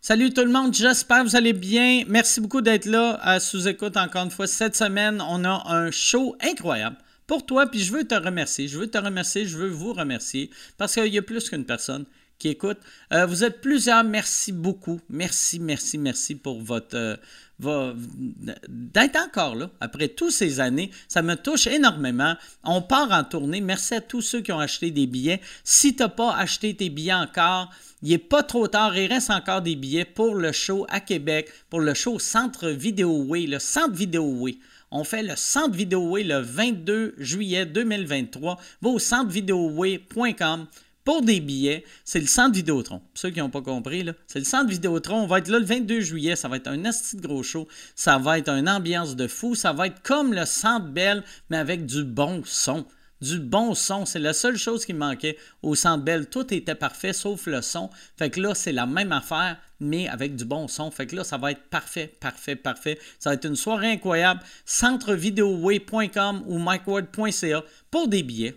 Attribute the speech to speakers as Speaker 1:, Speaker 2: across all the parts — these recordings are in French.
Speaker 1: Salut tout le monde, j'espère que vous allez bien. Merci beaucoup d'être là à sous-écoute encore une fois. Cette semaine, on a un show incroyable pour toi, puis je veux te remercier. Je veux te remercier, je veux vous remercier parce qu'il y a plus qu'une personne qui écoute. Euh, vous êtes plusieurs, merci beaucoup. Merci, merci, merci pour votre. euh, vo- d'être encore là après toutes ces années. Ça me touche énormément. On part en tournée. Merci à tous ceux qui ont acheté des billets. Si tu n'as pas acheté tes billets encore, il n'est pas trop tard. Il reste encore des billets pour le show à Québec, pour le show Centre Vidéo Way, le Centre Vidéo Way. On fait le Centre Vidéo Way le 22 juillet 2023. Va au centrevideoway.com pour des billets, c'est le centre Vidéotron. Pour ceux qui n'ont pas compris, là, c'est le centre Vidéotron. On va être là le 22 juillet. Ça va être un asti de gros show. Ça va être une ambiance de fou. Ça va être comme le centre Bell, mais avec du bon son. Du bon son. C'est la seule chose qui me manquait au centre Bell. Tout était parfait sauf le son. Fait que là, c'est la même affaire, mais avec du bon son. Fait que là, ça va être parfait, parfait, parfait. Ça va être une soirée incroyable. Centrevideoway.com ou mikeward.ca pour des billets.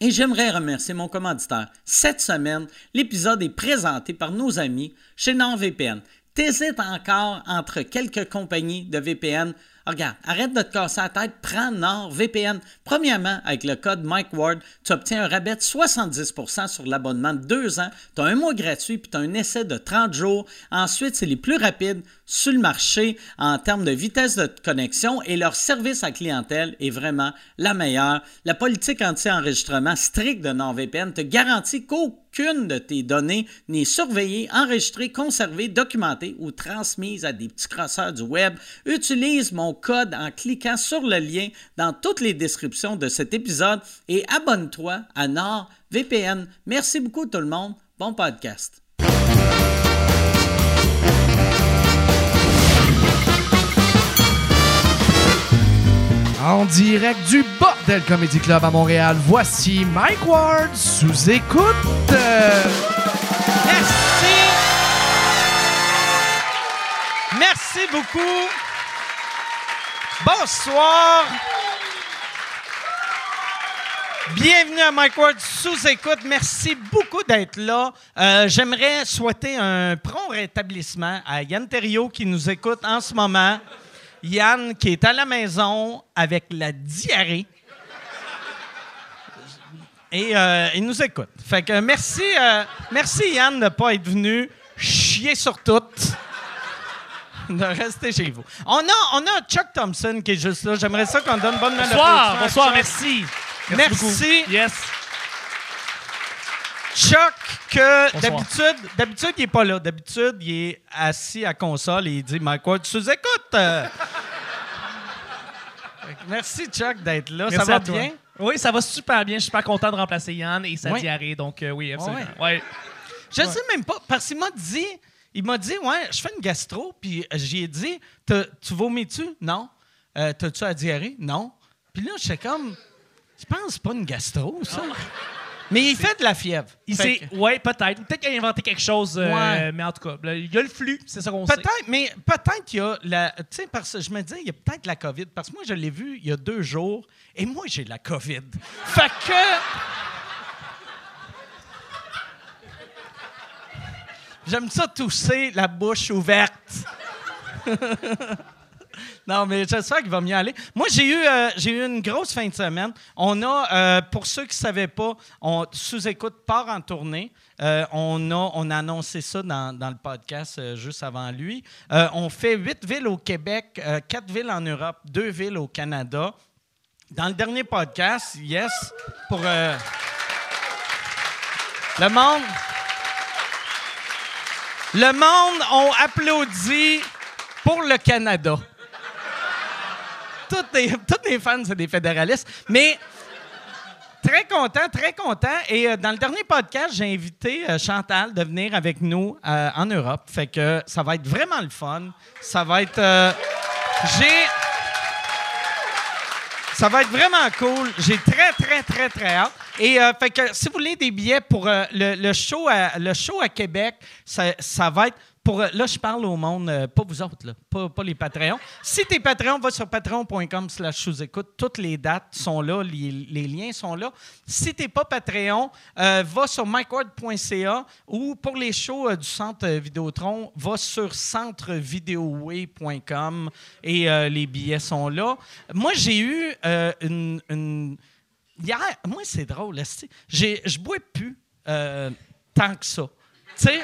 Speaker 1: Et j'aimerais remercier mon commanditaire. Cette semaine, l'épisode est présenté par nos amis chez NordVPN. T'hésites encore entre quelques compagnies de VPN? Ah, Regarde, arrête de te casser la tête, prends NordVPN. Premièrement, avec le code MikeWard, tu obtiens un rabais de 70% sur l'abonnement de 2 ans. Tu as un mois gratuit puis tu as un essai de 30 jours. Ensuite, c'est les plus rapides sur le marché en termes de vitesse de connexion et leur service à clientèle est vraiment la meilleure. La politique anti-enregistrement stricte de NordVPN te garantit qu'aucune de tes données n'est surveillée, enregistrée, conservée, documentée ou transmise à des petits crosseurs du web. Utilise mon code en cliquant sur le lien dans toutes les descriptions de cet épisode et abonne-toi à NordVPN. Merci beaucoup tout le monde. Bon podcast.
Speaker 2: En direct du Bordel Comedy Club à Montréal, voici Mike Ward sous écoute. Euh,
Speaker 1: Merci. Merci beaucoup. Bonsoir. Bienvenue à Mike Ward sous écoute. Merci beaucoup d'être là. Euh, J'aimerais souhaiter un prompt rétablissement à Yann Thériault qui nous écoute en ce moment. Yann qui est à la maison avec la diarrhée. Et euh, il nous écoute. Fait que merci, euh, merci Yann de ne pas être venu chier sur tout. De rester chez vous. On a, on a Chuck Thompson qui est juste là. J'aimerais ça qu'on donne bonne
Speaker 3: Bonsoir,
Speaker 1: applaudissement à Chuck.
Speaker 3: bonsoir, merci.
Speaker 1: Merci.
Speaker 3: beaucoup. Yes.
Speaker 1: Chuck, que
Speaker 3: Bonsoir.
Speaker 1: d'habitude, d'habitude, il n'est pas là. D'habitude, il est assis à console et il dit Mike Ward, tu nous écoutes. euh. Fait que Merci, Chuck, d'être là.
Speaker 3: Merci
Speaker 1: ça va
Speaker 3: à toi.
Speaker 1: bien?
Speaker 3: Oui, ça va super bien. Je suis super content de remplacer Yann et sa
Speaker 1: Ouais.
Speaker 3: diarrhée, donc euh, oui, absolument.
Speaker 1: Ouais.
Speaker 3: Ouais.
Speaker 1: Je sais même pas, parce qu'il m'a dit, il m'a dit, ouais, je fais une gastro, puis euh, j'y ai dit, T'as- tu vomis-tu? Non. Euh, T'as-tu la diarrhée? Non. Puis là, j'étais comme, je pense pas une gastro, ça. Mais il fait de la fièvre.
Speaker 3: Il
Speaker 1: Fait
Speaker 3: s'est,
Speaker 1: que-
Speaker 3: ouais, peut-être. Peut-être qu'il a inventé quelque chose, euh,
Speaker 1: Ouais.
Speaker 3: mais en tout cas, là, il y a le flux, c'est ça qu'on sait.
Speaker 1: Peut-être, mais peut-être qu'il y a la. Tu sais, parce que je me dis, il y a peut-être la COVID. Parce que moi, je l'ai vu il y a deux jours et moi, j'ai la COVID. fait que. J'aime ça tousser la bouche ouverte. Non, mais j'espère qu'il va mieux aller. Moi, j'ai eu, euh, j'ai eu une grosse fin de semaine. On a, euh, pour ceux qui ne savaient pas, on sous-écoute part en tournée. Euh, on, a, on a annoncé ça dans, dans le podcast euh, juste avant lui. Euh, on fait huit villes au Québec, euh, quatre villes en Europe, deux villes au Canada. Dans le dernier podcast, yes, pour euh, le monde. Le monde ont applaudi pour le Canada tous les, tous les fans, c'est des fédéralistes. Mais très content, très content. Et euh, dans le dernier podcast, j'ai invité euh, Chantal de venir avec nous euh, en Europe. Fait que ça va être vraiment le fun. Ça va être. euh, j'ai. Ça va être vraiment cool. J'ai très, très, très, très hâte. Et euh, fait que si vous voulez des billets pour euh, le, le show à, le show à Québec, ça, ça va être
Speaker 4: pour, euh, là, je parle au monde, euh, pas vous autres, là, pas, pas les Patreons. Si t'es Patreon, va sur patreon.com slash sous-écoute. Toutes les dates sont là, les, les liens sont là. Si t'es pas Patreon, euh, va sur micward.ca ou pour les shows euh, du Centre Vidéotron, va sur centrevideoway.com et euh, les billets sont là. Moi, j'ai eu euh, une, une- Hier, moi, c'est drôle, esti. J'ai- je bois plus euh, tant que ça. Tu sais...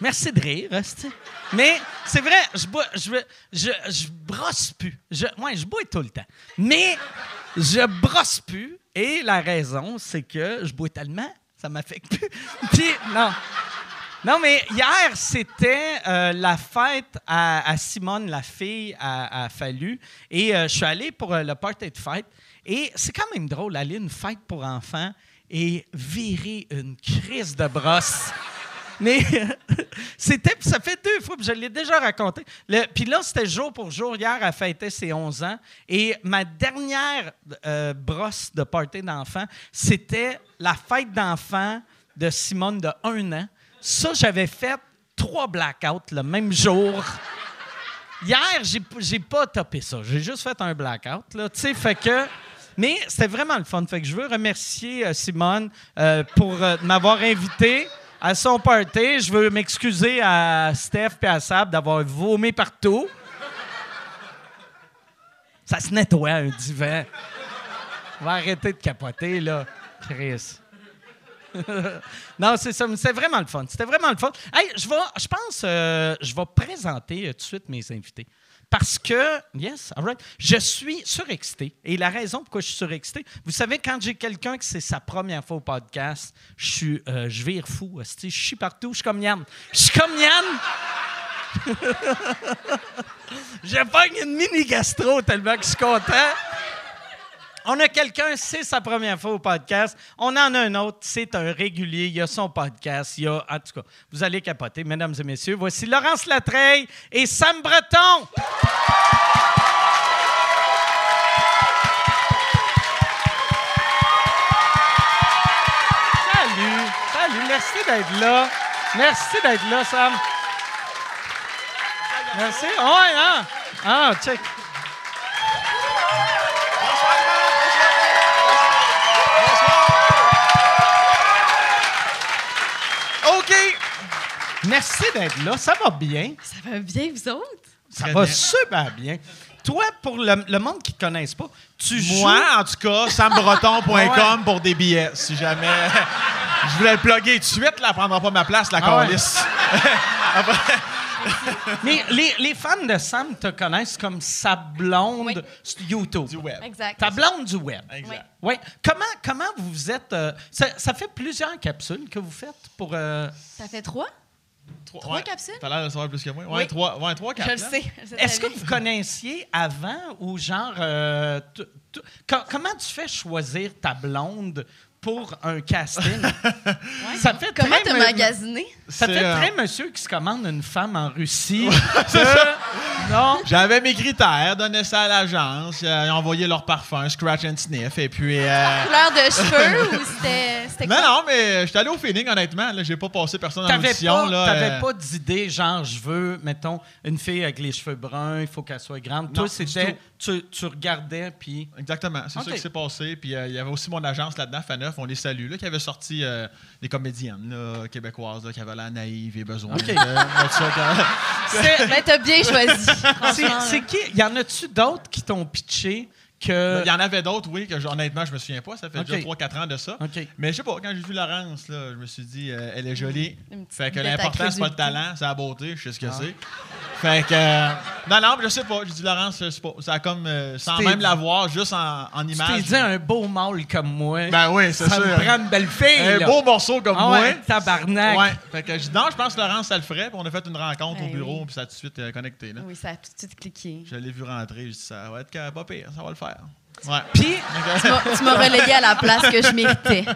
Speaker 4: Merci de rire, esti. Mais c'est vrai, je bois, je, veux- je, je brosse plus. Je, ouais, je bois tout le temps. Mais je brosse plus. Et la raison, c'est que je bois tellement, ça m'affecte plus. Puis, non. Non, mais hier, c'était euh, la fête à, à Simone, la fille à, à Fallu. Et euh, je suis allé pour euh, le party de fête. Et c'est quand même drôle d'aller à une fête pour enfants et virer une crise de brosse. Mais c'était, ça fait deux fois, puis je l'ai déjà raconté. Le- puis là, c'était jour pour jour. Hier, elle fêtait ses 11 ans. Et ma dernière euh, brosse de party d'enfant, c'était la fête d'enfant de Simone de 1 an. Ça, j'avais fait trois blackouts le même jour. Hier, j'ai, p- j'ai pas topé ça. J'ai juste fait un blackout, là. Tu sais, fait que. Mais c'était vraiment le fun. Fait que je veux remercier euh, Simone euh, pour euh, m'avoir invité à son party. Je veux m'excuser à Steph et à Sab d'avoir vomi partout. Ça se nettoie un divan. On va arrêter de capoter, là, Chris. Non, c'est ça. mais C'était vraiment le fun. C'était vraiment le fun. Hey, je vais, je pense, euh, je vais présenter euh, tout de suite mes invités. Parce que, yes, all right, je suis surexcité. Et la raison pourquoi je suis surexcité, vous savez, quand j'ai quelqu'un que c'est sa première fois au podcast, je suis, euh, je vire fou. hostie. Je suis partout. Je suis comme Yann. Je suis comme Yann. je pogne une mini gastro tellement que je suis content. On a quelqu'un, c'est sa première fois au podcast. On en a un autre, c'est un régulier. Il y a son podcast. Il y a, en tout cas, vous allez capoter, mesdames et messieurs. Voici Laurence Latreille et Sam Breton. Salut, salut. Merci d'être là. Merci d'être là, Sam. Merci. Ouais, hein? Ah, check.
Speaker 2: OK!
Speaker 4: Merci d'être là. Ça va bien.
Speaker 5: Ça va bien, vous autres?
Speaker 4: Ça
Speaker 2: Très
Speaker 4: va
Speaker 2: bien.
Speaker 4: super bien. Toi, pour le, le monde qui ne te connaisse pas, tu
Speaker 2: Moi,
Speaker 4: joues...
Speaker 2: en tout cas, sambreton.com pour des billets, si jamais. Je voulais le plugger tout de suite, là, elle prendra pas ma place, la
Speaker 4: Ah ouais.
Speaker 2: câlisse.
Speaker 4: Mais les, les fans de Sam te connaissent comme sa blonde
Speaker 5: Oui.
Speaker 4: sur YouTube.
Speaker 2: Du web.
Speaker 5: Exact.
Speaker 4: Ta blonde du web.
Speaker 2: Exact.
Speaker 4: Oui. Comment, comment vous vous êtes... euh, ça, ça fait plusieurs capsules que vous faites pour... euh,
Speaker 5: Ça fait trois? Trois
Speaker 2: ouais.
Speaker 5: capsules?
Speaker 2: T'as l'air de savoir plus que moi. Ouais,
Speaker 5: Oui.
Speaker 2: trois, ouais, trois,
Speaker 5: Je
Speaker 2: quatre.
Speaker 5: le
Speaker 2: hein?
Speaker 5: sais.
Speaker 4: Est-ce que vous connaissiez avant ou genre... euh, tu- tu- co- comment tu fais choisir ta blonde pour un casting? Ça fait
Speaker 5: Comment
Speaker 4: très
Speaker 5: t'as
Speaker 4: me-
Speaker 5: magasiné?
Speaker 4: Ça
Speaker 2: C'est,
Speaker 4: fait
Speaker 2: euh,
Speaker 4: très monsieur qui se commande une femme en Russie. Euh, Non.
Speaker 2: J'avais mes critères, donnais ça à l'agence, euh, ils envoyaient leur parfum, scratch and sniff, et puis. euh,
Speaker 5: Couleur de cheveux ou c'était c'était
Speaker 2: Non,
Speaker 5: quoi?
Speaker 2: non, mais euh, j'étais allé au feeling, honnêtement. Là, j'ai pas passé personne en
Speaker 4: T'avais
Speaker 2: audition.
Speaker 4: pas,
Speaker 2: là,
Speaker 4: t'avais
Speaker 2: euh,
Speaker 4: pas d'idée, genre, je veux, mettons, une fille avec les cheveux bruns, il faut qu'elle soit grande. Toi,
Speaker 2: du
Speaker 4: c'était,
Speaker 2: tout.
Speaker 4: tu, tu regardais, puis.
Speaker 2: Exactement, c'est
Speaker 4: Ok.
Speaker 2: ça qui s'est passé. Puis euh, il y avait aussi mon agence là-dedans, Faneuf, on les salue, là, qui avait sorti euh, des comédiennes là, québécoises là, qui avaient l'air naïve et besoin.
Speaker 4: Ok.
Speaker 2: de- de ça, quand-
Speaker 5: C'est- Ben, t'as bien choisi.
Speaker 4: C'est,
Speaker 5: franchement,
Speaker 4: c'est
Speaker 5: là.
Speaker 4: qui? Y en a-tu d'autres qui t'ont pitché que.
Speaker 2: Il Ben, y en avait d'autres, oui, que j- honnêtement, je me souviens pas. Ça fait
Speaker 4: Ok.
Speaker 2: déjà 3-4 ans de ça.
Speaker 4: OK.
Speaker 2: Mais je sais pas, quand j'ai vu Laurence, là, je me suis dit, euh, elle est jolie.
Speaker 5: Une petite
Speaker 2: Fait que
Speaker 5: bête
Speaker 2: l'important,
Speaker 5: à Ah.
Speaker 2: c'est pas le
Speaker 5: crédulité.
Speaker 2: talent, c'est la beauté, je sais ce que c'est. Fait que. euh, non, non, mais je sais pas. J'ai dit, Laurence, je sais pas. Ça a comme. euh, sans
Speaker 4: Tu t'es
Speaker 2: même
Speaker 4: dit-
Speaker 2: la voir, juste en, en
Speaker 4: Tu
Speaker 2: image.
Speaker 4: t'es dit un beau mâle comme moi.
Speaker 2: Ben oui, c'est
Speaker 4: ça me
Speaker 2: sûr.
Speaker 4: prend une belle fille.
Speaker 2: Un
Speaker 4: là.
Speaker 2: beau morceau comme
Speaker 4: Ah
Speaker 2: moi.
Speaker 4: ouais, tabarnak.
Speaker 2: Ouais. Fait que je dis, non, je pense que Laurence, ça le ferait. Puis on a fait une rencontre
Speaker 5: Ben
Speaker 2: au bureau,
Speaker 5: oui.
Speaker 2: puis ça a tout de suite euh, connecté. Là.
Speaker 5: Oui, ça a tout de suite cliqué.
Speaker 2: Je l'ai vu rentrer, j'ai dit, ça va être ca- pas pire, ça va le faire. Ouais. euh,
Speaker 4: Puis,
Speaker 5: Tu m'as tu m'as relégué à la place que je méritais.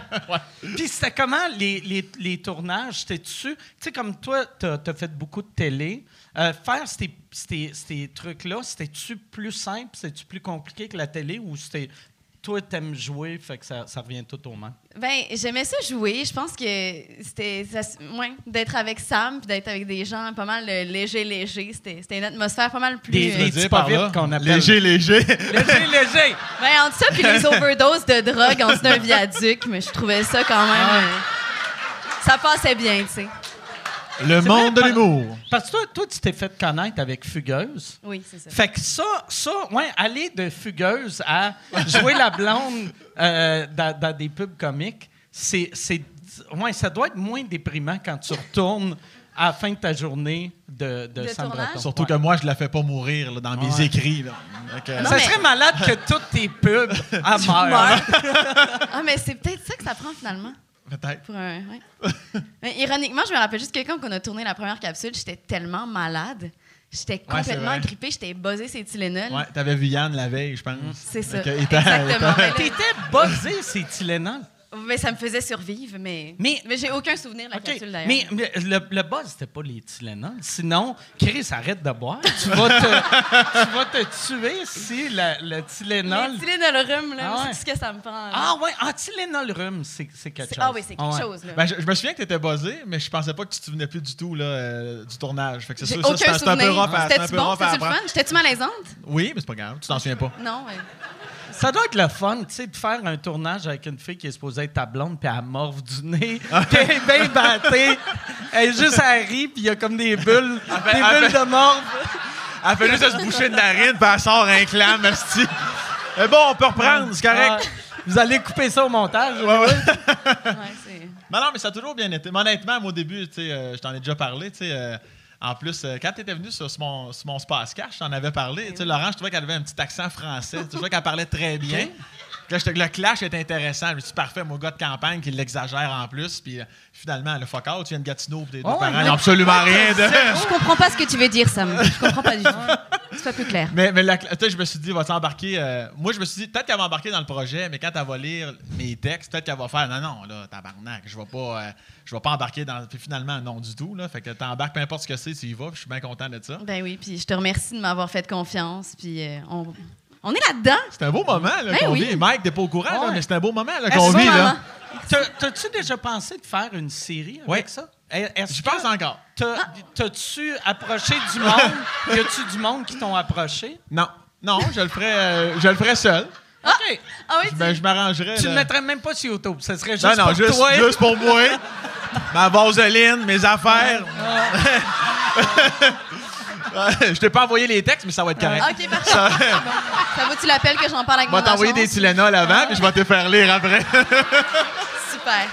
Speaker 4: puis c'était comment les, les, les tournages? T'es-tu. Tu sais, comme toi, t'as, t'as fait beaucoup de télé. Euh, faire ces, ces, ces trucs-là, c'était-tu plus simple? C'était-tu plus compliqué que la télé ou c'était. toi, t'aimes jouer, fait que ça, ça revient tout au même.
Speaker 5: Ben, j'aimais ça jouer. Je pense que c'était. ça s- ouais, d'être avec Sam puis d'être avec des gens pas mal euh, léger, léger. C'était c'était une atmosphère pas mal plus.
Speaker 4: Des-
Speaker 5: euh,
Speaker 4: des-
Speaker 6: dire
Speaker 4: petits
Speaker 6: par
Speaker 4: povites
Speaker 6: là,
Speaker 4: qu'on appelle.
Speaker 6: Léger, léger.
Speaker 4: Léger, léger!
Speaker 5: Ben, entre ça puis les overdoses de drogue en dessous d'un viaduc, mais je trouvais ça quand même.
Speaker 4: Ah.
Speaker 5: euh, ça passait bien, tu sais.
Speaker 6: Le
Speaker 4: C'est
Speaker 6: monde de
Speaker 4: vrai,
Speaker 6: l'humour.
Speaker 4: Parce que toi, toi, tu t'es fait connaître avec Fugueuse.
Speaker 5: Oui, c'est ça.
Speaker 4: Fait que ça, ça, ouais, aller de fugueuse à jouer la blonde euh, dans, dans des pubs comiques, c'est, c'est, ouais, ça doit être moins déprimant quand tu retournes à la fin de ta journée de, de,
Speaker 5: De
Speaker 4: Sam
Speaker 5: tournage?
Speaker 4: Breton.
Speaker 6: Surtout que
Speaker 4: Ouais.
Speaker 6: moi, je la fais pas mourir là, dans mes
Speaker 4: Ouais.
Speaker 6: écrits. là. Donc, euh,
Speaker 5: Non,
Speaker 4: ça
Speaker 5: mais-
Speaker 4: serait malade que toutes tes pubs à meurent.
Speaker 5: meurs. Ah, mais c'est peut-être ça que ça prend finalement.
Speaker 6: Peut-être.
Speaker 5: Pour un, ouais. Mais ironiquement, je me rappelle juste que quand on a tourné la première capsule, j'étais tellement malade. J'étais complètement
Speaker 6: vrai.
Speaker 5: grippée, j'étais buzzée, c'est Tylenol.
Speaker 6: Ouais, t'avais vu Yann la veille, je pense.
Speaker 5: C'est ça.
Speaker 6: Donc, euh, il était-
Speaker 5: Exactement. Mais là-
Speaker 4: T'étais buzzé, c'est Tylenol.
Speaker 5: Mais ça me faisait survivre, mais.
Speaker 4: Mais-
Speaker 5: Mais, j'ai aucun souvenir de la
Speaker 4: OK.
Speaker 5: capsule d'ailleurs.
Speaker 4: Mais, mais le, le buzz, c'était pas les Tylenol. Sinon, Chris, arrête de boire. Tu vas te, tu vas te tuer si la- le Tylenol...
Speaker 5: Les Tylenol rhum, là,
Speaker 4: Ah ouais.
Speaker 5: c'est ce que ça me prend. là.
Speaker 4: Ah ouais, ah, Tylenol rhum, c'est c'est quelque
Speaker 5: C'est-
Speaker 4: chose.
Speaker 5: ah oui, c'est quelque
Speaker 4: Ah ouais.
Speaker 5: chose. Là.
Speaker 6: Ben, je, je me souviens que t'étais buzzé, mais je pensais pas que tu te souvenais plus du tout là, euh, du tournage. Fait que c'est
Speaker 5: J'ai
Speaker 6: sûr,
Speaker 5: aucun
Speaker 6: ça, c'était- c'était un peu
Speaker 5: souvenir.
Speaker 6: rough à- c'était un
Speaker 5: C'était-tu
Speaker 6: peu
Speaker 5: bon?
Speaker 6: rough à
Speaker 5: C'était-tu le fun?
Speaker 6: apprendre.
Speaker 5: J'étais-tu malaisante?
Speaker 6: Oui, mais c'est pas grave, tu t'en souviens pas.
Speaker 5: Non. ouais.
Speaker 4: Ça doit être le fun, tu sais, de faire un tournage avec une fille qui est supposée être ta blonde, puis elle morve du nez, puis elle est bien battée. Elle est juste à rire, puis il y a comme des bulles, des
Speaker 6: elle
Speaker 4: bulles
Speaker 6: fait-
Speaker 4: de morve.
Speaker 6: Elle fait juste à se boucher de narine, puis elle sort un clan, merci. Mais bon, on peut reprendre, c'est correct.
Speaker 4: Ah, vous allez couper ça au montage.
Speaker 5: Ouais, c'est-
Speaker 6: Non, non, mais ça a toujours bien été. Mais honnêtement, moi, au début, tu sais, euh, je t'en ai déjà parlé. tu sais, euh, en plus, euh, quand tu étais venu sur, sur mon, sur mon Space Cash, je t'en avais parlé. Tu sais, Laurent, je trouvais qu'elle avait un petit accent français. Tu vois qu'elle parlait très bien. Là, j'étais- le clash est intéressant. Je me suis dit, parfait, mon gars de campagne qui l'exagère en plus. Puis euh, finalement, le fuck out, tu viens de Gatineau, puis tes deux
Speaker 4: Ouais,
Speaker 6: parents
Speaker 4: ouais.
Speaker 6: n'ont absolument rien de.
Speaker 5: Je comprends pas ce que tu veux dire, Sam. Je comprends pas du tout. Sois plus clair.
Speaker 6: Mais, mais la- tu sais, je me suis dit, va embarquer. euh, moi, je me suis dit, peut-être qu'elle va embarquer dans le projet, mais quand elle va lire mes textes, peut-être qu'elle va faire, non, non, là, tabarnak, je vais pas, euh, je vais pas embarquer dans. Puis finalement, non du tout, là. Fait que t'embarques, peu importe ce que c'est, tu y vas, puis je suis bien content de ça.
Speaker 5: Ben oui, puis je te remercie de m'avoir fait confiance, puis euh, on, on est là-dedans.
Speaker 6: C'est un beau moment, là,
Speaker 5: Ben
Speaker 6: qu'on
Speaker 5: oui.
Speaker 6: vit. Mike, t'es pas au courant, là,
Speaker 4: Ouais.
Speaker 6: mais c'est un beau moment, là,
Speaker 5: Ben,
Speaker 6: qu'on
Speaker 5: c'est
Speaker 6: vit,
Speaker 5: bon,
Speaker 6: là.
Speaker 5: maman.
Speaker 4: T'as- T'as-tu déjà pensé de faire une série avec
Speaker 6: Ouais.
Speaker 4: ça? Est-ce
Speaker 6: Je
Speaker 4: que
Speaker 6: pense encore.
Speaker 4: t'as- T'as-tu approché du monde? y a-tu du monde qui t'ont approché?
Speaker 6: Non. Non, je le ferai, euh, je le ferai seul.
Speaker 4: OK.
Speaker 5: Ah oui,
Speaker 6: Je-
Speaker 5: tu-
Speaker 6: Ben, je m'arrangerai.
Speaker 4: Tu ne
Speaker 6: là.
Speaker 4: mettrais même pas sur YouTube. Ce serait juste
Speaker 6: Non, non,
Speaker 4: pour
Speaker 6: juste,
Speaker 4: toi.
Speaker 6: juste pour moi. Ma vaseline, mes affaires. Ah. je t'ai pas envoyé les textes, mais ça va être correct.
Speaker 5: Ok, parfait. Ça, ça vaut-tu l'appel que j'en parle avec
Speaker 6: Je vais
Speaker 5: mon
Speaker 6: t'envoyer des
Speaker 5: agence?
Speaker 6: Tylenol avant, puis je vais te faire lire après.
Speaker 5: Super.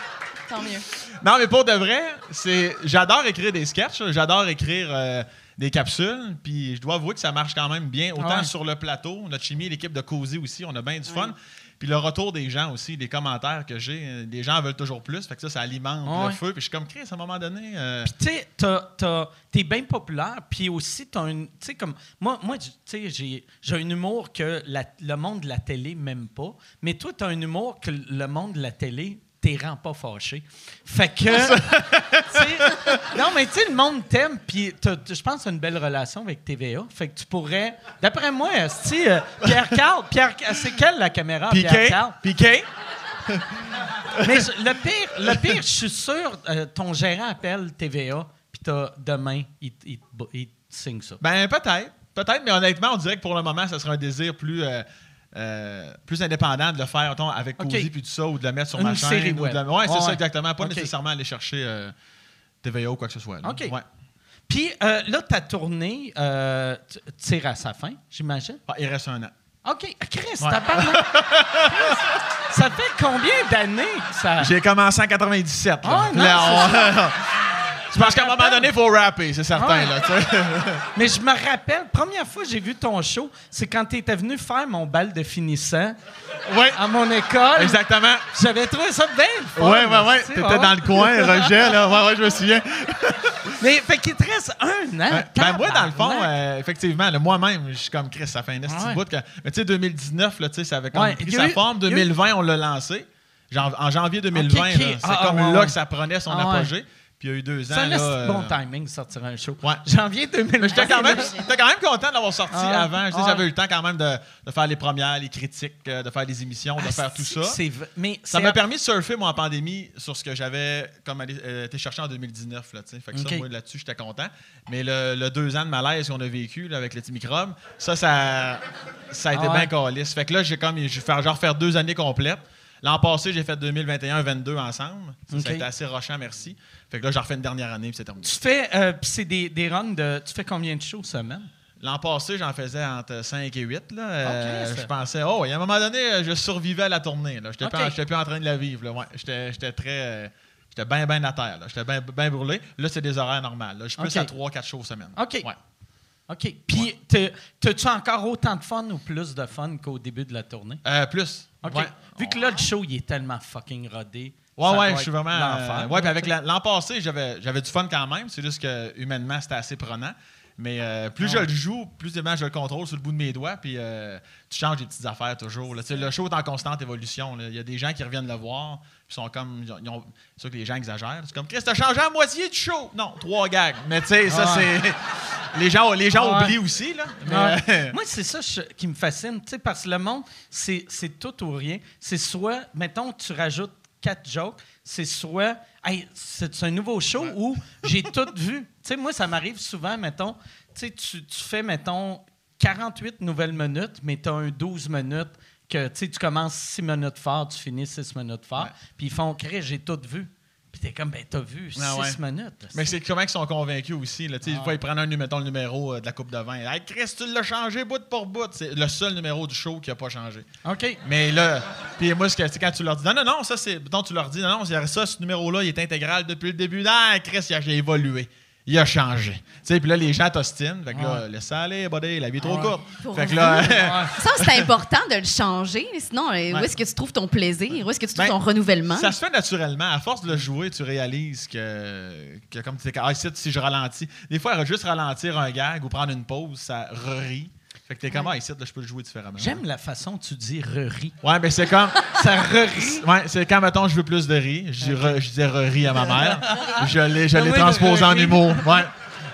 Speaker 5: Tant mieux.
Speaker 6: non, mais pour de vrai, c'est j'adore écrire des sketchs, j'adore écrire euh, des capsules, puis je dois avouer que ça marche quand même bien, autant
Speaker 4: Ah ouais.
Speaker 6: sur le plateau, notre chimie, l'équipe de Cozy aussi, on a bien du fun. Puis le retour des gens aussi, les commentaires que j'ai, euh, les gens en veulent toujours plus, fait que ça, ça alimente
Speaker 4: Ah
Speaker 6: le
Speaker 4: ouais.
Speaker 6: feu. Puis je suis comme, Chris, à un moment donné... euh,
Speaker 4: Puis, tu sais, t'as- t'as- t'es bien populaire, puis aussi, t'as une. Tu sais, comme. Moi, moi tu sais, j'ai j'ai un humour que la- le monde de la télé m'aime pas, mais toi, t'as un humour que le monde de la télé t'es rend pas fâché. Fait que. tu sais, non, mais tu sais, le monde t'aime, puis t'as- t'as- je pense que t'as une belle relation avec TVA. Fait que tu pourrais. D'après moi, si euh, Pierre Carl, Pierre, c'est quelle la caméra? Pierre
Speaker 6: Piqué,
Speaker 4: Carl?
Speaker 6: piqué.
Speaker 4: Mais je- le pire, le pire, je suis sûr, euh, ton gérant appelle TVA, puis t'as- demain, il, te- il te bo- il te signe ça.
Speaker 6: Ben peut-être, peut-être, mais honnêtement, on dirait que pour le moment, ça sera un désir plus, euh, euh, plus indépendant de le faire mettons, avec
Speaker 4: Ok.
Speaker 6: Cozy puis tout ça, ou de le mettre sur
Speaker 4: Une
Speaker 6: ma chaîne.
Speaker 4: série
Speaker 6: ou de
Speaker 4: web.
Speaker 6: la- Ouais, c'est
Speaker 4: Ouais,
Speaker 6: ça
Speaker 4: ouais.
Speaker 6: exactement. Pas
Speaker 4: Ok.
Speaker 6: nécessairement aller chercher euh, TVA ou quoi que ce soit. là.
Speaker 4: Ok.
Speaker 6: Ouais.
Speaker 4: Puis euh, là, ta tournée euh, t- tire à sa fin, j'imagine.
Speaker 6: Ah, il reste un an.
Speaker 4: OK, Chris,
Speaker 6: Ouais.
Speaker 4: t'as pas Ça fait combien d'années que ça...
Speaker 6: J'ai commencé en 97. Là.
Speaker 4: Ah, non,
Speaker 6: Là,
Speaker 4: c'est
Speaker 6: on- C'est parce qu'à un moment donné, il faut rapper, c'est certain.
Speaker 4: Ouais.
Speaker 6: Là, tu sais.
Speaker 4: Mais je me rappelle, première fois que j'ai vu ton show, c'est quand t'étais venu faire mon bal de finissant
Speaker 6: ouais,
Speaker 4: à mon école.
Speaker 6: exactement.
Speaker 4: J'avais trouvé ça belle.
Speaker 6: Ouais, ouais, ouais. T'étais dans le coin, Roger, là. Ouais, ouais, je me souviens.
Speaker 4: Mais fait qu'il te reste un an.
Speaker 6: Ben, ben, moi, dans le fond,
Speaker 4: Hein, tabarnak.
Speaker 6: euh, effectivement, là, moi-même, je suis comme Chris, ça fait un esti de
Speaker 4: Ouais.
Speaker 6: bout. que- Mais tu sais, 2019, là, tu sais, ça avait comme
Speaker 4: Ouais,
Speaker 6: pris
Speaker 4: il y a
Speaker 6: sa
Speaker 4: eu-
Speaker 6: forme.
Speaker 4: il y a eu-
Speaker 6: 2020, on l'a lancé. Jan- en janvier 2020,
Speaker 4: Ok, ok.
Speaker 6: là, c'est
Speaker 4: Ah, ah,
Speaker 6: comme
Speaker 4: ouais,
Speaker 6: là
Speaker 4: ouais.
Speaker 6: que ça prenait son
Speaker 4: Ah, ouais.
Speaker 6: apogée. Puis il y a eu deux ans.
Speaker 4: C'est un
Speaker 6: là,
Speaker 4: esti de
Speaker 6: euh,
Speaker 4: bon timing de sortir un show.
Speaker 6: Ouais.
Speaker 4: Janvier 2000.
Speaker 6: Mais j'étais quand, même- j'étais quand même content de l'avoir sorti
Speaker 4: Ah,
Speaker 6: avant. Je sais,
Speaker 4: ah.
Speaker 6: J'avais eu le temps quand même de, de faire les premières, les critiques, euh, de faire des émissions, de faire tout ça.
Speaker 4: Ah, C'est v- mais
Speaker 6: Ça
Speaker 4: c'est-
Speaker 6: m'a permis de surfer, moi, en pandémie, sur ce que j'avais comme allé- euh, été chercher en 2019. Là, tu sais. fait que ça,
Speaker 4: OK.
Speaker 6: moi, là-dessus, j'étais content. Mais le, le deux ans de malaise qu'on a vécu là, avec le microbe, ça, ça, ça a été
Speaker 4: Ah ouais.
Speaker 6: bien caliste. Fait que là, j'ai comme, je vais faire, genre faire deux années complètes. L'an passé, j'ai fait 2021-22 ensemble. Ça,
Speaker 4: OK.
Speaker 6: ça a été assez rochant, merci. Fait que là, j'en refais une dernière année, puis c'est terminé.
Speaker 4: Tu fais. euh, Puis c'est des, des runs de. Tu fais combien de shows semaine?
Speaker 6: L'an passé, j'en faisais entre 5 et 8. Là.
Speaker 4: Ok,
Speaker 6: Euh,
Speaker 4: ça-
Speaker 6: je pensais, oh, il y a un moment donné, euh, je survivais à la tournée. Je n'étais
Speaker 4: Ok.
Speaker 6: plus, en train de la vivre. là. Ouais, J'étais j'étais très. euh, J'étais bien, bien à terre. là. J'étais bien, bien brûlé. Là, c'est des horaires normales. là. Je suis plus
Speaker 4: Ok.
Speaker 6: à 3-4 shows semaine.
Speaker 4: Ok.
Speaker 6: Ouais.
Speaker 4: OK. Puis, t'es- t'as-tu encore autant de fun ou plus de fun qu'au début de la tournée?
Speaker 6: Euh, plus.
Speaker 4: OK.
Speaker 6: Ouais.
Speaker 4: Vu que là, le show, il est tellement fucking rodé.
Speaker 6: Ouais,
Speaker 4: ça
Speaker 6: ouais,
Speaker 4: doit
Speaker 6: je suis
Speaker 4: être
Speaker 6: vraiment.
Speaker 4: l'enfer.
Speaker 6: euh, ouais, puis avec la- l'an passé, j'avais j'avais du fun quand même. C'est juste que humainement, c'était assez prenant. Mais euh,
Speaker 4: Ah
Speaker 6: plus je le joue, plus évidemment, je le contrôle sur le bout de mes doigts. Puis euh, tu changes des petites affaires toujours. là. Tu sais, le show est en constante évolution. là. Il y a des gens qui reviennent le voir. Puis sont comme. ils ont- ils ont- C'est sûr que les gens exagèrent. C'est comme, Chris, t'as changé à moitié du show. Non, trois gags. Mais tu sais, ça, c'est. Les gens, les gens
Speaker 4: Ouais.
Speaker 6: oublient aussi. Là. Mais,
Speaker 4: Ouais.
Speaker 6: euh,
Speaker 4: Moi, c'est ça je- qui me fascine, tu sais, parce que le monde, c'est c'est tout ou rien. C'est soit, mettons, tu rajoutes quatre jokes, c'est soit, hey, c'est c'est un nouveau show où j'ai tout vu. Tu sais, moi, ça m'arrive souvent, mettons, tu sais, tu tu fais, mettons, 48 nouvelles minutes, mais tu as un 12 minutes que, tu sais, tu commences 6 minutes fort, tu finis 6 minutes fort,
Speaker 6: Ouais.
Speaker 4: puis ils font, Chris, j'ai tout vu. Puis t'es comme, ben, t'as vu 6
Speaker 6: Ah ouais.
Speaker 4: minutes.
Speaker 6: Mais c'est comment ils sont convaincus aussi. Là, Tu sais, des fois, ils prennent un, nu- mettons, le numéro euh, de la Coupe de vin. Hey, Chris, tu l'as changé bout pour bout. C'est le seul numéro du show qui n'a pas changé.
Speaker 4: OK.
Speaker 6: Mais là, puis moi, ce que- c'est quand tu leur dis, non, non, non, ça, c'est. mettons, tu leur dis, non, non, c'est- ça, ce numéro-là, il est intégral depuis le début. Non, Chris, il a j'ai évolué. Il a changé. Tu sais, puis là, les gens t'ostinent. Fait que là, laisse ça aller, buddy, la vie est trop courte.
Speaker 5: Pour
Speaker 6: Fait que là.
Speaker 5: Ça, c'est important de le changer. Sinon, euh, où
Speaker 6: Ah. Ouais.
Speaker 5: est-ce que tu trouves ton plaisir? Où est-ce que tu trouves
Speaker 6: Ben,
Speaker 5: ton renouvellement?
Speaker 6: Ça se fait naturellement. À force de le jouer, tu réalises que, que comme tu dis, ah, ici, si je ralentis. Des fois, juste ralentir un gag ou prendre une pause, ça rit. Fait que t'es comme, ah, ici, là, je peux le jouer différemment.
Speaker 4: J'aime la façon dont tu dis ri
Speaker 6: Ouais, mais c'est comme.
Speaker 4: Ça re-rit.
Speaker 6: Ouais, c'est quand, mettons, je veux plus de riz. Je dis, re- je disais re-ri à ma mère. Je l'ai, je
Speaker 4: Ah
Speaker 6: l'ai
Speaker 4: oui, Ah
Speaker 6: transposé en
Speaker 4: re-ri.
Speaker 6: humour. Ouais.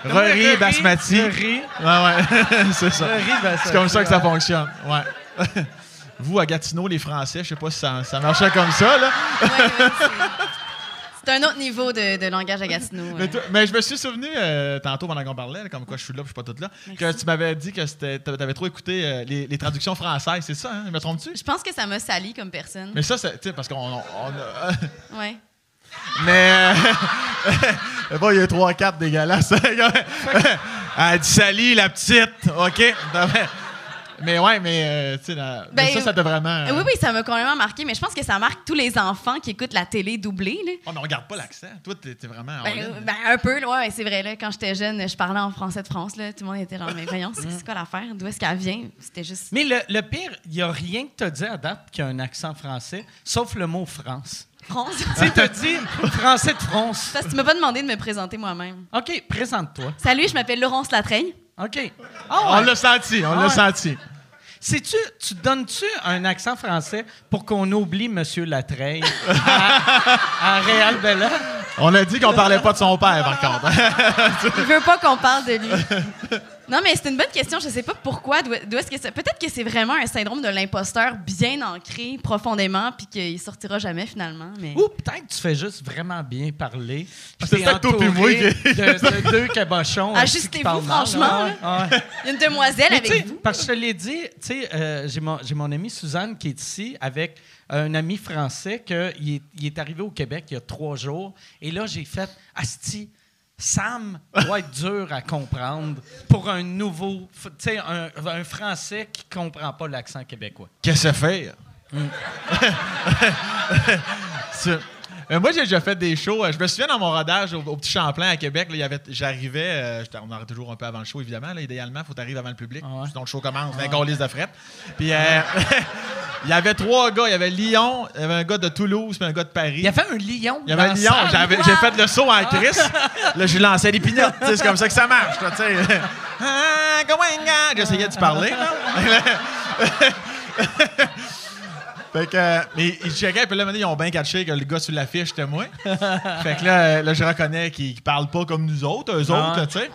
Speaker 6: Re-ri,
Speaker 4: re-ri,
Speaker 6: basmati.
Speaker 4: re-ri.
Speaker 6: Ouais, ouais. c'est ça.
Speaker 4: Re-ri, basmati,
Speaker 6: C'est comme ça que ça
Speaker 4: ouais.
Speaker 6: fonctionne. Ouais. Vous, à Gatineau, les Français, je sais pas si ça, ça marchait comme ça, là.
Speaker 5: Ouais, ouais, c'est- c'est un autre niveau de, de langage à Gatineau. euh.
Speaker 6: Mais, toi- mais je me suis souvenu euh, tantôt pendant qu'on parlait, là, comme quoi je suis là, puis je suis pas tout là, que tu m'avais dit que c'était- t'a- t'avais trop écouté euh, les, les traductions françaises, c'est ça, hein? Je Me trompes-tu?
Speaker 5: Je pense que ça me salit comme personne.
Speaker 6: Mais ça, c'est, tu sais, parce qu'on. on- on a-
Speaker 5: Ouais.
Speaker 6: mais. euh, bon, il y a trois cartes dégueulasses. Elle dit Sally, la petite, OK? Mais ouais, mais, euh, tu sais, la- mais
Speaker 5: Ben,
Speaker 6: ça, ça t'a
Speaker 4: Euh.
Speaker 6: vraiment.
Speaker 5: Oui, oui, ça m'a complètement marqué, mais je pense que ça marque tous les enfants qui écoutent la télé doublée. Là.
Speaker 6: Oh, mais on regarde pas l'accent. Toi, t'es t'es vraiment.
Speaker 4: Ah
Speaker 6: en ligne.
Speaker 5: Ben, ben, un peu, là, ouais, ouais, c'est vrai. Là, quand j'étais jeune, je parlais en français de France. Là, tout le monde était genre, mais voyons,
Speaker 4: Mm.
Speaker 5: c'est c'est quoi l'affaire? D'où est-ce qu'elle vient? C'était juste.
Speaker 4: Mais le, le pire, il n'y a rien que tu as dit à date qui a un accent français, sauf le mot France.
Speaker 5: France.
Speaker 4: Tu sais, tu dit français de France.
Speaker 5: Parce que tu m'as pas demandé de me présenter moi-même.
Speaker 4: OK, présente-toi.
Speaker 5: Salut, je m'appelle Laurence Latreille.
Speaker 4: OK.
Speaker 6: On
Speaker 4: Ah ouais.
Speaker 6: l'a senti, on
Speaker 4: Ah
Speaker 6: l'a
Speaker 4: ouais.
Speaker 6: senti.
Speaker 4: Sais-tu, tu donnes-tu un accent français pour qu'on oublie Monsieur Latreille à, à Real Bella?
Speaker 6: On a dit qu'on parlait pas de son père, par contre.
Speaker 5: Il veut pas qu'on parle de lui. Non, mais c'est une bonne question. Je sais pas pourquoi. D'où d'où est-ce que ça... Peut-être que c'est vraiment un syndrome de l'imposteur bien ancré profondément, puis qu'il sortira jamais finalement. Mais...
Speaker 4: Ou peut-être que tu fais juste vraiment bien parler. puis
Speaker 6: C'est
Speaker 4: t'es
Speaker 6: peut-être toi puis moi
Speaker 4: entouré
Speaker 6: qui-
Speaker 4: de, de deux cabochons. euh, qui
Speaker 5: Ajustez-vous,
Speaker 4: parlent mal,
Speaker 5: franchement,
Speaker 4: ouais, ouais.
Speaker 5: Il y a Une demoiselle
Speaker 4: Mais tu sais,
Speaker 5: avec vous.
Speaker 4: Parce que je te l'ai dit, tu sais, euh, j'ai mon, j'ai mon amie Suzanne qui est ici avec un ami français qui est, il est arrivé au Québec il y a trois jours. Et là, j'ai fait Asti, Sam doit être dur à comprendre pour un nouveau, f- tu sais, un, un français qui comprend pas l'accent québécois.
Speaker 6: Qu'est-ce que faire? Euh, moi, j'ai déjà fait des shows. Euh, Je me souviens dans mon rodage au, au Petit Champlain à Québec, là, il y avait- j'arrivais, euh, j'étais- on arrive toujours un peu avant le show, évidemment. là, idéalement, il faut t'arriver avant le public.
Speaker 4: Ah ouais.
Speaker 6: Sinon, le show commence, d'un câlisse de fret. Puis, euh, il y avait trois gars. Il y avait Lyon, il y avait un gars de Toulouse, puis un gars de Paris.
Speaker 4: Il y avait un lion.
Speaker 6: Il y
Speaker 4: dans Ah.
Speaker 6: avait un
Speaker 4: la
Speaker 6: lion.
Speaker 4: salle.
Speaker 6: J'avais- J'ai fait le saut en Chris. Là, j'ai lancé des pinottes. Tu sais, C'est comme ça que ça marche. là, tu sais. Ah, comment, gars? J'essayais de parler. là. Fait que, euh, mais ils checkaient, puis là, maintenant, ils ont bien catché que le gars sur l'affiche, c'était moi. fait que là, euh, là, je reconnais qu'ils qu'ils parlent pas comme nous autres, eux
Speaker 4: Ah.
Speaker 6: autres, tu sais.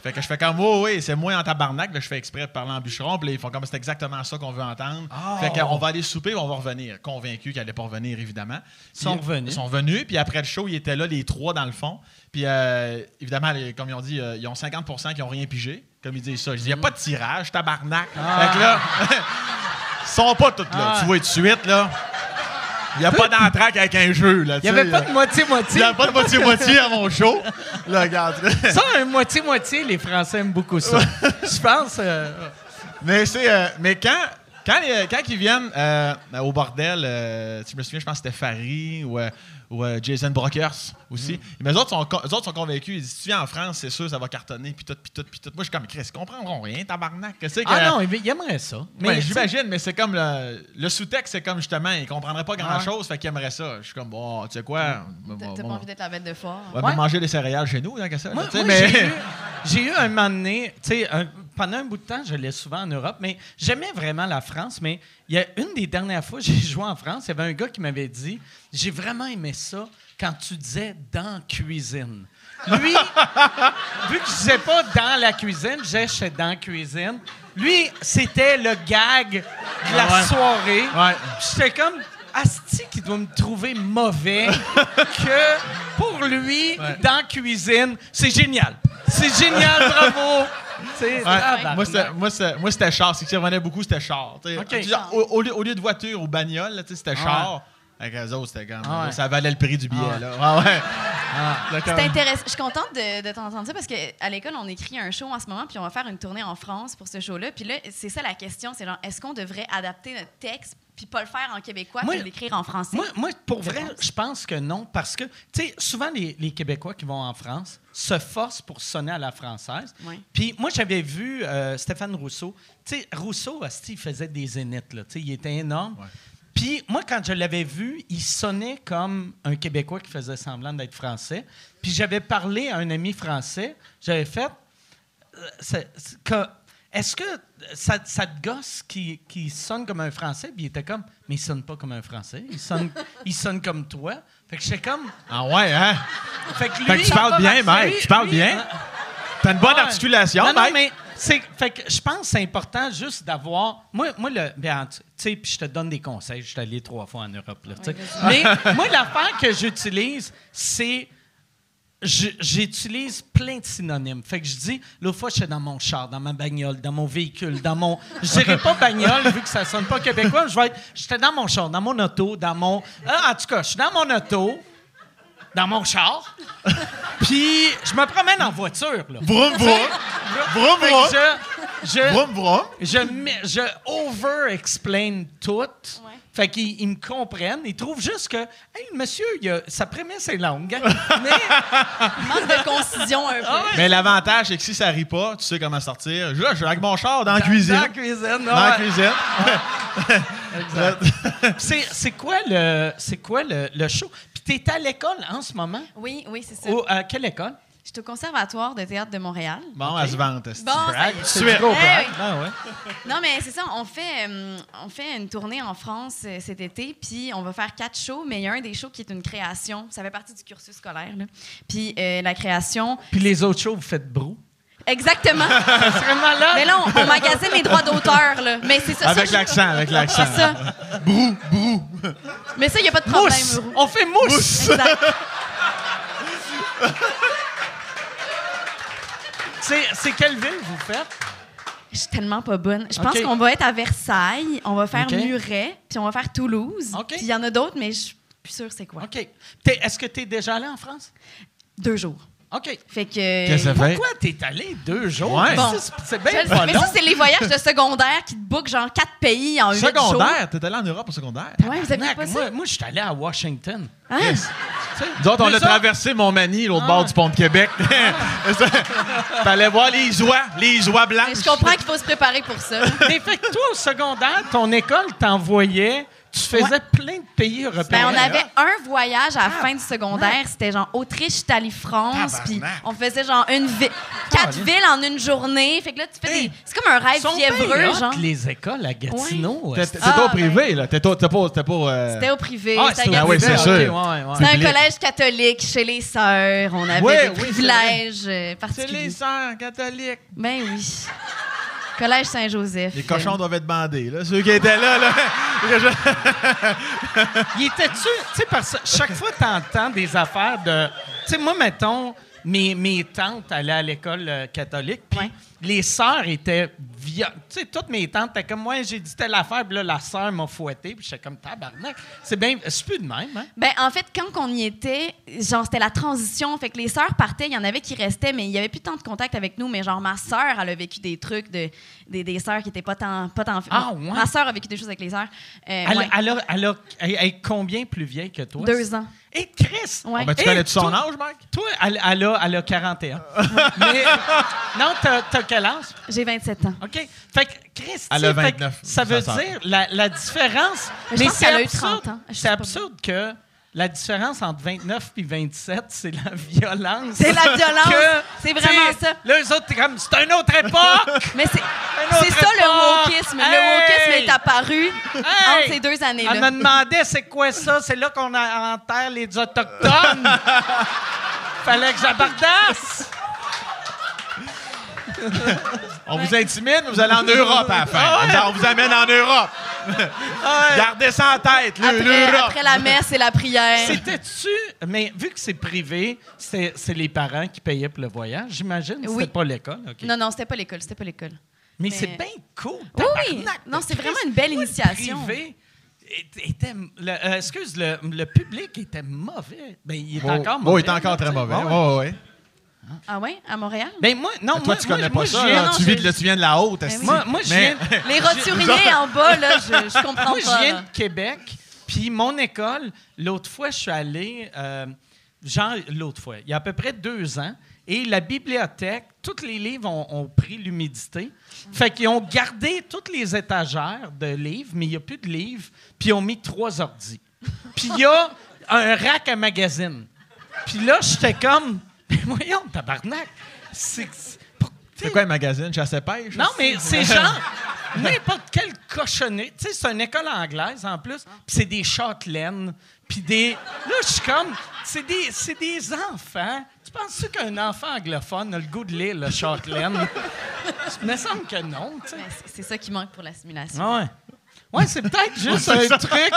Speaker 6: Fait que je fais comme, oh, oui, c'est moi en tabarnak, là, je fais exprès de parler en bûcheron, puis là, ils font comme, c'est exactement ça qu'on veut entendre.
Speaker 4: Ah.
Speaker 6: Fait qu'on va aller souper, on va revenir. Convaincu qu'ils allaient pas revenir, évidemment. Ils
Speaker 4: sont revenus.
Speaker 6: Ils sont venus, puis après le show, ils étaient là, les trois, dans le fond. Puis euh, évidemment, les- comme ils ont dit, euh, ils ont 50 qui ont rien pigé, comme ils disent ça. Je dis, il n'y a pas de tirage, tabarnak.
Speaker 4: Ah.
Speaker 6: Fait que là, ils sont pas toutes là, tu vois, tout de suite, là. Il n'y a pas d'entraque avec un jeu, là.
Speaker 4: Il n'y avait pas de moitié-moitié.
Speaker 6: Il n'y a pas de moitié-moitié à mon show. Là, regarde.
Speaker 4: Ça, un moitié-moitié, les Français aiment beaucoup ça. Je pense. euh,
Speaker 6: Mais, c'est, euh, mais quand, quand, les- quand ils viennent euh, au bordel, euh, tu me souviens, je pense que c'était Farid ou, euh, ou, euh, Jason Brockers aussi. Mais eux autres, sont, con- eux autres sont convaincus. Ils disent Si tu viens en France, c'est sûr, ça va cartonner, puis tout, puis tout, puis tout. Moi, je suis comme Chris, ils comprendront rien, tabarnak. Qu'est-ce que
Speaker 4: Ah non, il aimerait ça.
Speaker 6: Mais j'imagine, mais c'est comme le, le sous-texte, c'est comme justement, ils comprendraient pas grand-chose, fait qu'ils aimeraient ça. Je suis comme, bon, tu sais quoi, on va-
Speaker 5: T'as t'as
Speaker 6: on
Speaker 5: pas
Speaker 6: va-
Speaker 5: envie d'être la bête de foire.
Speaker 6: on va manger des céréales chez nous, hein, qu'est-ce que ça, là,
Speaker 4: Moi,
Speaker 6: tu sais,
Speaker 4: moi,
Speaker 6: mais-
Speaker 4: j'ai eu- j'ai eu, un moment donné, tu sais, un- pendant un bout de temps, je l'ai souvent en Europe, mais j'aimais vraiment la France. Mais il y a une des dernières fois que j'ai joué en France, il y avait un gars qui m'avait dit J'ai vraiment aimé ça quand tu disais dans cuisine. Lui, vu que je disais pas dans la cuisine, je disais chez dans cuisine. Lui, c'était le gag de la
Speaker 6: Ah ouais.
Speaker 4: soirée.
Speaker 6: Ouais.
Speaker 4: J'étais comme Asti qui doit me trouver mauvais que pour lui, dans la cuisine, c'est génial. C'est génial, bravo! C'est
Speaker 6: Ouais.
Speaker 4: tabarnak.
Speaker 6: Moi, c'était- moi, c'était- moi, c'était char. C'est que ça revenait beaucoup, c'était char. tu sais.
Speaker 4: Ok.
Speaker 6: Tu dis, au, au lieu, au lieu de voiture ou bagnole, là, tu sais, c'était char. Avec eux autres, c'était comme.
Speaker 4: Ah ouais.
Speaker 6: Ça valait le prix du billet. là. Ouais, ouais. Là, comme-
Speaker 5: C'est intéressant. Je suis contente de, de t'entendre ça parce qu'à l'école, on écrit un show en ce moment, puis on va faire une tournée en France pour ce show-là. Puis là, c'est ça la question c'est genre, est-ce qu'on devrait adapter notre texte, puis pas le faire en québécois,
Speaker 4: Moi-
Speaker 5: puis l'écrire en français?
Speaker 4: Moi, moi, pour vrai, je pense que non, parce que, tu sais, souvent, les, les Québécois qui vont en France se forcent pour sonner à la française.
Speaker 5: Ouais.
Speaker 4: Puis moi, j'avais vu euh, Stéphane Rousseau. Tu sais, Rousseau, asti, il faisait des zéniths, là. Tu sais, il était énorme. Puis moi, quand je l'avais vu, il sonnait comme un Québécois qui faisait semblant d'être français. Puis j'avais parlé à un ami français. J'avais fait... euh, c'est- c'est que- Est-ce que ça, ça te gosse qui, qui sonne comme un Français? Puis il était comme, mais il sonne pas comme un Français. Il sonne, il sonne comme toi. Fait que j'étais comme.
Speaker 6: Ah ouais, hein?
Speaker 4: Fait que, lui,
Speaker 6: Fait que tu parles bien, mec, tu parles bien. T'as une bonne
Speaker 4: Ouais.
Speaker 6: articulation,
Speaker 4: Non, non,
Speaker 6: mec.
Speaker 4: mais c'est, fait que je pense que c'est important juste d'avoir. Moi, moi le, ben, tu sais, puis je te donne des conseils. Je suis allé trois fois en Europe. Là, tu sais. mais moi, l'affaire que j'utilise, c'est. je- J'utilise plein de synonymes. Fait que je dis, l'autre fois, je suis dans mon char, dans ma bagnole, dans mon véhicule, dans mon. Je dirais pas bagnole, vu que ça sonne pas québécois. Je vais être. J'étais dans mon char, dans mon auto, dans mon. Ah, en tout cas, je suis dans mon auto, dans mon char, puis je me promène en voiture, là.
Speaker 6: Vroom, vroom. Vroom,
Speaker 4: Fait
Speaker 6: vroom.
Speaker 4: que je, je,
Speaker 6: Vroom, vroom.
Speaker 4: je, mets- je over-explain tout. Fait qu'ils ils me comprennent. Ils trouvent juste que, hey, le monsieur, il a- sa prémisse est longue. hein. Mais,
Speaker 5: Manque de concision un peu.
Speaker 4: Ah
Speaker 6: Mais l'avantage, c'est que si ça rit pas, tu sais comment sortir. Là, je suis avec mon char dans la
Speaker 4: Dans
Speaker 6: cuisine.
Speaker 4: la cuisine,
Speaker 6: Dans la
Speaker 4: ouais.
Speaker 6: cuisine.
Speaker 4: C'est c'est quoi le, c'est quoi le, le show? Puis t'es à l'école en ce moment?
Speaker 5: Oui, oui, c'est ça.
Speaker 4: Au, à quelle école?
Speaker 5: Je suis au Conservatoire de théâtre de Montréal.
Speaker 6: Bon, elle se vante. esti.
Speaker 5: Bon, ça y est.
Speaker 4: C'est du gros
Speaker 5: Eh
Speaker 4: brag.
Speaker 5: oui.
Speaker 4: Ah ouais.
Speaker 5: Non, mais c'est ça, on fait, euh, on fait une tournée en France euh, cet été, puis on va faire quatre shows, mais il y a un des shows qui est une création. Ça fait partie du cursus scolaire, là. Puis euh, la création.
Speaker 4: Puis les autres shows, vous faites brou.
Speaker 5: Exactement.
Speaker 4: C'est vraiment là.
Speaker 5: mais là, on, on magasine mes droits d'auteur, là. Mais c'est ça. ça,
Speaker 6: Avec
Speaker 5: je-
Speaker 6: l'accent, avec l'accent.
Speaker 5: C'est ça. Brou, brou. Mais ça, il n'y a pas de problème,
Speaker 4: mousse!
Speaker 5: Brou.
Speaker 4: On fait mousse!
Speaker 5: Exact.
Speaker 4: C'est c'est quelle ville vous faites?
Speaker 5: Je suis tellement pas bonne. Je pense
Speaker 4: Ok.
Speaker 5: qu'on va être à Versailles, on va faire
Speaker 4: Ok.
Speaker 5: Muret, puis on va faire Toulouse.
Speaker 4: Ok.
Speaker 5: Puis il y en a d'autres, mais je suis plus sûre c'est quoi.
Speaker 4: OK. T'es- Est-ce que t'es déjà allé en France?
Speaker 5: Deux jours.
Speaker 4: OK.
Speaker 5: Fait que.
Speaker 6: Qu'est-ce que ça fait?
Speaker 4: Pourquoi t'es allé deux jours?
Speaker 6: Ouais.
Speaker 5: Bon.
Speaker 4: C'est- C'est
Speaker 5: Je
Speaker 4: bien
Speaker 5: le
Speaker 4: pas
Speaker 5: sais, mais
Speaker 4: long.
Speaker 5: ça, c'est les voyages de secondaire qui te bookent genre quatre pays en huit jours.
Speaker 6: Secondaire, t'es allé en Europe au secondaire.
Speaker 5: Ouais, vous avez pas
Speaker 4: Tabarnak,
Speaker 5: ça?
Speaker 4: moi, moi, je suis allé à Washington.
Speaker 5: Hein?
Speaker 6: Nous autres, on
Speaker 4: Mais
Speaker 6: a
Speaker 4: ça- Ah
Speaker 6: traversé Montmagny, l'autre bord du pont de Québec. Fallait voir les oies, les oies
Speaker 5: Mais
Speaker 6: blanches.
Speaker 5: Je comprends qu'il faut se préparer pour ça.
Speaker 4: Mais fait que toi, au secondaire, ton école t'envoyait, tu faisais
Speaker 5: Ouais.
Speaker 4: plein de pays européens.
Speaker 5: Ben, on avait un
Speaker 6: Ah,
Speaker 5: voyage à la fin du secondaire. C'était genre Autriche, Italie, France. Puis on faisait genre une ville. quatre villes en une journée. Fait que là, tu fais des. C'est comme un rêve
Speaker 4: Sont bien
Speaker 5: fiévreux,
Speaker 6: hein?
Speaker 4: hot,
Speaker 5: genre.
Speaker 4: les écoles à Gatineau. Euh,
Speaker 6: T'es-
Speaker 4: est-ce que-
Speaker 6: T'es au
Speaker 5: Ah,
Speaker 4: ben.
Speaker 6: privé, là. T'es au- t'es pas. T'es pas. euh,
Speaker 5: C'était au privé.
Speaker 4: Ah,
Speaker 5: c'était à
Speaker 6: Ah oui,
Speaker 5: Gatineau.
Speaker 6: c'est sûr.
Speaker 4: Ok, ouais, ouais, ouais.
Speaker 5: C'était un
Speaker 6: public.
Speaker 5: collège catholique chez les sœurs. On avait
Speaker 6: Ouais,
Speaker 5: des
Speaker 6: oui, c'est vrai.
Speaker 5: privilèges euh,
Speaker 6: C'est
Speaker 5: particuliers.
Speaker 6: les sœurs catholiques.
Speaker 5: Ben oui. Collège Saint-Joseph.
Speaker 6: Les cochons doivent être bandés, là. Ceux qui étaient là, là.
Speaker 4: Il était-tu. Tu sais, parce que chaque fois, tu entends des affaires de. Tu sais, moi, mettons, mes, mes tantes allaient à l'école euh, catholique, puis
Speaker 5: Ouais.
Speaker 4: les sœurs étaient. via- Tu sais, toutes mes tantes étaient comme, moi, j'ai dit telle affaire, puis là, la sœur m'a fouetté, puis j'étais comme, tabarnak. C'est bien. C'est plus de même, hein?
Speaker 5: Ben, en fait, quand on y était, genre, c'était la transition. Fait que les sœurs partaient, il y en avait qui restaient, mais il n'y avait plus tant de contact avec nous. Mais genre, ma sœur, elle a vécu des trucs de, des, des sœurs qui n'étaient pas tant, pas tant.
Speaker 4: Ah, ouais?
Speaker 5: Ma sœur a vécu des choses avec les sœurs. Euh,
Speaker 4: Elle,
Speaker 5: ouais.
Speaker 4: elle a- elle a- elle- elle est combien plus vieille que toi?
Speaker 5: Deux ans.
Speaker 4: Et Chris!
Speaker 5: Ouais.
Speaker 6: Ah, ben, tu
Speaker 4: Et
Speaker 6: connais-tu son
Speaker 4: toi-
Speaker 6: âge, Mike?
Speaker 4: Toi, elle, elle a, elle a 41. Mais, non, t'as t'as quel âge?
Speaker 5: J'ai 27 ans.
Speaker 4: OK. Fait que, Christy,
Speaker 6: Elle a
Speaker 4: fait que
Speaker 6: 29,
Speaker 4: ça veut
Speaker 6: sa sœur.
Speaker 4: dire la, la différence.
Speaker 5: Mais je pense
Speaker 4: c'est
Speaker 5: qu'elle a eu
Speaker 4: absurde.
Speaker 5: 30 ans. Je sais
Speaker 4: C'est
Speaker 5: pas.
Speaker 4: absurde que la différence entre 29 et 27, c'est la violence.
Speaker 5: C'est la violence.
Speaker 4: Que-
Speaker 5: C'est vraiment
Speaker 4: t'sais,
Speaker 5: ça.
Speaker 4: Là, eux autres, t'es comme, c'est une autre époque!
Speaker 5: Mais c'est.
Speaker 4: autre
Speaker 5: C'est ça
Speaker 4: époque.
Speaker 5: le wokisme. Le
Speaker 4: Hey!
Speaker 5: wokisme est apparu entre ces deux
Speaker 4: Elle me
Speaker 5: années-là.
Speaker 4: demandait, c'est quoi ça? C'est là qu'on a- enterre les Autochtones! Fallait que j'abardasse!
Speaker 6: On vous intimide, mais vous allez en Europe à la fin.
Speaker 4: Ah ouais?
Speaker 6: On vous amène en Europe. Gardez ça en tête, le-
Speaker 5: Après,
Speaker 6: l'Europe.
Speaker 5: après la messe et la prière.
Speaker 4: C'était-tu. Mais vu que c'est privé, c'est c'est les parents qui payaient pour le voyage, j'imagine.
Speaker 5: Oui.
Speaker 4: C'était pas l'école. OK.
Speaker 5: Non, non, c'était pas l'école. C'était pas l'école.
Speaker 4: Mais,
Speaker 5: Mais-
Speaker 4: c'est bien cool.
Speaker 5: Oui,
Speaker 4: tabarnak,
Speaker 5: oui.
Speaker 4: de
Speaker 5: Non, c'est
Speaker 4: Christ.
Speaker 5: vraiment une belle
Speaker 4: Moi, le
Speaker 5: initiation.
Speaker 4: privé est- était- le- euh, excuse, le, le public était mauvais. Ben, il est
Speaker 6: Oh,
Speaker 4: encore mauvais.
Speaker 6: oh, il est encore
Speaker 4: là,
Speaker 6: très
Speaker 4: tu sais.
Speaker 6: mauvais.
Speaker 4: Ouais, ouais.
Speaker 6: Oh, ouais.
Speaker 5: Ah ouais, à Montréal?
Speaker 4: Ben, moi, non,
Speaker 6: Toi,
Speaker 4: moi,
Speaker 6: tu
Speaker 4: moi,
Speaker 6: connais
Speaker 4: moi,
Speaker 6: pas ça.
Speaker 4: je
Speaker 6: là.
Speaker 4: viens- Ben
Speaker 5: non,
Speaker 6: tu,
Speaker 5: je-
Speaker 6: vis de, là, tu viens de la haute. esti.
Speaker 4: Moi, moi, je
Speaker 6: Mais-
Speaker 4: viens.
Speaker 5: Les roturiers en bas, là, je, je comprends
Speaker 4: Moi,
Speaker 5: pas.
Speaker 4: je viens
Speaker 5: là.
Speaker 4: de Québec, puis mon école, l'autre fois, je suis allé, euh, genre, l'autre fois, il y a à peu près deux ans, et la bibliothèque, tous les livres ont, ont pris l'humidité. Fait qu'ils ont gardé toutes les étagères de livres, mais il n'y a plus de livres, puis ils ont mis trois ordi. Puis il y a un rack à magazine. Puis là, j'étais comme, mais voyons, tabarnak, c'est... c'est- pour-
Speaker 6: C'est quoi un magazine? Chasse et pêche?
Speaker 4: non, mais c'est genre n'importe quel cochonnet. Tu sais, c'est une école anglaise en plus, puis c'est des châtelaines, puis des. Là, je suis comme. C'est des, c'est des enfants. Tu penses-tu qu'un enfant anglophone a le goût de lire le châtelaine? Il me semble que non, tu sais.
Speaker 5: Mais c'est- C'est ça qui manque pour l'assimilation.
Speaker 4: Ouais. Ouais, c'est peut-être juste un truc,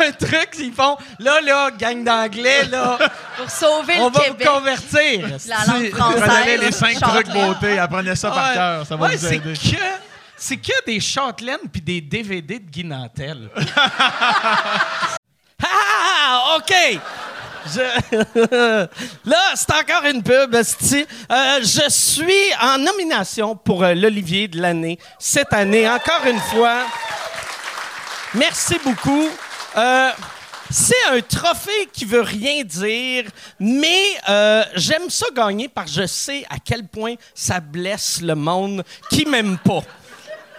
Speaker 4: un truc qu'ils font. Là, là, gang d'anglais, là,
Speaker 5: Pour sauver
Speaker 4: on
Speaker 5: le
Speaker 4: va
Speaker 5: Québec,
Speaker 4: vous convertir.
Speaker 5: la langue
Speaker 6: Prenez
Speaker 5: française.
Speaker 6: les cinq
Speaker 5: Charlotte.
Speaker 6: trucs beauté, apprenez ça par
Speaker 4: Ouais.
Speaker 6: cœur, ça va
Speaker 4: Ouais,
Speaker 6: vous
Speaker 4: c'est
Speaker 6: aider.
Speaker 4: que c'est que des châtelaines puis des DVD de Guy Nantel. ah, OK. Je- Là, c'est encore une pub, esti. Euh, je suis en nomination pour euh, l'Olivier de l'année cette année, encore une fois. Merci beaucoup. Euh, c'est un trophée qui veut rien dire, mais euh, j'aime ça gagner parce que je sais à quel point ça blesse le monde qui m'aime pas.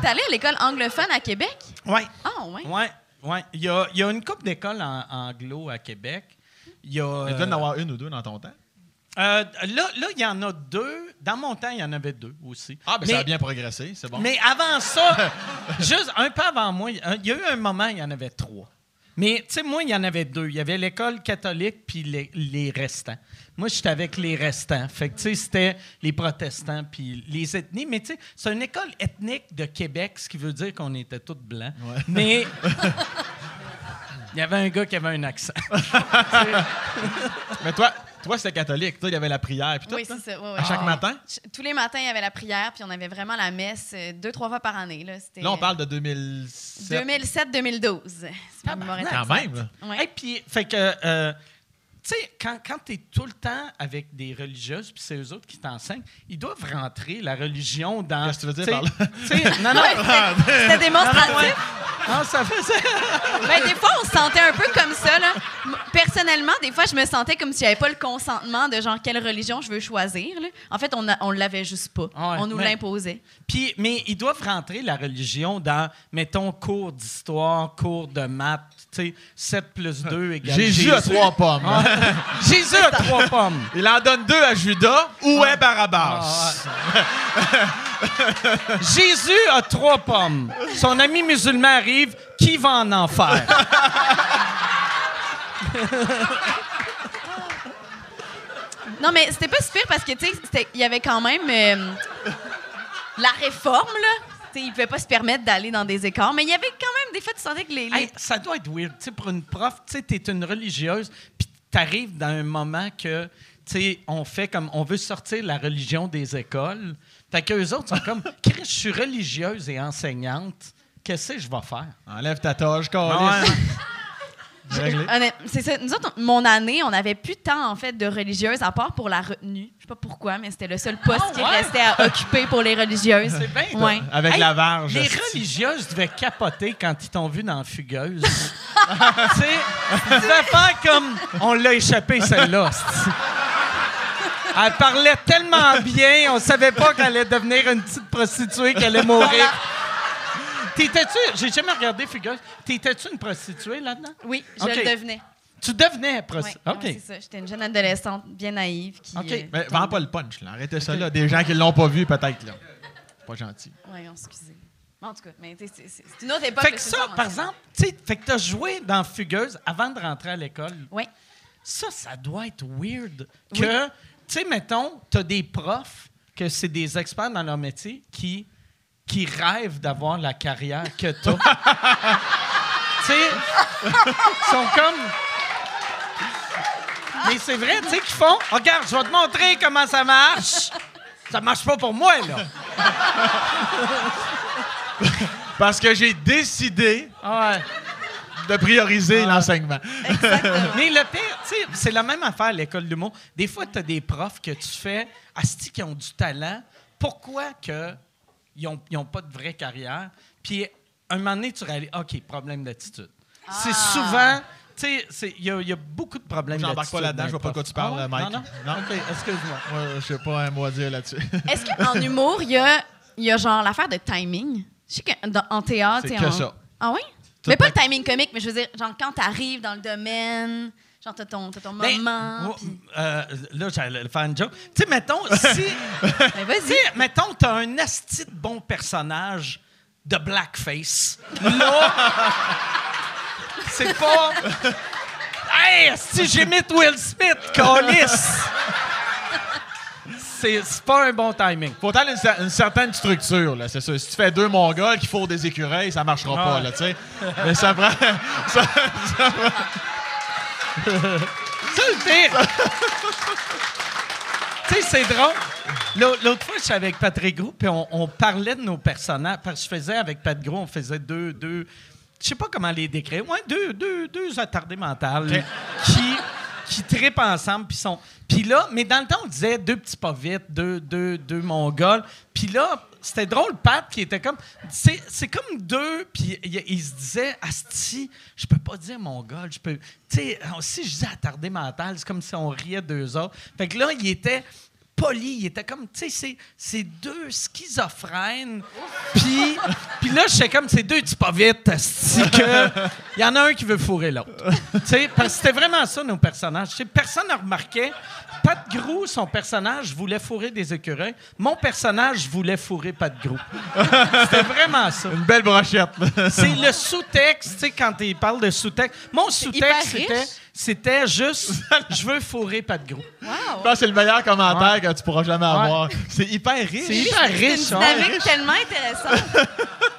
Speaker 5: T'es allé à l'école anglophone à Québec?
Speaker 4: Ouais.
Speaker 5: Ah, ouais.
Speaker 4: Ouais, ouais. Il y a, il y a une coupe d'école en, anglo à Québec. Il y a.
Speaker 6: Il doit
Speaker 4: euh,
Speaker 6: en avoir une ou deux dans ton temps.
Speaker 4: euh, là, là, il y en a deux. Dans mon temps, il y en avait deux aussi.
Speaker 6: Ah, ben
Speaker 4: mais,
Speaker 6: ça a bien progressé, c'est bon.
Speaker 4: Mais avant ça, juste un peu avant moi, il y a- il y a eu un moment, il y en avait trois. Mais tu sais, moi, il y en avait deux. Il y avait l'école catholique puis les, les restants. Moi, j'étais avec les restants. Fait que tu sais, c'était les protestants puis les ethnies. Mais tu sais, c'est une école ethnique de Québec, ce qui veut dire qu'on était tous blancs. Mais il y avait un gars qui avait un accent.
Speaker 6: Mais toi, toi c'était catholique, toi, il y avait la prière puis tout.
Speaker 5: Oui,
Speaker 6: là.
Speaker 5: c'est ça. ouais, ouais.
Speaker 6: À chaque
Speaker 4: Ah.
Speaker 6: matin?
Speaker 5: Ch- Tous les matins, il y avait la prière, puis on avait vraiment la messe euh, deux, trois fois par année. Là, C'était,
Speaker 6: Là, on parle de
Speaker 5: euh,
Speaker 6: 2007.
Speaker 5: 2007-2012. C'est pas
Speaker 4: Tabarnak.
Speaker 5: mémoire
Speaker 6: Quand
Speaker 5: exacte.
Speaker 6: même, là.
Speaker 5: Ouais.
Speaker 4: Et puis, fait que euh, tu sais, quand, quand tu es tout le temps avec des religieuses, puis c'est eux autres qui t'enseignent, ils doivent rentrer la religion dans.
Speaker 6: Qu'est-ce que tu veux dire
Speaker 4: t'sais-
Speaker 6: par là?
Speaker 4: t'sais, Non, non,
Speaker 5: Ouais, c'était- C'était démonstratif.
Speaker 4: non, ça fait ça.
Speaker 5: Ben, des fois, on se sentait un peu comme ça. Là. M- Personnellement, des fois, je me sentais comme si j'avais pas le consentement de genre quelle religion je veux choisir. là. En fait, on, a- on l'avait juste pas.
Speaker 4: Ah ouais,
Speaker 5: on nous
Speaker 4: mais-
Speaker 5: l'imposait.
Speaker 4: Puis, mais ils doivent rentrer la religion dans, mettons, cours d'histoire, cours de maths, tu sais, 7 plus 2 égale
Speaker 6: Jésus a trois pommes.
Speaker 4: Ah. Jésus a trois pommes.
Speaker 6: Il en donne deux à Judas. Où
Speaker 4: Ah.
Speaker 6: est Barabbas?
Speaker 4: Jésus a trois pommes. Son ami musulman arrive. Qui va en enfer?
Speaker 5: Non, mais c'était pas super parce que, tu sais, c'était- il y avait quand même euh, la réforme, là. Tu sais, ils pouvaient pas se permettre d'aller dans des écarts, mais il y avait quand même des fois, tu sentais que les. les-
Speaker 4: Hey, ça doit être weird, tu sais, pour une prof, tu sais, t'es une religieuse, puis t'arrives dans un moment que, tu sais, on fait comme, on veut sortir la religion des écoles. Fait qu'eux autres sont comme, Chris, je suis religieuse et enseignante, qu'est-ce que je vais faire?
Speaker 6: Enlève ta toge,
Speaker 4: Ah
Speaker 6: câlisse.
Speaker 4: ouais.
Speaker 6: Réglé.
Speaker 5: Honnête- C'est ça. Nous autres, on- mon année, on n'avait plus tant, en fait, de religieuses, à part pour la retenue. Je sais pas pourquoi, mais c'était le seul poste qui
Speaker 4: Ah ouais?
Speaker 5: restait à occuper pour les religieuses.
Speaker 4: C'est bien,
Speaker 5: Ouais.
Speaker 6: Avec
Speaker 4: Hey,
Speaker 6: la varge.
Speaker 4: Les
Speaker 6: esti.
Speaker 4: religieuses devaient capoter quand ils t'ont vu dans la fugueuse. tu sais, ils devaient faire comme on l'a échappé celle-là. esti. Elle parlait tellement bien, on savait pas qu'elle allait devenir une petite prostituée, qu'elle allait mourir. T'étais-tu, j'ai jamais regardé Fugueuse, t'étais-tu une prostituée là-dedans?
Speaker 5: Oui, je
Speaker 4: Ok.
Speaker 5: le devenais.
Speaker 4: Tu devenais
Speaker 5: Ouais,
Speaker 4: prostituée.
Speaker 5: ouais, c'est ça. J'étais une jeune adolescente bien naïve qui.
Speaker 4: Ok.
Speaker 5: euh,
Speaker 6: Mais vends pas le punch, là. Arrêtez ça, là. Des gens qui l'ont pas vu, peut-être, là. C'est Pas gentil.
Speaker 5: ouais, on s'excusait. Mais En tout cas, mais tu sais, c'est c'est- c'est une autre époque.
Speaker 4: Fait
Speaker 5: là,
Speaker 4: que
Speaker 5: c'est
Speaker 4: ça,
Speaker 5: une autre
Speaker 4: par
Speaker 5: affaire.
Speaker 4: exemple, tu sais, fait que t'as joué dans Fugueuse avant de rentrer à l'école.
Speaker 5: Oui.
Speaker 4: Ça, ça doit être weird que, tu sais, mettons, t'as des profs que c'est des experts dans leur métier qui, qui rêvent d'avoir la carrière que t'as. tu sais, ils sont comme... Mais c'est vrai, tu sais, qu'ils font... Regarde, je vais te montrer comment ça marche. Ça marche pas pour moi, là.
Speaker 6: Parce que j'ai décidé
Speaker 4: Ah ouais.
Speaker 6: de prioriser
Speaker 4: Ah.
Speaker 6: l'enseignement.
Speaker 5: Exactement.
Speaker 4: Mais le pire, tu sais, c'est la même affaire à l'école d'humour. Des fois, tu as des profs que tu fais, asti, qui ont du talent. Pourquoi que ils n'ont pas de vraie carrière? Puis, un moment donné, tu réalises, OK, problème d'attitude. C'est souvent, tu sais, c'est- il y, a- il y a beaucoup de problèmes d'attitude.
Speaker 6: J'embarque pas là-dedans,
Speaker 4: dans
Speaker 6: je vois pas
Speaker 4: les
Speaker 6: de quoi tu parles,
Speaker 4: profs. Ah ouais?
Speaker 6: Mike.
Speaker 4: Non, non.
Speaker 6: Non.
Speaker 4: OK, excuse-moi.
Speaker 6: Moi, je sais pas un mot à dire là-dessus.
Speaker 5: Est-ce qu'en humour, il y a, il y a genre l'affaire de timing? Je sais qu'en théâtre,
Speaker 6: C'est
Speaker 5: et
Speaker 6: que
Speaker 5: en...
Speaker 6: ça.
Speaker 5: Ah oui?
Speaker 6: Tout
Speaker 5: mais pas
Speaker 6: le-
Speaker 5: le timing comique, mais je veux dire, genre quand t'arrives dans le domaine, genre t'as ton, t'as ton
Speaker 4: Ben,
Speaker 5: moment.
Speaker 4: oh, euh, là, j'allais faire une joke. Tu sais, mettons, si.
Speaker 5: Mais
Speaker 4: Tu sais,
Speaker 5: Ben, vas-y.
Speaker 4: mettons, t'as un asti de bon personnage de blackface. Là, c'est pas. Hey, si j'imite Will Smith, calice! C'est c'est pas un bon timing.
Speaker 6: Faut avoir une, cer- une certaine structure, là, c'est sûr. Si tu fais deux Mongols qui font des écureuils, ça marchera
Speaker 4: Ah.
Speaker 6: pas, là, tu sais. Mais ça prend. ça-
Speaker 4: C'est le pire! tu sais, c'est drôle. L'au- L'autre fois, je suis avec Patrick Gros, puis on, on parlait de nos personnages. Parce que je faisais avec Pat Gros, on faisait deux. deux je sais pas comment les décrire. Ouais, deux, deux, deux attardés mentales qui, qui trippent ensemble. Puis sont. Puis là, mais dans le temps, on disait deux petits pas vite, deux, deux, deux mongols. Puis là, c'était drôle, Pat, qui était comme. C'est c'est comme deux, puis il, il se disait, Asti, je peux pas dire mongol, je peux. Tu sais, euh, si je dis attardé mental, c'est comme si on riait d'eux autres. Fait que là, il était poli. Il était comme, tu sais, c'est- c'est deux schizophrènes. Puis, puis là, j'étais comme, c'est deux types pas vite. asti, que Il y en a un qui veut fourrer l'autre. Tu sais, parce que c'était vraiment ça, nos personnages. Tu sais, personne ne remarquait. Pat Grou, son personnage, voulait fourrer des écureuils. Mon personnage voulait fourrer Pat Grou. C'était vraiment ça.
Speaker 6: Une belle brochette, là.
Speaker 4: C'est le sous-texte, tu sais, quand il parle de sous-texte. Mon
Speaker 5: hyper
Speaker 4: sous-texte,
Speaker 5: riche.
Speaker 4: c'était, c'était juste, je veux fourrer Pat Grou.
Speaker 6: Je
Speaker 5: Wow!
Speaker 6: pense que c'est le meilleur commentaire que tu pourras jamais avoir. C'est hyper
Speaker 4: C'est
Speaker 6: riche.
Speaker 4: hyper
Speaker 5: C'est une
Speaker 4: riche. hein?
Speaker 5: dynamique tellement intéressante.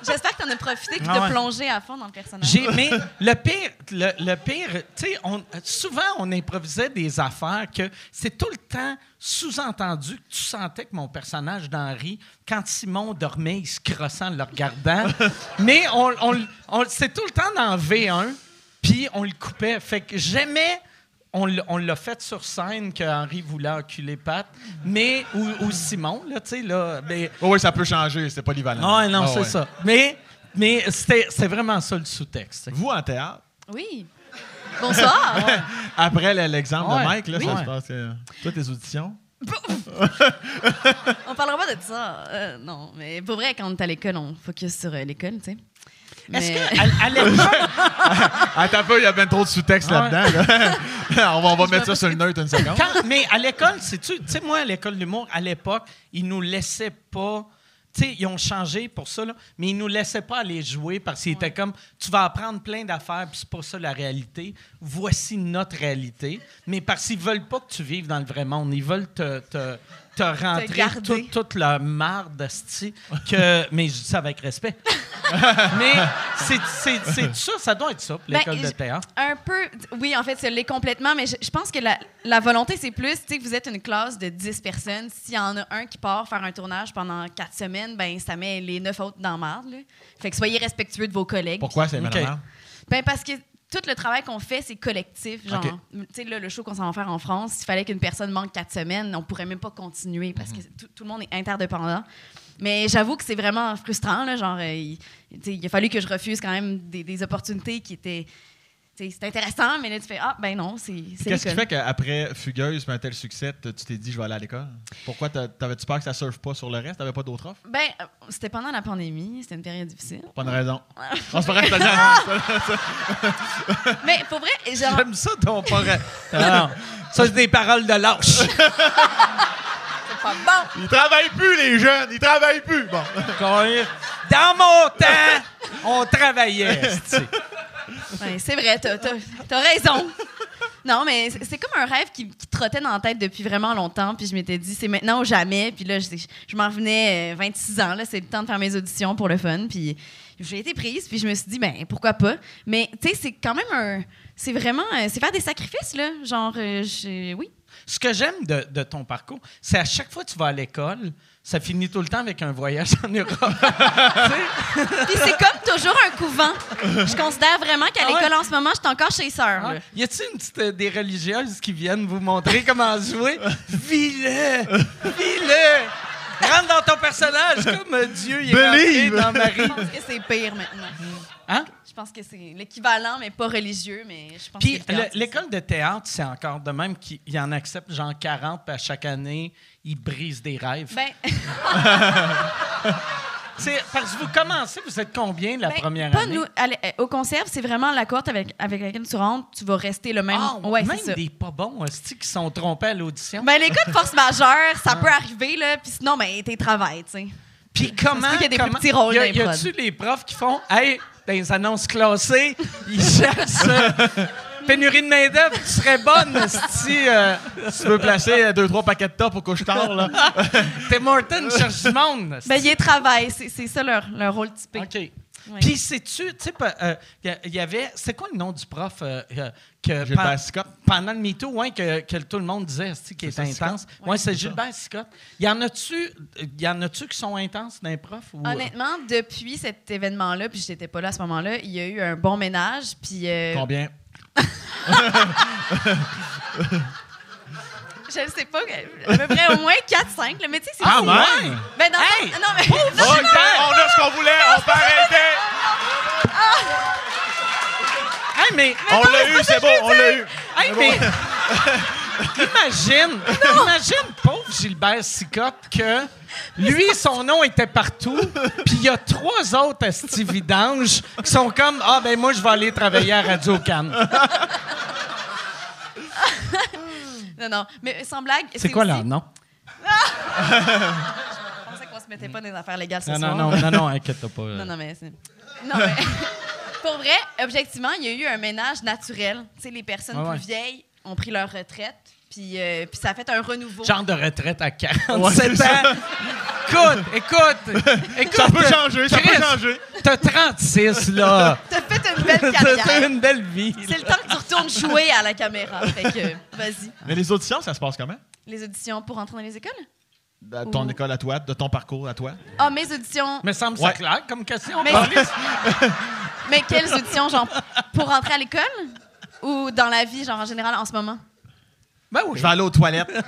Speaker 5: J'espère que t'en as profité puis
Speaker 4: Ah ouais.
Speaker 5: t'as plongé à fond dans le personnage.
Speaker 4: J'ai, mais le pire, le, le pire, tu sais, on- souvent on improvisait des affaires que c'est tout le temps sous-entendu que tu sentais que mon personnage d'Henri, quand Simon dormait, il se crossait en le regardant. mais on, on, on- c'est tout le temps dans V1, puis on le coupait. Fait que j'aimais on l'a- on l'a fait sur scène que Henri voulait enculer Pat, mais ou, ou Simon là, tu sais là, mais
Speaker 6: Oh oui, ça peut changer, c'est polyvalent.
Speaker 4: ah, non,
Speaker 6: Ah
Speaker 4: c'est
Speaker 6: ouais.
Speaker 4: ça. Mais mais c'était c'est vraiment ça le sous-texte.
Speaker 6: Vous, en théâtre,
Speaker 5: Oui. Bonsoir.
Speaker 6: après le- l'exemple
Speaker 4: Ouais.
Speaker 6: de Mike, là,
Speaker 4: Oui.
Speaker 6: ça
Speaker 4: Ouais.
Speaker 6: se passe que... Toi, tes auditions?
Speaker 5: On parlera pas de ça. Euh, non, mais pour vrai, quand on est à l'école, on focus sur euh, l'école, tu sais.
Speaker 4: Est-ce
Speaker 5: Mais-
Speaker 4: que à, à l'école-
Speaker 6: Attends un peu, Ah, il y a bien trop de sous-texte
Speaker 4: Ah ouais.
Speaker 6: là-dedans. là. on va, on va mettre ça sur le neutre une seconde.
Speaker 4: quand- mais à l'école, sais-tu, tu sais moi à l'école d'humour à l'époque, ils nous laissaient pas tu sais, ils ont changé pour ça, là, mais ils nous laissaient pas aller jouer parce qu'ils étaient comme tu vas apprendre plein d'affaires, puis c'est pas ça la réalité. Voici notre réalité. Mais parce qu'ils veulent pas que tu vives dans le vrai monde. Ils veulent te, te, te rentrer
Speaker 5: garder.
Speaker 4: toute, toute la marde esti, que. mais je dis ça avec respect. mais c'est- c'est c'est ça, ça doit être ça, pour
Speaker 5: Ben,
Speaker 4: l'école de
Speaker 5: j-
Speaker 4: théâtre.
Speaker 5: Un peu. Oui, en fait, ça l'est complètement, mais je, je pense que la, la volonté, c'est plus, tu sais, que vous êtes une classe de 10 personnes. S'il y en a un qui part faire un tournage pendant 4 semaines, ben ça met les 9 autres dans marde, là. Fait que soyez respectueux de vos collègues.
Speaker 6: Pourquoi c'est
Speaker 4: Ok.
Speaker 6: maintenant?
Speaker 5: Ben parce que tout le travail qu'on fait, c'est collectif. Genre,
Speaker 6: OK.
Speaker 5: tu sais, là, le show qu'on s'en va faire en France, s'il fallait qu'une personne manque quatre semaines, on pourrait même pas continuer parce
Speaker 6: Mhm.
Speaker 5: que tout, tout le monde est interdépendant. Mais j'avoue que c'est vraiment frustrant. Là, genre, euh, il, tu sais, il a fallu que je refuse quand même des, des opportunités qui étaient. tu sais, C'est intéressant, mais là, tu fais Ah, ben non, c'est. c'est
Speaker 6: Qu'est-ce qui
Speaker 5: l'école.
Speaker 6: fait qu'après Fugueuse, mais un tel succès, t- tu t'es dit je vais aller à l'école? Pourquoi t'a- t'avais-tu peur que ça surfe pas sur le reste? T'avais pas d'autres offres?
Speaker 5: Ben, euh, c'était pendant la pandémie, c'était une période difficile.
Speaker 6: Pas de raison. On se paraît que t'as dit- ah,
Speaker 5: mais pour vrai, genre.
Speaker 4: J'aime ça, ton parent. Ah, non. ça, c'est des paroles de lâche.
Speaker 5: c'est pas bon!
Speaker 6: Ils travaillent plus, les jeunes! Ils travaillent plus! Bon.
Speaker 4: Dans mon temps, on travaillait. esti.
Speaker 5: Ouais, Ben, c'est vrai, t'as, t'as- t'as raison. Non, mais c'est c'est comme un rêve qui, qui trottait dans la tête depuis vraiment longtemps. Puis je m'étais dit, c'est maintenant ou jamais. Puis là, je, je m'en venais euh, 26 ans. Là, c'est le temps de faire mes auditions pour le fun. Puis j'ai été prise. Puis je me suis dit, ben pourquoi pas. Mais tu sais, c'est quand même un. C'est vraiment. euh, C'est faire des sacrifices, là. Genre, euh, j'ai- oui.
Speaker 4: Ce que j'aime de, de ton parcours, c'est à chaque fois que tu vas à l'école, ça finit tout le temps avec un voyage en Europe.
Speaker 5: Puis c'est comme toujours un couvent. Je considère vraiment qu'à
Speaker 4: Ah ouais?
Speaker 5: l'école en ce moment, je suis encore chez sœur. là.
Speaker 4: Y a-t-il une petite, euh, des religieuses qui viennent vous montrer comment jouer? Vis-le! Vis-le! Rentre dans ton personnage comme euh, Dieu il est rentré
Speaker 6: Believe!
Speaker 4: dans
Speaker 5: Je
Speaker 4: Ah, Marie.
Speaker 5: pense que c'est pire maintenant.
Speaker 4: Hein?
Speaker 5: Je pense que c'est l'équivalent, mais pas religieux, mais je pense
Speaker 4: Puis
Speaker 5: que le théâtre,
Speaker 4: le- l'école de théâtre, c'est encore de même qu'il il en accepte genre 40, puis à chaque année, ils brisent des rêves.
Speaker 5: c'est ça. Ben,
Speaker 4: C'est parce que vous commencez, vous êtes combien la
Speaker 5: ben,
Speaker 4: première
Speaker 5: pas
Speaker 4: année?
Speaker 5: nous. Allez, euh, au conserve, c'est vraiment la cohorte avec, avec laquelle tu rentres, tu vas rester le même.
Speaker 4: Ah,
Speaker 5: ouais,
Speaker 4: même
Speaker 5: c'est ça.
Speaker 4: des pas bons hosties qui sont trompés à l'audition.
Speaker 5: Ben, les cas de force majeure,
Speaker 4: Ah.
Speaker 5: ça peut arriver, là, puis sinon, ben, t'es travail, tu sais.
Speaker 4: Puis comment
Speaker 5: qu'il y a des plus
Speaker 4: comment-
Speaker 5: petits rôles
Speaker 4: y a-
Speaker 5: dans les
Speaker 4: Y a-tu les profs qui font hey dans les annonces classées, ils cherchent euh, pénurie de main d'œuvre, tu serais bonne si euh,
Speaker 6: Tu veux placer euh, deux, trois paquets de top au couche-tard, là?
Speaker 4: Tim Horton cherche du monde.
Speaker 5: Ben, il est travail, c'est c'est ça leur, leur rôle typique.
Speaker 4: OK.
Speaker 5: Ouais.
Speaker 4: Puis sais-tu, tu sais, pa- euh, y a- y avait, c'est quoi le nom du prof euh, euh, que
Speaker 6: Gilbert
Speaker 4: pen-
Speaker 6: Sicotte.
Speaker 4: pendant le MeToo, ouais, que, que tout le monde disait, tu sais, qui est,
Speaker 6: C'est ça, Sicotte?
Speaker 4: intense. Ouais, c'est Gilbert Sicotte. Y en a-tu, y en a-tu qui sont intenses d'un prof ou
Speaker 5: Honnêtement, depuis cet événement-là, puis j'étais pas là à ce moment-là, il y a eu un bon ménage, puis euh,
Speaker 6: Combien?
Speaker 5: je ne sais pas, à peu près au moins 4-5, là, mais tu sais, c'est...
Speaker 6: Ah,
Speaker 5: c'est-
Speaker 6: ouais?
Speaker 5: Ben, dans le
Speaker 4: Hey!
Speaker 5: sens- non, mais... non,
Speaker 6: Ok, on a ce qu'on voulait, on s'est arrêté!
Speaker 4: Hey, mais,
Speaker 6: On l'a eu, c'est bon, on l'a eu!
Speaker 4: hey, mais- imagine, imagine pauvre Gilbert Sicotte que lui, son nom était partout, puis il y a trois autres esti vidanges qui sont comme ah ben moi je vais aller travailler à Radio Cannes.
Speaker 5: non, non, mais sans blague...
Speaker 4: C'est quoi
Speaker 5: là
Speaker 4: là non?
Speaker 5: Je pensais qu'on se mettait pas dans les affaires légales ce
Speaker 4: Mm. Non,
Speaker 5: soir.
Speaker 4: non, non, non, non, inquiète pas.
Speaker 5: Non, euh, non, mais c'est. Non, mais. Pour vrai, objectivement, il y a eu un ménage naturel. Tu sais, les personnes
Speaker 4: Ouais, ouais.
Speaker 5: plus vieilles ont pris leur retraite, puis, euh, puis ça a fait un renouveau.
Speaker 4: Genre de retraite à 47
Speaker 6: Ouais, c'est ça.
Speaker 4: ans. Écoute, écoute, écoute.
Speaker 6: Ça peut changer, ça peut
Speaker 4: Chris,
Speaker 6: changer!
Speaker 4: T'as 36, là.
Speaker 5: T'as fait une belle
Speaker 4: T'as
Speaker 5: carrière.
Speaker 4: une belle vie.
Speaker 5: C'est le temps que tu retournes jouer à la caméra. Fait que, vas-y.
Speaker 6: Mais les auditions, ça se passe comment?
Speaker 5: Les auditions pour entrer dans les écoles?
Speaker 6: De Ben, ton
Speaker 5: Ouh.
Speaker 6: école à toi, de ton parcours à toi?
Speaker 5: Ah, mes auditions.
Speaker 4: Me semble
Speaker 6: Ouais.
Speaker 4: ça clair comme question.
Speaker 5: Mais, mais quelles auditions, genre, pour entrer à l'école? ou dans la vie, genre en général, en ce moment?
Speaker 4: Ben oui.
Speaker 6: Je vais aller aux toilettes.
Speaker 5: OK.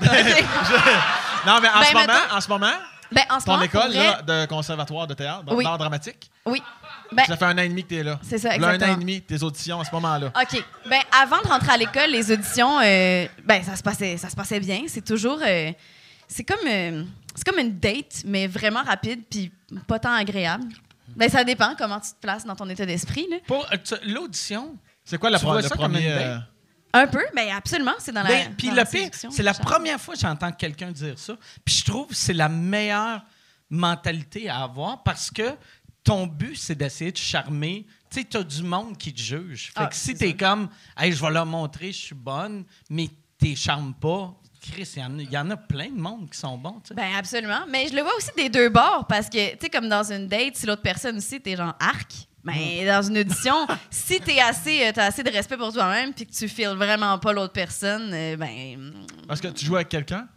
Speaker 6: Non, mais en,
Speaker 5: Ben,
Speaker 6: ce moment,
Speaker 5: mettons-
Speaker 6: en ce moment,
Speaker 5: ben, en ce
Speaker 6: ton
Speaker 5: moment, pour
Speaker 6: école
Speaker 5: vrai,
Speaker 6: là, de conservatoire de théâtre, dans
Speaker 5: Oui.
Speaker 6: l'art dramatique,
Speaker 5: Oui. Ben,
Speaker 6: ça fait un an et demi que t'es là.
Speaker 5: C'est ça,
Speaker 6: Là, un an
Speaker 5: exactement.
Speaker 6: et demi, tes auditions à ce moment-là.
Speaker 5: OK. Ben, avant de rentrer à l'école, les auditions, euh, ben, ça se passait, ça se passait bien. C'est toujours, euh, c'est comme, euh, c'est comme une date, mais vraiment rapide, puis pas tant agréable. Ben, ça dépend comment tu te places dans ton état d'esprit, là.
Speaker 4: Pour euh, tu- l'audition,
Speaker 6: C'est quoi la
Speaker 4: Tu
Speaker 6: pro-
Speaker 4: vois
Speaker 6: le
Speaker 4: ça comme
Speaker 6: premier...
Speaker 4: une date?
Speaker 6: euh,
Speaker 5: Un peu, mais absolument, c'est dans la.
Speaker 4: Ben, puis
Speaker 5: dans
Speaker 4: le
Speaker 5: la
Speaker 4: pire,
Speaker 5: séduction,
Speaker 4: c'est la
Speaker 5: genre.
Speaker 4: première fois que j'entends quelqu'un dire ça. Puis je trouve que c'est la meilleure mentalité à avoir parce que ton but, c'est d'essayer de charmer. Tu sais, tu as du monde qui te juge. Fait
Speaker 5: Ah,
Speaker 4: que si
Speaker 5: c'est
Speaker 4: tu es comme, hey, je vais leur montrer, je suis bonne, mais tu charmes pas, Chris, il y en a- il y, en a plein de monde qui sont bons. tu sais.
Speaker 5: Ben absolument, mais je le vois aussi des deux bords parce que tu sais comme dans une date, si l'autre personne aussi t'es genre arc, mais
Speaker 4: Mm.
Speaker 5: dans une audition, si t'es assez, euh, t'as assez de respect pour toi-même puis que tu files vraiment pas l'autre personne, euh, ben
Speaker 6: Parce que tu joues avec quelqu'un?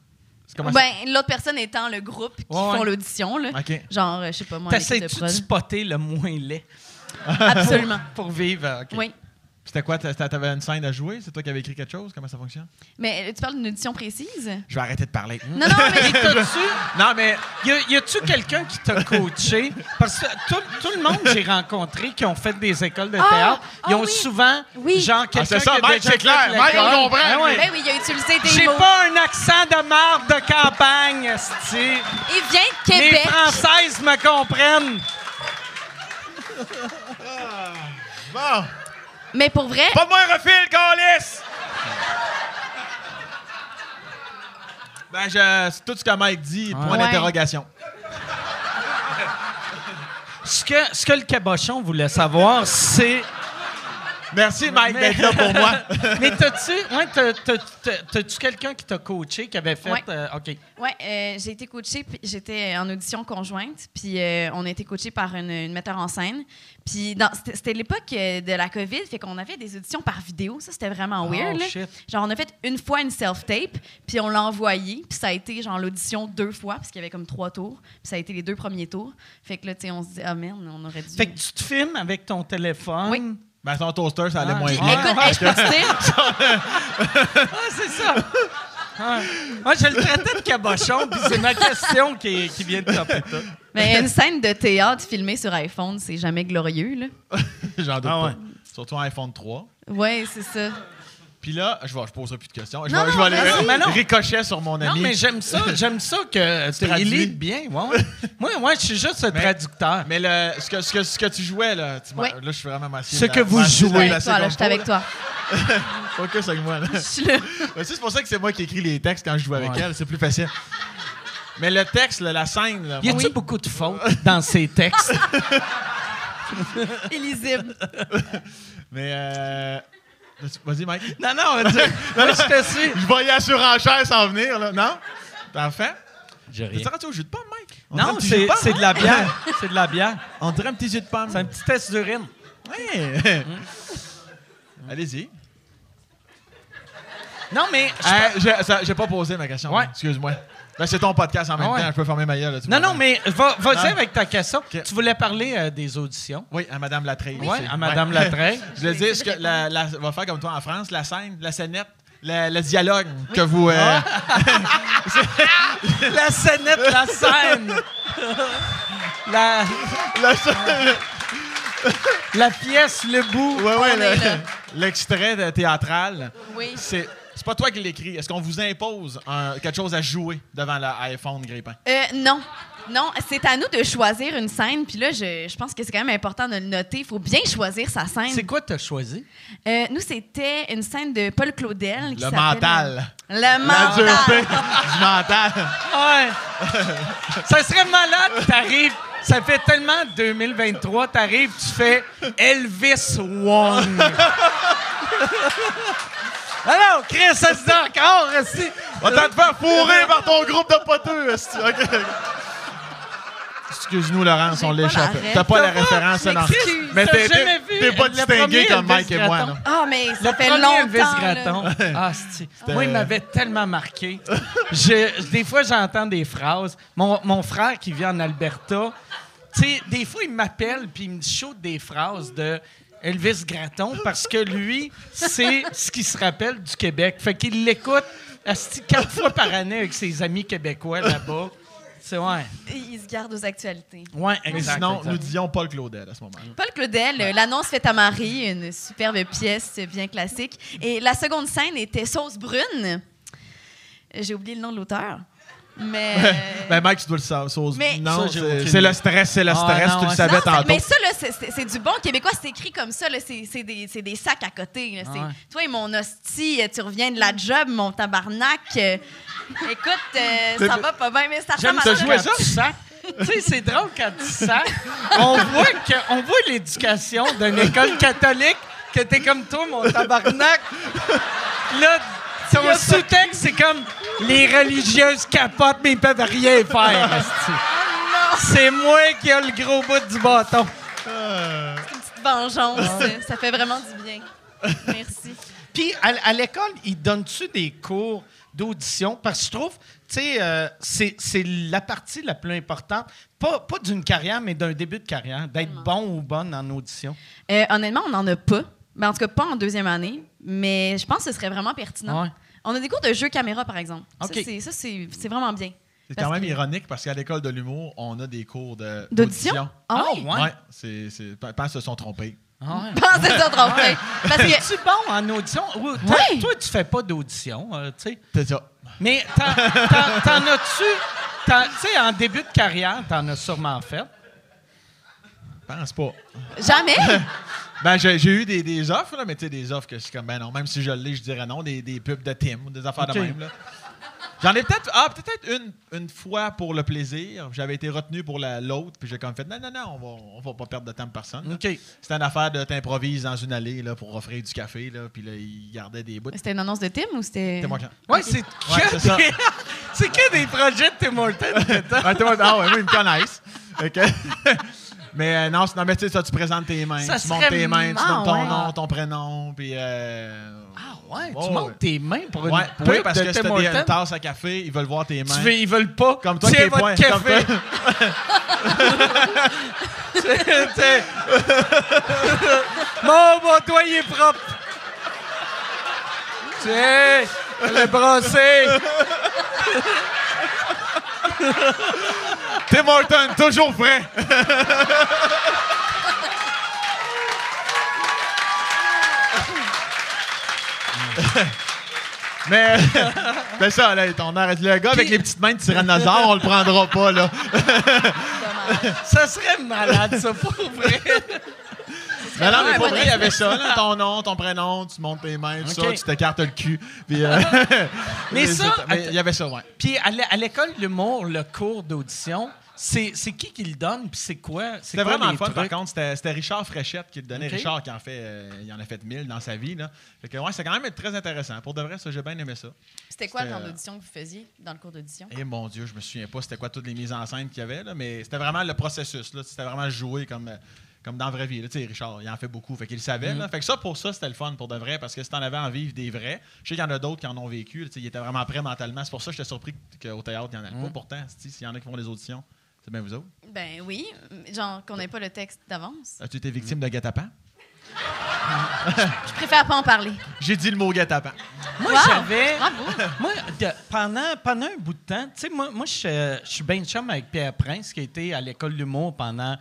Speaker 6: C'est comment ça?
Speaker 5: Ben, l'autre personne étant le groupe qui
Speaker 4: Ouais,
Speaker 5: font
Speaker 4: ouais.
Speaker 5: l'audition, là.
Speaker 6: OK.
Speaker 5: Genre, euh, je sais pas moi, l'équipe de
Speaker 4: T'essaies-tu de
Speaker 5: prod.
Speaker 4: spotter le moins laid
Speaker 6: Ah,
Speaker 5: Absolument.
Speaker 4: pour vivre? euh, OK.
Speaker 5: Oui.
Speaker 6: C'était quoi? T'a- T'avais une scène à jouer? C'est toi qui avais écrit quelque chose? Comment ça fonctionne?
Speaker 5: Mais euh, tu parles d'une audition précise?
Speaker 6: Je vais arrêter de parler.
Speaker 5: Non, non, mais... ben
Speaker 6: Non, mais...
Speaker 4: Y a- Y a-tu quelqu'un qui t'a coaché? Parce que tout, tout le monde que j'ai rencontré qui ont fait des écoles de
Speaker 5: Ah!
Speaker 4: théâtre, ils
Speaker 5: Ah
Speaker 4: ont
Speaker 5: oui.
Speaker 4: souvent,
Speaker 5: Oui.
Speaker 4: genre, quelqu'un
Speaker 6: Ah, c'est ça,
Speaker 4: qui a
Speaker 6: Mike,
Speaker 4: déjà
Speaker 6: c'est
Speaker 4: fait
Speaker 6: clair.
Speaker 4: l'école.
Speaker 6: Mike, on comprend,
Speaker 4: Ah ouais.
Speaker 5: Ben oui, il a utilisé
Speaker 4: J'ai
Speaker 5: des mots.
Speaker 4: pas un accent de marde de campagne, esti.
Speaker 5: Il vient de
Speaker 4: Les
Speaker 5: Québec.
Speaker 4: Françaises me comprennent.
Speaker 6: Bon!
Speaker 5: Mais pour vrai,
Speaker 6: Pas de moins refil, Calis! Ben, je, c'est tout ce que Mike dit,
Speaker 4: Ah.
Speaker 6: point
Speaker 5: Ouais.
Speaker 6: d'interrogation.
Speaker 4: Ce que, ce que le cabochon voulait savoir, c'est...
Speaker 6: Merci, Mike, d'être là pour moi.
Speaker 4: Mais t'as-tu ouais, t'as- t'as- t'as- t'as-tu quelqu'un qui t'a coaché, qui avait fait...
Speaker 5: Ouais.
Speaker 4: euh, OK.
Speaker 5: ouais, euh, j'ai été coachée, puis j'étais en audition conjointe, puis euh, on a été coachée par une, une metteur en scène. Puis dans- c'était c'était l'époque euh, de la COVID, fait qu'on avait des auditions par vidéo, ça c'était vraiment weird.
Speaker 4: Oh,
Speaker 5: là.
Speaker 4: shit.
Speaker 5: Genre, on a fait une fois une self-tape, puis on l'a envoyé, puis ça a été genre l'audition deux fois, parce qu'il y avait comme trois tours, puis ça a été les deux premiers tours. Fait que là, tu sais, on se dit, ah merde, on aurait dû.
Speaker 4: Fait que tu te filmes avec ton téléphone.
Speaker 5: Oui.
Speaker 6: Ben, son toaster, ça allait
Speaker 4: Ah,
Speaker 6: moins
Speaker 5: Puis,
Speaker 4: Ouais,
Speaker 6: bien.
Speaker 5: écoute, hey, je peux te dire,
Speaker 4: Ah, c'est ça! Ouais. Moi, je le traitais de cabochon, puis c'est ma question qui, qui vient de taper.
Speaker 5: mais une scène de théâtre filmée sur iPhone, c'est jamais glorieux, là.
Speaker 6: J'en doute
Speaker 4: Ah ouais.
Speaker 6: pas. Surtout en iPhone 3.
Speaker 5: Ouais, c'est ça.
Speaker 6: Puis là, je, vais, je poserai plus de questions. Je
Speaker 5: Non,
Speaker 6: vais, je
Speaker 5: non,
Speaker 6: vais aller
Speaker 5: vas-y.
Speaker 4: Mais non.
Speaker 6: ricocher sur mon
Speaker 4: Non,
Speaker 6: ami.
Speaker 4: mais j'aime ça. J'aime ça que tu
Speaker 6: traduis.
Speaker 4: lis bien. Ouais, ouais. Moi, moi, je suis juste un
Speaker 6: Mais-
Speaker 4: traducteur.
Speaker 6: Mais le, ce, que, ce, que, ce que tu jouais, là, tu m'as-
Speaker 5: Oui.
Speaker 6: là je suis vraiment massif.
Speaker 4: Ce que vous
Speaker 5: Je suis
Speaker 4: jouez.
Speaker 5: avec toi, là, je suis avec toi.
Speaker 6: Focus avec moi. là.
Speaker 5: Je suis là.
Speaker 6: Ben, c'est pour ça que c'est moi qui écris les textes quand je joue avec
Speaker 4: Ouais.
Speaker 6: elle, c'est plus facile. Mais le texte, là, la scène, là,
Speaker 4: Y
Speaker 6: mon-
Speaker 4: a-tu beaucoup de fautes dans ces textes?
Speaker 5: Illisible.
Speaker 6: Mais. Euh... Vas-y, Mike.
Speaker 4: non, non, on va dire- moi, je te suis.
Speaker 6: Je voyais la surenchère s'en venir, là. Non? Parfait. T'es rendu au jus de pomme, Mike? On dirait un
Speaker 4: Non,
Speaker 6: petit jus
Speaker 4: c'est
Speaker 6: pomme,
Speaker 4: c'est
Speaker 6: hein?
Speaker 4: de la bière. C'est de la bière.
Speaker 6: On dirait un petit jus de pomme.
Speaker 4: C'est un petit test d'urine. Mm.
Speaker 6: Ouais.
Speaker 4: Euh,
Speaker 6: Allez-y.
Speaker 4: Non, mais. je-
Speaker 6: Euh, j'ai- ça- J'ai pas posé ma question.
Speaker 4: Ouais.
Speaker 6: là. Excuse-moi. Ben, c'est ton podcast en même
Speaker 4: Ah ouais.
Speaker 6: temps. Je peux fermer ma gueule. là, tu
Speaker 4: Non,
Speaker 6: vois.
Speaker 4: non, mais va- vas-y
Speaker 6: Non.
Speaker 4: avec ta question. Tu voulais parler euh, des auditions.
Speaker 6: Oui, à Madame Latreille.
Speaker 4: Oui,
Speaker 6: C'est-
Speaker 4: à Madame Latreille.
Speaker 6: Je veux dire, ce que la, la, on va faire comme toi en France, la scène, la scénette, la- le dialogue que vous...
Speaker 4: Ah.
Speaker 6: euh,
Speaker 4: La scénette, la scène. La,
Speaker 6: la scène-
Speaker 4: la pièce, le bout.
Speaker 6: Ouais, ouais,
Speaker 5: On est
Speaker 6: le-
Speaker 5: là.
Speaker 6: l'extrait de- théâtral.
Speaker 5: Oui.
Speaker 6: C'est c'est pas toi qui l'écris. Est-ce qu'on vous impose un- quelque chose à jouer devant l'iPhone Grépin?
Speaker 5: Euh, non. Non, c'est à nous de choisir une scène. Puis là, je, je pense que c'est quand même important de le noter. Il faut bien choisir sa scène.
Speaker 4: C'est quoi que tu as choisi?
Speaker 5: Euh, nous, c'était une scène de Paul Claudel. qui
Speaker 6: Le
Speaker 5: s'appelle-
Speaker 6: mental.
Speaker 5: Le
Speaker 6: La dureté
Speaker 5: mental.
Speaker 6: du mental.
Speaker 4: Ouais. ça serait malade, t'arrives. Ça fait tellement 2023, t'arrives, tu fais Elvis Wong. Alors, Chris, ça se dit encore aussi.
Speaker 6: Va t'en te faire fourrer par ton groupe de poteux. esti. Ok. Excuse-nous, Laurence,
Speaker 5: J'ai
Speaker 6: on
Speaker 5: pas
Speaker 6: l'échappe.
Speaker 5: la ref.
Speaker 6: T'as pas la référence,
Speaker 4: Mais
Speaker 6: non.
Speaker 4: Chris,
Speaker 6: Mais
Speaker 4: t'as
Speaker 6: t'es
Speaker 4: jamais
Speaker 6: t'es-
Speaker 4: vu
Speaker 6: t'es pas
Speaker 4: le premier
Speaker 6: distingué comme
Speaker 4: Elvis
Speaker 6: Mike et moi.
Speaker 4: Gratton.
Speaker 6: non.
Speaker 5: Ah, mais ça
Speaker 4: Le
Speaker 5: fait
Speaker 4: premier
Speaker 5: longtemps.
Speaker 4: Elvis
Speaker 5: là.
Speaker 4: Gratton. Ah, c'est-
Speaker 6: C'était-
Speaker 4: Moi, il m'avait tellement marqué. Je- des fois, j'entends des phrases. Mon, mon frère qui vit en Alberta, tu sais, des fois, il m'appelle puis il me shoot des phrases de Elvis Gratton, parce que lui, c'est ce qu'il se rappelle du Québec. Fait qu'il l'écoute asti, quatre fois par année avec ses amis québécois là-bas. C'est ouais.
Speaker 5: Il se garde aux actualités.
Speaker 4: Ouais,
Speaker 6: Mais
Speaker 4: exact,
Speaker 6: sinon,
Speaker 4: exact.
Speaker 6: nous disions Paul Claudel à ce moment-là.
Speaker 5: Paul Claudel, euh, l'annonce faite à Marie, une superbe pièce euh, bien classique. Et la seconde scène était Sauce brune. Euh, J'ai oublié le nom de l'auteur. Mais. euh,
Speaker 6: Ben, Mike, tu dois le savoir. Sauce-
Speaker 5: Mais-
Speaker 6: Non,
Speaker 4: Ça, j'ai
Speaker 6: c'est-
Speaker 4: aucune
Speaker 6: c'est le stress, c'est le
Speaker 4: Ah,
Speaker 6: stress.
Speaker 4: non,
Speaker 6: tu le
Speaker 4: ouais,
Speaker 6: savais
Speaker 5: non, ça-
Speaker 6: tantôt.
Speaker 5: mais ça, là, c'est- c'est c'est du bon québécois. C'est écrit comme ça. là. C'est c'est des, c'est des sacs à côté. là. C'est,
Speaker 4: Ouais.
Speaker 5: Toi, mon hostie, euh, tu reviens de la job, mon tabarnak. Euh, Écoute, euh, ça va pas bien, mais ça
Speaker 4: J'aime
Speaker 5: ressemble
Speaker 4: ça
Speaker 5: à
Speaker 4: jouer
Speaker 5: ça.
Speaker 4: ça. Tu sacs. tu sais, c'est drôle quand tu sacs. On voit, que, on voit l'éducation d'une école catholique que t'es comme toi, mon tabarnak. Là, son sous-texte, c'est comme les religieuses capotent, mais ils peuvent rien faire. esti. c'est moi qui ai le gros bout du bâton.
Speaker 5: Une petite vengeance. euh, Ça fait vraiment du bien. Merci.
Speaker 4: Puis à, à l'école, ils donnent-tu des cours d'audition? Parce que je trouve, tu sais, euh, c'est c'est la partie la plus importante, pas, pas d'une carrière, mais d'un début de carrière, d'être bon ou bonne en audition.
Speaker 5: Euh, honnêtement, on n'en a pas. Ben, en tout cas, pas en deuxième année. Mais je pense que ce serait vraiment pertinent.
Speaker 4: Ouais.
Speaker 5: On a des cours de jeux caméra, par exemple. Ça,
Speaker 4: OK.
Speaker 5: c'est- Ça, c'est c'est vraiment bien.
Speaker 6: C'est
Speaker 5: Parce
Speaker 6: quand même
Speaker 5: que-
Speaker 6: ironique parce qu'à l'école de l'humour, on a des cours de-
Speaker 5: D'audition? Ah oui?
Speaker 4: ouais?
Speaker 6: Ouais, c'est, c'est, je pense qu'ils se sont trompés.
Speaker 4: Ah ouais.
Speaker 5: Pensez ça, trompé. Parce que...
Speaker 4: Es-tu bon en audition? Ou t'as-
Speaker 5: Ouais.
Speaker 4: Toi, tu fais pas d'audition, euh, tu sais.
Speaker 6: C'est ça.
Speaker 4: Mais t'en t'en- t'en as-tu? t'en- Tu sais, en début de carrière, t'en as sûrement fait.
Speaker 6: Je pense pas.
Speaker 5: Jamais!
Speaker 6: Ben, j'ai, j'ai eu des, des offres, là, mais tu sais, des offres que je suis comme, ben non, même si je l'ai, je dirais non, des, des pubs de Tim ou des affaires
Speaker 4: Ok.
Speaker 6: de même. Là. J'en ai peut-être, ah, peut-être une, une fois pour le plaisir. J'avais été retenu pour la, l'autre, puis j'ai comme fait, non, non, non, on va, on va pas perdre de temps de personne. là.
Speaker 4: OK.
Speaker 6: C'était une affaire de t'improvises dans une allée là, pour offrir du café, là, puis là, ils gardaient des bouts.
Speaker 5: C'était une annonce de Tim ou c'était...
Speaker 6: C'était moi quand.
Speaker 4: Ouais, c'est que,
Speaker 6: c'est ça.
Speaker 4: des- c'est que des projets de Tim Hortons que t'as.
Speaker 6: Ah, t'es moi- ah ouais, moi, ils me connaissent. Fait que- mais euh, non, c'est- non, mais tu sais, ça, tu présentes tes mains,
Speaker 4: Ça
Speaker 6: tu montes
Speaker 4: serait
Speaker 6: tes mains, tu
Speaker 5: marrant,
Speaker 6: donnes ton
Speaker 5: ouais.
Speaker 6: nom, ton prénom, puis. euh,
Speaker 4: Ah ouais,
Speaker 6: Ouais,
Speaker 4: tu
Speaker 6: ouais.
Speaker 4: montes tes mains pour une
Speaker 6: ouais,
Speaker 4: pub
Speaker 6: oui, parce
Speaker 4: de
Speaker 6: que si
Speaker 4: Tim
Speaker 6: t'as des- une
Speaker 4: Hortons.
Speaker 6: tasse à café, ils veulent voir tes mains.
Speaker 4: Tu veux- ils veulent pas.
Speaker 6: Comme toi,
Speaker 4: Tiens
Speaker 6: tes
Speaker 4: votre
Speaker 6: poings.
Speaker 4: café.
Speaker 6: Comme toi.
Speaker 4: Tiens. Mon bon toi, il est propre. Tiens, le brossé.
Speaker 6: Tim Hortons, toujours vrai. Mais c'est ça, là, ton air, le gars avec les petites mains de tyrannosaure, on le prendra pas, là.
Speaker 5: Dommage.
Speaker 4: Ça serait malade, ça, pour vrai.
Speaker 6: Mais
Speaker 4: Ah,
Speaker 6: non, mais
Speaker 5: Ouais,
Speaker 6: pour
Speaker 5: bon
Speaker 6: vrai, il y avait ça, là, ton nom, ton prénom, tu montes tes mains, tout
Speaker 4: Ok.
Speaker 6: ça, tu t'écartes le cul. Puis, euh,
Speaker 4: Mais ça,
Speaker 6: c'est- mais
Speaker 4: attends.
Speaker 6: il y avait ça, ouais.
Speaker 4: Puis à l'é- à l'école de l'humour, le cours d'audition, c'est c'est qui qui le donne, puis c'est quoi? C'est
Speaker 6: C'était
Speaker 4: quoi
Speaker 6: vraiment
Speaker 4: les
Speaker 6: le fun, par
Speaker 4: trucs?
Speaker 6: contre. C'était c'était Richard Fréchette qui le donnait.
Speaker 4: Ok.
Speaker 6: Richard qui en fait, euh, il en a fait mille dans sa vie. Là. Fait que, ouais, c'est quand même très intéressant. Pour de vrai, ça, j'ai bien aimé ça.
Speaker 5: C'était quoi le
Speaker 6: C'était- euh,
Speaker 5: genre d'audition que vous faisiez dans le cours d'audition?
Speaker 6: Et mon Dieu, je me souviens pas c'était quoi toutes les mises en scène qu'il y avait, là, mais c'était vraiment le processus. là. C'était vraiment joué comme, euh, comme dans la vraie vie. là. Tu sais, Richard, il en fait beaucoup, fait qu'il le savait.
Speaker 4: Mm-hmm.
Speaker 6: là. Fait que ça, pour ça, c'était le fun, pour de vrai, parce que si t'en avais en vivre des vrais, je sais qu'il y en a d'autres qui en ont vécu. là, tu sais, Ils étaient vraiment prêts mentalement. C'est pour ça que j'étais surpris qu'au théâtre, il n'y en
Speaker 4: Mm-hmm.
Speaker 6: a pas. Pourtant, si, s'il y en a qui font des auditions, c'est bien vous autres.
Speaker 5: Ben oui. Genre qu'on n'ait pas le texte d'avance.
Speaker 6: As-tu été
Speaker 4: Mm-hmm.
Speaker 6: victime de guet-apens? Ah.
Speaker 5: Je préfère pas en parler.
Speaker 6: J'ai dit le mot guet-apens.
Speaker 4: Moi,
Speaker 5: Wow!
Speaker 4: j'avais...
Speaker 5: Bravo!
Speaker 6: Ah,
Speaker 4: Moi, de- pendant, pendant un bout de temps, tu sais, moi, moi je suis, euh, je suis bien chum avec Pierre Prince, qui a été à l'école d'humour pendant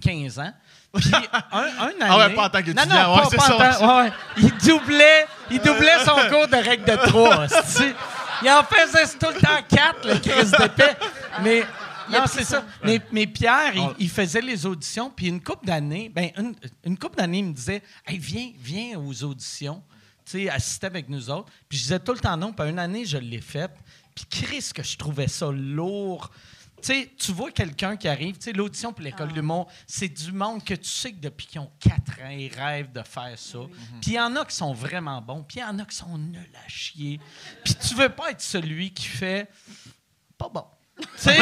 Speaker 4: 15 ans. Puis, un, un année...
Speaker 6: Ah ouais, pas en tant qu'étudiant,
Speaker 4: Non, non,
Speaker 6: ouais,
Speaker 4: pas-
Speaker 6: c'est
Speaker 4: pas en
Speaker 6: ça.
Speaker 4: tant- ouais, ouais. Il doublait, il doublait son cours de règle de trois, hostie. Il en faisait tout le temps quatre, le crise d'épais. Mais...
Speaker 5: Il a
Speaker 4: Non,
Speaker 5: pris
Speaker 4: c'est
Speaker 5: ça.
Speaker 4: ça. Mais, mais Pierre, il,
Speaker 6: On-
Speaker 4: il faisait les auditions, puis une couple d'années, ben une, une couple d'années, il me disait Hey, viens, viens aux auditions, tu sais, assistez avec nous autres. Puis je disais tout le temps non, puis une année, je l'ai faite. Puis Chris, que je trouvais ça lourd. Tu sais, tu vois quelqu'un qui arrive, tu sais, l'audition pour
Speaker 5: Ah.
Speaker 4: l'École du Monde, c'est du monde que tu sais que depuis qu'ils ont 4 ans, ils rêvent de faire ça. Puis il y en a qui sont vraiment bons, puis il y en a qui sont nuls à chier. Puis tu veux pas être celui qui fait pas bon. Tu sais?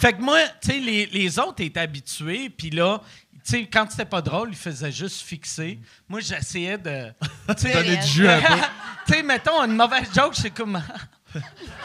Speaker 4: fait que moi, tu sais, les, les autres étaient habitués, puis là, tu sais, quand c'était pas drôle, ils faisaient juste fixer. Moi, j'essayais de. Tu sais,
Speaker 5: Donner du jus
Speaker 6: un peu.
Speaker 4: Tu sais, mettons une mauvaise joke, c'est comme.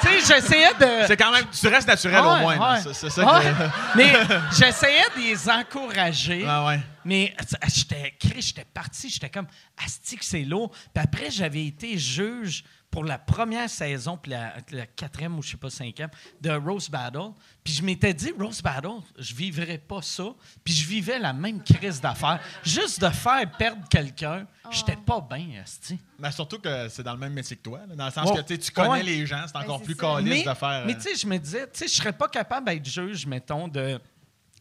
Speaker 4: tu sais, j'essayais de.
Speaker 6: C'est quand même, tu restes naturel
Speaker 4: Ouais,
Speaker 6: au moins. là.
Speaker 4: ouais.
Speaker 6: C'est c'est ça
Speaker 4: Ouais.
Speaker 6: que-
Speaker 4: Mais j'essayais de les encourager.
Speaker 6: Ah ouais.
Speaker 4: Mais ça, j'étais cri, j'étais parti, j'étais comme Asti que c'est lourd. Puis après, j'avais été juge pour la première saison, puis la, la quatrième ou je sais pas, cinquième, de Rose Battle. Puis je m'étais dit, Rose Battle, je vivrais pas ça. Puis je vivais la même crise d'affaires. Juste de faire perdre quelqu'un, j'étais pas bien, Asti.
Speaker 6: Mais surtout que c'est dans le même métier que toi, là, dans le sens
Speaker 4: Ouais.
Speaker 6: que tu sais, tu connais
Speaker 4: Ouais. Ben,
Speaker 6: les gens, c'est encore
Speaker 5: c'est
Speaker 6: plus
Speaker 5: ça.
Speaker 6: calice
Speaker 4: Mais,
Speaker 6: de faire.
Speaker 4: mais
Speaker 6: euh,
Speaker 4: tu sais, je me disais, tu sais, je serais pas capable d'être juge, mettons, de.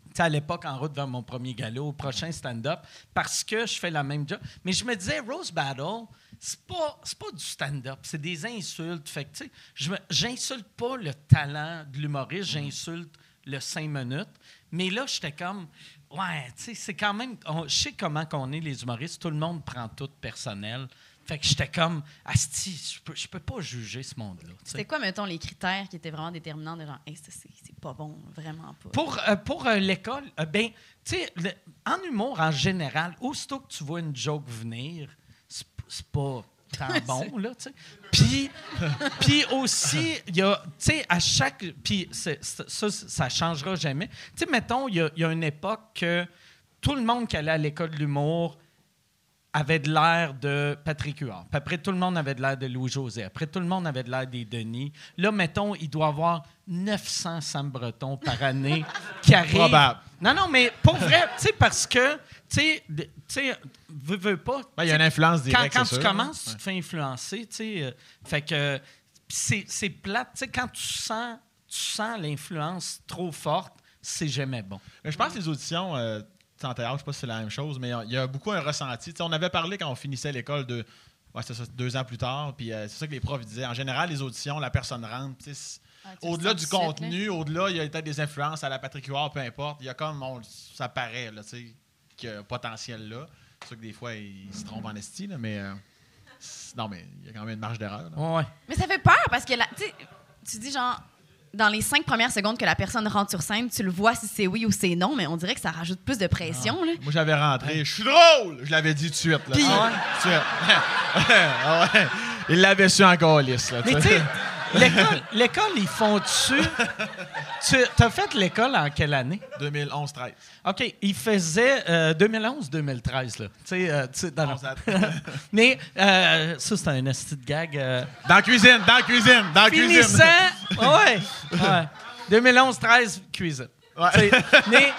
Speaker 4: Tu sais, à l'époque, en route vers mon premier galop, au prochain stand-up, parce que je fais la même job. Mais je me disais, Rose Battle, c'est pas, c'est pas du stand-up, c'est des insultes. Fait que, tu sais, je me- j'insulte pas le talent de l'humoriste,
Speaker 6: Mm.
Speaker 4: j'insulte le cinq minutes. Mais là, j'étais comme, ouais, tu sais, c'est quand même. on- je sais comment qu'on est, les humoristes, tout le monde prend tout personnel. Fait que j'étais comme, Asti, je peux, je peux pas juger ce monde-là. tu sais.
Speaker 5: C'était quoi, mettons, les critères qui étaient vraiment déterminants de genre, hey, ça, c'est c'est pas bon, vraiment pas.
Speaker 4: Pour, euh, pour euh, l'école, euh, ben, tu sais, le- en humour en général, aussitôt que tu vois une joke venir, c'est p- c'est pas tant bon, là, tu sais. Puis, puis aussi, il y a, tu sais, à chaque. Puis c'est- c'est- ça, ça changera jamais. Tu sais, mettons, il y a- il y, a une époque que tout le monde qui allait à l'école de l'humour avait de l'air de Patrick Huard. Puis après, tout le monde avait de l'air de Louis-José. Après, tout le monde avait de l'air des Denis. Là, mettons, il doit avoir 900 Sam Breton par année qui arrivent.
Speaker 6: Probable.
Speaker 4: Non, non, mais pour vrai, tu sais, parce que, tu sais, de- tu sais, veux, veux pas.
Speaker 6: ben, il y a une influence
Speaker 4: Quand,
Speaker 6: directe.
Speaker 4: quand
Speaker 6: c'est
Speaker 4: tu
Speaker 6: sûr,
Speaker 4: commences,
Speaker 6: là.
Speaker 4: tu te fais influencer, tu sais. euh, fait que pis c'est, c'est plate. Tu sais, quand tu sens, tu sens l'influence trop forte, c'est jamais bon.
Speaker 6: Mais je pense que les auditions euh, en théâtre, je sais pas si c'est la même chose, mais euh, il y a beaucoup un ressenti. Tu sais, on avait parlé quand on finissait l'école de ouais, c'est ça, deux ans plus tard, puis euh, c'est ça que les profs disaient. En général, les auditions, la personne rentre. tu sais, c'est-
Speaker 5: Ah, tu le
Speaker 6: Au-delà
Speaker 5: sens
Speaker 6: du
Speaker 5: tout de suite,
Speaker 6: contenu, au-delà, il y a peut-être des influences à la Patrick Huard, peu importe. Il y a comme, on- ça paraît, là, tu sais, qu'il y a un potentiel là. C'est sûr que des fois, ils se trompent en esti, là, mais... euh, c'est- non, mais il y a quand même une marge d'erreur. là.
Speaker 4: Ouais.
Speaker 5: Mais ça fait peur parce que la- tu sais, tu dis genre dans les cinq premières secondes que la personne rentre sur scène, tu le vois si c'est oui ou c'est non, mais on dirait que ça rajoute plus de pression. Là.
Speaker 6: Moi, j'avais rentré. Je suis drôle! Je l'avais dit tout de suite. Là.
Speaker 4: Puis-
Speaker 6: Ah ouais? Tout de suite. Ah ouais. Il l'avait su en calice. Là,
Speaker 4: Mais tu sais, l'école, l'école, ils font dessus. Tu as fait l'école en quelle année?
Speaker 6: 2011-13.
Speaker 4: OK, euh, il faisait 2011-2013, là. Tu sais, euh, tu sais, dans la-
Speaker 6: Onze à-
Speaker 4: Mais euh, ça, c'est un esti de gag. euh,
Speaker 6: Dans la cuisine, dans la cuisine, dans la
Speaker 4: finissant,
Speaker 6: cuisine.
Speaker 4: ouais, ouais. 2011-13, cuisine.
Speaker 6: Ouais.
Speaker 4: Tu sais, Mais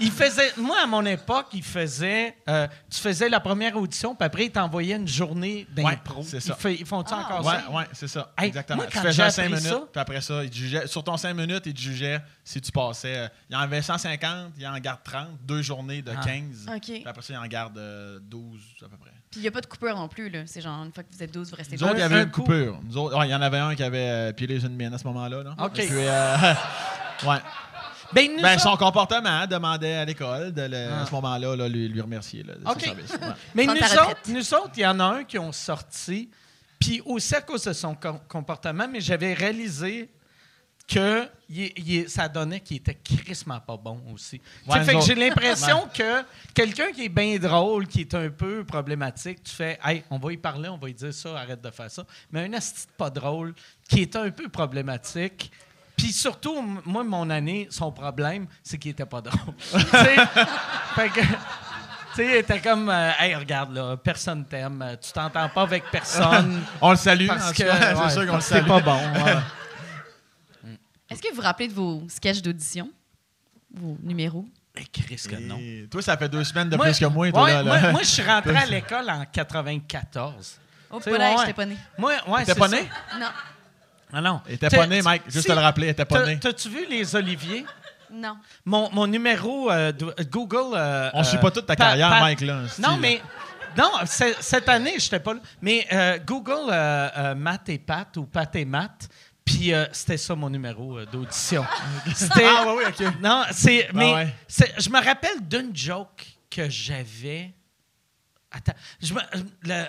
Speaker 4: il faisait, moi à mon époque, il faisait, euh, tu faisais la première audition, puis après il t'envoyait une journée d'impro.
Speaker 6: Ouais, c'est ça. Ah,
Speaker 4: Ils fait- ils font-tu encore ça?
Speaker 6: Ouais, ouais, c'est ça.
Speaker 4: Hey,
Speaker 6: Exactement.
Speaker 4: moi,
Speaker 6: tu
Speaker 4: quand
Speaker 6: faisais
Speaker 4: j'ai
Speaker 6: un 5
Speaker 4: appris
Speaker 6: minutes,
Speaker 4: ça-
Speaker 6: puis après ça, ils te jugeaient. Sur ton 5 minutes, ils te jugeaient si tu passais. euh, il en avait 150, il en garde 30, deux journées
Speaker 4: Ah.
Speaker 6: de 15.
Speaker 5: OK.
Speaker 6: Puis après ça, il en garde euh, 12 à peu près.
Speaker 5: Puis il n'y a pas de coupure non plus. là. C'est genre une fois que vous êtes 12, vous restez
Speaker 6: Nous autres, il y
Speaker 5: douze.
Speaker 6: avait une
Speaker 4: coup.
Speaker 6: coupure. Nous autres, ouais, il y en avait un qui avait euh, pilé une mienne à ce moment-là. là.
Speaker 4: OK.
Speaker 6: Et puis, euh, ouais.
Speaker 4: Ben, nous
Speaker 6: Ben,
Speaker 4: autres-
Speaker 6: son comportement demandait à l'école de le-
Speaker 4: Ah.
Speaker 6: à ce moment-là là, lui, lui remercier là, de
Speaker 4: OK.
Speaker 6: son service. Ouais.
Speaker 4: Mais nous
Speaker 5: Prendre ta
Speaker 4: autres,
Speaker 5: retraite.
Speaker 4: nous autres, il y en a un qui ont sorti, puis aussi à cause de son com- comportement, mais j'avais réalisé que il est- il est- ça donnait qu'il était crissement pas bon aussi. Tu sais,
Speaker 6: nous
Speaker 4: fait que
Speaker 6: autres.
Speaker 4: j'ai l'impression que quelqu'un qui est bien drôle, qui est un peu problématique, tu fais « Hey, on va y parler, on va y dire ça, arrête de faire ça. » Mais un asti de pas drôle, qui est un peu problématique, puis surtout, m- moi, mon année, son problème, c'est qu'il était pas drôle. Tu sais, fait que... Tu sais, t'es comme, euh, hey, regarde, là, personne t'aime, euh, tu t'entends pas avec personne.
Speaker 6: On le salue. en
Speaker 4: parce que
Speaker 6: tout cas. c'est
Speaker 4: ouais,
Speaker 6: sûr qu'on le
Speaker 4: parce que c'est
Speaker 6: salue.
Speaker 4: pas bon. ouais.
Speaker 5: Est-ce que vous vous rappelez de vos sketchs d'audition? Vos numéros?
Speaker 4: Mais Chris, que non.
Speaker 6: Et Toi, ça fait deux semaines de
Speaker 4: Moi-
Speaker 6: plus que moi. Toi,
Speaker 4: ouais,
Speaker 6: là, là.
Speaker 4: Moi, moi, je suis rentré à l'école en 94.
Speaker 5: Oh,
Speaker 4: Tu sais,
Speaker 5: pas là,
Speaker 4: ouais.
Speaker 5: j'étais pas née.
Speaker 4: Moi, ouais,
Speaker 6: T'étais
Speaker 4: c'est
Speaker 6: pas
Speaker 4: ça.
Speaker 6: né?
Speaker 5: Non,
Speaker 4: Ah non.
Speaker 6: Elle était pas née, Mike. Juste
Speaker 4: si,
Speaker 6: te le rappeler, elle était pas
Speaker 4: t'as-
Speaker 6: née.
Speaker 4: T'as-tu vu les Oliviers?
Speaker 5: non.
Speaker 4: Mon, mon numéro euh, de- Google. euh,
Speaker 6: On suit
Speaker 4: euh,
Speaker 6: pas toute ta
Speaker 4: pa-
Speaker 6: carrière,
Speaker 4: pa-
Speaker 6: Mike, là, style.
Speaker 4: Non, mais. Non, c'est- cette année, j'étais pas là. Mais euh, Google euh, euh, Matt et Pat ou Pat et Matt. Puis euh, c'était ça mon numéro euh, d'audition. C'était-
Speaker 6: Ah, ouais, oui, OK.
Speaker 4: Non, c'est. Mais
Speaker 6: Ah ouais.
Speaker 4: c'est- je me rappelle d'une joke que j'avais. Attends. Je me, le-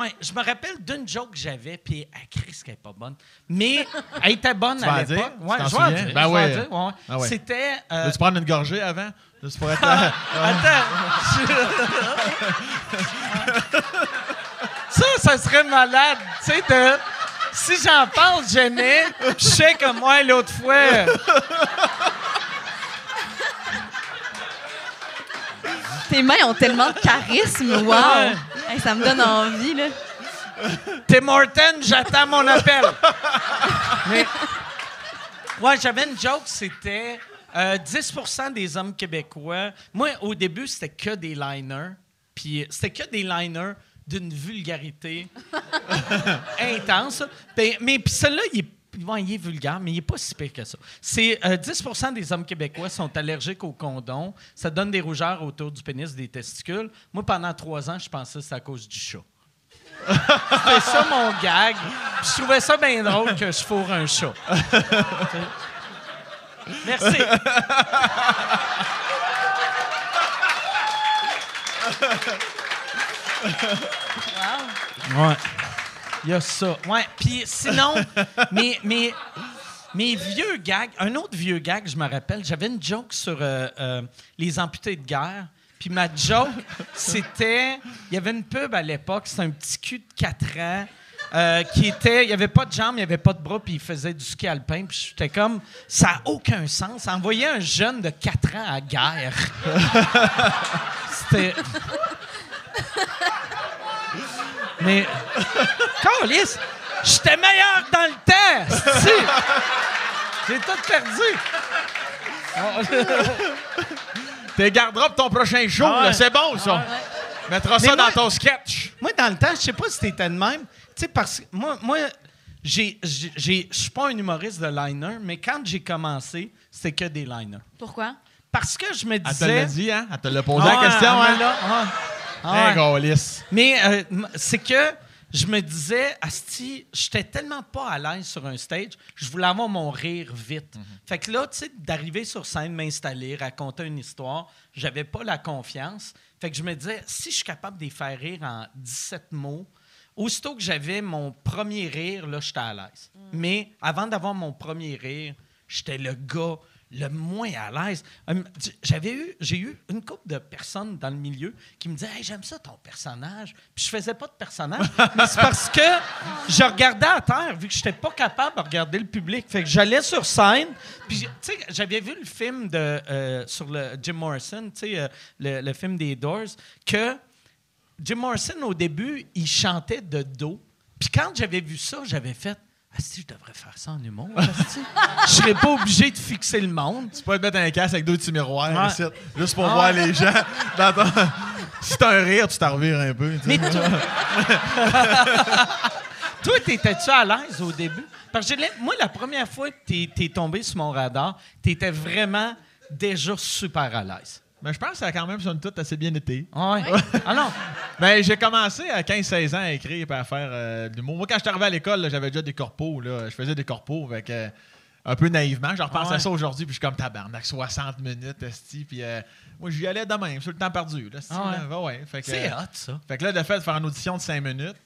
Speaker 4: ouais, je me rappelle d'une joke que j'avais, puis à Chris, qu'elle n'est pas bonne. Mais elle était bonne
Speaker 6: Tu vas
Speaker 4: à
Speaker 6: en dire?
Speaker 4: l'époque.
Speaker 6: Tu
Speaker 4: Ouais,
Speaker 6: t'en
Speaker 4: je vais en
Speaker 6: souviens?
Speaker 4: dire,
Speaker 6: Ben
Speaker 4: je vais en
Speaker 6: oui.
Speaker 4: dire, ouais, ouais.
Speaker 6: Ah ouais.
Speaker 4: C'était. euh,
Speaker 6: Veux-tu prendre une gorgée avant? Juste pour être. euh,
Speaker 4: Ah. Attends.
Speaker 6: Ah.
Speaker 4: ça, ça serait malade, tu sais, de- Si j'en parle jamais, je sais comme moi l'autre fois.
Speaker 5: Tes mains ont tellement de charisme, wow! Hey, ça me donne envie, là.
Speaker 4: Tim Horton, j'attends mon appel. Mais, ouais, j'avais une joke, c'était euh, 10 des hommes québécois. Moi, au début, c'était que des liners. Puis euh, c'était que des liners d'une vulgarité intense. Ben, mais puis celui-là, il est ouais, il est vulgaire, mais il n'est pas si pire que ça. C'est euh, 10 des hommes québécois sont allergiques au condom. Ça donne des rougeurs autour du pénis, des testicules. Moi, pendant trois ans, je pensais que c'est à cause du chat. C'était ça mon gag. Puis Je trouvais ça bien drôle que je fourre un chat. Merci. Ouais. Il y a ça. Ouais. Puis sinon, mes, mes, mes vieux gags, un autre vieux gag, je me rappelle, j'avais une joke sur euh, euh, les amputés de guerre. Puis ma joke, c'était. Il y avait une pub à l'époque, c'était un petit cul de 4 ans. euh, qui était, il n'y avait pas de jambes, il n'y avait pas de bras, puis il faisait du ski alpin. Puis j'étais comme, ça n'a aucun sens. Envoyer un jeune de 4 ans à guerre. c'était. Mais. Calice! J'étais meilleur dans le temps! esti. J'ai tout perdu!
Speaker 6: T'es gardera pour ton prochain show,
Speaker 4: Ah ouais.
Speaker 6: là, c'est bon, ça. Mettra ça
Speaker 4: Mais
Speaker 6: dans
Speaker 4: moi-
Speaker 6: ton sketch.
Speaker 4: Moi, dans le temps, je sais pas si t'étais de même. Tu sais, parce que moi, moi j'ai- j'ai- j'ai- je suis pas un humoriste de liner, mais quand j'ai commencé, c'était que des liners.
Speaker 5: Pourquoi?
Speaker 4: Parce que je me
Speaker 6: Elle te l'a
Speaker 4: disais.
Speaker 6: dit, hein? Elle te l'a posé
Speaker 4: Ah
Speaker 6: la
Speaker 4: ouais,
Speaker 6: question,
Speaker 4: elle
Speaker 6: hein?
Speaker 4: me l'a- ah. Ah ouais.
Speaker 6: Hein, gaullisse.
Speaker 4: Mais euh, m- c'est que je me disais, Asti, j'étais tellement pas à l'aise sur un stage, je voulais avoir mon rire vite. Fait que là, tu sais, d'arriver sur scène, m'installer, raconter une histoire, j'avais pas la confiance. Fait que je me disais, si je suis capable de les faire rire en 17 mots, aussitôt que j'avais mon premier rire, là, j'étais à l'aise. Mais avant d'avoir mon premier rire, j'étais le gars le moins à l'aise. Hum, tu- J'avais eu, j'ai eu une couple de personnes dans le milieu qui me disaient, hey, j'aime ça ton personnage. Puis je faisais pas de personnage, mais c'est parce que je regardais à terre vu que j'étais pas capable de regarder le public. Fait que j'allais sur scène. Puis tu sais, j'avais vu le film de euh, sur le Jim Morrison, tu sais, euh, le, le film des Doors, que Jim Morrison, au début, il chantait de dos. Puis quand j'avais vu ça, j'avais fait Ah, si, je devrais faire ça en humour. asti. Je serais pas obligé de fixer le monde.
Speaker 6: Tu peux te mettre un casque avec deux petits miroirs
Speaker 4: Ouais.
Speaker 6: ici, juste
Speaker 4: Ah
Speaker 6: pour voir les gens. Dans ton- Si t'as un rire, tu t'en revires un peu. tu sais.
Speaker 4: Mais toi. toi, t'étais-tu à l'aise au début? Parce que j'ai l'im- moi, la première fois que t'es, t'es tombé sur mon radar, t'étais vraiment déjà super à l'aise.
Speaker 6: Mais Ben, je pense que ça a quand même, somme toute, assez bien été.
Speaker 4: Ouais. Ah non.
Speaker 6: Ben, j'ai commencé à 15-16 ans à écrire et à faire euh, de l'humour. Moi, quand je suis arrivé à l'école, là, j'avais déjà des corpos. Là. Je faisais des corpos avec, euh, un peu naïvement. Je repense
Speaker 4: Ah ouais.
Speaker 6: à ça aujourd'hui, puis je suis comme tabarnak, 60 minutes, esti. Puis euh, moi, j'y allais de même, sur le temps perdu. Là, esti,
Speaker 4: Ah ouais.
Speaker 6: là. Ben ouais. Fait que,
Speaker 4: C'est
Speaker 6: euh,
Speaker 4: hot, ça.
Speaker 6: Fait que là, le fait de faire une audition de 5 minutes,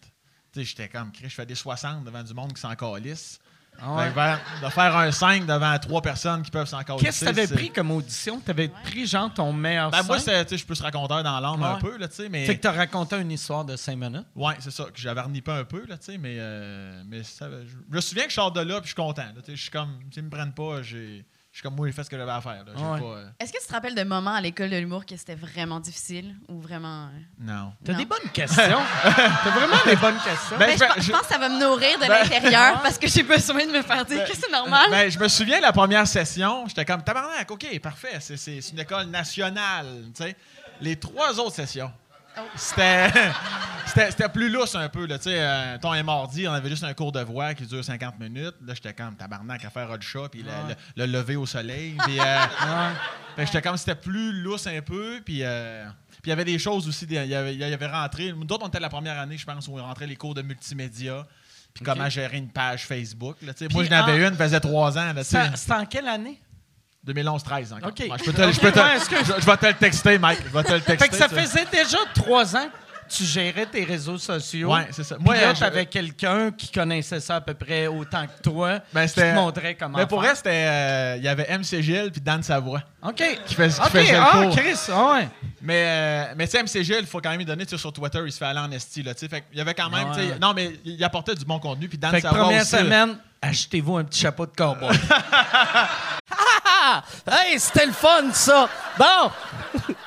Speaker 6: tu sais, j'étais comme, Chris, je fais des 60 devant du monde qui s'en calisse.
Speaker 4: Ah ouais.
Speaker 6: Fait que faire- de faire un 5 devant 3 personnes qui peuvent s'en calisser.
Speaker 4: Qu'est-ce que t'avais
Speaker 6: c'est-
Speaker 4: pris comme audition? T'avais pris, genre, ton meilleur
Speaker 6: Ben, moi,
Speaker 4: scène?
Speaker 6: c'était, tu sais, je peux se raconter dans l'âme
Speaker 4: Ah
Speaker 6: un
Speaker 4: ouais.
Speaker 6: peu, là, tu sais, mais.
Speaker 4: Fait que t'as raconté une histoire de cinq minutes.
Speaker 6: Ouais, c'est ça, que j'avais renippé un peu, là, tu sais, mais, euh, mais ça, je je me souviens que je sors de là, puis je suis content, là, tu sais, je suis comme, s'ils me prennent pas, j'ai, je suis comme, moi, j'ai fait ce que j'avais à faire, là, j'ai
Speaker 4: Ah ouais.
Speaker 6: pas, euh,
Speaker 5: Est-ce que tu te rappelles de moments à l'école de l'humour que c'était vraiment difficile ou vraiment. euh,
Speaker 6: non.
Speaker 4: T'as
Speaker 5: Non.
Speaker 4: des bonnes questions. T'as vraiment des bonnes questions.
Speaker 6: Ben,
Speaker 5: Ben, je,
Speaker 6: je vais-
Speaker 5: pe-
Speaker 6: je-
Speaker 5: je pense que ça va me nourrir de l'intérieur parce que j'ai besoin de me faire dire que c'est normal.
Speaker 6: Ben, je me souviens, la première session, j'étais comme tabarnak, OK, parfait, c'est, c'est- c'est une école nationale. tu sais. Les trois autres sessions,
Speaker 5: Oh.
Speaker 6: c'était, c'était, c'était plus lousse un peu. Là, tu sais, euh, ton et mardi, on avait juste un cours de voix qui dure 50 minutes. Là, j'étais comme tabarnak à faire le chat, puis le- le, le lever au soleil. Puis, euh, fait que Ben, j'étais comme, c'était plus lousse un peu, puis... euh, puis il y avait des choses aussi, des- il y avait, il y avait rentré, nous autres on était la première année, je pense, où on rentrait les cours de multimédia, puis comment gérer une page Facebook. Là, tu sais. moi
Speaker 4: Puis
Speaker 6: j'en avais
Speaker 4: en-
Speaker 6: une, faisait trois ans. Là, tu sais.
Speaker 4: Ça- C'était en quelle année?
Speaker 6: 2011-13 encore.
Speaker 4: OK.
Speaker 6: Ouais, je, peux te, je, peux te-
Speaker 4: Ouais, excuse.
Speaker 6: je- je vais te le texter, Mike. Je vais te le texter.
Speaker 4: Fait que ça
Speaker 6: tu sais.
Speaker 4: faisait déjà trois ans que tu gérais tes réseaux sociaux.
Speaker 6: Ouais, c'est ça.
Speaker 4: Moi,
Speaker 6: Moi,
Speaker 4: là,
Speaker 6: je-
Speaker 4: t'avais quelqu'un qui connaissait ça à peu près autant que toi.
Speaker 6: Ben,
Speaker 4: qui te
Speaker 6: c'était-
Speaker 4: montrait comment
Speaker 6: Mais pour
Speaker 4: faire.
Speaker 6: elle, c'était. euh, Il y avait MC Gilles puis Dan Savoie
Speaker 4: OK.
Speaker 6: qui, fais- qui
Speaker 4: OK,
Speaker 6: faisait
Speaker 4: ah,
Speaker 6: le cours.
Speaker 4: Chris, ah ouais.
Speaker 6: Mais, euh, mais tu sais, MC Gilles, il faut quand même lui donner. tu sais, Sur Twitter, il se fait aller en esti. Là, tu sais. fait qu'il y avait quand même.
Speaker 4: Ouais.
Speaker 6: tu sais, Non, mais il apportait du bon contenu. Puis Dan
Speaker 4: Fait que
Speaker 6: Savoie
Speaker 4: première
Speaker 6: aussi, là.
Speaker 4: semaine, achetez-vous un petit chapeau de cowboy. Ah, ah, ah! hey, c'était le fun, ça. Bon,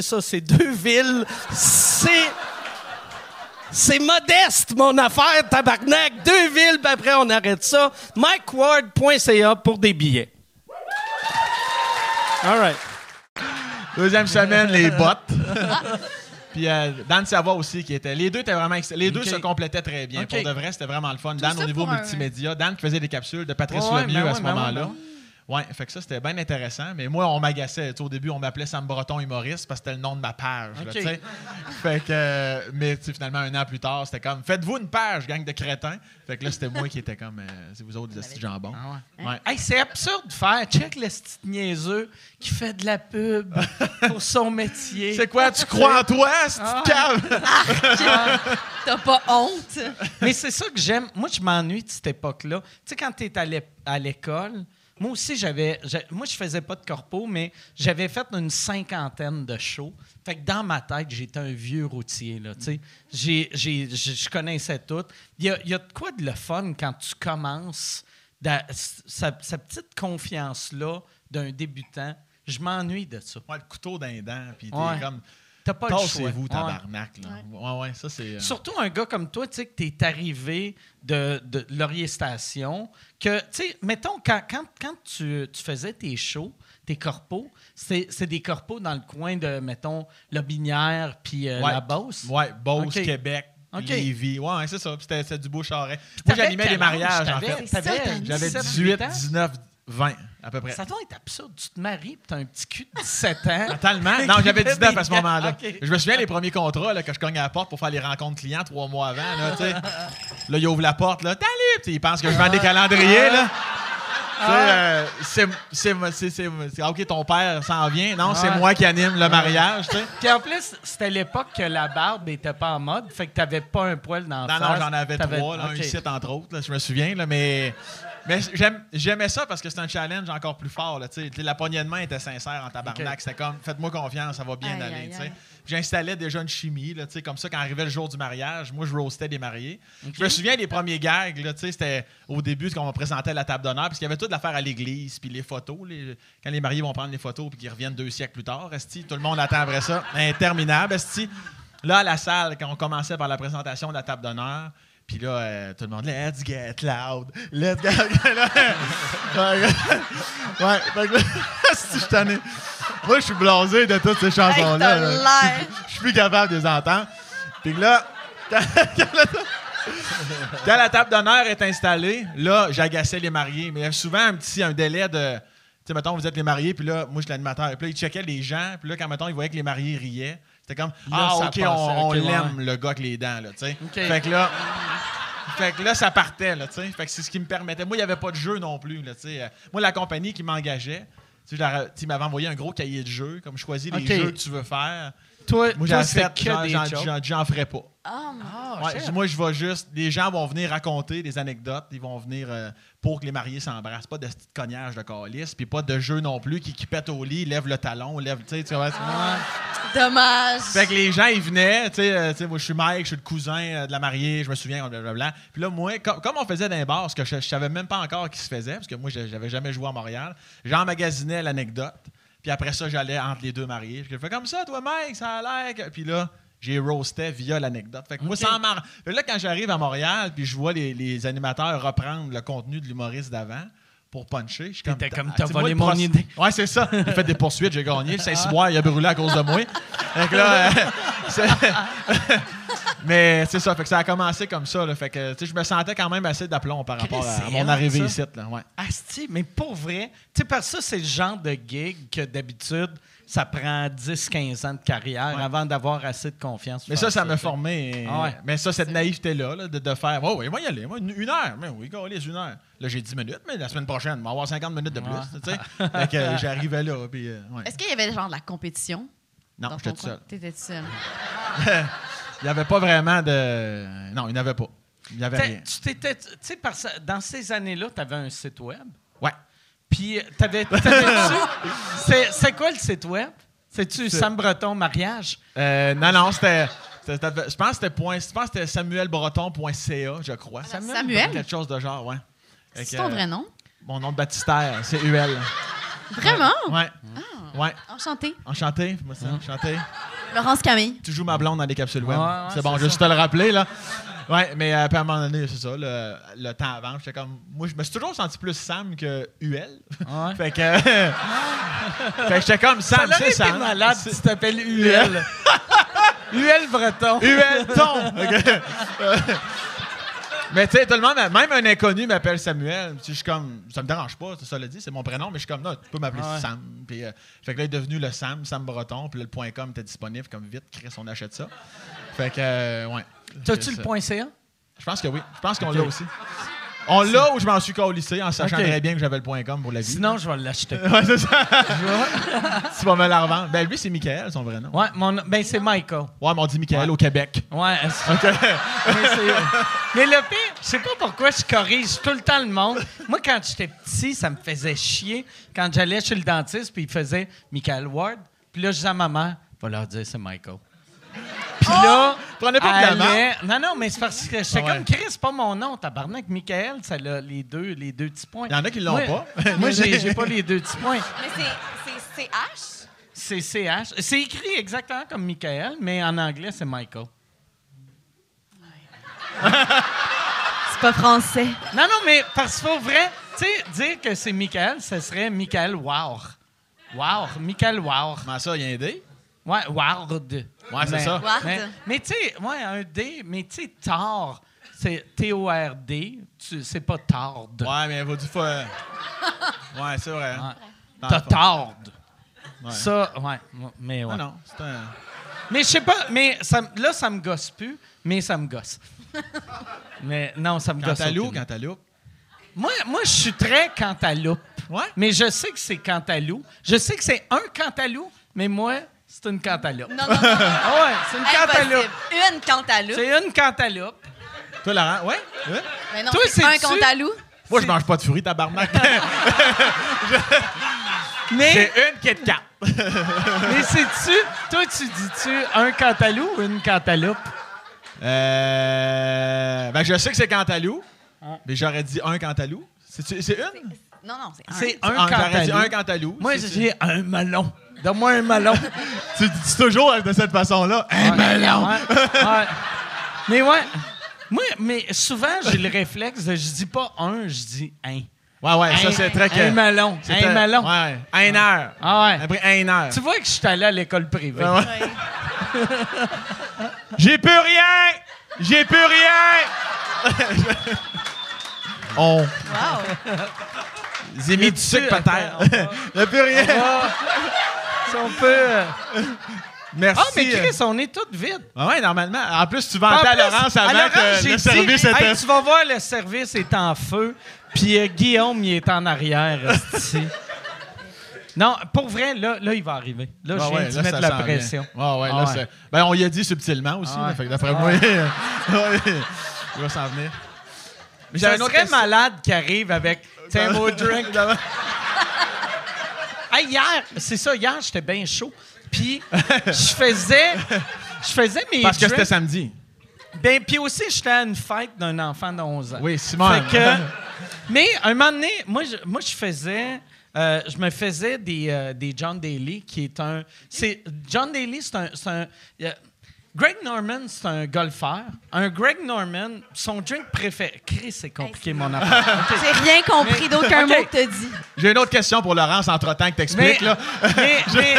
Speaker 4: ça, c'est deux villes. C'est... C'est modeste, mon affaire, tabarnak. Deux villes, puis après, on arrête ça. MikeWard.ca pour des billets. All right.
Speaker 6: Deuxième semaine, les bottes. Puis euh, Dan Savoie aussi qui était. Les deux étaient vraiment excell- Les deux se complétaient très bien.
Speaker 4: Ok.
Speaker 6: Pour de vrai, c'était vraiment le fun. Dan
Speaker 5: ça
Speaker 6: au niveau
Speaker 5: pour un-
Speaker 6: multimédia. Dan qui faisait des capsules de Patrice
Speaker 4: Ouais, ouais,
Speaker 6: Lemieux
Speaker 4: ben
Speaker 6: à
Speaker 4: ouais,
Speaker 6: ce
Speaker 4: ben ouais,
Speaker 6: moment-là.
Speaker 4: ben
Speaker 6: Ouais, fait que ça, c'était bien intéressant. Mais moi, on m'agaçait. Tu sais, Au début, on m'appelait Sam Breton humoriste parce que c'était le nom de ma page. là,
Speaker 4: Ok.
Speaker 6: tu sais. fait que, euh, mais tu sais, finalement, un an plus tard, c'était comme Faites-vous une page, gang de crétins. Fait que là, c'était moi qui était comme euh, C'est vous autres, les petits jambons. Ouais.
Speaker 4: Hey, c'est absurde de faire. Check le petit niaiseux qui fait de la pub pour son métier.
Speaker 6: C'est quoi, tu crois en toi, cette petite cave?
Speaker 5: T'as pas honte?
Speaker 4: Mais c'est ça que j'aime. Moi, je m'ennuie de cette époque-là. Tu sais, quand tu es à l'é- à l'école, moi aussi, j'avais. j'a- Moi, je faisais pas de corpo, mais j'avais fait une cinquantaine de shows. Fait que dans ma tête, j'étais un vieux routier, là. Tu sais, J'ai- j'ai- je je connaissais tout. Il y a, il y a de quoi de le fun quand tu commences, d'a- sa, sa petite confiance-là d'un débutant. Je m'ennuie de ça.
Speaker 6: Ouais, le couteau d'un dent. Puis t'es
Speaker 4: Ouais.
Speaker 6: comme.
Speaker 4: T'as pas le choix.
Speaker 6: Tassez-vous,
Speaker 4: Ouais.
Speaker 6: tabarnak. Là. Ouais, ouais, ça c'est. euh,
Speaker 4: Surtout un gars comme toi, tu sais, que t'es arrivé de, de Laurier Station, que, tu sais, mettons, quand, quand, quand tu, tu faisais tes shows, tes corpos, c'est c'est des corpos dans le coin de, mettons, La Binière puis euh,
Speaker 6: Ouais.
Speaker 4: La Beauce.
Speaker 6: Ouais, Beauce,
Speaker 4: Ok.
Speaker 6: Québec,
Speaker 4: Ok.
Speaker 6: Lévis. Ouais, ouais, c'est ça. Puis c'était c'était du beau charret. Moi,
Speaker 4: T'avais
Speaker 6: j'animais
Speaker 4: quel
Speaker 6: les
Speaker 4: âge?
Speaker 6: mariages, en
Speaker 4: T'avais-
Speaker 6: fait.
Speaker 5: C'est ça,
Speaker 4: t'avais
Speaker 5: t'as
Speaker 6: J'avais
Speaker 4: 17,
Speaker 6: 18,
Speaker 4: 18 ans?
Speaker 6: 19, 20. À peu près.
Speaker 4: Ça doit être absurde. Tu te maries puis t'as un petit cul de 17 ans.
Speaker 6: Totalement. Non, j'avais
Speaker 4: Qui fait
Speaker 6: 19 à
Speaker 4: des
Speaker 6: ce moment-là.
Speaker 4: gars. Ok.
Speaker 6: Je me souviens les premiers contrats là, que je cogne à la porte pour faire les rencontres clients trois mois avant. Là, tu sais. là il ouvre la porte. Là, T'as Ils pensent que je vends des calendriers. Là. Tu sais, euh, c'est- c'est moi- c'est- c'est moi- c'est- ah, OK, ton père s'en vient. Non, c'est
Speaker 4: Ouais.
Speaker 6: moi qui anime le mariage. tu sais.
Speaker 4: Puis en plus, c'était l'époque que la barbe était pas en mode, fait que t'avais pas un poil dans la
Speaker 6: Non, non,
Speaker 4: face.
Speaker 6: j'en avais
Speaker 4: T'avais-
Speaker 6: trois, là, un
Speaker 4: ok.
Speaker 6: ici, entre autres, là, je me souviens, là, mais, mais j'aime- j'aimais ça parce que c'est un challenge encore plus fort. Là, tu sais. la poignée de main était sincère en
Speaker 4: Ok.
Speaker 6: tabarnak. C'était comme, faites-moi confiance, ça va bien
Speaker 5: Aïe,
Speaker 6: aller.
Speaker 5: aïe,
Speaker 6: tu sais.
Speaker 5: aïe.
Speaker 6: Puis J'installais déjà une chimie, là, tu sais, comme ça, quand arrivait le jour du mariage, moi, je roastais des mariés. Je me souviens des premiers gags, là, tu sais, c'était au début, quand on me présentait la table d'honneur, parce qu'il y avait toute l'affaire à l'église, puis les photos. les- quand les mariés vont prendre les photos, puis qu'ils reviennent deux siècles plus tard, esti, tout le monde attend après ça. Interminable, esti. Là, à la salle, quand on commençait par la présentation de la table d'honneur, puis là, euh, tout le monde, let's get loud, let's get Là, euh, ouais, fait que là, esti, je suis tanné. Moi, je suis blasé de toutes ces
Speaker 5: Hey, t'as
Speaker 6: chansons-là. là.
Speaker 5: l'air!
Speaker 6: Je suis plus capable de les entendre. Puis que là, quand quand la table d'honneur est installée, là, j'agaçais les mariés. Mais il y avait souvent un petit un délai de. Tu sais, mettons, vous êtes les mariés, puis là, moi, je suis l'animateur. Puis là, ils checkaient les gens, puis là, quand, mettons, ils voyaient que les mariés riaient, c'était comme
Speaker 4: Là,
Speaker 6: Ah,
Speaker 4: ça
Speaker 6: OK,
Speaker 4: passait,
Speaker 6: on, on
Speaker 4: ok, ouais,
Speaker 6: l'aime, le gars avec les dents, là, tu sais.
Speaker 4: Ok.
Speaker 6: Fait que là. Fait que là, ça partait, là, tu sais. Fait que c'est ce qui me permettait. Moi, il n'y avait pas de jeu non plus, là, tu sais. Euh, Moi, la compagnie qui m'engageait, tu sais, je leur- tu sais, ils m'avaient envoyé un gros cahier de jeux, comme choisis les
Speaker 4: Ok.
Speaker 6: jeux que tu veux faire.
Speaker 4: Toi, toi,
Speaker 6: Moi, j'en
Speaker 4: c'est
Speaker 6: fait,
Speaker 4: que
Speaker 6: j'en-
Speaker 4: des
Speaker 6: j'en-
Speaker 4: jokes.
Speaker 6: j'en- j'en ferai pas.
Speaker 5: Ah, mon-
Speaker 4: Ah,
Speaker 6: Ouais,
Speaker 4: shit.
Speaker 6: moi, je vais juste. Les gens vont venir raconter des anecdotes. Ils vont venir euh, pour que les mariés s'embrassent. Pas de petit cognage de calice, puis pas de jeu non plus qui, qui pète au lit, lève le talon, lève. Tu sais, tu vois,
Speaker 4: Ah.
Speaker 5: dommage!
Speaker 6: fait que les gens, ils venaient, tu sais, euh, tu sais, moi, je suis Mike, je suis le cousin euh, de la mariée, je me souviens, blablabla. Puis là, moi, com- comme on faisait dans les bars, ce que je, je savais même pas encore qui se faisait, parce que moi, je- j'avais jamais joué à Montréal, j'emmagasinais l'anecdote, puis après ça, j'allais entre les deux mariés. Je fais comme ça, toi, Mike, ça a l'air. que- Puis là, j'ai roasté via l'anecdote. Fait que moi, sans mar- Fait que Là, quand j'arrive à Montréal, puis je vois les, les animateurs reprendre le contenu de l'humoriste d'avant, pour puncher. Je suis
Speaker 4: T'étais comme,
Speaker 6: Ah,
Speaker 4: t'as
Speaker 6: tu sais, moi,
Speaker 4: volé
Speaker 6: le
Speaker 4: mon
Speaker 6: procès-
Speaker 4: idée.
Speaker 6: Ouais, c'est ça. J'ai fait des poursuites, j'ai gagné. Le Saint-Cyboire, il a brûlé à cause de moi. Fait que là, euh, c'est- Mais c'est ça, fait que ça a commencé comme ça. là. Fait que tu sais, je me sentais quand même assez d'aplomb par rapport à, à
Speaker 4: c'est
Speaker 6: mon
Speaker 4: hot,
Speaker 6: arrivée
Speaker 4: ça.
Speaker 6: ici. Là. Ouais.
Speaker 4: Asti, Ah, mais pour vrai, tu sais, parce que ça, c'est le genre de gig que d'habitude, ça prend 10-15 ans de carrière
Speaker 6: Ouais.
Speaker 4: avant d'avoir assez de confiance.
Speaker 6: Mais
Speaker 4: pour
Speaker 6: ça,
Speaker 4: faire
Speaker 6: ça m'a
Speaker 4: là.
Speaker 6: formé.
Speaker 4: Ah ouais.
Speaker 6: Mais ça, cette naïveté-là, là, de, de faire Oh, oui, moi, y aller, moi, une, une heure. Mais oui, les une heure. Là, j'ai 10 minutes, mais la semaine prochaine, on va avoir 50 minutes de plus.
Speaker 4: Ouais.
Speaker 6: tu sais. fait que euh, j'arrivais là. Puis, euh, ouais.
Speaker 5: Est-ce qu'il y avait genre de la compétition?
Speaker 6: Non,
Speaker 5: dans
Speaker 6: j'étais
Speaker 5: ton
Speaker 6: tout
Speaker 5: coin?
Speaker 6: seul.
Speaker 5: T'étais tout seul.
Speaker 6: Il n'y avait pas vraiment de. Non, il n'y en avait pas. Il n'y avait
Speaker 4: T'as-
Speaker 6: rien.
Speaker 4: Tu t'étais, tu sais, parce que dans ces années-là, tu avais un site web.
Speaker 6: Ouais.
Speaker 4: Puis, euh, t'avais, t'avais-tu- c'est, c'est quoi le site web? C'est-tu Sam Breton mariage?
Speaker 6: Euh, non, non, c'était. c'était- c'était- Je pense que c'était point- je pense que c'était samuelbreton.ca, je crois.
Speaker 5: Samuel? Samuel?
Speaker 6: Quelque chose de genre, ouais. Fait
Speaker 5: C'est
Speaker 6: que,
Speaker 5: ton
Speaker 6: euh,
Speaker 5: vrai nom?
Speaker 6: Mon nom de baptistère, c'est UL.
Speaker 5: Vraiment?
Speaker 6: Ouais.
Speaker 5: Ah.
Speaker 6: Ouais.
Speaker 5: Enchantée.
Speaker 6: Enchanté, moi, ça. Enchanté.
Speaker 5: Laurence Camille.
Speaker 6: Tu joues ma blonde dans les capsules web.
Speaker 4: Ouais, ouais,
Speaker 6: c'est bon,
Speaker 4: c'est
Speaker 6: juste te le rappeler, là. Ouais, mais euh, puis à un moment donné, c'est ça, le, le temps avant, j'étais comme. Moi, je me suis toujours senti plus Sam que UL. fait que. fait que j'étais comme Sam,
Speaker 4: T'aurais
Speaker 6: c'est
Speaker 4: été
Speaker 6: Sam.
Speaker 4: malade si tu t'appelles UL. UL Breton.
Speaker 6: UL ton! Ok. mais tu sais, tout le monde, m'a- même un inconnu m'appelle Samuel. Tu sais, Je suis comme, ça me dérange pas, ça le dit, c'est mon prénom, mais je suis comme, non, tu peux
Speaker 4: Ah
Speaker 6: m'appeler Sam. Puis, euh, fait que là, il est devenu le Sam, Sam Breton, puis là, le point .com était disponible, comme vite, Chris, on achète ça. Fait que, euh, ouais.
Speaker 4: T'as-tu
Speaker 6: Fait que
Speaker 4: le
Speaker 6: ça.
Speaker 4: point CA?
Speaker 6: Je pense que oui. Je pense qu'on l'a aussi. On l'a où je m'en suis lycée en sachant
Speaker 4: Ok.
Speaker 6: très bien que j'avais le point .com pour la vie.
Speaker 4: Sinon, je vais l'acheter.
Speaker 6: Ouais, c'est ça. tu vas me la revendre. Ben, lui, c'est Michael, son vrai nom.
Speaker 4: Ouais, mon, ben c'est Michael.
Speaker 6: Ouais, mais on dit
Speaker 4: Ouais.
Speaker 6: Michael au Québec.
Speaker 4: Ouais, c'est- mais, c'est- mais le pire, je sais pas pourquoi je corrige tout le temps le monde. Moi, quand j'étais petit, ça me faisait chier. Quand j'allais chez le dentiste, puis il faisait Michael Ward. Puis là, je disais à ma mère, va leur dire c'est Michael. Puis là,
Speaker 6: Oh! Prenez pas de la
Speaker 4: allait- Non, non, mais c'est parce que j'étais
Speaker 6: Ah ouais.
Speaker 4: comme Chris, c'est pas mon nom, tabarnak. Michael, ça l'a les deux, les deux petits points.
Speaker 6: Il y en a qui l'ont
Speaker 4: Moi-
Speaker 6: pas.
Speaker 4: Moi, j'ai j'ai pas les deux petits points.
Speaker 5: Mais c'est CH?
Speaker 4: C'est CH. C'est écrit exactement comme Michael, mais en anglais, c'est Michael.
Speaker 5: C'est pas français.
Speaker 4: Non, non, mais parce qu'il faut vrai, tu sais, dire que c'est Michael, ce serait Michael Ward. Ward, Michael Ward.
Speaker 6: Comment ça, il y a un dé?
Speaker 4: Ouais, Ward.
Speaker 6: Ouais, c'est
Speaker 4: Mais-
Speaker 6: ça.
Speaker 5: Ward.
Speaker 4: Mais, mais tu sais, ouais, un D, mais tu sais, Tard, c'est T-O-R-D, tu- c'est pas Tard.
Speaker 6: Ouais, mais il faut du feu. Ouais, c'est vrai. hein.
Speaker 4: Ouais.
Speaker 6: Dans le
Speaker 4: T'as
Speaker 6: fond.
Speaker 4: Tard.
Speaker 6: Ouais.
Speaker 4: Ça, ouais, mais ouais.
Speaker 6: Non, non, c'est un.
Speaker 4: Mais je sais pas, mais ça, m- là, ça me gosse plus, mais ça me gosse. mais non, ça me
Speaker 6: Quand
Speaker 4: gosse.
Speaker 6: t'as loup,
Speaker 4: aucunement.
Speaker 6: quand t'as loup.
Speaker 4: Moi, moi je suis très cantaloupe.
Speaker 6: Ouais?
Speaker 4: Mais je sais que c'est cantalou. Je sais que c'est un cantalou, mais moi, c'est une cantaloupe.
Speaker 5: Non, non, non. non.
Speaker 4: Ah ouais, c'est une cantaloupe.
Speaker 5: Impossible. Une cantaloupe.
Speaker 4: C'est une cantaloupe.
Speaker 6: Toi, Laurent, ouais? ouais?
Speaker 5: Mais non,
Speaker 4: Toi,
Speaker 5: c'est un
Speaker 4: c'est-tu-
Speaker 5: cantalou.
Speaker 6: Moi, je mange pas de fruits, tabarnak.
Speaker 4: Mais,
Speaker 6: une Kit Kat.
Speaker 4: mais c'est-tu... Toi, tu dis-tu un cantalou ou une cantaloupe?
Speaker 6: Euh. Ben, je sais que c'est Cantalou, mais j'aurais dit un Cantalou. C'est c'est une?
Speaker 5: Non, non, c'est un.
Speaker 4: C'est
Speaker 6: Ah,
Speaker 4: un
Speaker 6: J'aurais dit
Speaker 4: cantalou.
Speaker 6: un Cantalou.
Speaker 4: Moi,
Speaker 6: C'est-
Speaker 4: j'ai un melon. Donne-moi un melon.
Speaker 6: Tu dis toujours hein, de cette façon-là. Hein? Un melon!
Speaker 4: Ouais, ouais. Mais ouais. Moi, mais souvent, j'ai le réflexe de je dis pas un, je dis un.
Speaker 6: Ouais, ouais, ça,
Speaker 4: Un-
Speaker 6: c'est très que.
Speaker 4: Un melon.
Speaker 6: c'est
Speaker 4: Un
Speaker 6: très-
Speaker 4: melon.
Speaker 6: Ouais. Un heure.
Speaker 4: Ah ouais.
Speaker 6: Après, un heure.
Speaker 4: Tu vois que je suis allé à l'école privée.
Speaker 6: Ouais, ouais.
Speaker 5: Ouais.
Speaker 6: J'ai plus rien! J'ai plus rien! On.
Speaker 5: Wow.
Speaker 6: J'ai mis du sucre, peut-être. J'ai plus rien.
Speaker 4: Ah, si on peut. euh,
Speaker 6: Merci.
Speaker 4: Ah, mais Chris, on est toutes vite.
Speaker 6: Ah ouais, normalement. En plus, tu
Speaker 4: En
Speaker 6: vantais à
Speaker 4: plus,
Speaker 6: Laurence
Speaker 4: à
Speaker 6: avant
Speaker 4: Laurence,
Speaker 6: que
Speaker 4: j'ai
Speaker 6: le service
Speaker 4: dit,
Speaker 6: était...
Speaker 4: Hey, tu vas voir, le service est en feu. Puis euh, Guillaume, il est en arrière. esti. non, pour vrai, là, là, il va arriver. Là,
Speaker 6: Ah
Speaker 4: je viens
Speaker 6: ouais,
Speaker 4: de
Speaker 6: là,
Speaker 4: mettre
Speaker 6: ça
Speaker 4: la
Speaker 6: s'en vient.
Speaker 4: pression.
Speaker 6: Ah ouais,
Speaker 4: Ah
Speaker 6: là,
Speaker 4: ouais.
Speaker 6: c'est... Ben, on y a dit subtilement aussi.
Speaker 4: Ah
Speaker 6: là,
Speaker 4: ouais. Ah
Speaker 6: Fait que d'après moi, ouais, il va s'en venir. Mais
Speaker 4: J'ai
Speaker 6: j'avais
Speaker 4: un
Speaker 6: une autre
Speaker 4: très
Speaker 6: question.
Speaker 4: malade qui arrive avec Tiens, au drink.
Speaker 6: Évidemment.
Speaker 4: Hey, hier, c'est ça, hier, j'étais bien chaud. Puis, je faisais, je faisais mes
Speaker 6: Parce que
Speaker 4: drinks.
Speaker 6: c'était samedi.
Speaker 4: Ben, puis aussi, j'étais à une fête d'un enfant de 11 ans.
Speaker 6: Oui, Simon.
Speaker 4: Fait que- mais un moment donné, moi, je, moi, je faisais. euh, je me faisais des, euh, des John Daly, qui est un. c'est- John Daly, c'est un. c'est un- euh, Greg Norman, c'est un golfeur. Un Greg Norman, son drink préféré. Chris, c'est compliqué, mon affaire.
Speaker 5: J'ai rien compris d'aucun
Speaker 4: Ok.
Speaker 5: mot que t'as dit.
Speaker 6: J'ai une autre question pour Laurence entre-temps que t'expliques, là.
Speaker 4: mais- mais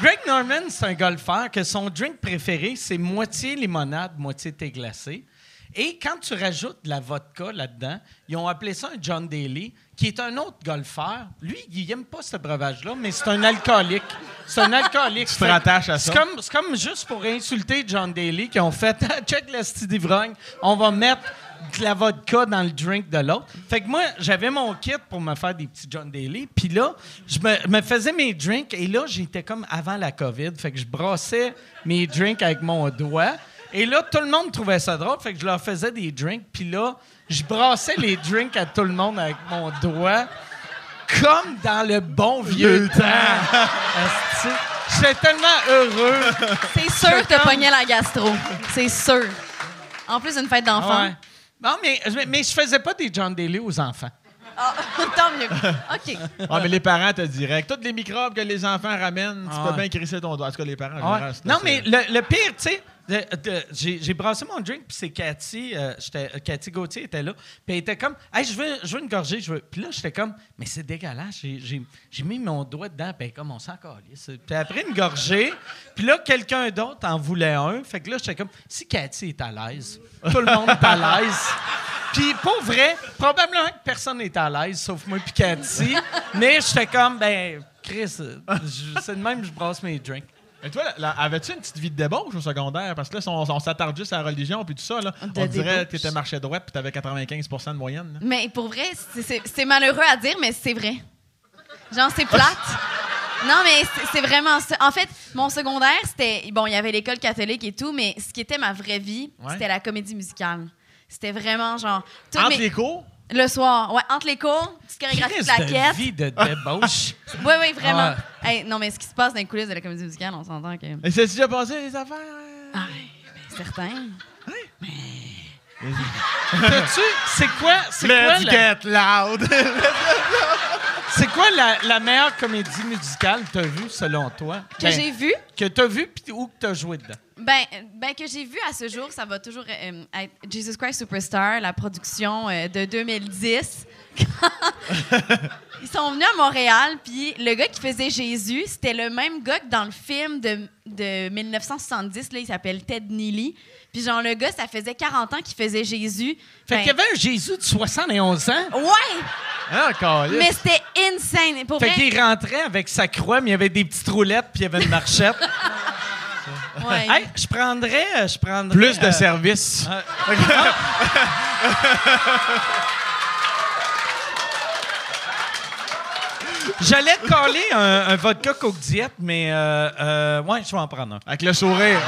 Speaker 4: Greg Norman, c'est un golfeur que son drink préféré, c'est moitié limonade, moitié thé glacé. Et quand tu rajoutes de la vodka là-dedans, ils ont appelé ça un John Daly, qui est un autre golfeur. Lui, il n'aime pas ce breuvage-là, mais c'est un alcoolique. C'est un alcoolique.
Speaker 6: Tu te rattaches à
Speaker 4: C'est
Speaker 6: ça.
Speaker 4: comme, c'est comme juste pour insulter John Daly qui ont fait « Check la style d'ivrogne, on va mettre de la vodka dans le drink de l'autre. Fait que moi, j'avais mon kit pour me faire des petits John Daly. Puis là, je me, me faisais mes drinks. Et là, j'étais comme avant la COVID. Fait que je brassais mes drinks avec mon doigt. Et là, tout le monde trouvait ça drôle. Fait que je leur faisais des drinks. Puis là, je brassais les drinks à tout le monde avec mon doigt. Comme dans le bon vieux temps. Asti. J'étais tellement heureux.
Speaker 5: C'est sûr que t'as pogné la gastro. C'est sûr. En plus d'une fête d'enfant.
Speaker 4: Ouais. Non, mais, mais, mais je faisais pas des John Daly aux enfants.
Speaker 5: Ah, tant mieux. OK.
Speaker 6: Ah, mais les parents te diraient, tous les microbes que les enfants ramènent, tu
Speaker 4: Ah
Speaker 6: peux
Speaker 4: ouais.
Speaker 6: bien crisser ton doigt. En tout cas, les parents, en
Speaker 4: Ah Ouais.
Speaker 6: général, c'est
Speaker 4: Non,
Speaker 6: assez-
Speaker 4: mais le, le pire, tu sais, de- de- j'ai j'ai brassé mon drink, puis c'est Cathy, euh, j'étais- euh, Cathy Gauthier était là, puis elle était comme, hey, je veux, je veux une gorgée, je veux. Puis là, j'étais comme, mais c'est dégueulasse, j'ai- j'ai j'ai mis mon doigt dedans, puis elle est comme, on s'en calisse. Puis après, une gorgée, puis là, quelqu'un d'autre en voulait un, fait que là, j'étais comme, si Cathy est à l'aise, tout le monde est à l'aise. Puis pour vrai, probablement que personne n'est à l'aise, sauf moi puis Cathy, mais j'étais comme, ben, Chris, euh, je- c'est de même que je brasse mes drinks.
Speaker 6: Et toi, là, là, avais-tu une petite vie de débauche au secondaire? Parce que là, si on, on s'attarde juste à la religion puis tout ça,
Speaker 4: Ah,
Speaker 6: là,
Speaker 5: De
Speaker 6: on dirait
Speaker 5: débauche.
Speaker 6: que t'étais marché droit puis t'avais 95 de moyenne. là.
Speaker 5: Mais pour vrai, c'est- c'est c'est malheureux à dire, mais c'est vrai. Genre, c'est plate. Non, mais c'est- c'est vraiment ça. En fait, mon secondaire, c'était. Bon, il y avait l'école catholique et tout, mais ce qui était ma vraie vie,
Speaker 6: Ouais.
Speaker 5: c'était la comédie musicale. C'était vraiment genre. toutes
Speaker 6: Entre
Speaker 5: mes-
Speaker 6: les cours,
Speaker 5: Le soir, ouais, entre les cours, petite chorégraphie de
Speaker 4: Crise
Speaker 5: plaquette.
Speaker 4: de vie de débauche.
Speaker 5: Oui, oui, vraiment. Hey, non, mais ce qui se passe dans les coulisses de la comédie musicale, on s'entend
Speaker 4: Ah,
Speaker 5: que.
Speaker 6: et c'est déjà passé les affaires? euh?
Speaker 5: Ah, ben, certain.
Speaker 4: T'as-tu- C'est quoi, c'est quoi,
Speaker 6: Let's
Speaker 4: la,
Speaker 6: get loud!
Speaker 4: c'est quoi la, la meilleure comédie musicale que t'as vue, selon toi?
Speaker 5: Que
Speaker 4: Ben,
Speaker 5: j'ai vu,
Speaker 4: que t'as vue pis ou que t'as joué dedans?
Speaker 5: ben, ben, que j'ai vu à ce jour, ça va toujours euh, être Jesus Christ Superstar, la production euh, de 2010. Ils sont venus à Montréal, puis le gars qui faisait Jésus, c'était le même gars que dans le film de, de 1970, là, il s'appelle Ted Neely. Puis genre, le gars, ça faisait 40 ans qu'il faisait Jésus.
Speaker 4: Fait
Speaker 5: Ben,
Speaker 4: qu'il y avait un Jésus de 71 ans.
Speaker 5: Ouais!
Speaker 6: Hein, câlisse?
Speaker 5: Mais c'était insane. Pour
Speaker 4: Fait
Speaker 5: vrai,
Speaker 4: qu'il rentrait avec sa croix, mais il y avait des petites roulettes puis il y avait une marchette.
Speaker 5: ouais.
Speaker 4: hey, je prendrais, euh, je prendrais...
Speaker 6: Plus de
Speaker 4: euh,
Speaker 6: services.
Speaker 4: J'allais te coller un, un vodka Coke Diet, mais euh, euh, ouais, je vais en prendre un.
Speaker 6: Avec le sourire.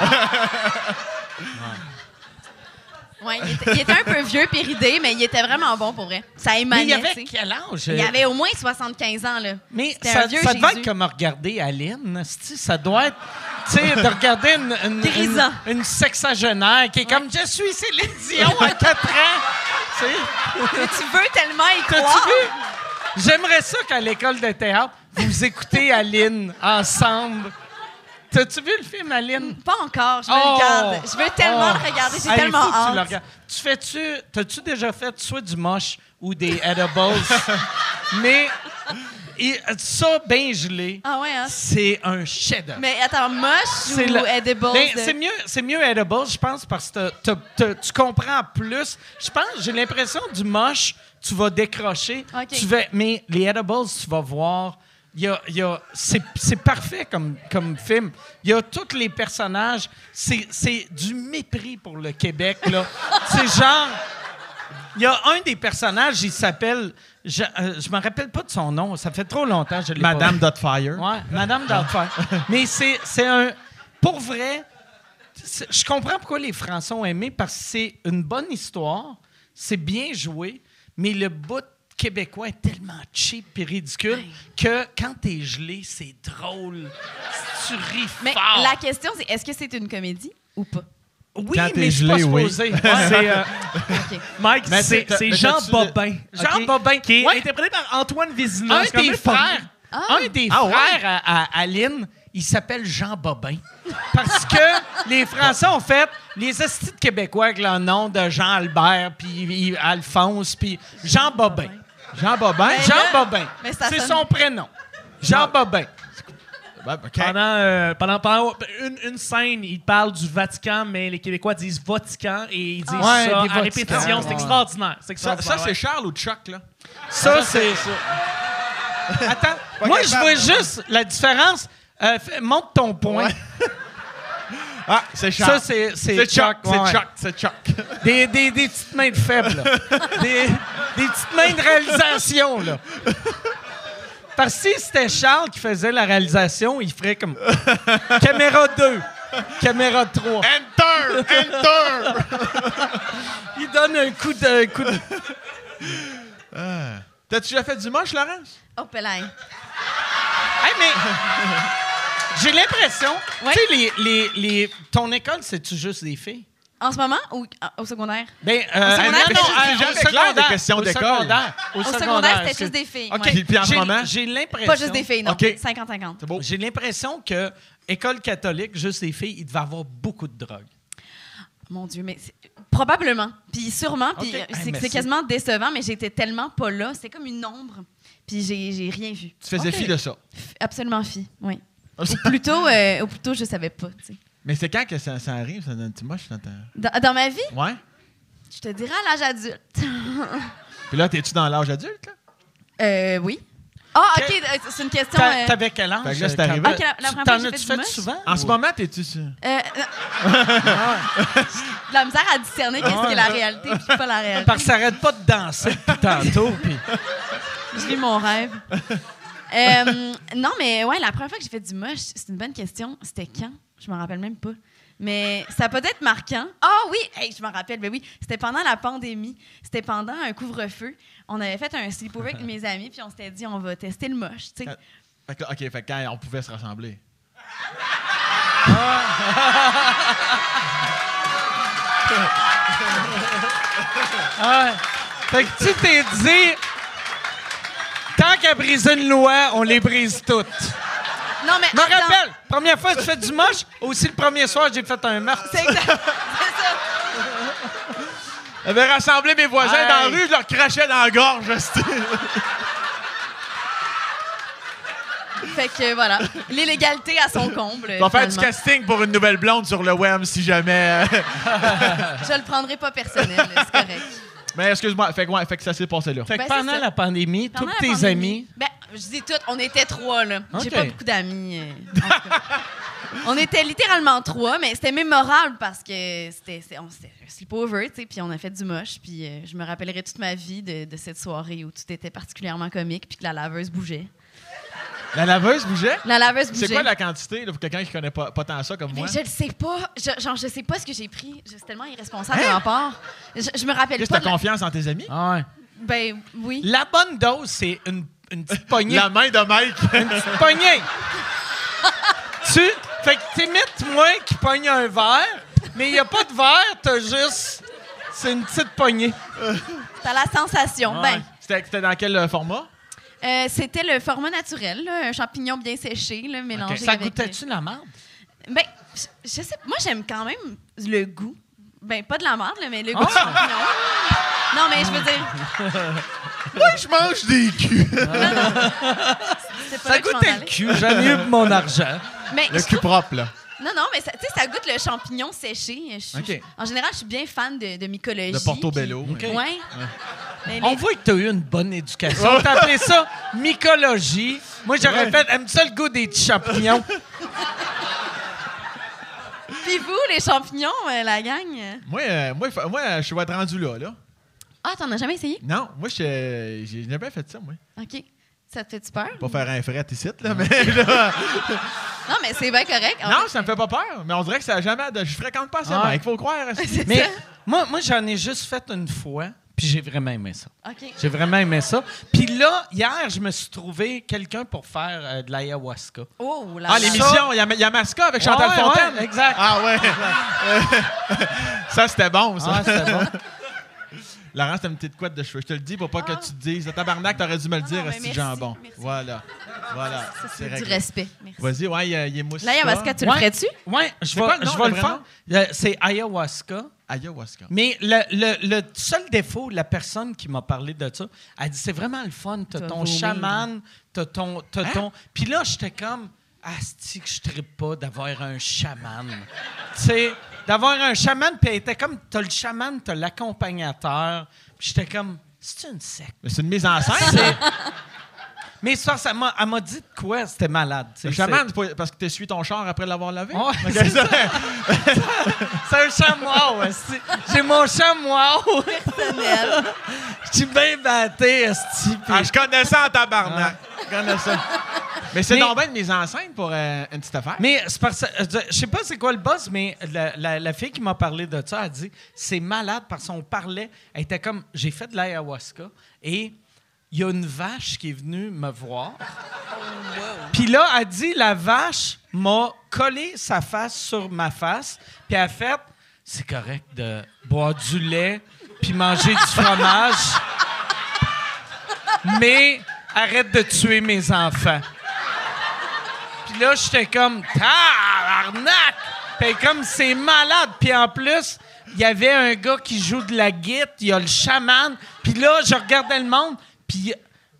Speaker 5: Ouais, il, était, il était un peu vieux, péridé, mais il était vraiment bon pour vrai. Ça
Speaker 4: Mais
Speaker 5: émanait.
Speaker 4: il y avait
Speaker 5: tu sais.
Speaker 4: quel âge?
Speaker 5: Il y avait au moins 75 ans, là.
Speaker 4: Mais
Speaker 5: C'était un
Speaker 4: ça,
Speaker 5: vieux
Speaker 4: ça devait
Speaker 5: Jésus.
Speaker 4: être comme regarder Aline, esti, ça doit être, tu sais, de regarder une, une,
Speaker 5: Grisant.
Speaker 4: une- une sexagénaire qui est comme « Je suis Céline Dion à 4 ans! » Tu sais,
Speaker 5: Mais tu veux tellement y
Speaker 4: t'as-tu
Speaker 5: croire.
Speaker 4: vu? J'aimerais ça qu'à l'école de théâtre, vous écoutez Aline ensemble. T'as-tu vu le film Aline?
Speaker 5: Pas encore, je me
Speaker 4: Oh!
Speaker 5: le garde. Je veux tellement
Speaker 4: Oh!
Speaker 5: le regarder, Ah, j'ai
Speaker 4: Hey,
Speaker 5: tellement
Speaker 4: faut que Tu, le
Speaker 5: hâte.
Speaker 4: regardes. tu fais-tu, t'as-tu déjà fait soit du moche ou des edibles? Mais et, ça, bien gelé,
Speaker 5: Ah ouais, hein?
Speaker 4: c'est un chef-d'œuvre.
Speaker 5: Mais attends, moche ou
Speaker 4: C'est le-
Speaker 5: edible?
Speaker 4: Ben,
Speaker 5: de-
Speaker 4: c'est mieux, c'est mieux edible, je pense, parce que t'as- t'as- tu comprends plus. Je pense, j'ai l'impression du moche, tu vas décrocher.
Speaker 5: Ok.
Speaker 4: Tu vas, mais les edibles, tu vas voir. il Y a, il y a- c'est, c'est parfait comme, comme film. Il y a tous les personnages. C'est, c'est du mépris pour le Québec, là. c'est genre. Il y a un des personnages, il s'appelle. Je ne me rappelle pas de son nom. Ça fait trop longtemps que je l'ai pas vu.
Speaker 6: Madame Dotfire.
Speaker 4: Ouais, Madame d'Alphère. Mais c'est c'est un. Pour vrai, c'est- je comprends pourquoi les Français ont aimé, parce que c'est une bonne histoire, c'est bien joué, mais le bout québécois est tellement cheap et ridicule que quand t'es gelé, c'est drôle. Tu ris
Speaker 5: Mais
Speaker 4: fort.
Speaker 5: la question, c'est est-ce que c'est une comédie ou pas?
Speaker 4: Oui,
Speaker 6: Quand t'es
Speaker 4: mais c'est pas
Speaker 6: gelé, oui.
Speaker 4: supposé. Ouais, c'est, euh,
Speaker 5: OK.
Speaker 3: Mike,
Speaker 6: Mais
Speaker 3: c'est
Speaker 6: t'as-
Speaker 3: c'est
Speaker 6: mais
Speaker 3: Jean
Speaker 6: t'as-tu de-
Speaker 3: Bobin.
Speaker 4: Jean
Speaker 3: ok?
Speaker 4: Bobin.
Speaker 3: Qui est
Speaker 4: Ouais.
Speaker 3: interprété par Antoine Vézina.
Speaker 4: un
Speaker 3: C'est quand
Speaker 4: des
Speaker 3: même pas-
Speaker 4: frères,
Speaker 5: Ah.
Speaker 4: un des
Speaker 6: Ah ouais?
Speaker 4: frères à, à Aline, il s'appelle Jean Bobin. Parce que les Français ont fait les hosties de Québécois avec le nom de Jean-Albert, puis il- Alphonse, puis Jean Bobin.
Speaker 6: Jean Bobin.
Speaker 5: Mais
Speaker 4: Jean
Speaker 5: Ben là-
Speaker 4: Bobin.
Speaker 5: mais ça
Speaker 4: C'est
Speaker 5: sonne-
Speaker 4: son prénom. Jean Bobin.
Speaker 6: Ben, ok.
Speaker 3: Pendant, euh, pendant, pendant une, une scène, il parle du Vatican, mais les Québécois disent Vatican et ils disent
Speaker 4: Ouais,
Speaker 3: ça
Speaker 4: des
Speaker 3: à
Speaker 4: Vaticans.
Speaker 3: répétition.
Speaker 4: Ouais.
Speaker 3: C'est extraordinaire. C'est
Speaker 6: Ça,
Speaker 3: extraordinaire.
Speaker 6: ça, c'est Charles ou Chuck, là?
Speaker 4: Ça, c'est. Attends, moi, je
Speaker 6: capable.
Speaker 4: vois juste la différence. Euh, fais- montre ton point.
Speaker 6: Ah, c'est Chuck.
Speaker 4: Ça, c'est c'est
Speaker 6: c'est Chuck.
Speaker 4: ouais, ouais.
Speaker 6: C'est Chuck. C'est Chuck.
Speaker 4: Des, des, des petites mains de faible, là. des, des petites mains de réalisation, là. Parce que si c'était Charles qui faisait la réalisation, il ferait comme caméra 2, caméra 3.
Speaker 6: Enter! Enter!
Speaker 4: Il donne un coup de. un coup de-
Speaker 6: T'as-tu déjà fait du moche, Laurence?
Speaker 5: Oh, pelaille.
Speaker 4: Hey, mais. J'ai l'impression. Tu sais, les, les, les- ton école, c'est-tu juste des filles?
Speaker 5: En ce moment ou ah, au secondaire?
Speaker 4: Ben, euh,
Speaker 5: secondaire,
Speaker 4: non,
Speaker 5: c'est
Speaker 4: non,
Speaker 5: juste-
Speaker 4: euh,
Speaker 6: c'est
Speaker 4: au
Speaker 6: jamais clair,
Speaker 4: secondaire,
Speaker 6: des questions
Speaker 4: au
Speaker 6: d'école.
Speaker 4: secondaire, Au
Speaker 5: secondaire, c'était
Speaker 4: excuse.
Speaker 5: juste des filles,
Speaker 4: OK.
Speaker 5: ouais.
Speaker 6: Puis- puis en ce
Speaker 4: J'ai-
Speaker 6: moment?
Speaker 4: J'ai l'impression.
Speaker 5: Pas juste des filles, non.
Speaker 6: OK.
Speaker 5: 50-50.
Speaker 6: C'est beau.
Speaker 4: J'ai l'impression que école catholique, juste les filles, il devait avoir beaucoup de drogue.
Speaker 5: Mon Dieu, mais c'est- probablement, puis sûrement, puis
Speaker 4: Ok.
Speaker 5: euh,
Speaker 4: Hey,
Speaker 5: c'est
Speaker 4: merci.
Speaker 5: c'est quasiment décevant, mais j'étais tellement pas là, c'était comme une ombre, puis j'ai j'ai rien vu.
Speaker 6: Tu faisais
Speaker 4: Ok.
Speaker 6: fi de ça.
Speaker 5: F- Absolument fille, oui.
Speaker 4: Ah,
Speaker 5: Ou plutôt, euh, ou plutôt, je savais pas. tu sais.
Speaker 6: Mais c'est quand que ça, ça arrive, ça donne un petit moche dans ta...
Speaker 5: Dans, dans ma vie,
Speaker 6: Ouais?
Speaker 5: je te dirais à l'âge adulte.
Speaker 6: Puis là, t'es-tu dans l'âge adulte, là?
Speaker 5: euh, oui. Ah, ok,
Speaker 4: Que-
Speaker 5: euh, c'est une question.
Speaker 4: T'a-
Speaker 5: euh, ah,
Speaker 4: T'avais quel âge?
Speaker 6: Fait que là, c'est
Speaker 4: euh,
Speaker 6: arrivé.
Speaker 4: quand-
Speaker 5: Ok, la- la
Speaker 4: tu-
Speaker 5: première fois
Speaker 4: T'en
Speaker 5: que j'ai
Speaker 4: as-tu
Speaker 5: fait
Speaker 4: fait
Speaker 5: du
Speaker 4: souvent? Ah
Speaker 6: En ce moment, t'es-tu sur...
Speaker 5: euh, de la misère à discerner qu'est-ce qui est la réalité puis pas la réalité.
Speaker 4: Parce que ça arrête pas de danser depuis tantôt. puis-
Speaker 5: Je vis mon rêve. Euh, non, mais ouais, la première fois que j'ai fait du moche, c'est une bonne question. C'était quand? Je m'en rappelle même pas. Mais ça peut être marquant. Ah oui! Hey, je m'en rappelle. Ben oui, c'était pendant la pandémie. C'était pendant un couvre-feu. On avait fait un sleepover avec mes amis, puis on s'était dit, on va tester le moche. tu sais.
Speaker 6: Ah. Fait que là, OK, fait que quand on pouvait se rassembler.
Speaker 4: Ah ouais. Fait que tu t'es dit, tant qu'à briser une loi, on les brise toutes.
Speaker 5: Non, mais.
Speaker 4: Je me
Speaker 5: dans-
Speaker 4: rappelle, première fois que je fais du moche, aussi le premier soir, j'ai fait un meurtre.
Speaker 5: C'est exact- c'est ça.
Speaker 6: J'avais rassemblé mes voisins
Speaker 4: Hey.
Speaker 6: dans la rue, je leur crachais dans la gorge, c'était-
Speaker 5: Fait que voilà. L'illégalité à son comble.
Speaker 6: On va faire du
Speaker 5: finalement.
Speaker 6: casting pour une nouvelle blonde sur le web, si jamais... euh.
Speaker 5: Je le prendrai pas personnel, c'est correct.
Speaker 6: Mais excuse-moi, fait que, ouais, fait que ça s'est passé là.
Speaker 4: Fait que
Speaker 5: Ben, c'est
Speaker 4: pendant
Speaker 5: ça.
Speaker 4: la pandémie,
Speaker 5: Pendant
Speaker 4: tous
Speaker 5: la
Speaker 4: tes
Speaker 5: pandémie-
Speaker 4: amis.
Speaker 5: Ben, je dis tout, on était trois, là. J'ai
Speaker 4: Ok.
Speaker 5: pas beaucoup d'amis. euh, en tout cas. on était littéralement trois, mais c'était mémorable parce que c'était c'est- on- c'était un sleepover, tu sais, puis on a fait du moche, puis euh, je me rappellerai toute ma vie de, de cette soirée où tout était particulièrement comique, puis que la laveuse bougeait.
Speaker 6: La laveuse bougeait?
Speaker 5: La laveuse bougeait.
Speaker 6: C'est quoi la quantité, là, pour quelqu'un qui connaît pas, pas tant ça comme
Speaker 5: Mais
Speaker 6: moi?
Speaker 5: je le sais pas. Je, genre, je sais pas ce que j'ai pris. Je- C'est tellement irresponsable
Speaker 4: Hein?
Speaker 5: par rapport. Je, je me rappelle
Speaker 6: Qu'est-ce
Speaker 5: pas.
Speaker 6: que
Speaker 5: de
Speaker 6: t'as
Speaker 5: la-
Speaker 6: confiance en tes amis?
Speaker 4: Ah ouais.
Speaker 5: Ben oui.
Speaker 4: La bonne dose, c'est une, une petite poignée.
Speaker 6: La main de Mike!
Speaker 4: Une petite poignée. tu. Fait que t'imites moi qui pogne un verre, mais il n'y a pas de verre, t'as juste. C'est une petite poignée.
Speaker 5: T'as la sensation. Ben,
Speaker 6: C'était c'était dans quel euh, format?
Speaker 5: euh, c'était le format naturel, là, un champignon bien séché, là, mélangé
Speaker 4: Ça
Speaker 5: avec-
Speaker 4: goûtait-tu la merde?
Speaker 5: Ben, je, je sais. Moi, j'aime quand même le goût. Ben, pas de la merde, là, mais le goût.
Speaker 4: Ah!
Speaker 5: du champignon. Non, mais je veux dire,
Speaker 6: Je mange des culs!
Speaker 5: c'est pas
Speaker 4: Ça
Speaker 5: là que je m'en
Speaker 4: goûtait le
Speaker 5: allais.
Speaker 4: cul, j'aime mieux mon argent.
Speaker 5: Mais
Speaker 6: Le
Speaker 5: je
Speaker 6: cul
Speaker 5: trouve-
Speaker 6: propre, là.
Speaker 5: non, non, mais ça- tu sais, ça goûte le champignon séché. Je suis-
Speaker 6: OK.
Speaker 5: En général, je suis bien fan de, de mycologie.
Speaker 6: De Portobello.
Speaker 5: puis-
Speaker 4: OK.
Speaker 5: Ouais. Mais
Speaker 4: On
Speaker 5: les-
Speaker 4: voit que t'as eu une bonne éducation. On t'appelait ça mycologie. Moi, j'aurais
Speaker 6: Ouais.
Speaker 4: fait, aime ça le goût des petits champignons?
Speaker 5: Puis vous, les champignons, euh, la gang. euh,
Speaker 6: Moi, euh, moi, fa- moi, euh, je suis rendu là, là.
Speaker 5: Ah, t'en as jamais essayé?
Speaker 6: Non, moi, je- j'ai jamais fait ça, moi.
Speaker 5: OK. Ça te fait-tu peur?
Speaker 6: Pas faire un fret ici, là, mais là-
Speaker 5: Non, mais c'est bien correct. En
Speaker 6: Non,
Speaker 5: fait,
Speaker 6: ça me fait pas peur, mais on dirait que ça a jamais... de- Je fréquente pas ça,
Speaker 4: Ouais.
Speaker 6: Mike, faut croire.
Speaker 5: c'est
Speaker 4: Mais
Speaker 5: ça.
Speaker 4: moi, moi j'en ai juste fait une fois, puis j'ai vraiment aimé ça.
Speaker 5: OK.
Speaker 4: J'ai vraiment aimé ça. Puis là, hier, je me suis trouvé quelqu'un pour faire euh, de l'ayahuasca.
Speaker 5: Oh, là là.
Speaker 6: Ah, l'émission, il y a- il y a Masca avec Chantal
Speaker 4: Ouais, ouais,
Speaker 6: Fontaine.
Speaker 4: exact.
Speaker 6: Ah ouais. ça, c'était bon, ça.
Speaker 4: Ah, c'était bon.
Speaker 6: Laurence, t'as une petite couette de cheveux. Je te le dis pour pas que
Speaker 5: Ah.
Speaker 6: tu te dises. Le Tabarnak, t'aurais dû me le
Speaker 5: Non,
Speaker 6: dire,
Speaker 5: non, mais
Speaker 6: Asti
Speaker 5: merci,
Speaker 6: Jambon.
Speaker 5: merci.
Speaker 6: Voilà. Voilà.
Speaker 5: Ça,
Speaker 6: C'est
Speaker 5: c'est du
Speaker 6: réglé.
Speaker 5: respect. Merci.
Speaker 6: Vas-y, ouais, il, il est mousse.
Speaker 5: L'ayahuasca, tu le
Speaker 4: Ouais.
Speaker 5: ferais-tu?
Speaker 4: Ouais, je
Speaker 6: quoi
Speaker 4: vais
Speaker 6: le nom,
Speaker 4: je vais
Speaker 6: le
Speaker 4: le
Speaker 6: vrai nom?
Speaker 4: faire. Euh, C'est ayahuasca.
Speaker 6: Ayahuasca.
Speaker 4: Mais le, le- le seul défaut, la personne qui m'a parlé de ça, elle dit c'est vraiment le fun, t'as
Speaker 5: T'as
Speaker 4: ton
Speaker 5: vomi.
Speaker 4: chaman, t'as ton. t'as
Speaker 6: Hein?
Speaker 4: ton. Puis là, j'étais comme Asti, que je trippe pas d'avoir un chaman. tu sais, d'avoir un chaman, puis elle était comme t'as le chaman, t'as l'accompagnateur. Puis j'étais comme c'est une secte.
Speaker 6: Mais c'est une mise en scène.
Speaker 4: C'est-
Speaker 3: Mais ce soir, ça m'a- elle m'a dit de quoi? C'était malade. tu sais.
Speaker 6: Justement, pas- parce que tu suis ton char après l'avoir lavé.
Speaker 3: Ouais,
Speaker 6: Ok,
Speaker 3: c'est
Speaker 6: ça.
Speaker 3: C'est un chamois, esti. J'ai mon chamois.
Speaker 5: Personnel.
Speaker 3: Je suis bien batté, esti. puis-
Speaker 6: Ah, je connais ça en tabarnak. Je connais ça. Mais c'est
Speaker 3: Mais-
Speaker 6: donc bien de mise en scène pour euh, une petite affaire.
Speaker 3: Mais c'est parce que- euh, je sais pas c'est quoi le boss, mais la, la- la fille qui m'a parlé de ça a dit c'est malade parce qu'on parlait. Elle était comme j'ai fait de l'ayahuasca et il y a une vache qui est venue me voir. Puis là, elle dit la vache m'a collé sa face sur ma face, puis elle a fait c'est correct de boire du lait puis manger du fromage, mais arrête de tuer mes enfants. Puis là, j'étais comme tabarnak! Fait comme c'est malade. Puis en plus, il y avait un gars qui joue de la guitare, il y a le chaman. Puis là, je regardais le monde, puis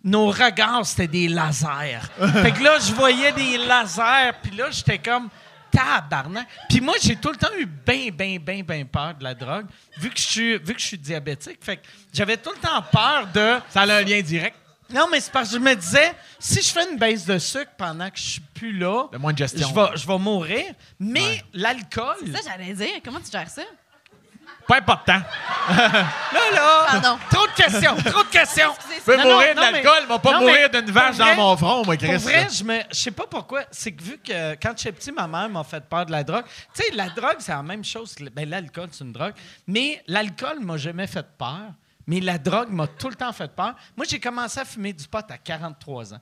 Speaker 3: nos regards, c'était des lasers. fait que là, je voyais des lasers, puis là, j'étais comme tabarnak. Puis moi, j'ai tout le temps eu ben, ben, ben, ben peur de la drogue, vu que je suis, vu que je suis diabétique. Fait que j'avais tout le temps peur de...
Speaker 6: Ça a un lien direct.
Speaker 3: Non, mais c'est parce que je me disais, si je fais une baisse de sucre pendant que je suis plus là,
Speaker 6: Le moins de
Speaker 3: je
Speaker 6: gestion.
Speaker 3: vais, je vais mourir. Mais l'alcool,
Speaker 5: Ça, j'allais dire. Comment tu gères ça?
Speaker 6: Pas important.
Speaker 3: là, là,
Speaker 5: Pardon.
Speaker 3: trop de questions, trop de questions.
Speaker 5: Excusez,
Speaker 6: Je peux
Speaker 3: Non,
Speaker 6: mourir
Speaker 3: non,
Speaker 6: de
Speaker 3: non,
Speaker 6: l'alcool,
Speaker 3: mais-
Speaker 6: mais pas
Speaker 3: non,
Speaker 6: mourir
Speaker 3: mais
Speaker 6: d'une vache
Speaker 3: pour
Speaker 6: dans
Speaker 3: vrai-
Speaker 6: mon front, moi,
Speaker 3: Pour
Speaker 6: Chris.
Speaker 3: vrai, je me, je sais pas pourquoi, c'est que vu que quand j'étais petit, ma mère m'a fait peur de la drogue. Tu sais, la drogue, c'est la même chose. que le- Ben, l'alcool, c'est une drogue. Mais l'alcool m'a jamais fait peur. Mais la drogue m'a tout le temps fait peur. Moi, j'ai commencé à fumer du pot à 43 ans.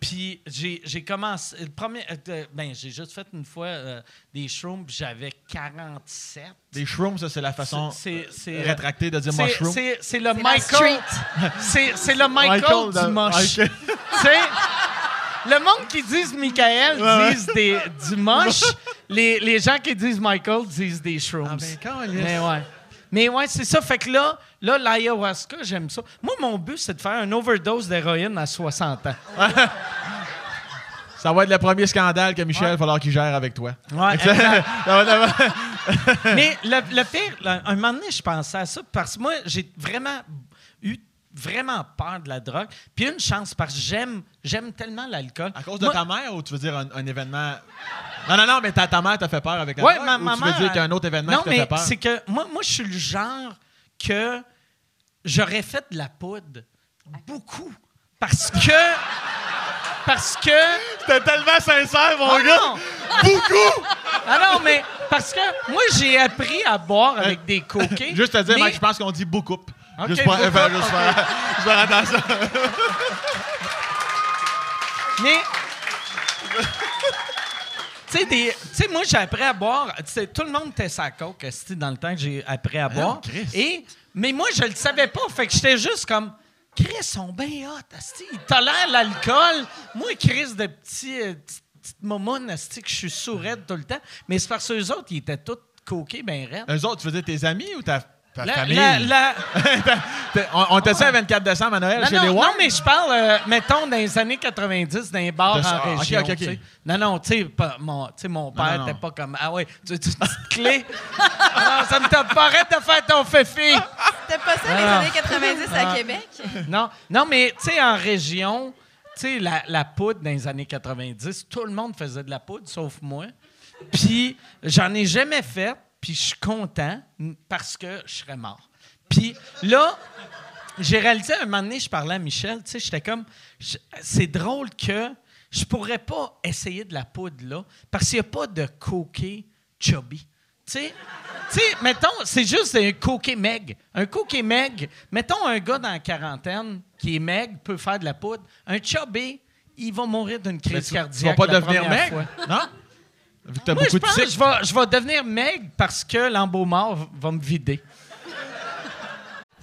Speaker 3: Puis j'ai j'ai commencé. Le premier, euh, euh, ben, j'ai juste fait une fois euh, des shrooms, puis j'avais 47.
Speaker 6: Des shrooms, ça, c'est la façon
Speaker 3: C'est- c'est-
Speaker 6: rétractée euh, de dire
Speaker 3: C'est-
Speaker 6: mushroom.
Speaker 3: C'est c'est le
Speaker 5: la
Speaker 3: Michael. C'est c'est le Michael,
Speaker 6: dans-
Speaker 3: du moche.
Speaker 6: Ok.
Speaker 3: Tu sais, le monde qui disent Michael
Speaker 6: Ouais,
Speaker 3: disent des, du moche. les, les gens qui disent Michael disent des shrooms.
Speaker 6: Ah, ben, quand,
Speaker 3: Mais ouais. Mais ouais, c'est ça. Fait que là, là l'ayahuasca, j'aime ça. Moi, mon but, c'est de faire une overdose d'héroïne à 60 ans.
Speaker 6: Ça va être le premier scandale que Michel, va falloir qu'il gère avec toi.
Speaker 3: Ouais, exact. Mais le, le pire, là, un moment donné, je pensais à ça parce que moi, j'ai vraiment eu vraiment peur de la drogue. Puis une chance parce que j'aime, j'aime tellement l'alcool.
Speaker 6: À cause de
Speaker 3: Moi-
Speaker 6: ta mère ou tu veux dire un, un événement. Non, non, non, mais ta, ta mère t'a fait peur avec la
Speaker 3: Ouais,
Speaker 6: drogue,
Speaker 3: ma,
Speaker 6: ou
Speaker 3: ma
Speaker 6: tu
Speaker 3: mère,
Speaker 6: veux dire
Speaker 3: elle-
Speaker 6: qu'il y a un autre événement
Speaker 3: non,
Speaker 6: qui t'a
Speaker 3: mais
Speaker 6: fait peur?
Speaker 3: c'est que moi, moi, je suis le genre que j'aurais fait de la poudre beaucoup parce que. Parce que.
Speaker 6: T'es tellement sincère, mon
Speaker 3: Ah non!
Speaker 6: Oh Beaucoup!
Speaker 3: Ah non, mais parce que moi, j'ai appris à boire avec des coquets.
Speaker 6: Juste à dire,
Speaker 3: mais-
Speaker 6: Mike, je pense qu'on dit beaucoup.
Speaker 3: Ok,
Speaker 6: juste pour
Speaker 3: beaucoup,
Speaker 6: faire- juste
Speaker 3: ok.
Speaker 6: faire- juste faire attention.
Speaker 3: Mais. Tu sais, des- tu sais, moi, j'ai appris à boire. tu sais, Tout le monde était sa coke esti, dans le temps que j'ai appris
Speaker 6: Ah,
Speaker 3: à boire.
Speaker 6: Chris.
Speaker 3: Et, mais moi, je le savais pas. Fait que j'étais juste comme. Chris, ils sont bien hot. Asti. Ils tolèrent l'alcool. Moi, Chris, de petits, euh, petites petites momounes, asti, que je suis sourette tout le temps. Mais c'est parce que eux autres, ils étaient tous coqués, ben raides.
Speaker 6: Eux autres, tu veux dire tes amis ou ta, ta
Speaker 3: La-
Speaker 6: famille?
Speaker 3: la- la-
Speaker 6: T'es- On, on t'a dit un 24 décembre à Noël
Speaker 3: Non,
Speaker 6: chez
Speaker 3: non,
Speaker 6: les
Speaker 3: non,
Speaker 6: Warren?
Speaker 3: mais je parle, euh, mettons, dans les années 90, dans les bars
Speaker 6: De ça,
Speaker 3: en
Speaker 6: ah, ok,
Speaker 3: région.
Speaker 6: ok, ok.
Speaker 3: tu sais. Non, non, tu sais, pas- mon, tu sais, mon père
Speaker 6: non,
Speaker 3: n'était
Speaker 6: non.
Speaker 3: pas comme. Ah ouais, tu tu- petite clé. Ah non, ça me tape pas. Arrête de faire ton fifi.
Speaker 5: C'était pas ça les
Speaker 3: Ah.
Speaker 5: années 90
Speaker 3: Ah.
Speaker 5: à Québec?
Speaker 3: Non, non mais tu sais, en région, tu sais, la, la poudre dans les années 90, tout le monde faisait de la poudre, sauf moi. Puis j'en ai jamais fait, puis je suis content m- parce que je serais mort. Puis là, j'ai réalisé un moment donné, je parlais à Michel, tu sais, j'étais comme, je- c'est drôle que je pourrais pas essayer de la poudre là, parce qu'il n'y a pas de coquet chubby. Tu sais, tu sais, mettons, c'est juste un coquet meg. Un coquet meg, mettons un gars dans la quarantaine qui est meg, peut faire de la poudre. Un chubby, il va mourir d'une
Speaker 6: Mais
Speaker 3: crise
Speaker 6: tu,
Speaker 3: cardiaque.
Speaker 6: tu vas pas
Speaker 3: la
Speaker 6: devenir
Speaker 3: première
Speaker 6: mec?
Speaker 3: fois.
Speaker 6: Non? Vu que t'as
Speaker 3: Moi, je
Speaker 6: beaucoup de
Speaker 3: pense que
Speaker 6: cycles.
Speaker 3: je vais, je vais devenir maigre parce que l'embaumeur v- va me vider.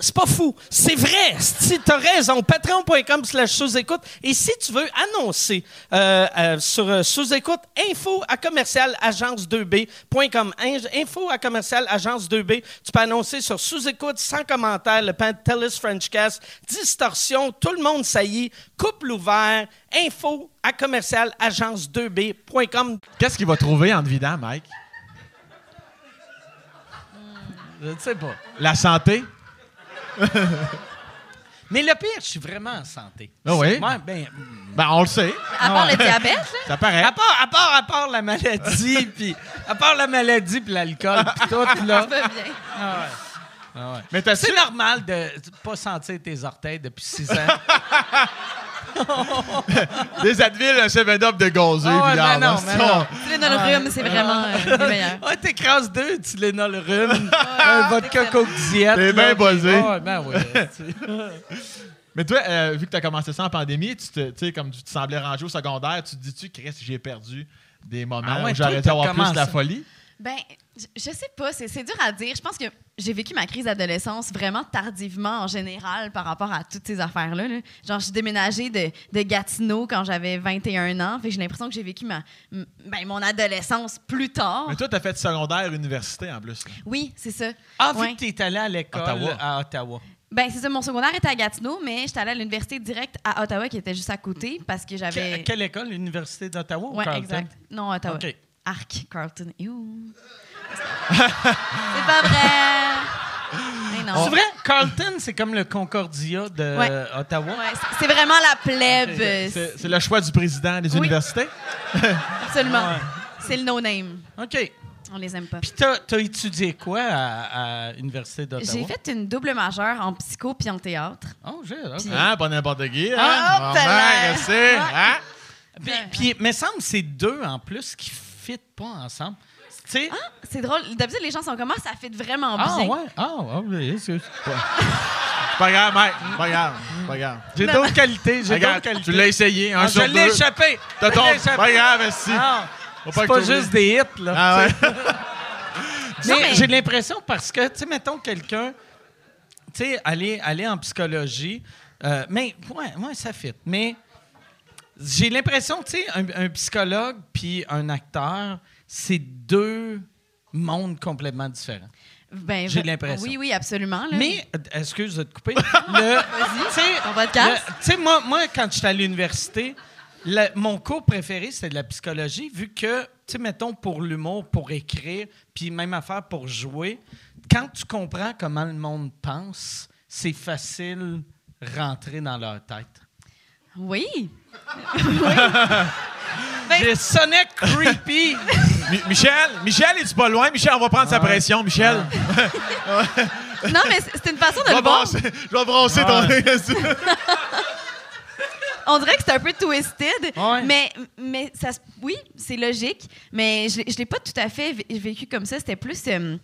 Speaker 4: C'est pas fou. C'est vrai. Si t'as raison, patreon.com slash sous-écoute. Et si tu veux annoncer euh, euh, sur euh, sous-écoute, info à commercial agence2b.com. In- Info à commercial agence2b. Tu peux annoncer sur sous-écoute, sans commentaire, le Pantelis Frenchcast, distorsion, tout le monde saillit, couple ouvert, info à commercial agence2b.com.
Speaker 6: Qu'est-ce qu'il va trouver en te vidant, Mike?
Speaker 4: Je ne sais pas.
Speaker 6: La santé?
Speaker 4: Mais le pire, je suis vraiment en santé.
Speaker 6: Ah oui?
Speaker 4: Ouais, ben,
Speaker 6: Ben, on le sait.
Speaker 5: À part le diabète, là.
Speaker 6: Ça paraît.
Speaker 4: À part, à part, à part la maladie, puis à part la maladie, puis l'alcool, puis
Speaker 6: Ah,
Speaker 4: tout là.
Speaker 5: Ça va bien.
Speaker 6: Mais t'as su...
Speaker 4: C'est normal de pas sentir tes orteils depuis six ans.
Speaker 6: des Advil, un 7-Up de hein, gazé.
Speaker 4: Ah ouais,
Speaker 6: puis là,
Speaker 4: mais non,
Speaker 6: là,
Speaker 4: mais
Speaker 6: c'est-
Speaker 4: non.
Speaker 5: Tylenol rhume, c'est vraiment euh, le
Speaker 6: hein.
Speaker 5: meilleur.
Speaker 4: Ouais, t'écrases deux, tu les le rhume, un vodka coke diète.
Speaker 6: ah, T'es
Speaker 4: là,
Speaker 6: bien
Speaker 4: puis-
Speaker 6: buzzé.
Speaker 4: Ouais, ben oui. tu-
Speaker 6: Mais toi, euh, vu que t'as commencé ça en pandémie, tu te, tu sais, comme tu te semblais rangé au secondaire, tu te dis-tu, Chris, j'ai perdu des moments
Speaker 4: Ah ouais,
Speaker 6: où
Speaker 4: toi,
Speaker 6: j'aurais dû
Speaker 4: t'as
Speaker 6: avoir plus de la
Speaker 4: commencé.
Speaker 6: folie?
Speaker 5: Ben, je- je sais pas, c'est c'est dur à dire. Je pense que j'ai vécu ma crise d'adolescence vraiment tardivement en général par rapport à toutes ces affaires-là. là. Genre, je suis déménagée de, de Gatineau quand j'avais 21 ans. Fait que j'ai l'impression que j'ai vécu ma, m- ben, mon adolescence plus tard.
Speaker 6: Mais toi, t'as fait secondaire, université en plus.
Speaker 5: Oui, c'est ça.
Speaker 4: Ah, vu
Speaker 5: Ouais.
Speaker 4: que t'es allé à l'école
Speaker 6: Ottawa.
Speaker 4: à Ottawa.
Speaker 5: Ben, c'est ça, mon secondaire était à Gatineau, mais j'étais allée à l'université directe à Ottawa qui était juste à côté parce que
Speaker 4: Que-
Speaker 5: j'avais.
Speaker 4: quelle école? L'Université d'Ottawa ou
Speaker 5: Ouais,
Speaker 4: Carleton?
Speaker 5: exact. Non, Ottawa.
Speaker 4: OK.
Speaker 5: Arc, Carlton. Ew. c'est pas vrai. Mais non.
Speaker 4: C'est vrai? Carleton, c'est comme le Concordia de
Speaker 5: Ouais.
Speaker 4: euh, Ottawa.
Speaker 5: Ouais, c'est- c'est vraiment la plèbe. euh,
Speaker 6: C'est c'est le choix du président des
Speaker 5: Oui.
Speaker 6: universités?
Speaker 5: Absolument. C'est le no-name.
Speaker 4: OK.
Speaker 5: On les aime pas.
Speaker 4: Puis t'as, t'as étudié quoi à, à l'Université d'Ottawa?
Speaker 5: J'ai fait une double majeure en psycho puis en théâtre.
Speaker 4: Oh, j'ai... ok.
Speaker 5: Puis-
Speaker 6: Hein, pas n'importe qui, hein?
Speaker 5: Ah, hop, t'as l'air.
Speaker 6: je sais, hein?
Speaker 4: Puis,
Speaker 5: euh,
Speaker 4: puis, me semble que c'est deux en plus qui fit pas ensemble. Tu sais?
Speaker 5: Ah, c'est drôle. D'habitude, les gens sont comme Ah, ça fait vraiment
Speaker 4: Ah,
Speaker 5: bien.
Speaker 4: ouais. Ah, ah, oui, excuse.
Speaker 6: C'est Pas grave, Mike. C'est Pas grave. c'est Pas grave.
Speaker 4: J'ai d'autres qualités. J'ai
Speaker 6: Regarde,
Speaker 4: d'autres qualités.
Speaker 6: tu l'as essayé, un
Speaker 4: Ah,
Speaker 6: sur
Speaker 4: je l'ai
Speaker 6: deux.
Speaker 4: échappé.
Speaker 6: T'as
Speaker 4: Je
Speaker 6: ton...
Speaker 4: l'ai
Speaker 6: C'est
Speaker 4: échappé.
Speaker 6: Pas grave, esti.
Speaker 4: Ah,
Speaker 6: Faut
Speaker 4: c'est
Speaker 6: que
Speaker 4: pas
Speaker 6: t'oublies.
Speaker 4: juste des hits, là.
Speaker 6: Ah ouais.
Speaker 5: Non,
Speaker 4: Mais
Speaker 5: mais-
Speaker 4: j'ai l'impression parce que, tu sais, mettons quelqu'un, tu sais, aller, aller en psychologie, euh, mais, ouais, ouais, ça fit. Mais j'ai l'impression, tu sais, un, un psychologue puis un acteur, c'est deux mondes complètement différents.
Speaker 5: Ben,
Speaker 4: J'ai
Speaker 5: ben,
Speaker 4: l'impression.
Speaker 5: Oui, oui, absolument. là.
Speaker 4: Mais, euh, excuse de te couper, le.
Speaker 5: Vas-y,
Speaker 4: tu sais,
Speaker 5: ton podcast.
Speaker 4: le- Tu sais, moi, moi, quand j'étais à l'université, le- mon cours préféré, c'était de la psychologie, vu que, tu sais, mettons, pour l'humour, pour écrire, puis même affaire pour jouer, quand tu comprends comment le monde pense, c'est facile rentrer dans leur tête.
Speaker 5: Oui.
Speaker 4: J'ai sonné creepy.
Speaker 6: Mi- Michel, Michel, es-tu pas loin? Michel, on va prendre sa pression, Michel.
Speaker 5: Non, mais c'est c'est une façon de
Speaker 6: Je
Speaker 5: le
Speaker 6: vais
Speaker 5: voir.
Speaker 6: brasser- je vais brasser
Speaker 4: Ah,
Speaker 6: ton...
Speaker 5: On dirait que c'est un peu twisted,
Speaker 4: Ouais.
Speaker 5: mais, mais ça, se- oui, c'est logique, mais je ne l'ai pas tout à fait vé- vécu comme ça. C'était plus. euh,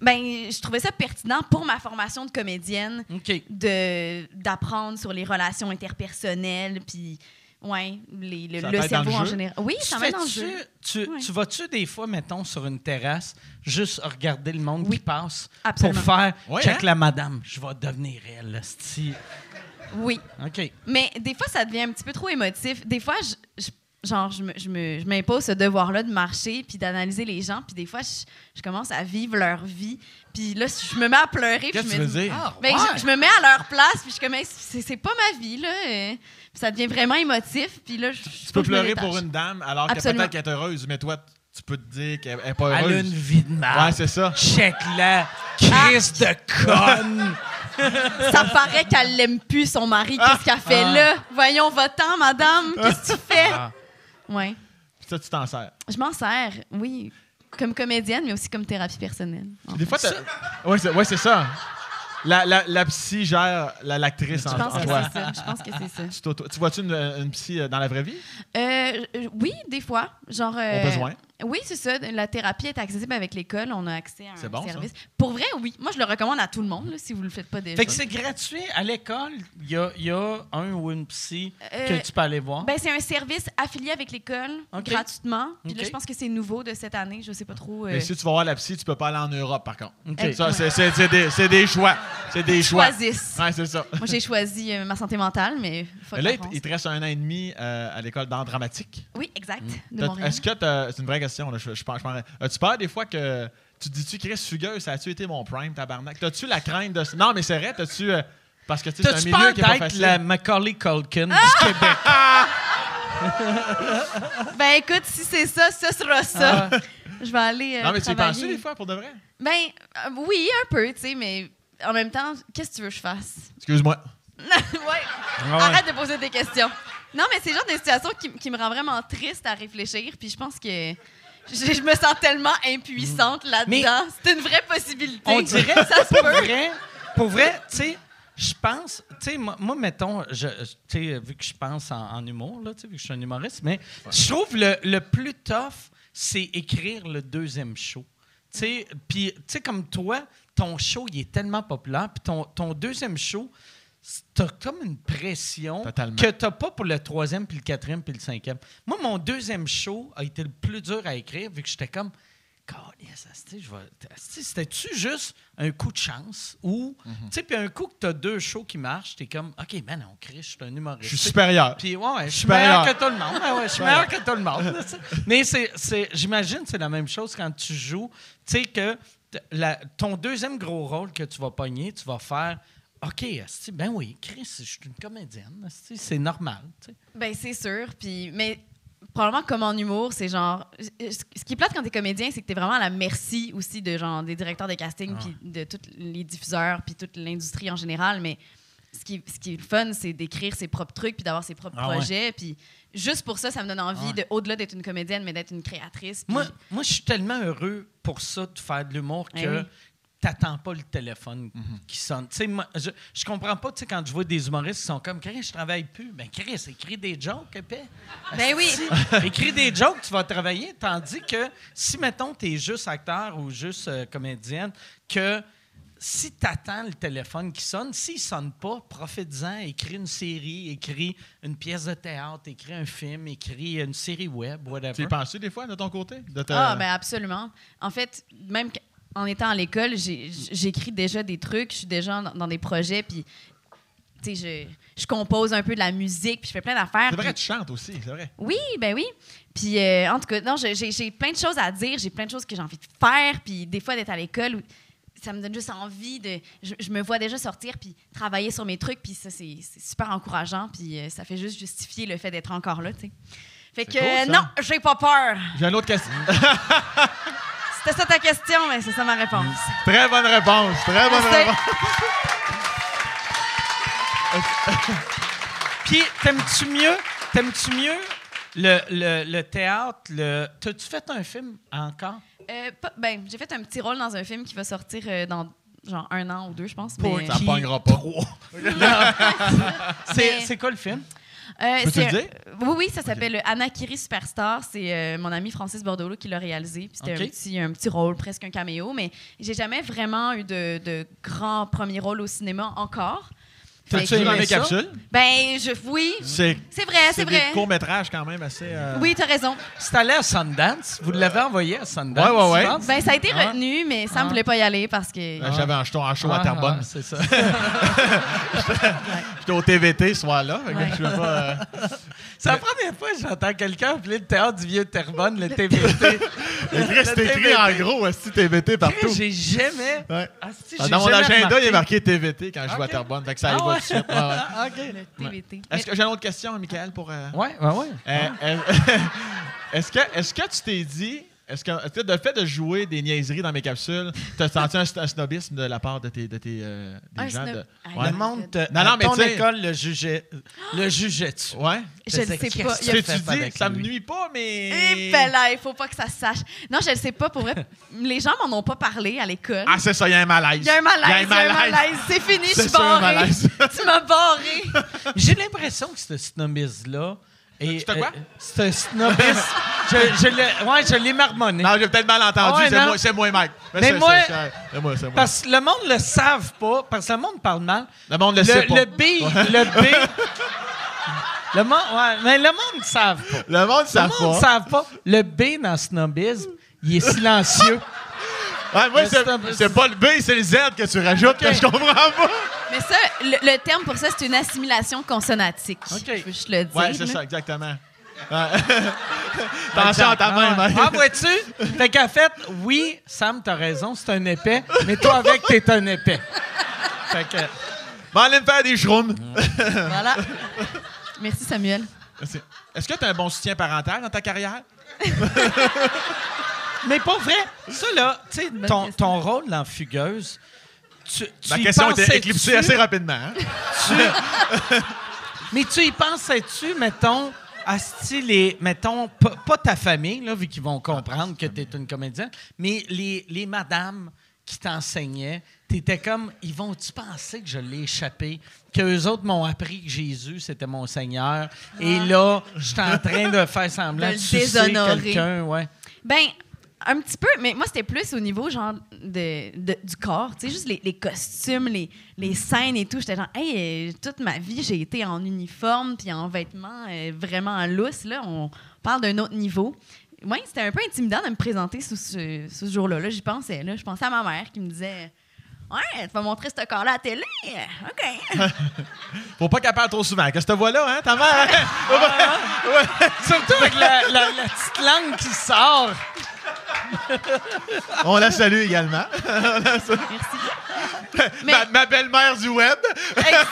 Speaker 5: ben, je trouvais ça pertinent pour ma formation de comédienne
Speaker 4: OK.
Speaker 5: de d'apprendre sur les relations interpersonnelles, puis ouais, les- le,
Speaker 6: Ça
Speaker 5: le
Speaker 6: t'aide dans le
Speaker 5: cerveau en
Speaker 6: jeu?
Speaker 5: général. Oui,
Speaker 4: Tu
Speaker 5: ça m'aide dans le
Speaker 4: fais-tu-
Speaker 5: jeu.
Speaker 4: Tu,
Speaker 5: Ouais.
Speaker 4: tu vas-tu des fois, mettons, sur une terrasse, juste regarder le monde
Speaker 5: Oui.
Speaker 4: qui passe
Speaker 5: Absolument.
Speaker 4: pour faire
Speaker 6: Ouais,
Speaker 4: check
Speaker 6: hein?
Speaker 4: la madame, je vais devenir elle, esti.
Speaker 5: Oui.
Speaker 4: OK.
Speaker 5: Mais des fois, ça devient un petit peu trop émotif. Des fois, je, je- genre, je, me- je me- je m'impose ce devoir-là de marcher puis d'analyser les gens. Puis des fois, je, je commence à vivre leur vie. Puis là, je me mets à pleurer. puis
Speaker 6: Qu'est-ce que
Speaker 5: je
Speaker 6: tu
Speaker 5: me
Speaker 6: veux
Speaker 5: dis-
Speaker 4: ah,
Speaker 6: dire?
Speaker 5: Ben,
Speaker 4: Ouais.
Speaker 5: je, je me mets à leur place. Puis je commence, c'est, c'est pas ma vie, là. euh. Puis ça devient vraiment émotif. Puis là, je,
Speaker 6: Tu peux pleurer pour une dame alors que
Speaker 5: Absolument.
Speaker 6: peut-être qu'elle est heureuse, mais toi, tu peux te dire qu'elle n'est pas
Speaker 4: Elle a
Speaker 6: heureuse.
Speaker 4: une vie de merde.
Speaker 6: Ouais, c'est ça.
Speaker 4: check la crise de conne.
Speaker 5: Ça paraît qu'elle l'aime plus, son mari.
Speaker 6: Ah.
Speaker 5: Qu'est-ce qu'elle fait là? Voyons, va-t'en, madame. Qu'est-ce que tu fais?
Speaker 6: Ah.
Speaker 5: Ouais.
Speaker 6: Puis ça, tu t'en sers.
Speaker 5: Je m'en sers, oui, comme comédienne, mais aussi comme thérapie personnelle. en
Speaker 6: Des fois, t'as- Ouais, c'est ouais, c'est ça. La, la, la psy gère la- l'actrice
Speaker 5: Je
Speaker 6: en,
Speaker 5: pense
Speaker 6: en
Speaker 5: que
Speaker 6: toi.
Speaker 5: c'est ça. Je pense que c'est ça.
Speaker 6: Tu, t'auto- tu vois-tu une, une psy euh, dans la vraie vie?
Speaker 5: Euh, euh, oui, des fois. Genre. euh,
Speaker 6: Au besoin.
Speaker 5: Oui, c'est ça. La thérapie est accessible avec l'école. On a accès à un
Speaker 6: C'est bon, ça.
Speaker 5: service. Pour vrai, oui. Moi, je le recommande à tout le monde, là, si vous ne le faites pas déjà.
Speaker 4: Fait que c'est gratuit à l'école. Il y a, il y a un ou une psy
Speaker 5: Euh,
Speaker 4: que tu peux aller voir.
Speaker 5: Ben, c'est un service affilié avec l'école,
Speaker 4: OK.
Speaker 5: gratuitement. Puis là,
Speaker 4: OK.
Speaker 5: je pense que c'est nouveau de cette année. Je sais pas trop. euh,
Speaker 6: Mais si tu vas voir la psy, tu peux pas aller en Europe, par contre.
Speaker 4: OK.
Speaker 6: Ça, c'est- c'est c'est des, c'est des choix. C'est des choix.
Speaker 5: Choisissent.
Speaker 6: Ouais, c'est ça.
Speaker 5: Moi, j'ai choisi euh, ma santé mentale, mais fuck
Speaker 6: Mais là,
Speaker 5: la
Speaker 6: il te-
Speaker 5: France.
Speaker 6: il te reste un an et demi euh, à l'école d'art dramatique.
Speaker 5: Oui, exact. De
Speaker 6: Hmm. T'as-
Speaker 5: Montréal.
Speaker 6: Est-ce que t'as- c'est une vraie question là, je, je pense, je pense- As-tu peur des fois que tu te dis-tu Chris Fugueux, ça a-tu été mon prime tabarnak T'as-tu la crainte de Non, mais c'est vrai, t'as-tu euh, parce que tu sais,
Speaker 4: T'as-tu
Speaker 6: c'est un milieu
Speaker 4: peur
Speaker 6: qui est pas
Speaker 4: d'être
Speaker 6: facile.
Speaker 4: la Macaulay Culkin du Québec?
Speaker 5: Ben, écoute, si c'est ça, ce sera ça. Je vais aller. euh,
Speaker 6: Non, mais tu y
Speaker 5: travailler.
Speaker 6: penses des fois pour de vrai
Speaker 5: Ben, euh, oui, un peu, tu sais, mais en même temps, qu'est-ce que tu veux que je fasse?
Speaker 6: Excuse-moi.
Speaker 5: ouais.
Speaker 6: Ah
Speaker 5: Arrête de poser des questions. Non, mais c'est le genre de situation qui, qui me rend vraiment triste à réfléchir. Puis je pense que je, je me sens tellement impuissante
Speaker 6: Hmm.
Speaker 5: là-dedans. C'est une vraie possibilité.
Speaker 4: On dirait
Speaker 5: ça se
Speaker 4: pour
Speaker 5: peut.
Speaker 4: vrai, pour vrai, tu sais, je pense, tu sais, moi, moi, mettons, je, je- tu sais, vu que je pense en, en humour, là, tu sais, vu que je suis un humoriste, mais je trouve le, le plus tough, c'est écrire le deuxième show. Tu sais, puis, tu sais, comme toi, ton show, il est tellement populaire, puis ton, ton deuxième show, c'est- t'as comme une pression
Speaker 6: Totalement.
Speaker 4: que t'as pas pour le troisième, puis le quatrième, puis le cinquième. Moi, mon deuxième show a été le plus dur à écrire, vu que j'étais comme... Calisse, asti, je vais- asti, C'était-tu juste un coup de chance ou,
Speaker 6: Mhm.
Speaker 4: tu sais, puis un coup que t'as deux shows qui marchent, t'es comme, OK, man, on crie, je suis un humoriste.
Speaker 6: Je suis
Speaker 4: Tu sais,
Speaker 6: supérieur.
Speaker 4: Puis, ouais, ouais, je suis
Speaker 6: Supérieur.
Speaker 4: meilleur que tout le monde. Ouais, ouais, je suis meilleur que tout le monde. tu sais. Mais c'est, c'est- j'imagine que c'est la même chose quand tu joues. Tu sais, que t- la- ton deuxième gros rôle que tu vas pogner, tu vas faire, OK, asti, ben oui, Chris, je suis une comédienne. asti, C'est normal. tu sais.
Speaker 5: Ben, c'est sûr. Puis, mais probablement comme en humour, c'est genre. Ce qui est plate quand t'es comédien, c'est que t'es vraiment à la merci aussi de genre des directeurs de
Speaker 4: Ah.
Speaker 5: casting, puis de tous les diffuseurs, puis toute l'industrie en général. Mais ce qui, ce qui est le fun, c'est d'écrire ses propres trucs, puis d'avoir ses propres
Speaker 4: Ah ouais. Ah
Speaker 5: projets. Puis juste pour ça, ça me donne envie,
Speaker 4: Ouais.
Speaker 5: de, au-delà d'être une comédienne, mais d'être une créatrice. puis-
Speaker 4: Moi, moi je suis tellement heureux pour ça, de faire de l'humour, que
Speaker 5: Eh oui.
Speaker 4: t'attends pas le téléphone qui sonne. Tu sais, moi, je, je comprends pas, tu sais, quand je vois des humoristes qui sont comme « Chris, je travaille plus ben, ». Chris, écris des jokes, épais.
Speaker 5: Ben oui.
Speaker 4: Asti, écris des jokes, tu vas travailler. Tandis que si, mettons, t'es juste acteur ou juste euh, comédienne, que si t'attends le téléphone qui sonne, s'il sonne pas, profite-en, écris une série, écris une pièce de théâtre, écris un film, écris une série web, whatever.
Speaker 6: Tu y penses des fois de ton côté de ta-
Speaker 5: Ah, ben absolument. En fait, même qu- en étant à l'école, j'ai- j- j'écris déjà des trucs, je suis déjà dans, dans des projets, puis tu sais, je, je compose un peu de la musique, puis je fais plein d'affaires.
Speaker 6: C'est vrai,
Speaker 5: puis-
Speaker 6: tu chantes aussi, c'est vrai.
Speaker 5: oui, ben oui. Puis euh, en tout cas, non, je- j'ai j'ai plein de choses à dire, j'ai plein de choses que j'ai envie de faire, puis des fois d'être à l'école, ça me donne juste envie de. Je, je me vois déjà sortir puis travailler sur mes trucs, puis ça c'est c'est super encourageant, puis euh, ça fait juste justifier le fait d'être encore là, tu sais. Fait que
Speaker 6: cool, ça.
Speaker 5: euh, non, j'ai pas peur.
Speaker 6: J'ai une autre question.
Speaker 5: C'était ça ta question, mais c'est ça ma réponse.
Speaker 6: très bonne réponse, très bonne
Speaker 5: Merci.
Speaker 6: réponse.
Speaker 4: Puis, t'aimes-tu mieux, t'aimes-tu mieux le, le- le théâtre? Le... T'as-tu fait un film encore?
Speaker 5: Euh, pas- ben, j'ai fait un petit rôle dans un film qui va sortir euh, dans genre un an ou deux, je pense.
Speaker 4: Pour
Speaker 5: mais-
Speaker 6: Ça
Speaker 4: Qui-
Speaker 6: pognera pas.
Speaker 4: C'est,
Speaker 5: Mais-
Speaker 4: c'est quoi le film?
Speaker 5: Euh,
Speaker 6: Peux-tu
Speaker 5: c'est-
Speaker 6: le dire?
Speaker 5: Oui, oui, ça s'appelle Anakiri Superstar. C'est euh, mon ami Francis Bordeaux qui l'a réalisé. Puis C'était
Speaker 4: Ok.
Speaker 5: un, petit, un petit rôle, presque un caméo, mais j'ai jamais vraiment eu de, de grand premier rôle au cinéma encore. Fait
Speaker 6: T'as-tu
Speaker 5: que-
Speaker 6: aimé mes
Speaker 4: ça?
Speaker 6: capsules?
Speaker 5: Ben, je, oui,
Speaker 6: C'est
Speaker 5: c'est vrai, c'est
Speaker 6: c'est des
Speaker 5: vrai.
Speaker 6: courts-métrages quand même assez. euh,
Speaker 5: Oui, t'as raison.
Speaker 4: C'est allé à Sundance. Vous l'avez envoyé à Sundance.
Speaker 6: Ouais, ouais, ouais.
Speaker 4: je pense.
Speaker 5: Ben, ça a été
Speaker 4: Ah.
Speaker 5: retenu, mais ça
Speaker 4: Ah.
Speaker 5: me voulait pas y aller parce que.
Speaker 6: Ben, J'avais un jeton en show
Speaker 4: Ah,
Speaker 6: à Terrebonne.
Speaker 4: ah, c'est ça.
Speaker 6: J'étais au TVT ce soir-là. fait que
Speaker 5: Ouais.
Speaker 6: je suis même pas, euh,
Speaker 4: C'est la première fois que j'entends quelqu'un appeler le théâtre du vieux Terrebonne, le TVT.
Speaker 6: Chris, c'est écrit
Speaker 4: TVT.
Speaker 6: en gros, aussi TVT partout.
Speaker 4: J'ai jamais.
Speaker 6: Ouais.
Speaker 4: Asti,
Speaker 6: Ah,
Speaker 4: j'ai
Speaker 6: Dans mon
Speaker 4: jamais
Speaker 6: agenda,
Speaker 4: remarqué.
Speaker 6: il est marqué TVT quand je joue à
Speaker 4: Ok.
Speaker 6: Terrebonne. Fait que ça y
Speaker 4: Ah
Speaker 6: va
Speaker 4: ouais?
Speaker 6: tout de suite. Ouais, ouais.
Speaker 4: Ah, OK.
Speaker 5: TVT. Mais-
Speaker 6: Est-ce que j'ai une autre question, Michael, pour. euh,
Speaker 4: Ouais, ouais, ouais.
Speaker 6: euh, euh, est-ce, que, est-ce que tu t'es dit. Est-ce que, est-ce que le fait de jouer des niaiseries dans mes capsules, t'as senti un, un snobisme de la part de tes, de tes euh, des
Speaker 5: Un
Speaker 6: gens?
Speaker 5: snob-
Speaker 6: de-
Speaker 5: Ah,
Speaker 6: Ouais.
Speaker 4: Le monde, te-
Speaker 6: Non, non,
Speaker 4: à
Speaker 6: mais
Speaker 4: ton
Speaker 6: tu sais-
Speaker 4: école le jugeait, le jugeait-tu?
Speaker 6: Ouais.
Speaker 5: Je ne sais pas.
Speaker 4: Qu'est-ce
Speaker 5: Il
Speaker 6: Ce
Speaker 5: a
Speaker 6: que
Speaker 4: fait
Speaker 6: tu
Speaker 4: avec
Speaker 6: dis, ça me
Speaker 4: lui?
Speaker 6: nuit pas, mais.
Speaker 5: Et ben là, il faut pas que ça se sache. Non, je le sais pas pour vrai. Les gens m'en ont pas parlé à l'école.
Speaker 6: Ah, c'est ça, il y a un malaise.
Speaker 5: Il y a un malaise, il y a un malaise. C'est fini, je
Speaker 6: C'est
Speaker 5: suis
Speaker 6: ça, un
Speaker 5: barrée.
Speaker 6: malaise.
Speaker 5: Tu m'as barré.
Speaker 4: J'ai l'impression que ce snobisme-là. est-
Speaker 6: C'était quoi?
Speaker 4: euh, C'est un snobisme. Je, je l'ai- ouais, je l'ai marmonné.
Speaker 6: Non, j'ai peut-être mal entendu.
Speaker 4: Ah ouais,
Speaker 6: c'est,
Speaker 4: non.
Speaker 6: moi, c'est moi, Mike.
Speaker 4: Mais
Speaker 6: c'est-
Speaker 4: moi-
Speaker 6: c'est- c'est- c'est moi, c'est moi.
Speaker 4: Parce que le monde le savent pas, parce que le monde parle mal.
Speaker 6: Le monde le,
Speaker 4: Le,
Speaker 6: sait pas.
Speaker 4: le B, le B. le monde, ouais, mais le monde ne savent pas.
Speaker 6: Le monde ne
Speaker 4: Le
Speaker 6: savent
Speaker 4: monde
Speaker 6: pas.
Speaker 4: ne savent pas. Le B dans snobisme, il est silencieux.
Speaker 6: Ouais, moi,
Speaker 4: Le
Speaker 6: c'est,
Speaker 4: stop-
Speaker 6: c'est pas le B, c'est le Z que tu rajoutes. que Je comprends pas.
Speaker 5: Mais ça, le, le terme pour ça, c'est une assimilation consonatique.
Speaker 4: OK.
Speaker 5: Je veux juste le dire.
Speaker 6: Ouais, c'est
Speaker 5: là.
Speaker 6: ça, exactement. Ouais. Attention à ta main,
Speaker 4: Ah,
Speaker 6: Mike.
Speaker 4: ah, vois-tu? Fait qu'en fait, oui, Sam, t'as raison, c'est un épais, mais toi avec, t'es un épais. Fait que,
Speaker 6: Bon, allez me faire des shrooms.
Speaker 5: Voilà. Merci, Samuel.
Speaker 6: Merci. Est-ce que tu as un bon soutien parental dans ta carrière?
Speaker 4: mais pas vrai, ça là, tu sais,
Speaker 5: Bonne
Speaker 4: ton,
Speaker 5: question.
Speaker 4: ton rôle dans Fugueuse, tu, tu
Speaker 6: La
Speaker 4: y
Speaker 6: question était
Speaker 4: pensais-tu?
Speaker 6: éclipsée assez rapidement. hein?
Speaker 4: Mais tu y pensais-tu, mettons, à style les. Mettons, pas, pas ta famille, là, vu qu'ils vont comprendre que tu es une comédienne, mais les, les madames qui t'enseignaient, t'étais comme, ils vont-tu penser que je l'ai échappé? Qu'eux autres m'ont appris que Jésus, c'était mon Seigneur. Et là, je suis en train de faire semblant
Speaker 5: De
Speaker 4: de
Speaker 5: le
Speaker 4: sucer
Speaker 5: déshonorer.
Speaker 4: quelqu'un, ouais.
Speaker 5: Ben, un petit peu, mais moi, c'était plus au niveau, genre, de, de- du corps. Tu sais, juste les, les costumes, les, les scènes et tout. J'étais genre, hey, euh, toute ma vie, j'ai été en uniforme puis en vêtements euh, vraiment en lousse. Là, on parle d'un autre niveau. Oui, c'était un peu intimidant de me présenter sous ce, sous ce jour-là. Là, j'y pensais. Là. Je pensais à ma mère qui me disait, ouais, tu vas montrer ce corps-là à la télé. OK.
Speaker 6: Faut pas qu'elle parle trop souvent. Qu'est-ce que te vois là, hein, ta mère? hein? Faut pas-
Speaker 4: Surtout avec la, Euh, la- la petite langue qui sort.
Speaker 6: On la salue également.
Speaker 5: Merci. Mais-
Speaker 6: Ma, ma belle-mère du web.
Speaker 5: Exact.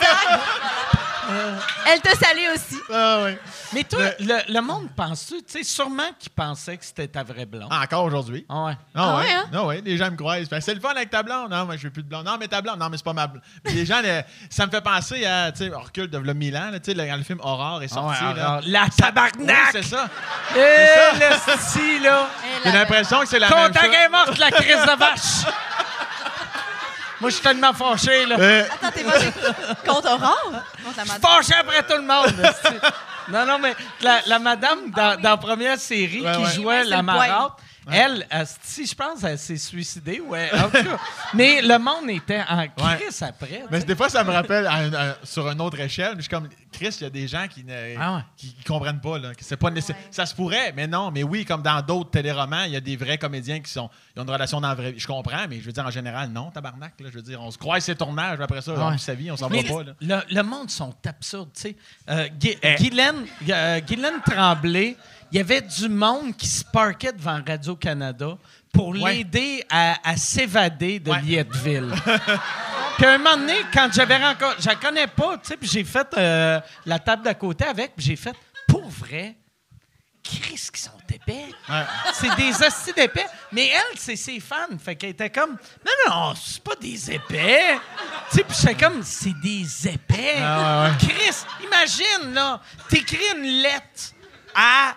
Speaker 5: Euh, Elle te salue aussi.
Speaker 6: Ah, oui.
Speaker 4: Mais toi, le, le monde pense-tu? Tu sais, sûrement qu'ils pensaient que c'était ta vraie blonde.
Speaker 6: Encore aujourd'hui.
Speaker 4: Ah ouais.
Speaker 5: Ah
Speaker 6: ouais.
Speaker 5: ouais, hein?
Speaker 6: Ah ouais, les gens me croisent. Ben, c'est le fun avec ta blonde. Non, moi, je veux plus de blonde. Non, mais ta blonde. Non, mais c'est pas ma blonde. Puis les gens, le- ça me fait penser à, tu sais, on recule de le Milan, tu sais, le- quand le film Horror est sorti.
Speaker 4: Ah ouais,
Speaker 6: là.
Speaker 4: alors, la
Speaker 6: Oui,
Speaker 4: tabarnak!
Speaker 6: c'est ça.
Speaker 4: Eh, le sti, là!
Speaker 6: J'ai l'impression que c'est la même
Speaker 4: Content
Speaker 6: chose.
Speaker 4: qu'elle est morte, la crise de vache! Moi, je suis tellement fâché, là.
Speaker 6: Euh,
Speaker 5: Attends, t'es pas contre Aurore? Contre la
Speaker 4: Je suis
Speaker 5: madame.
Speaker 4: fâché après tout le monde, le sti. Non, non, mais la, la madame dans, dans la première série
Speaker 6: Ouais,
Speaker 4: qui
Speaker 6: ouais.
Speaker 5: Ah Ouais,
Speaker 4: jouait
Speaker 5: c'est
Speaker 4: la
Speaker 5: le
Speaker 4: marate, elle, elle, si je pense, elle s'est suicidée, ouais. En tout cas, mais le monde était en crise après.
Speaker 6: Mais des fois, ça me rappelle à un- à- sur une autre échelle. mais Je suis comme, Chris, il y a des gens qui ne
Speaker 4: Ah ouais.
Speaker 6: qui, qui comprennent pas. Là, que c'est pas nécessaire. Ça se pourrait, mais non. Mais oui, comme dans d'autres téléromans, il y a des vrais comédiens qui sont, ils ont une relation dans la vraie vie. Je comprends, mais je veux dire, en général, non, tabarnak. Là, je veux dire, on se croise ses tournages, mais après ça, on
Speaker 4: Ouais.
Speaker 6: vit sa vie, on s'en va
Speaker 4: Mais
Speaker 6: pas. Là. Eh.
Speaker 4: Le, le monde sont absurdes, tu sais. Euh, Gui- Guylaine, euh, Guylaine Tremblay, il y avait du monde qui se parquait devant Radio-Canada pour
Speaker 6: Ouais.
Speaker 4: l'aider à, à s'évader de
Speaker 6: Ouais.
Speaker 4: Lietteville. Puis à un moment donné, quand j'avais rencontré, je la connais pas, tu sais, puis j'ai fait euh, la table d'à côté avec, puis j'ai fait, pour vrai, Christ, qui sont épais.
Speaker 6: Ouais.
Speaker 4: C'est des hosties d'épais. Mais elle, c'est ses fans. Fait qu'elle était comme, non, non, c'est pas des épais. Tu sais, puis j'étais comme, c'est des épais.
Speaker 6: Ah, ouais,
Speaker 4: Chris, imagine, là, t'écris une lettre à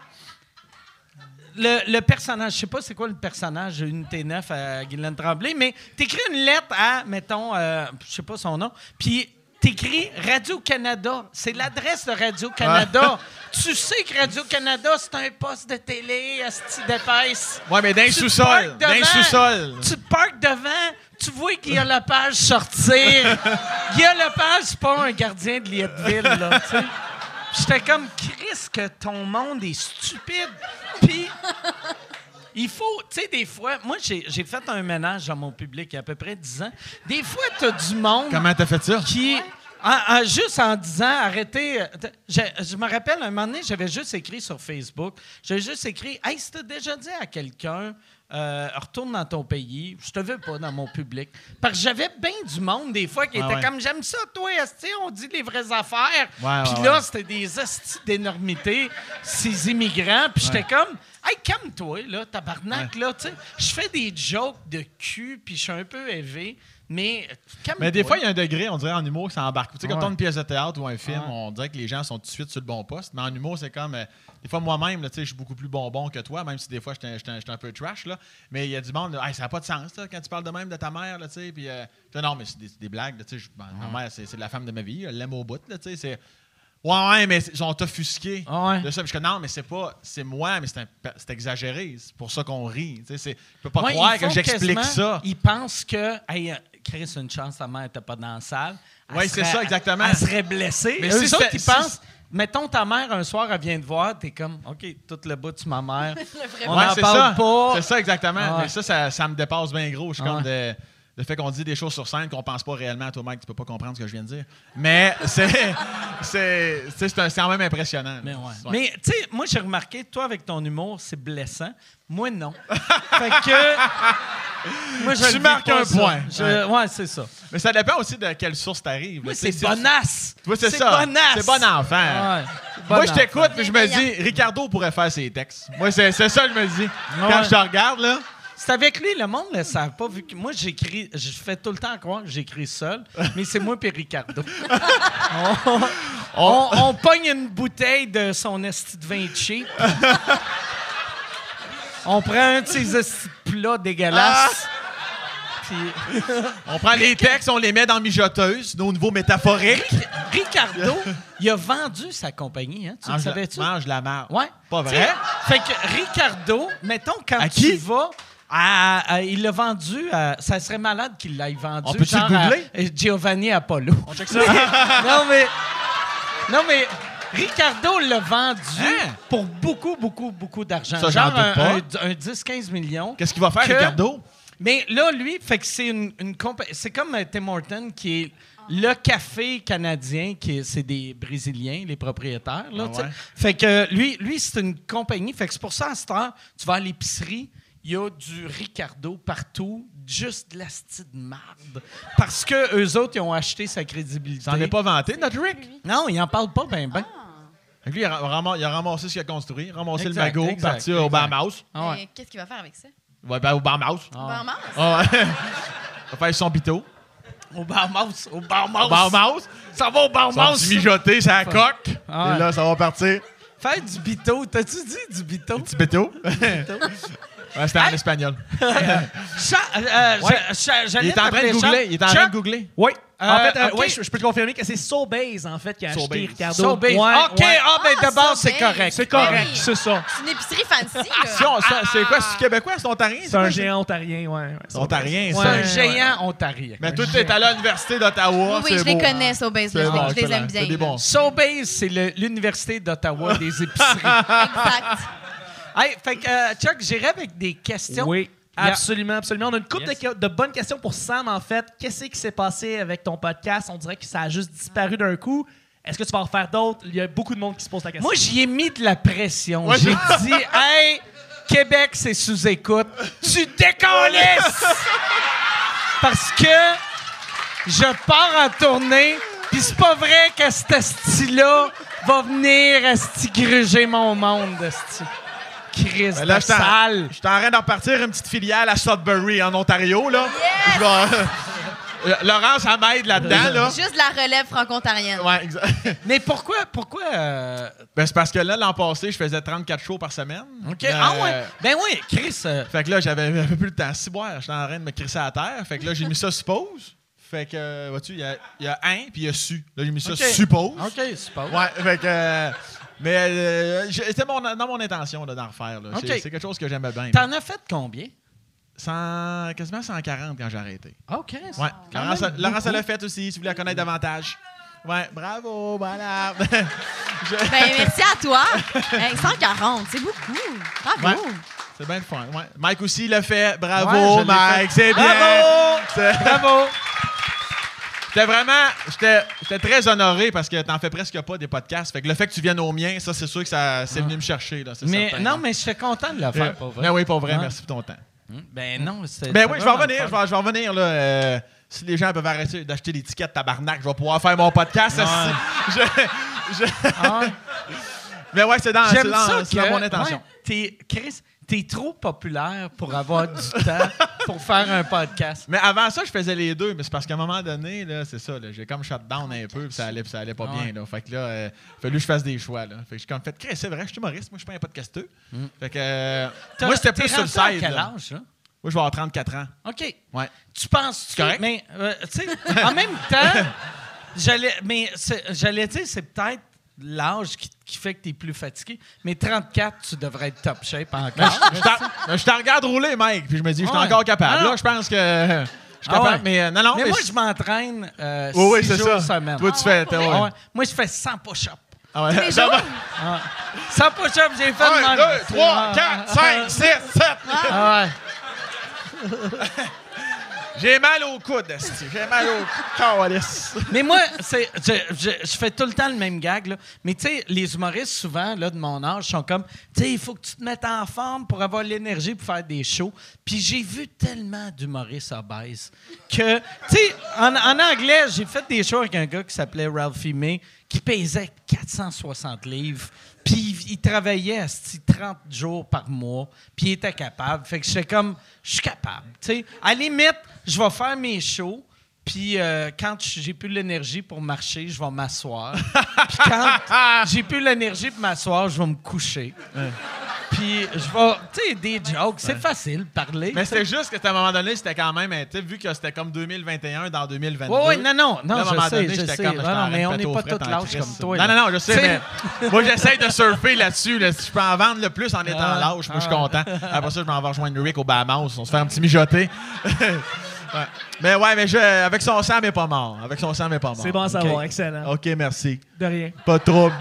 Speaker 4: le, le personnage, je sais pas c'est quoi le personnage de Unité 9 à Guylaine Tremblay, mais t'écris une lettre à, mettons, euh, je sais pas son nom, puis t'écris Radio-Canada. C'est l'adresse de Radio-Canada. Tu sais que Radio-Canada, c'est un poste de télé, à d'épaisse.
Speaker 6: Ouais, mais d'un
Speaker 4: Tu te
Speaker 6: sous-sol.
Speaker 4: parques
Speaker 6: D'un
Speaker 4: devant,
Speaker 6: sous-sol.
Speaker 4: Tu te parques devant, tu vois qu'il y a Lepage sortir. Guillaume Lepage, c'est pas un gardien de Lietteville, là, tu sais. J'étais comme, Chris, que ton monde est stupide. Puis, il faut, tu sais, des fois, moi, j'ai j'ai fait un ménage dans mon public il y a à peu près 10 ans. Des fois, t'as du monde
Speaker 6: Comment t'as fait ça?
Speaker 4: qui. en- en- juste en disant, arrêtez. euh, t- Je, je me rappelle, un moment donné, j'avais juste écrit sur Facebook. J'avais juste écrit Hey, si t'as déjà dit à quelqu'un, euh, retourne dans ton pays, je te veux pas dans mon public. Parce que j'avais bien du monde, des fois, qui
Speaker 6: Ouais,
Speaker 4: était
Speaker 6: Ah ouais.
Speaker 4: comme J'aime ça, toi, Esti, on dit les vraies affaires.
Speaker 6: Ouais,
Speaker 4: puis
Speaker 6: ouais,
Speaker 4: là,
Speaker 6: ouais.
Speaker 4: c'était des Esti d'énormité, ces immigrants. Puis j'étais comme Hey, calme-toi, là, tabarnak, là, tu sais. Je fais des jokes de cul, puis je suis un peu élevé. Mais euh, calme-toi.
Speaker 6: Mais des fois, il y a un degré, on dirait en humour, que ça embarque. Tu sais, quand
Speaker 4: Ouais.
Speaker 6: on une pièce de théâtre ou un film, on dirait que les gens sont tout de suite sur le bon poste. Mais en humour, c'est comme. euh, des fois, moi-même, là, tu sais, je suis beaucoup plus bonbon que toi, même si des fois, j'étais un- j'étais un- j'étais un peu trash. Là. Mais il y a du monde, là, Hey, ça n'a pas de sens là, quand tu parles de même de ta mère. Là, tu sais, ben, puis, euh, puis non, mais c'est des, c'est des blagues. là, tu sais, je- Ma ma mère, c'est c'est la femme de ma vie. Elle l'aime au bout. Là, tu sais, c'est- Ouais, ouais, mais c'est- genre, t'offusqué
Speaker 3: Ah ouais.
Speaker 6: de ça. Puis je suis comme, non, mais c'est pas, c'est moi, mais c'est un- c'est exagéré. C'est pour ça qu'on rit. Tu sais, c'est- je peux pas
Speaker 4: Ouais,
Speaker 6: croire
Speaker 4: ils
Speaker 6: que
Speaker 4: font
Speaker 6: j'explique
Speaker 4: quasiment-
Speaker 6: ça.
Speaker 4: Ils pensent que, hey, euh, Chris, une chance, sa mère était pas dans la salle. Elle
Speaker 6: Ouais, c'est
Speaker 4: serait-
Speaker 6: ça, exactement.
Speaker 4: Elle serait blessée.
Speaker 6: Mais
Speaker 4: Mais
Speaker 6: si
Speaker 4: c'est autres,
Speaker 6: c'était-
Speaker 4: ils
Speaker 6: si-
Speaker 4: pensent, mettons ta mère un soir, elle vient te voir, t'es comme, OK, tout le bout de ma mère. on
Speaker 6: Ouais,
Speaker 4: n'en
Speaker 6: c'est
Speaker 4: parle
Speaker 6: ça.
Speaker 4: pas.
Speaker 6: C'est ça, exactement.
Speaker 4: Ah ouais.
Speaker 6: Mais ça, ça, ça me dépasse bien gros. Je suis
Speaker 4: Ah
Speaker 6: comme de, le fait qu'on dit des choses sur scène qu'on pense pas réellement. Toi, Mike, tu peux pas comprendre ce que je viens de dire. Mais c'est, c'est, tu sais, c'est, un- c'est quand même impressionnant.
Speaker 4: Mais, ouais.
Speaker 6: Ouais.
Speaker 4: Mais, tu sais, moi, j'ai remarqué, toi, avec ton humour, c'est blessant. Moi, non. fait que. Moi, je
Speaker 6: Tu
Speaker 4: le vis
Speaker 6: marques
Speaker 4: pas,
Speaker 6: un
Speaker 4: ça.
Speaker 6: point.
Speaker 4: Je-
Speaker 6: Ouais.
Speaker 4: ouais, c'est ça.
Speaker 6: Mais ça dépend aussi de quelle source t'arrives.
Speaker 4: Moi,
Speaker 6: là.
Speaker 4: c'est
Speaker 6: Tu sais,
Speaker 4: bonasse.
Speaker 6: Toi, c'est ça.
Speaker 4: bonasse.
Speaker 6: C'est bon enfant.
Speaker 4: Ouais.
Speaker 6: Moi,
Speaker 4: Bon
Speaker 6: je
Speaker 4: enfant.
Speaker 6: t'écoute, mais je me dis, Ricardo pourrait faire ses textes. Moi, c'est, c'est ça que je me dis. Quand
Speaker 4: Ouais.
Speaker 6: je te regarde, là,
Speaker 4: C'est avec lui, le monde ne le savent pas. Vu que moi, j'écris, je fais tout le temps croire que j'écris seul, mais c'est moi et Ricardo. on, on, on pogne une bouteille de son esti de vin cheap. on prend un de ses esti de plats dégueulasses. Puis
Speaker 6: on prend les textes, on les met dans mijoteuse, au niveau métaphorique.
Speaker 4: Ricardo, il a vendu sa compagnie, hein? Tu le
Speaker 6: Mange la-
Speaker 4: savais-tu?
Speaker 6: Mange la marre.
Speaker 4: Ouais.
Speaker 6: Pas vrai?
Speaker 4: T'sais, Fait que Ricardo, mettons, quand
Speaker 6: À
Speaker 4: tu
Speaker 6: qui?
Speaker 4: vas. à- à- il l'a vendu à- Ça serait malade qu'il l'ait vendu.
Speaker 6: On peut-tu
Speaker 4: genre
Speaker 6: le googler?
Speaker 4: à- à Giovanni Apollo. On check ça. non, mais. Non, mais. Ricardo l'a vendu
Speaker 6: Hein?
Speaker 4: pour beaucoup, beaucoup, beaucoup d'argent.
Speaker 6: Ça,
Speaker 4: Genre
Speaker 6: j'en doute
Speaker 4: un,
Speaker 6: pas.
Speaker 4: un- un 10-15 millions.
Speaker 6: Qu'est-ce qu'il va faire,
Speaker 4: Que-
Speaker 6: Ricardo?
Speaker 4: Mais là, lui, fait que c'est une, une compa- C'est comme euh, Tim Horton qui est le café canadien, qui est- c'est des Brésiliens, les propriétaires. Là,
Speaker 6: Ah
Speaker 4: tu sais.
Speaker 6: ouais?
Speaker 4: Fait que euh, lui, lui c'est une compagnie. Fait que c'est pour ça, à cette heure, tu vas à l'épicerie, il y a du Ricardo partout, juste de la style de marde. Parce que eux autres, ils ont acheté sa crédibilité.
Speaker 6: T'en es pas vanté, notre Rick?
Speaker 4: Non, ils en parlent pas ben ben.
Speaker 6: Fait que Lui, il a, ram- il a ramassé ce qu'il a construit, ramassé
Speaker 4: Exact,
Speaker 6: le magot,
Speaker 4: exact,
Speaker 6: parti au
Speaker 4: exact.
Speaker 6: Bahamas.
Speaker 4: Ah ouais.
Speaker 5: Mais Qu'est-ce qu'il va faire avec ça?
Speaker 6: Ouais, ben, au Bahamas.
Speaker 5: Ah.
Speaker 6: Ah ouais. Il va faire son biteau.
Speaker 4: Au Bahamas, au Bahamas.
Speaker 6: Au Bahamas.
Speaker 4: Ça va au
Speaker 6: Son
Speaker 4: Bahamas.
Speaker 6: petit mijoté, sa coque.
Speaker 4: Ah ouais.
Speaker 6: Et là, ça va partir.
Speaker 4: Faire du bito. T'as-tu dit du bito?
Speaker 6: Petit biteau. ouais, c'était en espagnol.
Speaker 4: Cha- euh,
Speaker 3: Ouais.
Speaker 4: je- je- j'allais
Speaker 6: Il est en train de
Speaker 4: t'appeler
Speaker 6: googler.
Speaker 4: Charles.
Speaker 6: Il est en train
Speaker 4: Chuck,
Speaker 6: de googler.
Speaker 3: Oui. en
Speaker 4: Euh,
Speaker 3: fait, euh,
Speaker 4: ok.
Speaker 3: ouais, je, je peux te confirmer que c'est Sobeys, en fait, qui a
Speaker 6: Sobeys.
Speaker 3: acheté Ricardo.
Speaker 4: Sobeys.
Speaker 3: Ouais,
Speaker 4: OK,
Speaker 3: ouais.
Speaker 4: ah, ben
Speaker 5: Ah,
Speaker 4: de base, c'est
Speaker 5: Sobeys. Ah
Speaker 4: correct.
Speaker 3: C'est
Speaker 6: Ah
Speaker 3: correct,
Speaker 5: Oui.
Speaker 3: c'est ça.
Speaker 5: C'est une épicerie fancy,
Speaker 6: Si
Speaker 5: là.
Speaker 6: on- ça- C'est quoi?
Speaker 4: Ah.
Speaker 6: C'est québécois? C'est ontarien?
Speaker 3: C'est un
Speaker 6: quoi,
Speaker 3: géant ontarien, ouais. ouais.
Speaker 6: C'est ontarien,
Speaker 4: C'est
Speaker 6: ça.
Speaker 4: un
Speaker 3: Ouais.
Speaker 4: géant ontarien.
Speaker 6: Mais tout est allé à l'Université
Speaker 5: Oui,
Speaker 6: d'Ottawa.
Speaker 5: oui,
Speaker 6: c'est
Speaker 5: je les
Speaker 6: beau. hein.
Speaker 5: connais, Sobeys.
Speaker 6: C'est
Speaker 5: là.
Speaker 6: bon,
Speaker 5: Je les- je
Speaker 6: c'est
Speaker 5: les aime bien.
Speaker 6: C'est des
Speaker 5: là.
Speaker 6: bons.
Speaker 4: Sobeys, c'est le- l'université d'Ottawa des épiceries.
Speaker 5: Exact.
Speaker 4: hey, fait que, euh, Chuck, j'irai avec des questions.
Speaker 3: Oui.
Speaker 4: Yeah.
Speaker 3: Absolument, absolument. On a une couple
Speaker 4: Yes.
Speaker 3: de, de bonnes questions pour Sam, en fait. Qu'est-ce qui s'est passé avec ton podcast? On dirait que ça a juste disparu d'un coup. Est-ce que tu vas en faire d'autres? Il y a beaucoup de monde qui se pose la question.
Speaker 4: Moi, j'y ai mis de la pression.
Speaker 6: Ouais,
Speaker 4: J'ai dit, hey, Québec, c'est sous écoute. Tu décollisses! Parce que je pars en tournée, puis c'est pas vrai que cet asti-là va venir asti gruger mon monde, asti. Chris,
Speaker 6: Ben là,
Speaker 4: de
Speaker 6: je suis en-
Speaker 4: sale.
Speaker 6: je suis en train d'en partir une petite filiale à Sudbury, en Ontario, là. Je vais- Euh, Laurence, elle m'aide là-dedans, là.
Speaker 5: Juste de la relève franco-ontarienne.
Speaker 6: Ouais, exact.
Speaker 4: Mais pourquoi, pourquoi... euh,
Speaker 6: Ben, c'est parce que là, l'an passé, je faisais 34 shows par semaine.
Speaker 4: OK,
Speaker 6: Euh,
Speaker 4: ah ouais, ben oui, Chris... euh,
Speaker 6: Fait que là, j'avais un peu plus de temps à ciboire. J'étais en train de me crisser à terre. Fait que là, j'ai mis ça suppose. Fait que, euh, vois-tu, il y, a- il y a un, puis il y a su. Là, j'ai mis ça
Speaker 4: OK.
Speaker 6: suppose.
Speaker 4: OK, c'est pas
Speaker 6: Ouais, fait que. euh, mais euh, j'ai- c'était mon, dans mon intention là, d'en refaire. là. C'est-
Speaker 4: OK.
Speaker 6: C'est quelque chose que j'aimais bien.
Speaker 4: T'en as fait combien?
Speaker 6: 100 quasiment 140 quand j'ai arrêté.
Speaker 4: OK, c'est
Speaker 6: Ouais.
Speaker 4: quand
Speaker 6: Laurence,
Speaker 4: même
Speaker 6: Laurence,
Speaker 4: beaucoup.
Speaker 6: elle l'a fait aussi, si vous voulez la connaître davantage. Ouais, bravo, voilà. Je-
Speaker 5: Ben, merci à toi. Hey, 140, c'est beaucoup. Bravo.
Speaker 6: Ouais. C'est bien le fun. Ouais. Mike aussi l'a fait.
Speaker 4: Ouais, je
Speaker 6: Bravo,
Speaker 4: l'ai
Speaker 6: Mike. C'est bien.
Speaker 4: Bravo!
Speaker 6: C'est-
Speaker 4: Bravo!
Speaker 6: J'étais vraiment, j'étais j'étais très honoré parce que t'en fais presque pas des podcasts. Fait que le fait que tu viennes au mien, ça c'est sûr que ça c'est venu me chercher là. c'est
Speaker 4: Ah. Mais
Speaker 6: certain,
Speaker 4: non,
Speaker 6: là.
Speaker 4: mais je suis content de le
Speaker 6: Euh,
Speaker 4: faire, pas vrai.
Speaker 6: Ben oui, pour vrai.
Speaker 4: Ouais.
Speaker 6: Merci pour ton temps.
Speaker 4: Ben non, c'est. ça
Speaker 6: Ben oui, je vais
Speaker 4: va,
Speaker 6: en revenir.
Speaker 4: dans le
Speaker 6: Je vais, je vais en revenir là. euh, si les gens peuvent arrêter d'acheter des tickets tabarnak, je vais pouvoir faire mon podcast. ça, c'est- je- je-
Speaker 4: fond. Ah,
Speaker 6: Mais ouais, c'est dans, c'est
Speaker 4: J'aime
Speaker 6: dans-
Speaker 4: ça
Speaker 6: c'est
Speaker 4: que.
Speaker 6: dans mon intention.
Speaker 4: Euh, ouais, t'es, Chris, t'es trop populaire pour avoir du temps pour faire un podcast.
Speaker 6: Mais avant ça, je faisais les deux, mais c'est parce qu'à un moment donné, là, c'est ça, là, j'ai comme shut down un peu, puis ça allait, puis ça allait pas
Speaker 4: Ah Ouais.
Speaker 6: bien. Là. Fait que là, euh, fallu que je fasse des choix. Là. Fait que j'ai comme fait, Chris, c'est vrai, je suis humoriste, moi je suis pas un podcasteur. Fait que euh,
Speaker 4: Mm. T'as-
Speaker 6: moi c'était
Speaker 4: t'es
Speaker 6: plus sur le
Speaker 4: rendu à
Speaker 6: side.
Speaker 4: quel
Speaker 6: là.
Speaker 4: âge, là?
Speaker 6: Moi je vais avoir 34 ans.
Speaker 4: OK.
Speaker 6: Ouais.
Speaker 4: Tu penses tu
Speaker 6: correct?
Speaker 4: Mais euh, tu sais, en même temps, j'allais, mais c'est- j'allais dire, c'est peut-être l'âge qui, qui fait que tu es plus fatigué. Mais 34, tu devrais être top shape encore.
Speaker 6: Mais je- je t'en- mais je t'en regarde rouler, mec, puis je me dis, je suis
Speaker 4: Ah ouais.
Speaker 6: encore capable.
Speaker 4: Ah non.
Speaker 6: Là, je pense que euh, je suis
Speaker 4: Ah
Speaker 6: capable,
Speaker 4: ouais.
Speaker 6: mais euh, non, non.
Speaker 4: mais, moi, je
Speaker 6: je-
Speaker 4: m'entraîne euh,
Speaker 6: Oui, oui,
Speaker 4: six
Speaker 6: c'est
Speaker 4: jours
Speaker 6: ça.
Speaker 4: semaine.
Speaker 6: Toi, tu
Speaker 5: Ah
Speaker 6: fais.
Speaker 5: ouais,
Speaker 6: t'es-
Speaker 5: pour
Speaker 6: ouais.
Speaker 4: Ah ouais. Moi, je fais 100 push-ups.
Speaker 6: Ah ouais.
Speaker 5: Tous les jours?
Speaker 4: 100 push-ups, j'ai fait de
Speaker 6: Un,
Speaker 4: même.
Speaker 6: deux,
Speaker 4: Ah,
Speaker 6: trois, quatre,
Speaker 4: ah,
Speaker 6: cinq, six, sept.
Speaker 4: ah, ouais.
Speaker 6: J'ai mal au coude, esti. J'ai mal au coude. Calice.
Speaker 4: Mais moi, c'est, je, je- je fais tout le temps le même gag. Là. Mais tu sais, les humoristes, souvent, là, de mon âge, sont comme, tu sais, il faut que tu te mettes en forme pour avoir l'énergie pour faire des shows. Puis j'ai vu tellement d'humoristes obèses que, tu sais, en, en anglais, j'ai fait des shows avec un gars qui s'appelait Ralphie May, qui pesait 460 livres. Puis il- il travaillait à 30 jours par mois, puis il était capable. Fait que j'étais comme, je suis capable. Tu sais, à la limite, je vais faire mes shows, puis euh, quand j- j'ai plus l'énergie pour marcher, je vais m'asseoir. Puis quand j'ai plus l'énergie pour m'asseoir, je vais me coucher. Puis je vais... Tu sais, des jokes, c'est facile, parler.
Speaker 6: Mais c'était juste que, à un moment donné, c'était quand même, euh, tu sais, vu que c'était comme 2021 dans 2022.
Speaker 4: Ah. Oui, oui, non, non, non,
Speaker 6: Là, à un moment
Speaker 4: je sais,
Speaker 6: donné,
Speaker 4: je
Speaker 6: j'étais
Speaker 4: sais.
Speaker 6: comme,
Speaker 4: Non,
Speaker 6: j'étais en
Speaker 4: non,
Speaker 6: train
Speaker 4: mais
Speaker 6: de
Speaker 4: on
Speaker 6: péter
Speaker 4: n'est
Speaker 6: au
Speaker 4: pas
Speaker 6: fret
Speaker 4: toutes
Speaker 6: en
Speaker 4: lâches
Speaker 6: crise.
Speaker 4: comme toi.
Speaker 6: Non,
Speaker 4: là.
Speaker 6: non, non, je sais,
Speaker 4: T'sais,
Speaker 6: mais moi, j'essaie de surfer là-dessus. là. Si je peux en vendre le plus en étant
Speaker 4: Ah,
Speaker 6: lâche, moi, je suis
Speaker 4: ah.
Speaker 6: content. Après ça, je m'en vais rejoindre Rick au Bahamas. On se fait un petit mijoté. Ouais. Mais ouais, mais je, avec son sang, mais pas mort. Avec son sang, mais pas mort.
Speaker 3: C'est bon à
Speaker 6: OK.
Speaker 3: savoir, excellent.
Speaker 6: OK, merci.
Speaker 3: De rien.
Speaker 6: Pas de trouble.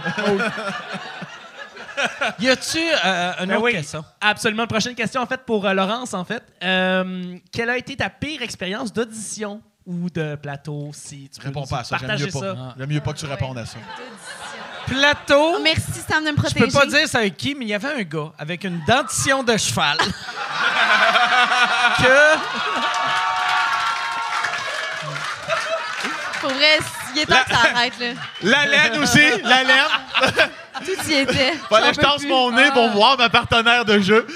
Speaker 4: Y a-tu euh, une
Speaker 3: Ben
Speaker 4: autre
Speaker 3: oui,
Speaker 4: question?
Speaker 3: Absolument. Prochaine question, en fait, pour euh, Laurence, en fait. Euh, quelle a été ta pire expérience d'audition ou de plateau, si tu peux
Speaker 6: Réponds
Speaker 3: nous
Speaker 6: pas à ça. J'aime
Speaker 3: partager
Speaker 6: mieux pas. Ah.
Speaker 3: ça?
Speaker 6: J'aime mieux pas que tu répondes à ça.
Speaker 4: Plateau?
Speaker 5: Oh,
Speaker 3: Ah,
Speaker 5: merci, Sam, de me
Speaker 4: Je
Speaker 5: protéger.
Speaker 4: peux pas dire c'est avec qui, mais il y avait un gars avec une dentition de cheval. que.
Speaker 5: Pour vrai, il est temps que ça arrête, là.
Speaker 6: La laine aussi, la laine.
Speaker 5: Tout y était.
Speaker 6: Fallait que je
Speaker 5: J'en peux
Speaker 6: tasse
Speaker 5: plus.
Speaker 6: mon nez
Speaker 5: Ah.
Speaker 6: pour voir ma partenaire de jeu.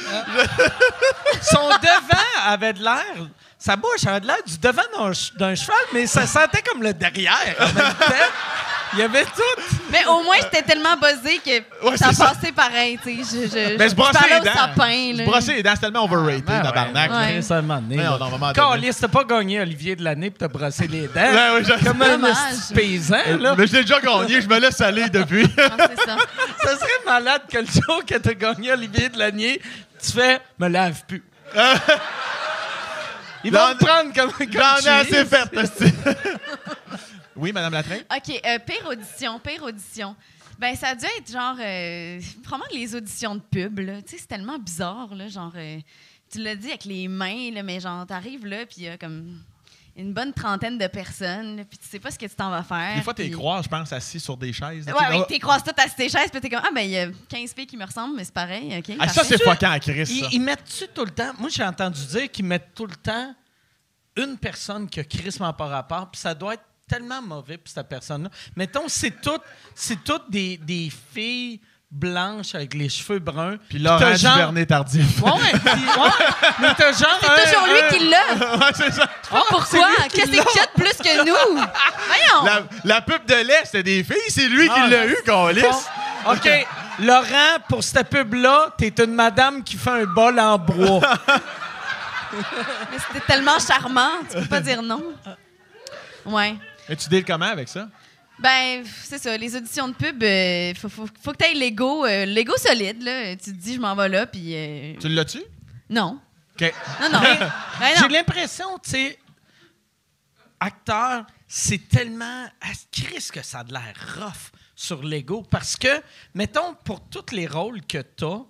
Speaker 4: Son devant avait de l'air. Sa bouche avait de l'air du devant d'un ch- d'un cheval, mais ça sentait comme le derrière en même temps. Il y avait tout.
Speaker 5: Mais au moins, j'étais tellement buzzé que
Speaker 6: Ouais,
Speaker 5: ça
Speaker 6: c'est ça.
Speaker 5: passait pareil, tu sais. Je, je,
Speaker 6: Mais
Speaker 5: je
Speaker 6: se brosser
Speaker 5: parlais
Speaker 6: les
Speaker 5: au
Speaker 6: dents.
Speaker 5: sapin,
Speaker 6: Se
Speaker 5: là.
Speaker 6: brosser les dents, c'est tellement overrated,
Speaker 4: Ah,
Speaker 6: tabarnak.
Speaker 5: Ouais.
Speaker 4: Ça m'a amené,
Speaker 6: Mais
Speaker 4: là.
Speaker 6: non, non, maman,
Speaker 4: Caliste, t'as pas gagné Olivier de l'année pour te brosser les dents.
Speaker 6: Ouais, ouais, je-
Speaker 4: Comme un
Speaker 5: Dommage.
Speaker 4: esti de paysan, là.
Speaker 6: Mais je l'ai déjà gagné, je me laisse aller depuis.
Speaker 5: Ah, c'est ça.
Speaker 4: Ça serait malade que le jour que t'as gagné Olivier de l'année, tu fais « Me lave plus ». Ils vont
Speaker 6: J'en-
Speaker 4: te prendre comme, comme
Speaker 6: J'en
Speaker 4: tu
Speaker 6: ai assez
Speaker 4: es.
Speaker 6: fait, esti. Oui, Madame Latrin?
Speaker 5: OK, euh, pire audition, pire audition. Ben, ça a dû être genre. euh, probablement les auditions de pub, là. Tu sais, c'est tellement bizarre, là. Genre, euh, tu l'as dit avec les mains, là, mais genre, t'arrives là, puis il y a comme une bonne trentaine de personnes, là, puis tu sais pas ce que tu t'en vas faire.
Speaker 6: Des fois, t'es
Speaker 5: puis-
Speaker 6: croix, je pense, assis sur des chaises.
Speaker 5: Ouais,
Speaker 6: Tu sais,
Speaker 5: ouais,
Speaker 6: dans-
Speaker 5: t'es croises toutes à tes chaises, puis t'es comme, ah, ben, il y a 15 filles qui me ressemblent, mais c'est pareil, OK.
Speaker 6: Ah, ça,
Speaker 5: parfait.
Speaker 6: c'est fucking à Chris,
Speaker 4: Ils,
Speaker 6: ça.
Speaker 4: ils mettent-tu tout le temps... Moi, j'ai entendu dire qu'ils mettent tout le temps une personne qui a crissement pas rapport, puis ça doit être tellement mauvais pour cette personne-là. Mettons, c'est toutes c'est toutes des, des filles blanches avec les cheveux bruns.
Speaker 6: Puis
Speaker 4: t'as
Speaker 6: Laurent
Speaker 4: genre-
Speaker 6: Duvernay Tardif.
Speaker 4: Ouais, ouais, puis- ouais, mais t'as genre...
Speaker 5: C'est toujours lui qui l'a.
Speaker 6: Ouais, c'est ça.
Speaker 4: Ah, c'est
Speaker 5: Pourquoi?
Speaker 4: lui qui
Speaker 5: Qu'est-ce qu'il
Speaker 4: l'a.
Speaker 5: jette plus que nous? Voyons!
Speaker 6: La, la pub de l'Est, c'était des filles, c'est lui
Speaker 4: Ah,
Speaker 6: qui l'a eu, Gaulis.
Speaker 4: Bon. OK. Laurent, pour cette pub-là, t'es une madame qui fait un bol en bois.
Speaker 5: Mais c'était tellement charmant, tu peux pas dire non. Ouais.
Speaker 6: Mais tu deals comment avec ça?
Speaker 5: Ben, c'est ça, les auditions de pub, euh, faut, faut, faut que t'aies l'ego, euh, l'ego solide, là. Tu te dis, je m'en vais là, puis. euh,
Speaker 6: Tu l'as-tu?
Speaker 5: Non.
Speaker 6: OK.
Speaker 5: Non, non. Ben non.
Speaker 4: J'ai l'impression, tu sais, acteur, c'est tellement à crise que ça a de l'air rough sur l'ego parce que, mettons, pour tous les rôles que t'as,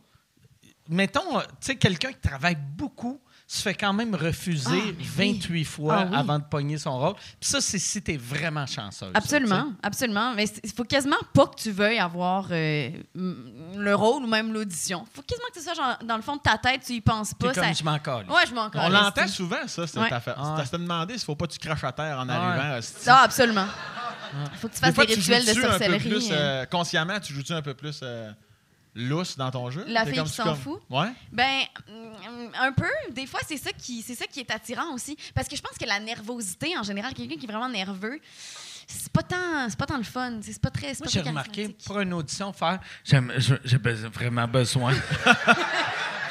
Speaker 4: mettons, euh, tu sais, quelqu'un qui travaille beaucoup se fait quand même refuser
Speaker 5: Ah, mais oui.
Speaker 4: 28 fois
Speaker 5: Ah oui.
Speaker 4: avant de pogner son rôle. Puis ça, c'est si t'es vraiment chanceux.
Speaker 5: Absolument, absolument. Mais il faut quasiment pas que tu veuilles avoir euh, m- le rôle ou même l'audition. faut quasiment que tu sois genre, dans le fond de ta tête, tu y penses
Speaker 4: T'es
Speaker 5: pas.
Speaker 4: comme,
Speaker 5: ça-
Speaker 4: je m'en colle.
Speaker 5: Ouais, je m'en
Speaker 6: On
Speaker 5: calisse.
Speaker 6: l'entend souvent, ça, cette
Speaker 5: Ouais.
Speaker 6: affaire.
Speaker 4: Ah.
Speaker 6: Tu te demandé s'il faut pas que tu craches à terre en
Speaker 4: Ah.
Speaker 6: arrivant. esti.
Speaker 5: Ah, absolument. Faut que tu
Speaker 6: Des
Speaker 5: fasses
Speaker 6: fois,
Speaker 5: des
Speaker 6: tu
Speaker 5: rituels de
Speaker 6: joues-tu Un peu
Speaker 5: sorcellerie.
Speaker 6: plus,
Speaker 5: euh.
Speaker 6: euh, consciemment, tu joues-tu un peu plus euh, lousse dans ton jeu?
Speaker 5: La
Speaker 6: T'es
Speaker 5: fille
Speaker 6: comme-
Speaker 5: qui
Speaker 6: tu
Speaker 5: s'en
Speaker 6: comme-
Speaker 5: fout?
Speaker 6: Ouais.
Speaker 5: Ben, mm, un peu. Des fois, c'est ça qui, c'est ça qui est attirant aussi, parce que je pense que la nervosité en général, quelqu'un qui est vraiment nerveux, c'est pas tant, c'est pas tant le fun. C'est c'est pas très. c'est
Speaker 4: Moi,
Speaker 5: pas
Speaker 4: j'ai
Speaker 5: très
Speaker 4: remarqué
Speaker 5: charismatique.
Speaker 4: pour une audition faire j'aime- je- j'ai besoin- vraiment besoin.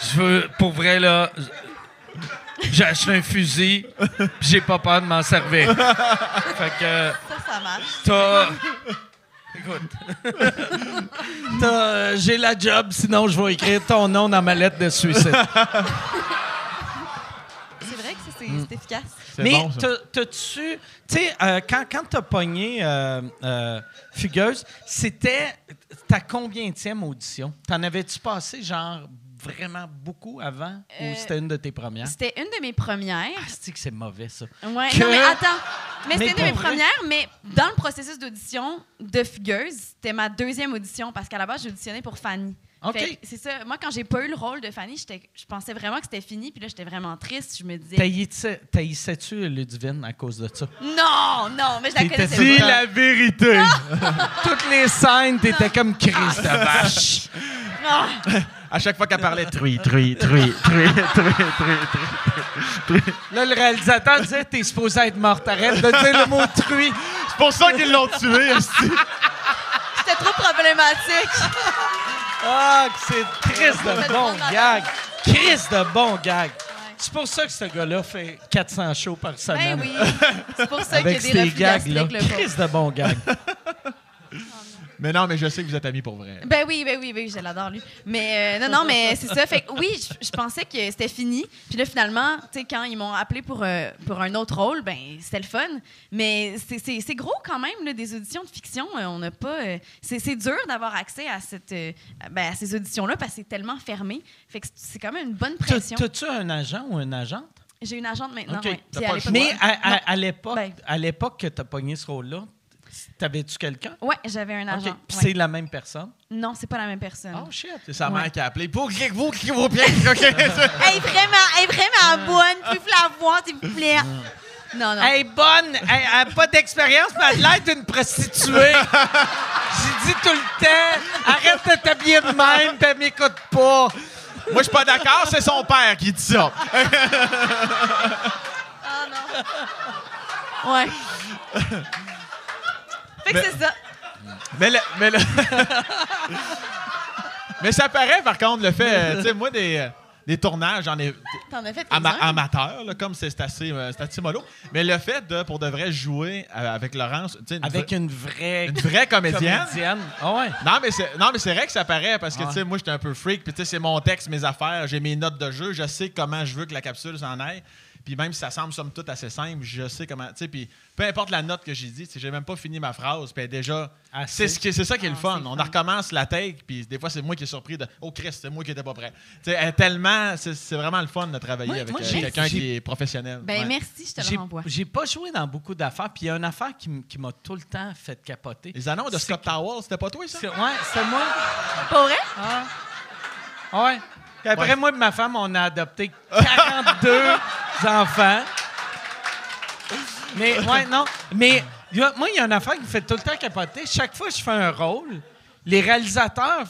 Speaker 4: je veux, pour vrai, là, je- j'ai acheté un fusil, puis j'ai pas peur de m'en servir. fait que
Speaker 5: Ça, ça marche.
Speaker 4: t'as. écoute, t'as, euh, j'ai la job, sinon je vais écrire ton nom dans ma lettre de suicide.
Speaker 5: C'est vrai que ça, c'est
Speaker 4: Hmm.
Speaker 5: c'est efficace.
Speaker 6: C'est
Speaker 4: Mais
Speaker 6: bon, ça.
Speaker 4: t'as- t'as-tu. Tu sais, euh, quand, quand t'as pogné euh, euh, Fugueuse, c'était ta combienième audition? T'en avais-tu passé, genre, vraiment beaucoup avant?
Speaker 5: Euh,
Speaker 4: Ou c'était une de tes premières?
Speaker 5: C'était une de mes premières.
Speaker 4: Ah, c'est que c'est mauvais, ça.
Speaker 5: Ouais,
Speaker 4: Que-
Speaker 5: non, mais attends. Mais,
Speaker 4: Mais
Speaker 5: c'était une de mes
Speaker 4: pour vrai.
Speaker 5: premières, mais dans le processus d'audition de Fugueuse, c'était ma deuxième audition parce qu'à la base, j'auditionnais pour Fanny.
Speaker 4: OK.
Speaker 5: Fait que C'est ça. Moi, quand j'ai pas eu le rôle de Fanny, j'étais- je pensais vraiment que c'était fini, puis là, j'étais vraiment triste. Je me disais,
Speaker 4: T'haïssais- T'haïssais-tu Ludivine à cause de ça?
Speaker 5: non, non, mais je la
Speaker 4: T'étais-
Speaker 5: connaissais pas.
Speaker 6: vérité.
Speaker 4: Toutes les scènes, t'étais comme crise de vache.
Speaker 5: Ah!
Speaker 6: À chaque fois qu'elle parlait,
Speaker 4: Truie, truie, truie, truie, truie, truie, truie, truie. Là, le réalisateur disait T'es supposé être morte, arrête de dire le mot truie.
Speaker 6: c'est pour ça qu'ils l'ont tué. esti.
Speaker 5: C'était trop problématique.
Speaker 4: Ah, que c'est Chris de
Speaker 5: Faites
Speaker 4: bon
Speaker 5: prendre la
Speaker 4: gag. Chris de bon gag. C'est pour ça que ce gars-là fait 400 shows par semaine.
Speaker 5: Ben oui. C'est pour ça qu'il y a
Speaker 4: Ah, Avec
Speaker 5: des
Speaker 4: ces
Speaker 5: refus
Speaker 4: gags-là.
Speaker 5: gags, le pauvre.
Speaker 4: Chris de bon gag.
Speaker 6: Mais non, mais je sais que vous êtes amis pour vrai.
Speaker 5: Ben oui, ben oui, ben oui, je l'adore lui. Mais euh, non, non, mais c'est ça. Fait que oui, je, je pensais que c'était fini. Puis là, finalement, tu sais, quand ils m'ont appelé pour, euh, pour un autre rôle, ben c'était le fun. Mais c'est- c'est c'est gros quand même, là, des auditions de fiction. Euh, on n'a pas. euh, c'est c'est dur d'avoir accès à, cette, euh, ben, à ces auditions-là parce que c'est tellement fermé. Fait que c'est- c'est quand même une bonne
Speaker 4: T'as-
Speaker 5: pression.
Speaker 4: T'as-tu un agent ou une agente?
Speaker 5: J'ai une agente maintenant.
Speaker 4: Ok,
Speaker 5: ouais.
Speaker 4: t'as
Speaker 5: Puis
Speaker 4: pas
Speaker 5: à
Speaker 4: le
Speaker 5: l'époque-
Speaker 4: Mais à, à- à l'époque,
Speaker 5: Ben.
Speaker 4: à l'époque que t'as pogné ce rôle-là, t'avais-tu quelqu'un?
Speaker 5: Ouais, j'avais un
Speaker 4: Ok.
Speaker 5: agent.
Speaker 4: Puis
Speaker 5: ouais.
Speaker 4: c'est la même personne.
Speaker 5: Non, c'est pas la même personne.
Speaker 4: Oh shit.
Speaker 6: C'est sa
Speaker 5: Ouais.
Speaker 6: mère qui a appelé. Pour que vous, qui vous plaît. OK?
Speaker 5: Elle est vraiment, elle est vraiment bonne. Puis vous la voir, s'il vous plaît. Non, non.
Speaker 4: Elle est bonne, elle elle a pas d'expérience, mais elle a l'air d'une prostituée. J'ai dit tout le temps, arrête de t'habiller de même, puis elle m'écoute pas.
Speaker 6: Moi, je suis pas d'accord, c'est son père qui dit ça.
Speaker 5: Ah non. Ouais. fait que c'est ça.
Speaker 6: Mais le- mais le- mais ça paraît, par contre, le fait. euh, tu sais, moi, des, euh, des tournages, j'en ai.
Speaker 5: T'en as fait
Speaker 6: ama-
Speaker 5: quelques-uns?
Speaker 6: amateur, là, comme c'est c'est assez, euh, c'est assez mollo. Mais le fait de, pour de vrai, jouer euh, avec Laurence, tu sais, une,
Speaker 4: Avec
Speaker 6: vra-
Speaker 4: une vraie
Speaker 6: une vraie comédienne.
Speaker 4: comédienne. Ah ouais.
Speaker 6: Non, mais c'est non, mais c'est vrai que ça paraît parce que
Speaker 4: Ouais.
Speaker 6: tu sais moi j'étais un peu freak puis tu sais c'est mon texte, mes affaires, j'ai mes notes de jeu, je sais comment je veux que la capsule s'en aille. Puis même si ça semble somme toute assez simple, je sais comment tu sais puis peu importe la note que j'ai dit, tu sais, j'ai même pas fini ma phrase, puis elle est déjà
Speaker 4: Ah,
Speaker 6: c'est ce qui c'est ça qui est le
Speaker 5: Ah,
Speaker 6: fun.
Speaker 5: c'est
Speaker 6: On
Speaker 5: fun.
Speaker 6: recommence la take puis des fois c'est moi qui est surpris de oh Christ, c'est moi qui étais pas prêt. Tu sais elle est tellement c'est c'est vraiment le fun de travailler
Speaker 4: Moi-
Speaker 6: avec
Speaker 4: moi,
Speaker 6: euh,
Speaker 4: j'ai-
Speaker 6: quelqu'un
Speaker 4: j'ai-
Speaker 6: qui est professionnel.
Speaker 5: Ben
Speaker 6: Ouais.
Speaker 5: merci, je te
Speaker 4: J'ai-
Speaker 5: le renvoie.
Speaker 4: J'ai pas joué dans beaucoup d'affaires, puis il y a une affaire qui, m- qui m'a tout le temps fait capoter.
Speaker 6: Les annonces de
Speaker 4: C'est
Speaker 6: Scott Towell, c'était pas toi ça
Speaker 4: C'est- Ouais, c'est moi.
Speaker 5: Pas vrai?
Speaker 4: Ah. Ouais. Puis après,
Speaker 6: Ouais.
Speaker 4: moi et ma femme, on a adopté 42 enfants. Mais, ouais, non. Mais, y a- moi, il y a une affaire qui me fait tout le temps capoter. Chaque fois que je fais un rôle, les réalisateurs,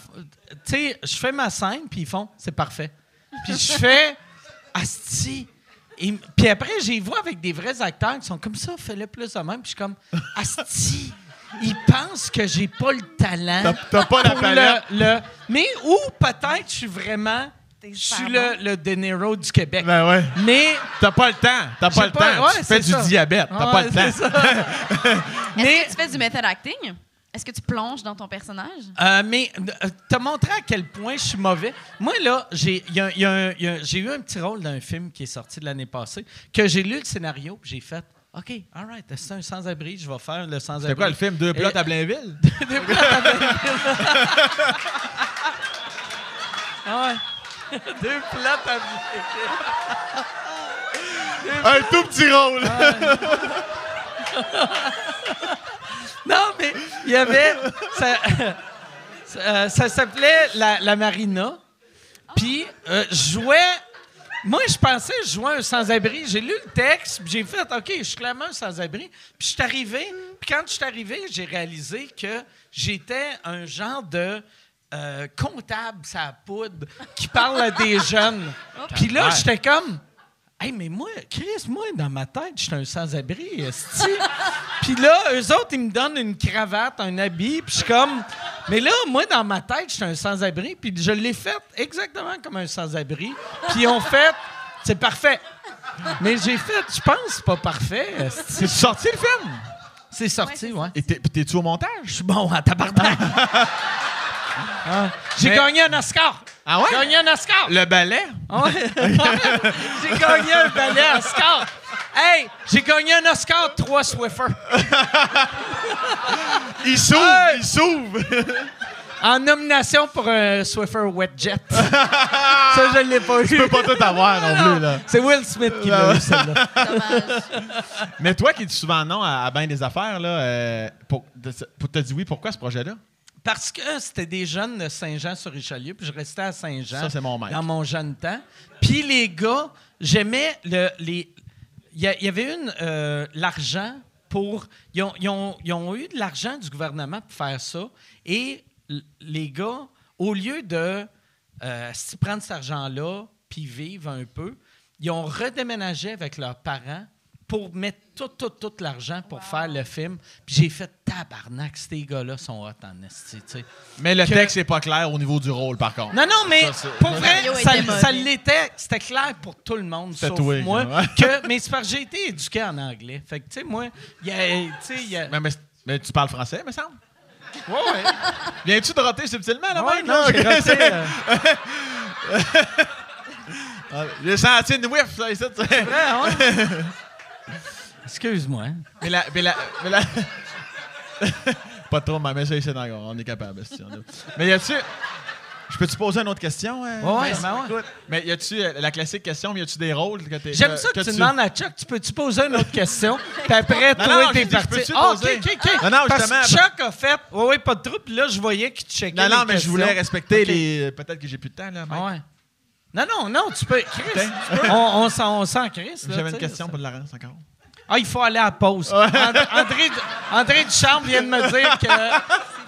Speaker 4: tu sais, je fais ma scène, puis ils font, c'est parfait. Puis je fais, asti. Et- Puis après, j'y vois avec des vrais acteurs qui sont comme ça, fais-le plus de même. Puis je suis comme, asti, ils pensent que j'ai pas le talent.
Speaker 6: T'as- T'as pas la
Speaker 4: Pour
Speaker 6: palette.
Speaker 4: le- le- mais ou peut-être je suis vraiment je
Speaker 5: T'es
Speaker 4: suis
Speaker 5: super
Speaker 4: le, le De Niro du Québec.
Speaker 6: Ben ouais.
Speaker 4: mais
Speaker 6: T'as pas le temps, t'as
Speaker 4: J'ai
Speaker 6: pas le
Speaker 4: pas-
Speaker 6: temps.
Speaker 4: ouais,
Speaker 6: tu
Speaker 4: c'est
Speaker 6: fais du
Speaker 4: ça.
Speaker 6: diabète, t'as pas
Speaker 4: Ouais,
Speaker 6: le
Speaker 4: c'est
Speaker 6: temps.
Speaker 4: ça. Mais-
Speaker 5: Est-ce que tu fais du method acting? Est-ce que tu plonges dans ton personnage?
Speaker 4: Euh, mais euh, t'as montré à quel point je suis mauvais. Moi, là, j'ai il y a un- il y a un- il y a un- j'ai eu un petit rôle d'un film qui est sorti de l'année passée, que j'ai lu le scénario, puis j'ai fait OK, all right, c'est un sans-abri, je vais faire le sans-abri.
Speaker 6: C'était quoi le film Deux plots
Speaker 4: Et-
Speaker 6: à Blainville?
Speaker 4: Des plots à Blainville. ah ouais. Deux plots à Blainville.
Speaker 6: Un tout petit rôle!
Speaker 4: Non, mais il y avait. Ça, ça, euh, ça s'appelait la, la Marina. Puis, euh, je jouais. Moi, je pensais que je jouais un sans-abri. J'ai lu le texte, puis j'ai fait OK, je suis clairement un sans-abri. Puis, je suis arrivé. Puis, quand je suis arrivé, j'ai réalisé que j'étais un genre de. euh, comptable, sa poudre, qui parle à des jeunes. Puis là, j'étais comme, Hey, mais moi, Chris, moi, dans ma tête, je suis un sans-abri, esti. Puis là, eux autres, ils me donnent une cravate, un habit, puis je suis comme... Mais là, moi, dans ma tête, je suis un sans-abri, puis je l'ai fait exactement comme un sans-abri. Puis ils ont fait... C'est parfait. Mais j'ai fait, je pense, c'est pas parfait, esti.
Speaker 6: C'est sorti le film?
Speaker 4: C'est sorti,
Speaker 5: Ouais, c'est
Speaker 4: ouais.
Speaker 6: Et t'es- puis t'es-tu au montage?
Speaker 4: Je suis bon à tabarnak. Ah, J'ai
Speaker 6: Mais-
Speaker 4: gagné un Oscar.
Speaker 6: Ah ouais?
Speaker 4: J'ai gagné un Oscar.
Speaker 6: Le ballet?
Speaker 4: Ah ouais? j'ai gagné un ballet Oscar. Hey, j'ai gagné un Oscar, trois Swiffer.
Speaker 6: Il s'ouvre!
Speaker 4: Hey!
Speaker 6: Il s'ouvre!
Speaker 4: En nomination pour un Swiffer Wet Jet. ça, je l'ai pas eu.
Speaker 6: tu peux pas tout avoir non plus, là.
Speaker 4: C'est Will Smith qui l'a eu, celle-là.
Speaker 5: Dommage.
Speaker 6: Mais toi qui dis souvent non à, à bien des affaires, là, euh, pour, de- pour te dire oui, pourquoi ce projet-là?
Speaker 4: Parce que c'était des jeunes de Saint-Jean-sur-Richelieu, puis je restais à Saint-Jean.
Speaker 6: Ça, c'est mon maître.
Speaker 4: Dans mon jeune temps. Puis les gars, j'aimais le, les. Il y, a- il y avait une. euh, l'argent pour. Ils ont, ils ont- ils ont eu de l'argent du gouvernement pour faire ça. Et l- les gars, au lieu de euh, s'y prendre cet argent-là, puis vivre un peu, ils ont redéménagé avec leurs parents pour mettre tout, tout, tout l'argent pour faire le film. Puis j'ai fait tabarnak, ces gars-là sont hot en esti, tu sais.
Speaker 6: Mais le
Speaker 4: Que-
Speaker 6: texte n'est pas clair au niveau du rôle, par contre.
Speaker 4: Non, non, mais
Speaker 6: Ça, c'est-
Speaker 4: pour
Speaker 6: Le
Speaker 4: vrai,
Speaker 5: scénario
Speaker 4: ça,
Speaker 5: était
Speaker 4: ça
Speaker 5: mauvais.
Speaker 4: l'était. C'était clair pour tout le monde,
Speaker 6: C'était
Speaker 4: sauf
Speaker 6: toi,
Speaker 4: moi.
Speaker 6: ouais.
Speaker 4: Que, mais c'est parce que j'ai été éduqué en anglais. Fait que, tu sais, moi, il y a... tu sais, il y a-
Speaker 6: Mais, mais- mais tu parles français, me semble?
Speaker 4: Ouais, ouais.
Speaker 6: Viens-tu de roter subtilement, là,
Speaker 4: Ouais,
Speaker 6: même,
Speaker 4: non,
Speaker 6: là?
Speaker 4: j'ai raté, euh,
Speaker 6: Ah, J'ai senti une whiff, ça, ici, tu sais.
Speaker 4: ouais, ouais. Excuse-moi.
Speaker 6: Mais la. Mais la, mais la- pas trop, mais ça, ici, encore. On est capable, esti, on est- Mais y a-tu. Je peux-tu poser une autre question? euh,
Speaker 4: Ouais, ouais,
Speaker 6: Max?
Speaker 4: ben ouais.
Speaker 6: Écoute, Mais y a-tu euh, la classique question, mais y a-tu des rôles que t'es.
Speaker 4: J'aime ça que, tu demandes à Chuck, tu peux-tu poser une autre question? Puis après,
Speaker 6: Non,
Speaker 4: toi,
Speaker 6: non,
Speaker 4: t'es
Speaker 6: j'ai dit, je
Speaker 4: parti.
Speaker 6: peux-tu
Speaker 4: Ah, OK,
Speaker 6: poser?
Speaker 4: OK, OK.
Speaker 6: Non, non,
Speaker 4: Parce
Speaker 6: justement,
Speaker 4: que Chuck a fait... Oui, oui, pas de trouble. Puis là, je voyais qu'il checkait
Speaker 6: Non, non,
Speaker 4: les
Speaker 6: mais je
Speaker 4: questions.
Speaker 6: voulais respecter
Speaker 4: OK.
Speaker 6: les. Peut-être que j'ai plus de temps, là. Mike.
Speaker 4: Ah ouais. Non, non, non, tu peux... Chris,
Speaker 6: Putain.
Speaker 4: tu peux- on, on s'en on s'en crisse, là,
Speaker 6: J'avais
Speaker 4: tu
Speaker 6: une
Speaker 4: sais,
Speaker 6: question
Speaker 4: ça-
Speaker 6: pour Laurence encore.
Speaker 4: Ah, il faut aller à la pause. And- André, André Duchamp vient de me dire qu'il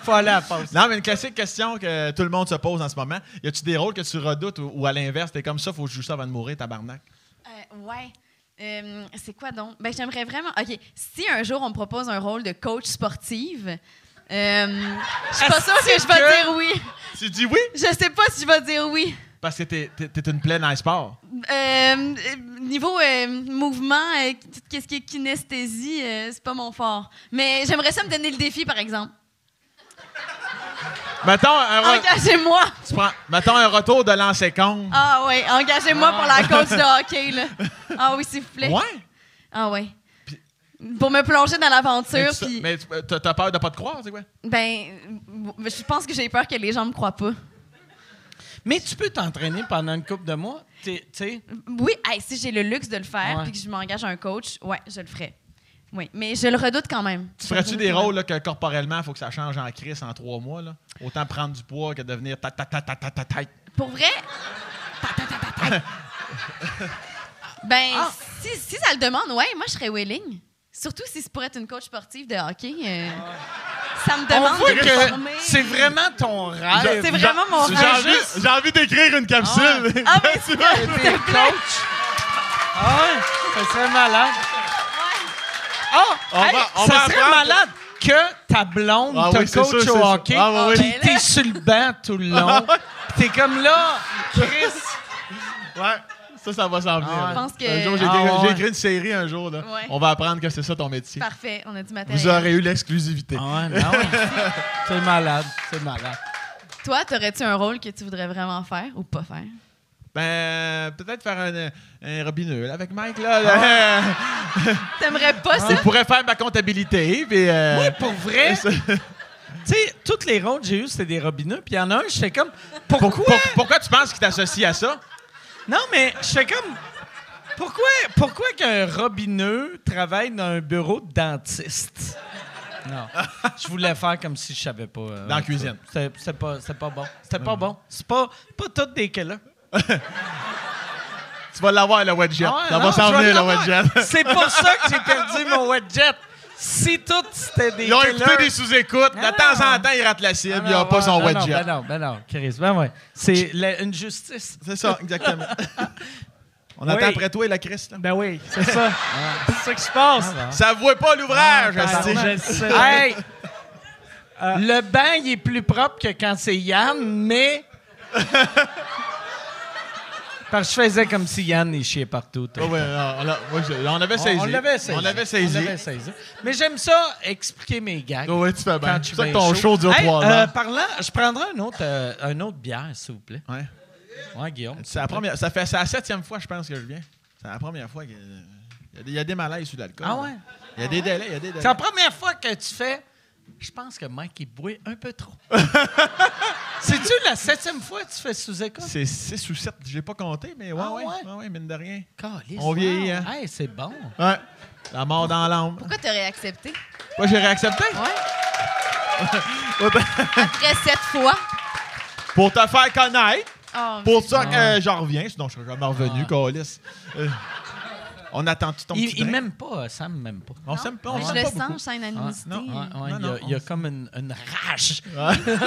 Speaker 4: faut aller à la pause.
Speaker 6: Non, mais une classique question que tout le monde se pose en ce moment. Y a-tu des rôles que tu redoutes ou, ou à l'inverse, t'es comme ça, faut que je joue ça avant de mourir, tabarnak?
Speaker 5: Euh, ouais. Euh, c'est quoi donc? Ben, j'aimerais vraiment. OK. Si un jour on me propose un rôle de coach sportive, euh, je suis pas sûre que je vais
Speaker 4: que-
Speaker 5: dire oui.
Speaker 6: Tu dis oui?
Speaker 5: Je sais pas si je vais dire oui.
Speaker 6: Parce que t'es, t'es- t'es une pleine à sport.
Speaker 5: Euh, euh, niveau euh, mouvement, euh, tout qu'est-ce qui est kinesthésie, euh, c'est pas mon fort. Mais j'aimerais ça me donner le défi, par exemple.
Speaker 6: Mettons un, re-
Speaker 5: Engagez-moi!
Speaker 6: tu prends- mettons un retour de lancer con.
Speaker 5: Ah ouais, engagez-moi pour la coach de hockey, là. Ah oui, s'il vous plaît.
Speaker 6: Ah. ouais?
Speaker 5: Ah ouais. Pour me plonger dans l'aventure,
Speaker 6: Mais, tu-
Speaker 5: puis...
Speaker 6: mais tu- t'as, t'as peur de pas te croire, c'est quoi?
Speaker 5: Ben, je pense que j'ai peur que les gens me croient pas.
Speaker 4: Mais tu peux t'entraîner pendant une couple de mois. Tu tu sais,
Speaker 5: Oui, hey, si j'ai le luxe de le faire,
Speaker 4: Ouais.
Speaker 5: puis que je m'engage à un coach, ouais, je le ferai. Oui, mais je le redoute quand même.
Speaker 6: Tu ferais-tu des rôles là, que corporellement, faut que ça change en crise en trois mois? Là? Autant prendre du poids que devenir ta ta ta ta ta ta ta.
Speaker 5: Pour vrai? Ta, ta, ta, ta, ta. ben,
Speaker 4: Ah.
Speaker 5: si, si ça le demande, ouais, moi, je serais willing. Surtout si c'est pour être une coach sportive de hockey. euh, Ça me
Speaker 4: on
Speaker 5: demande
Speaker 4: voit
Speaker 5: de me
Speaker 4: que
Speaker 5: former.
Speaker 4: c'est vraiment ton rêve.
Speaker 5: C'est vraiment mon
Speaker 4: J'ai
Speaker 5: rêve.
Speaker 4: envie-
Speaker 6: j'ai envie d'écrire une capsule.
Speaker 5: Ah, mais c'est vrai.
Speaker 4: T'es coach. Ah ouais, ça serait malade. Ah,
Speaker 6: On
Speaker 4: hey,
Speaker 6: va- on
Speaker 4: ça
Speaker 6: va
Speaker 4: serait
Speaker 6: apprendre.
Speaker 4: malade que ta blonde
Speaker 6: Ah
Speaker 4: te
Speaker 6: oui, c'est
Speaker 4: coach
Speaker 6: sûr,
Speaker 4: au
Speaker 6: c'est
Speaker 4: hockey. Ah
Speaker 6: sûr. Ah oui,
Speaker 5: oui.
Speaker 4: puis t'es sur le banc tout le long. Puis t'es comme là, Chris.
Speaker 6: Ouais. Ça, ça va s'en venir.
Speaker 4: Ah,
Speaker 6: là.
Speaker 5: Je pense que-
Speaker 6: Un jour, j'ai,
Speaker 4: Ah,
Speaker 6: écrit,
Speaker 4: ouais.
Speaker 6: j'ai écrit une série un jour. Là.
Speaker 5: Ouais.
Speaker 6: On va apprendre que c'est ça ton métier.
Speaker 5: Parfait, on a du matériel.
Speaker 6: Vous aurez eu l'exclusivité.
Speaker 4: Ah ouais, ben ouais. C'est malade, c'est malade.
Speaker 5: Toi, t'aurais-tu un rôle que tu voudrais vraiment faire ou pas faire?
Speaker 6: Ben, peut-être faire un, un robineux là, avec Mike. Là,
Speaker 4: Ah.
Speaker 6: là.
Speaker 5: T'aimerais pas ça?
Speaker 6: Il pourrait faire ma comptabilité. Puis, euh,
Speaker 4: Oui, pour vrai. tu sais, toutes les rondes que j'ai eues, c'était des robineux. Puis il y en a un, j'étais comme, pourquoi?
Speaker 6: pour- pour- pourquoi tu penses qu'il t'associe à ça?
Speaker 4: Non, mais j'étais comme, pourquoi, pourquoi qu'un robineux travaille dans un bureau de dentiste? Non. Je voulais faire comme si je savais pas. euh,
Speaker 6: Dans la cuisine.
Speaker 4: C'était c'était pas, c'était pas bon. C'était pas bon. C'est pas, pas toutes des cas là.
Speaker 6: Tu vas l'avoir, le wedge jet.
Speaker 4: Ah ouais,
Speaker 6: ça
Speaker 4: non,
Speaker 6: va s'en
Speaker 4: je vais
Speaker 6: venir, le
Speaker 4: l'avoir.
Speaker 6: wedge jet.
Speaker 4: C'est pour ça que j'ai perdu mon wet jet. Si tout c'était des
Speaker 6: Ils ont écouté
Speaker 4: killers-
Speaker 6: des sous-écoutes. De
Speaker 4: Non,
Speaker 6: temps en
Speaker 4: Ah non.
Speaker 6: temps, ils ratent la cible.
Speaker 4: Ah
Speaker 6: il n'y a
Speaker 4: non,
Speaker 6: pas
Speaker 4: ouais,
Speaker 6: son
Speaker 4: non,
Speaker 6: wedge
Speaker 4: non,
Speaker 6: jet.
Speaker 4: Ben non, ben non, Chris, ben ouais. C'est la- une justice.
Speaker 6: C'est ça, exactement. On
Speaker 4: Oui.
Speaker 6: attend après toi et la Chris. Là. Ah.
Speaker 4: Ben oui, c'est ça. C'est ça qui se passe. Ah,
Speaker 6: Ça voit pas l'ouvrage. asti.
Speaker 4: Hey! Euh, Le banc, Hein, il est plus propre que quand c'est Yann, mais. Parce que je faisais comme si Yann, il chiait partout. tout
Speaker 6: Ouais,
Speaker 4: le
Speaker 6: ouais, non, ben, on, l'a- moi, je- on avait saisi.
Speaker 4: On l'avait saisi.
Speaker 6: On l'avait saisi.
Speaker 4: On l'avait saisi. Mais j'aime ça, expliquer mes gags.
Speaker 6: Ouais, ouais, tu fais bien.
Speaker 4: Quand je
Speaker 6: C'est
Speaker 4: suis
Speaker 6: ça que
Speaker 4: bien
Speaker 6: ton
Speaker 4: chaud.
Speaker 6: show dure
Speaker 4: Hey,
Speaker 6: trois
Speaker 4: euh,
Speaker 6: ans.
Speaker 4: parlant, je prendrai un autre, euh, un autre bière, s'il vous plaît.
Speaker 6: Ouais.
Speaker 4: Ouais, Guillaume.
Speaker 6: C'est la première. Ça fait c'est la septième fois, je pense, que je viens. C'est la première fois que. Il y a des- il y, a des malaises sur l'alcool.
Speaker 4: Ah
Speaker 6: là.
Speaker 4: ouais?
Speaker 6: Il y a des délais, il y a des délais.
Speaker 4: C'est la première fois que tu fais. Je pense que Mike, il bouille un peu trop. C'est-tu la septième fois que tu fais sous-écoute?
Speaker 6: C'est 6 ou 7, j'ai pas compté, mais ouais,
Speaker 4: Ah
Speaker 6: ouais.
Speaker 4: ouais?
Speaker 6: Ouais, ouais, mine de rien.
Speaker 4: Caliste.
Speaker 6: On vieillit, hein?
Speaker 4: Hey, c'est bon.
Speaker 6: Ouais. La mort dans l'âme.
Speaker 5: Pourquoi t'aurais accepté?
Speaker 6: Moi, j'ai réaccepté. ben,
Speaker 5: Après sept fois.
Speaker 6: Pour te faire connaître.
Speaker 5: Oh,
Speaker 6: Pour ça que euh, j'en reviens, sinon je serais jamais revenu,
Speaker 4: Ah.
Speaker 6: Colis. on attend-tu ton
Speaker 4: Il,
Speaker 6: petit
Speaker 4: il
Speaker 6: drink?
Speaker 4: m'aime pas, Sam m'aime pas.
Speaker 6: On s'aime pas, on
Speaker 5: mais je
Speaker 6: s'aime
Speaker 5: le
Speaker 6: pas Ah,
Speaker 5: sens, je sens une animosité.
Speaker 4: Ouais, ouais,
Speaker 6: Non,
Speaker 4: il y a,
Speaker 6: non,
Speaker 4: il y a
Speaker 6: on-
Speaker 4: comme une, une rage.
Speaker 6: beaucoup.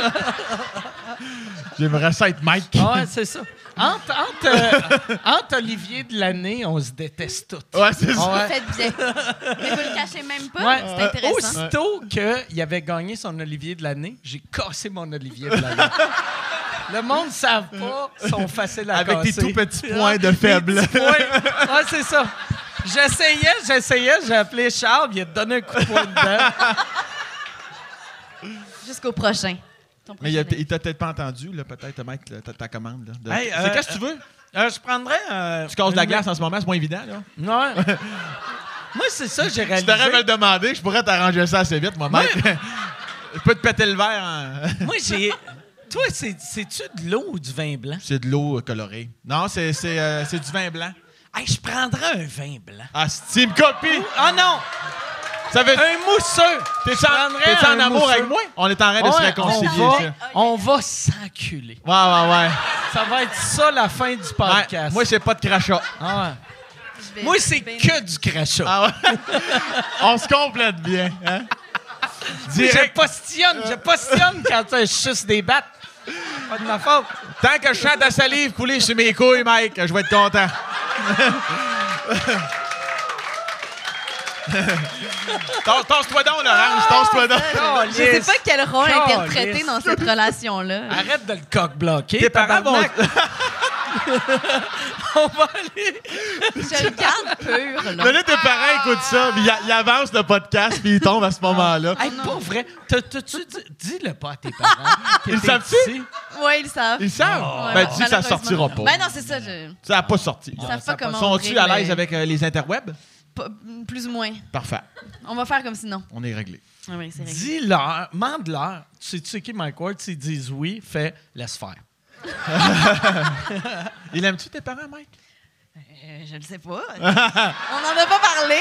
Speaker 6: J'aimerais ça être Mike.
Speaker 4: Ouais, c'est ça. Entre, entre, euh, entre Olivier de l'année, on se déteste tous.
Speaker 6: Ouais, c'est ça.
Speaker 4: Ah ouais.
Speaker 5: Faites bien. Mais vous le cachez même pas.
Speaker 4: Ouais.
Speaker 5: C'est intéressant.
Speaker 6: Euh,
Speaker 4: Aussitôt qu'il avait gagné son Olivier de l'année, j'ai cassé mon Olivier de l'année. Le monde ne savent pas, sont faciles à
Speaker 6: Avec
Speaker 4: casser.
Speaker 6: tes
Speaker 4: Ah,
Speaker 6: tout petits points de faible.
Speaker 4: Des petits points. Ouais, c'est ça. J'essayais, j'essayais, j'ai appelé Charles, il a donné un coup de poing dedans.
Speaker 5: Jusqu'au prochain. Ton
Speaker 6: Mais il a-
Speaker 5: prochain
Speaker 6: il t'a peut-être pas entendu, là, peut-être, Mike, là, ta, ta commande. là, de-
Speaker 4: Hey,
Speaker 6: c'est
Speaker 4: euh,
Speaker 6: qu'est-ce que tu veux?
Speaker 4: Euh, je prendrais. euh,
Speaker 6: Tu casses de la
Speaker 4: une-
Speaker 6: glace en ce moment, c'est moins évident. Là.
Speaker 4: Non. Moi, c'est ça, j'ai
Speaker 6: Tu
Speaker 4: réalisé.
Speaker 6: devrais me le demander, je pourrais t'arranger ça assez vite, moi, Mike. je peux te péter le verre. en-
Speaker 4: Moi, j'ai. Toi, c'est- c'est-tu de l'eau ou du vin blanc?
Speaker 6: c'est de l'eau euh, colorée. Non, c'est c'est, euh, c'est du vin blanc.
Speaker 4: Hey, je prendrais un vin blanc.
Speaker 6: Ah, Steam Copy!
Speaker 4: Ah non!
Speaker 6: Ça veut
Speaker 4: Un mousseux!
Speaker 6: T'es
Speaker 4: Hein? Je
Speaker 6: en,
Speaker 4: prendrais
Speaker 6: t'es en
Speaker 4: un
Speaker 6: amour
Speaker 4: mousseux.
Speaker 6: avec moi? On est en train de se
Speaker 4: Ouais,
Speaker 6: réconcilier.
Speaker 4: on va,
Speaker 6: ça.
Speaker 4: on va s'enculer.
Speaker 6: Ouais, ouais, ouais.
Speaker 4: Ça va être ça la fin du
Speaker 6: Ouais,
Speaker 4: podcast.
Speaker 6: Ben, Moi, c'est pas de crachat.
Speaker 4: Ah ouais.
Speaker 5: invité. Je vais-
Speaker 4: Moi, c'est
Speaker 5: je vais-
Speaker 4: que du crachat.
Speaker 6: Ah ouais? on se complète bien. Hein?
Speaker 4: je postionne, je postionne quand je suce des battes. Pas de ma faute.
Speaker 6: Tant que je sens ta salive couler sur mes couilles, Mike, je vais être content. Tasse- Tasse-toi donc, Laurence, tasse-toi donc.
Speaker 4: Ah,
Speaker 5: Je sais pas quel rôle
Speaker 4: Calisse.
Speaker 5: interpréter dans cette
Speaker 6: Ah,
Speaker 5: relation-là.
Speaker 4: Arrête de le coq bloquer.
Speaker 6: Tes parents vont-
Speaker 4: On va aller.
Speaker 5: Je le garde pur, là.
Speaker 6: Mais là, tes parents écoutent ça, puis ils a- ils avancent le podcast, puis ils tombent à ce moment-là.
Speaker 4: Hey, pour vrai, t'as- t'as-tu dit. Dis-le pas à tes parents. que
Speaker 6: Ils
Speaker 4: t'es
Speaker 6: savent-tu?
Speaker 4: ici.
Speaker 5: Ouais, ils savent.
Speaker 6: Ils savent?
Speaker 4: Oh.
Speaker 5: Ouais,
Speaker 6: ben, dis que ça
Speaker 5: malheureusement.
Speaker 6: sortira pas.
Speaker 5: Ben non, c'est ça. Je...
Speaker 6: ça n'a pas sorti.
Speaker 5: Ils savent pas comment. on
Speaker 6: Sont-tu
Speaker 5: brille,
Speaker 6: à l'aise
Speaker 5: mais-
Speaker 6: avec euh, les interwebs?
Speaker 5: Pas- Plus ou moins.
Speaker 6: Parfait.
Speaker 5: On va faire comme si non.
Speaker 6: On est réglé.
Speaker 5: Ah oui, c'est réglé.
Speaker 4: Dis-leur, mande-leur. Tu sais, tu sais qui, Mike Ward, s'ils disent oui, fait laisse faire.
Speaker 6: Il aime-tu tes parents, Mike?
Speaker 5: Euh, je le sais pas. on n'en a pas parlé.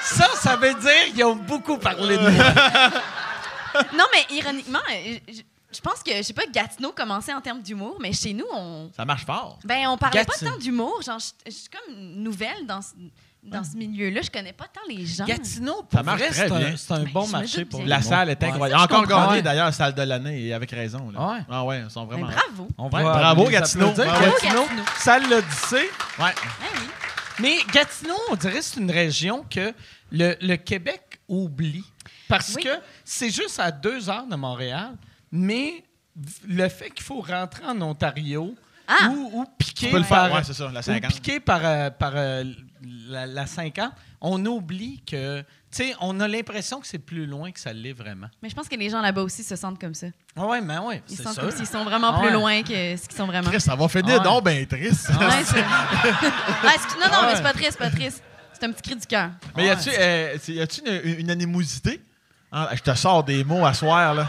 Speaker 4: Ça, ça veut dire qu'ils ont beaucoup parlé de moi.
Speaker 5: Non, mais ironiquement, euh, je je pense que, je sais pas, Gatineau commençait en termes d'humour, mais chez nous, on.
Speaker 6: Ça marche fort.
Speaker 5: Ben, on parlait
Speaker 4: Gatineau.
Speaker 5: pas tant d'humour. Genre, je je suis comme nouvelle dans ce, dans ce milieu-là. Je connais pas tant les gens.
Speaker 4: Gatineau,
Speaker 6: Ça
Speaker 4: pour
Speaker 6: marche
Speaker 4: vrai,
Speaker 6: très
Speaker 4: c'est un,
Speaker 6: bien.
Speaker 4: c'est un
Speaker 5: Ben,
Speaker 4: bon
Speaker 5: je me
Speaker 4: marché
Speaker 5: doute
Speaker 4: pour
Speaker 5: bien.
Speaker 4: le
Speaker 6: La
Speaker 4: monde.
Speaker 6: salle est
Speaker 4: Ouais.
Speaker 6: incroyable. Encore
Speaker 4: comprends.
Speaker 6: gagné,
Speaker 4: Ouais.
Speaker 6: d'ailleurs, salle de l'année, et avec raison. Là.
Speaker 4: Ouais.
Speaker 6: Ah ouais, ils sont
Speaker 5: Ben,
Speaker 6: vraiment...
Speaker 5: bravo.
Speaker 4: On
Speaker 6: Ouais,
Speaker 4: va
Speaker 6: bravo,
Speaker 4: les
Speaker 6: Gatineau.
Speaker 4: applaudir.
Speaker 6: Bravo,
Speaker 4: Ah Gatineau,
Speaker 5: Gatineau.
Speaker 4: salle l'Odyssée.
Speaker 6: Ouais.
Speaker 5: Ah oui.
Speaker 4: Mais Gatineau, on dirait que c'est une région que le, le Québec oublie. Parce
Speaker 5: Oui.
Speaker 4: que c'est juste à deux heures de Montréal, mais v- le fait qu'il faut rentrer en Ontario
Speaker 5: Ah.
Speaker 4: ou, ou piquer
Speaker 6: Tu peux le
Speaker 4: par,
Speaker 6: faire, ouais, c'est ça, la
Speaker 4: ou
Speaker 6: 50.
Speaker 4: piquer par, euh, par euh, la, la 50, on oublie que... Tu sais, on a l'impression que c'est plus loin que ça l'est vraiment.
Speaker 5: Mais je pense que les gens là-bas aussi se sentent comme ça.
Speaker 4: Ah ouais, mais ouais, c'est
Speaker 5: Ils se sentent
Speaker 4: sûr.
Speaker 5: comme s'ils sont vraiment
Speaker 4: Ah
Speaker 5: plus
Speaker 4: ouais.
Speaker 5: loin que ce qu'ils sont vraiment.
Speaker 6: Triste, ça va finir
Speaker 4: Ouais.
Speaker 6: donc ben triste.
Speaker 5: Ouais, c'est- Ah, c'est- non, non,
Speaker 4: Ouais.
Speaker 5: mais c'est pas triste, c'est pas triste. C'est un petit cri du cœur.
Speaker 6: Mais y a-tu euh, c'est- y a-tu une, une animosité? Hein, je te sors des mots à soir, là.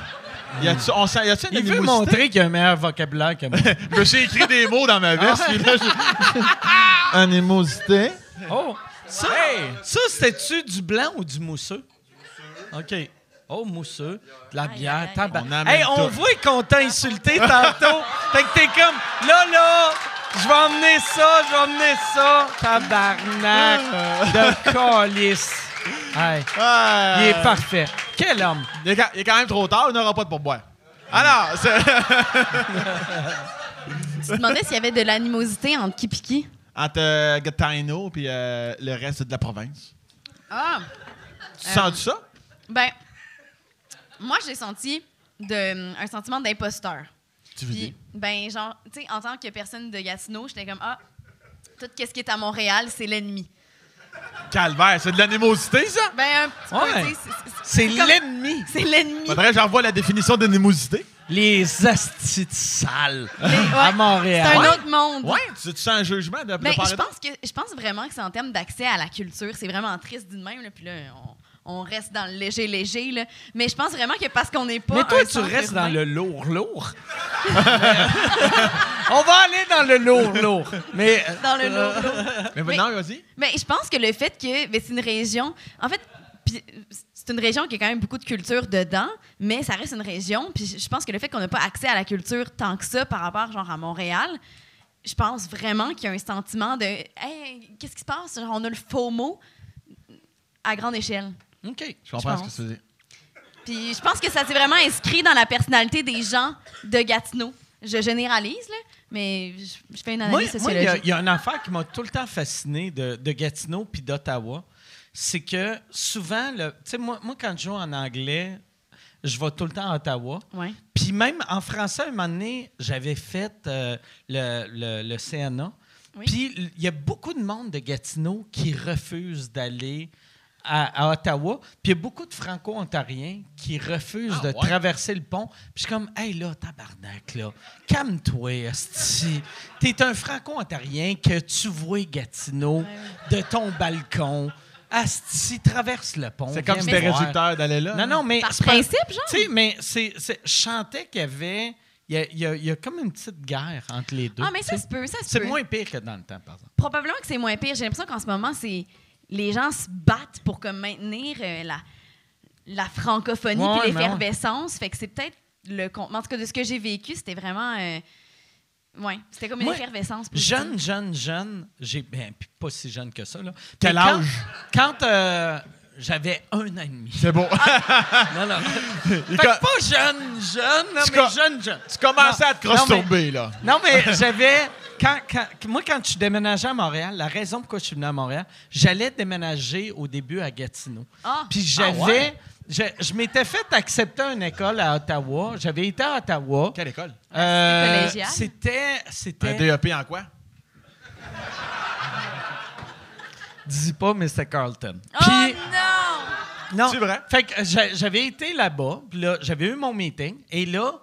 Speaker 6: Y a-tu on sent- y a-tu une
Speaker 4: Il veut
Speaker 6: animosité?
Speaker 4: montrer qu'il a un meilleur vocabulaire que moi.
Speaker 6: Je me suis écrit des mots dans ma
Speaker 4: Ah
Speaker 6: veste. puis là, je- animosité.
Speaker 4: Oh! Ça, ça c'était-tu du blanc ou du mousseux? OK. Oh, mousseux. De la
Speaker 5: aïe,
Speaker 4: bière,
Speaker 5: aïe.
Speaker 4: tabac.
Speaker 6: On amène
Speaker 4: Hey, on
Speaker 6: tout.
Speaker 4: voit qu'on t'a insulté tantôt. Fait que t'es comme, là, là, je vais emmener ça, je vais emmener ça. Tabarnak de calice. Hey,
Speaker 6: Ah,
Speaker 4: il est parfait. Quel homme.
Speaker 6: Il est, quand, il est quand même trop tard, il n'aura pas de pourboire. Alors, c'est-
Speaker 5: Tu te demandais s'il y avait de l'animosité entre qui pis qui?
Speaker 6: entre euh, Gatineau puis euh, le reste de la province.
Speaker 5: Ah!
Speaker 6: Tu sens-tu ça?
Speaker 5: Ben, moi, j'ai senti de, un sentiment d'imposteur.
Speaker 6: Tu veux
Speaker 5: Puis,
Speaker 6: dire?
Speaker 5: ben, genre, tu sais, en tant que personne de Gatineau, j'étais comme, ah, tout ce qui est à Montréal, c'est l'ennemi.
Speaker 6: Calvaire, c'est de l'animosité, ça?
Speaker 5: Ben, un petit peu,
Speaker 4: Ouais.
Speaker 5: tu sais, c'est- c'est-
Speaker 4: C'est
Speaker 5: comme-
Speaker 4: l'ennemi.
Speaker 5: C'est l'ennemi.
Speaker 6: Faudrait que j'envoie la définition d'animosité.
Speaker 4: Les astis de sales
Speaker 5: Les- ouais.
Speaker 4: à
Speaker 5: C'est
Speaker 4: Montréal.
Speaker 5: un
Speaker 4: Ouais.
Speaker 5: autre monde.
Speaker 6: Ouais, tu, tu sens un jugement de, de
Speaker 5: Ben,
Speaker 6: part
Speaker 5: je
Speaker 6: et d'autre?
Speaker 5: pense que je pense vraiment que c'est en termes d'accès à la culture, c'est vraiment triste d'une même là, puis là on, on reste dans le léger léger là, mais je pense vraiment que parce qu'on n'est pas
Speaker 4: Mais toi,
Speaker 5: un
Speaker 4: tu
Speaker 5: centre
Speaker 4: restes
Speaker 5: urbain-
Speaker 4: dans le lourd, lourd. On va aller dans le lourd, lourd. Mais euh,
Speaker 5: dans le lourd, lourd.
Speaker 6: Mais
Speaker 5: Mais-
Speaker 6: maintenant, vas-y.
Speaker 5: Mais je pense que le fait que ben, c'est une région. En fait, puis, euh, c'est une région qui a quand même beaucoup de culture dedans, mais ça reste une région. Puis je- je pense que le fait qu'on n'a pas accès à la culture tant que ça par rapport genre à Montréal, je pense vraiment qu'il y a un sentiment de Hey, qu'est-ce qui se passe? Genre, on a le faux mot à grande échelle.
Speaker 4: OK.
Speaker 6: Je comprends
Speaker 5: Je
Speaker 6: ce que tu dis.
Speaker 5: Puis je pense que ça s'est vraiment inscrit dans la personnalité des gens de Gatineau. Je généralise, là, mais je, je fais une
Speaker 4: Moi,
Speaker 5: analyse
Speaker 4: moi, il y a-
Speaker 5: sociologique.
Speaker 4: il y, a une affaire qui m'a tout le temps fasciné de, de Gatineau puis d'Ottawa. C'est que souvent, le- tu sais, moi, moi, quand je joue en anglais, je vais tout le temps à Ottawa.
Speaker 5: Ouais.
Speaker 4: Puis même en français, un moment donné, j'avais fait euh, le, le- le CNA.
Speaker 5: Oui.
Speaker 4: Puis il y a beaucoup de monde de Gatineau qui refuse d'aller à, à Ottawa. Puis il y a beaucoup de Franco-Ontariens qui refusent
Speaker 6: Ah,
Speaker 4: de
Speaker 6: ouais?
Speaker 4: traverser le pont. Puis je suis comme, hey là, tabarnak, là, calme-toi, esti. T'es un Franco-Ontarien que tu vois Gatineau de ton balcon. Asti, traverse le pont.
Speaker 6: C'est comme
Speaker 4: viens
Speaker 6: si
Speaker 4: me
Speaker 6: t'étais
Speaker 4: voir.
Speaker 6: réducteur d'aller là.
Speaker 4: Non, non, mais.
Speaker 5: Par
Speaker 4: c'est pas-
Speaker 5: principe, genre?
Speaker 4: Tu sais, mais c'est. c'est- Je chantais qu'il y avait. Il y, a, il y a- il y a comme une petite guerre entre les deux.
Speaker 5: Ah, mais ça
Speaker 4: tu sais.
Speaker 5: se peut, ça se
Speaker 4: C'est
Speaker 5: peut.
Speaker 4: moins pire que dans le temps, par exemple.
Speaker 5: probablement que c'est moins pire. J'ai l'impression qu'en ce moment, c'est les gens se battent pour comme maintenir euh, la, la francophonie
Speaker 4: Ouais,
Speaker 5: puis
Speaker 4: mais ouais.
Speaker 5: l'effervescence. Fait que c'est peut-être le con- En tout cas, de ce que j'ai vécu, c'était vraiment. euh, ouais, c'était comme une
Speaker 4: Moi,
Speaker 5: effervescence. positive.
Speaker 4: Jeune, jeune, jeune, j'ai ben, puis pas si jeune que ça là.
Speaker 6: Quel
Speaker 4: Mais quand-
Speaker 6: âge?
Speaker 4: Quand euh, j'avais un an et demi. Ah!
Speaker 6: C'est bon.
Speaker 4: Non, non. Fait
Speaker 6: Il
Speaker 4: que
Speaker 6: co-
Speaker 4: pas jeune, jeune, là,
Speaker 6: Tu
Speaker 4: mais
Speaker 6: co-
Speaker 4: jeune, jeune.
Speaker 6: tu commençais
Speaker 4: Non,
Speaker 6: à te cross
Speaker 4: non, mais-
Speaker 6: tourber là.
Speaker 4: Non, mais j'avais. Quand, quand- moi, quand je suis déménagé à Montréal, la raison pourquoi je suis venu à Montréal, j'allais déménager au début à Gatineau.
Speaker 5: Ah!
Speaker 4: Puis j'avais. Je, je m'étais fait accepter à une école à Ottawa. J'avais été à Ottawa.
Speaker 6: Quelle école?
Speaker 4: Euh,
Speaker 5: C'était collégial?
Speaker 4: C'était.
Speaker 6: Un
Speaker 4: C'était.
Speaker 6: DEP E en quoi?
Speaker 4: Dis pas, mais c'était Carlton.
Speaker 5: Oh
Speaker 4: Puis-
Speaker 5: non!
Speaker 4: Non.
Speaker 6: C'est vrai?
Speaker 4: Fait que j'a- j'avais été là-bas, puis là, j'avais eu mon meeting, et là,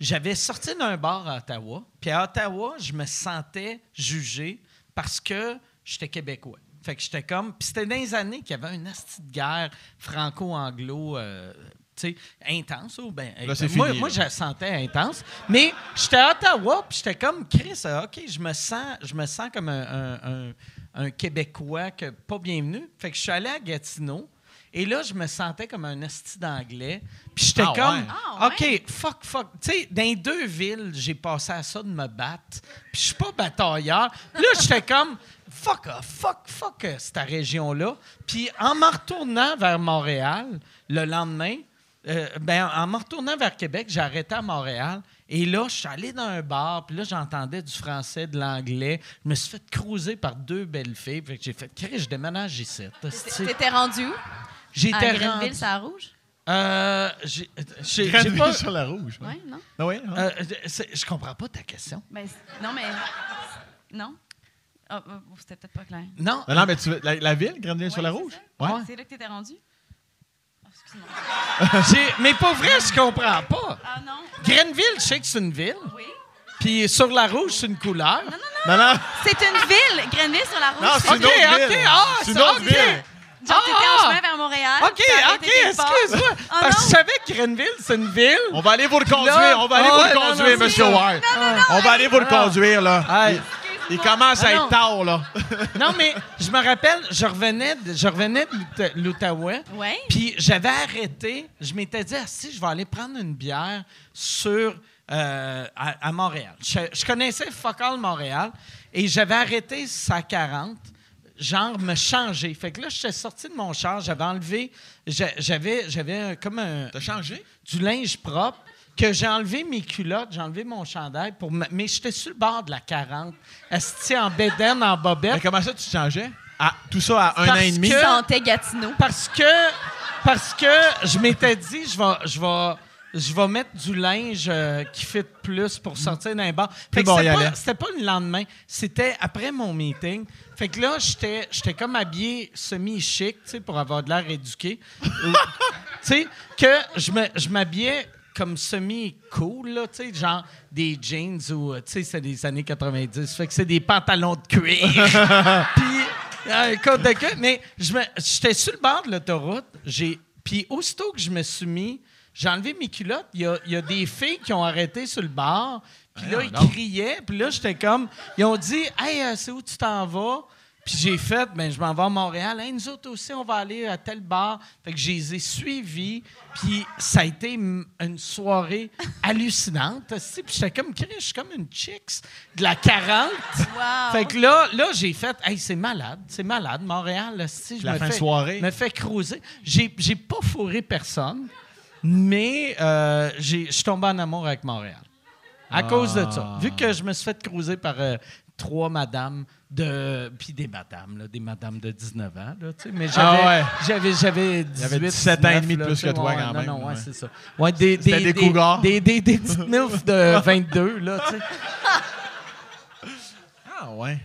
Speaker 4: j'avais sorti d'un bar à Ottawa. Puis à Ottawa, je me sentais jugé parce que j'étais québécois. Fait que j'étais comme. Puis c'était dans les années qu'il y avait une asti de guerre franco-anglo. euh, tu sais, intense. ou ben,
Speaker 6: Là, c'est
Speaker 4: moi,
Speaker 6: fini,
Speaker 4: moi,
Speaker 6: là.
Speaker 4: je la sentais intense. Mais j'étais à Ottawa, puis j'étais comme Chris, euh, OK, je me sens, je me sens comme un, un- un- un Québécois que, pas bienvenu. Fait que je suis allé à Gatineau, et là, je me sentais comme un esti d'anglais. Puis j'étais
Speaker 6: Ah ouais.
Speaker 4: comme,
Speaker 5: Ah ouais.
Speaker 4: OK, fuck, fuck. Tu sais, dans les deux villes, j'ai passé à ça de me battre. Puis je suis pas batailleur. Puis là, j'étais comme, fuck, off, fuck, fuck, euh, cette région-là. Puis en me retournant vers Montréal, le lendemain, euh, ben, en me retournant vers Québec, j'ai arrêté à Montréal. Et là, je suis allé dans un bar, puis là, j'entendais du français, de l'anglais. Je me suis fait cruiser par deux belles filles. Fait que j'ai fait, Chris, je déménage ici.
Speaker 5: T'étais t'étais rendu où?
Speaker 4: J'étais
Speaker 5: À
Speaker 4: rendu-
Speaker 5: Grenville, ça rouge?
Speaker 4: Euh, j'ai- j'ai- j'ai
Speaker 6: Granby
Speaker 4: pas-
Speaker 6: sur la rouge.
Speaker 5: Ouais, non?
Speaker 6: Ah ouais, hein?
Speaker 4: euh, c'est- je comprends pas ta question.
Speaker 5: Ben, c'est- non, mais. Non? Ah, ah, c'était peut-être pas clair.
Speaker 4: Non.
Speaker 6: Non, non, mais tu veux- la, la ville, Granville sur
Speaker 5: Ouais,
Speaker 6: la
Speaker 5: c'est
Speaker 6: rouge?
Speaker 5: ça?
Speaker 6: Ouais.
Speaker 5: C'est là que t'étais rendu? Ah, Excuse-moi.
Speaker 4: j'ai- mais pour vrai, je comprends pas.
Speaker 5: Ah non?
Speaker 4: Grenville, je sais que c'est une ville.
Speaker 5: Oui?
Speaker 4: Puis sur la rouge, c'est une couleur.
Speaker 5: Non, non, non!
Speaker 6: Non, non.
Speaker 5: C'est une ville, Grenville sur la route.
Speaker 6: Non, c'est
Speaker 4: Ok,
Speaker 6: une autre
Speaker 4: ok,
Speaker 6: ville.
Speaker 4: ah,
Speaker 6: C'est une
Speaker 4: ça,
Speaker 6: autre
Speaker 4: ok.
Speaker 6: ville.
Speaker 5: Genre, t'étais en
Speaker 4: Ah!
Speaker 5: chemin vers Montréal.
Speaker 4: OK,
Speaker 5: puis t'as
Speaker 4: OK,
Speaker 5: arrêté quelque part.
Speaker 4: excuse-moi.
Speaker 5: Ah
Speaker 4: Parce que je
Speaker 5: non.
Speaker 4: savais que Grenville, c'est une ville.
Speaker 6: On va aller vous le conduire,
Speaker 4: Là,
Speaker 6: on va aller
Speaker 4: ah
Speaker 6: vous
Speaker 4: ouais,
Speaker 6: le
Speaker 4: non,
Speaker 6: conduire,
Speaker 4: non,
Speaker 6: monsieur
Speaker 4: non.
Speaker 6: Ward. On va aller vous le conduire, là.
Speaker 4: Hey.
Speaker 6: Il- Il commence à
Speaker 4: Non.
Speaker 6: être tard, là.
Speaker 4: Non, mais je me rappelle, je revenais de, je revenais de l'Out- l'Outaouais.
Speaker 5: Ouais.
Speaker 4: Puis j'avais arrêté. Je m'étais dit, ah, si, je vais aller prendre une bière sur, euh, à, à Montréal. Je, je connaissais Focal Montréal et j'avais arrêté sa 40. Genre, me changer. Fait que là, j'étais sorti de mon char, j'avais enlevé. j'a- J'avais j'avais un- comme un,
Speaker 6: T'as changé?
Speaker 4: du linge propre que j'ai enlevé mes culottes, j'ai enlevé mon chandail pour me- mais j'étais sur le bord de la 40, esti en bédaine en
Speaker 6: Mais
Speaker 4: bobette
Speaker 6: comment ça, tu te changeais? Ah, tout ça à un an
Speaker 4: Parce
Speaker 6: et demi?
Speaker 4: que-
Speaker 5: sentais Gatineau.
Speaker 4: parce que parce que je m'étais dit je vais je vais je vais mettre du linge euh, qui fit plus pour sortir d'un bar. Fait que
Speaker 6: bon,
Speaker 4: c'était
Speaker 6: y
Speaker 4: pas-
Speaker 6: allait.
Speaker 4: c'était pas le lendemain, c'était après mon meeting. Fait que là, j'étais j'étais comme habillé semi-chic, tu sais, pour avoir de l'air éduqué. Ou- tu sais, que je me- je m'habillais comme semi-cool, là, tu sais, genre des jeans ou, euh, tu sais, c'est des années 90. Fait que c'est des pantalons de cuir. Puis, un coat de cuir. Mais je me- j'étais sur le bord de l'autoroute. j'ai- Puis, aussitôt que je me suis mis, j'ai enlevé mes culottes. Il y a, il y a des filles qui ont arrêté sur le bord. Puis là, ils criaient. Puis là, j'étais comme. Ils ont dit, Hey, euh, c'est où tu t'en vas? Puis j'ai fait, ben, je m'en vais à Montréal. Hey, nous autres aussi, on va aller à tel bar. Fait que je les ai suivis. Puis ça a été mm, une soirée hallucinante. aussi. Puis j'étais comme, Chris, je suis comme une chicks de la 40.
Speaker 5: Wow.
Speaker 4: Fait que là, là j'ai fait, hey, c'est malade, c'est malade. Montréal, si je
Speaker 6: La
Speaker 4: me
Speaker 6: fin de
Speaker 4: fais-
Speaker 6: soirée.
Speaker 4: me fait cruiser. J'ai j'ai pas fourré personne, mais euh, j'ai- je suis tombé en amour avec Montréal. À cause de
Speaker 6: Ah.
Speaker 4: ça. Vu que je me suis fait cruiser par euh, trois madames de. Puis des madames, là, des madames de 19 ans, là, tu sais. Mais j'avais.
Speaker 6: Ah ouais.
Speaker 4: J'avais, j'avais 18,
Speaker 6: avait 17 ans et demi de
Speaker 4: 19,
Speaker 6: plus
Speaker 4: là,
Speaker 6: que toi,
Speaker 4: ouais,
Speaker 6: quand
Speaker 4: non,
Speaker 6: même,
Speaker 4: Non, ouais,
Speaker 6: ouais.
Speaker 4: c'est ça. Ouais, des,
Speaker 6: C'était des cougars.
Speaker 4: Des, des, des petites milfs de 22, là, tu sais.
Speaker 6: Ah, ouais.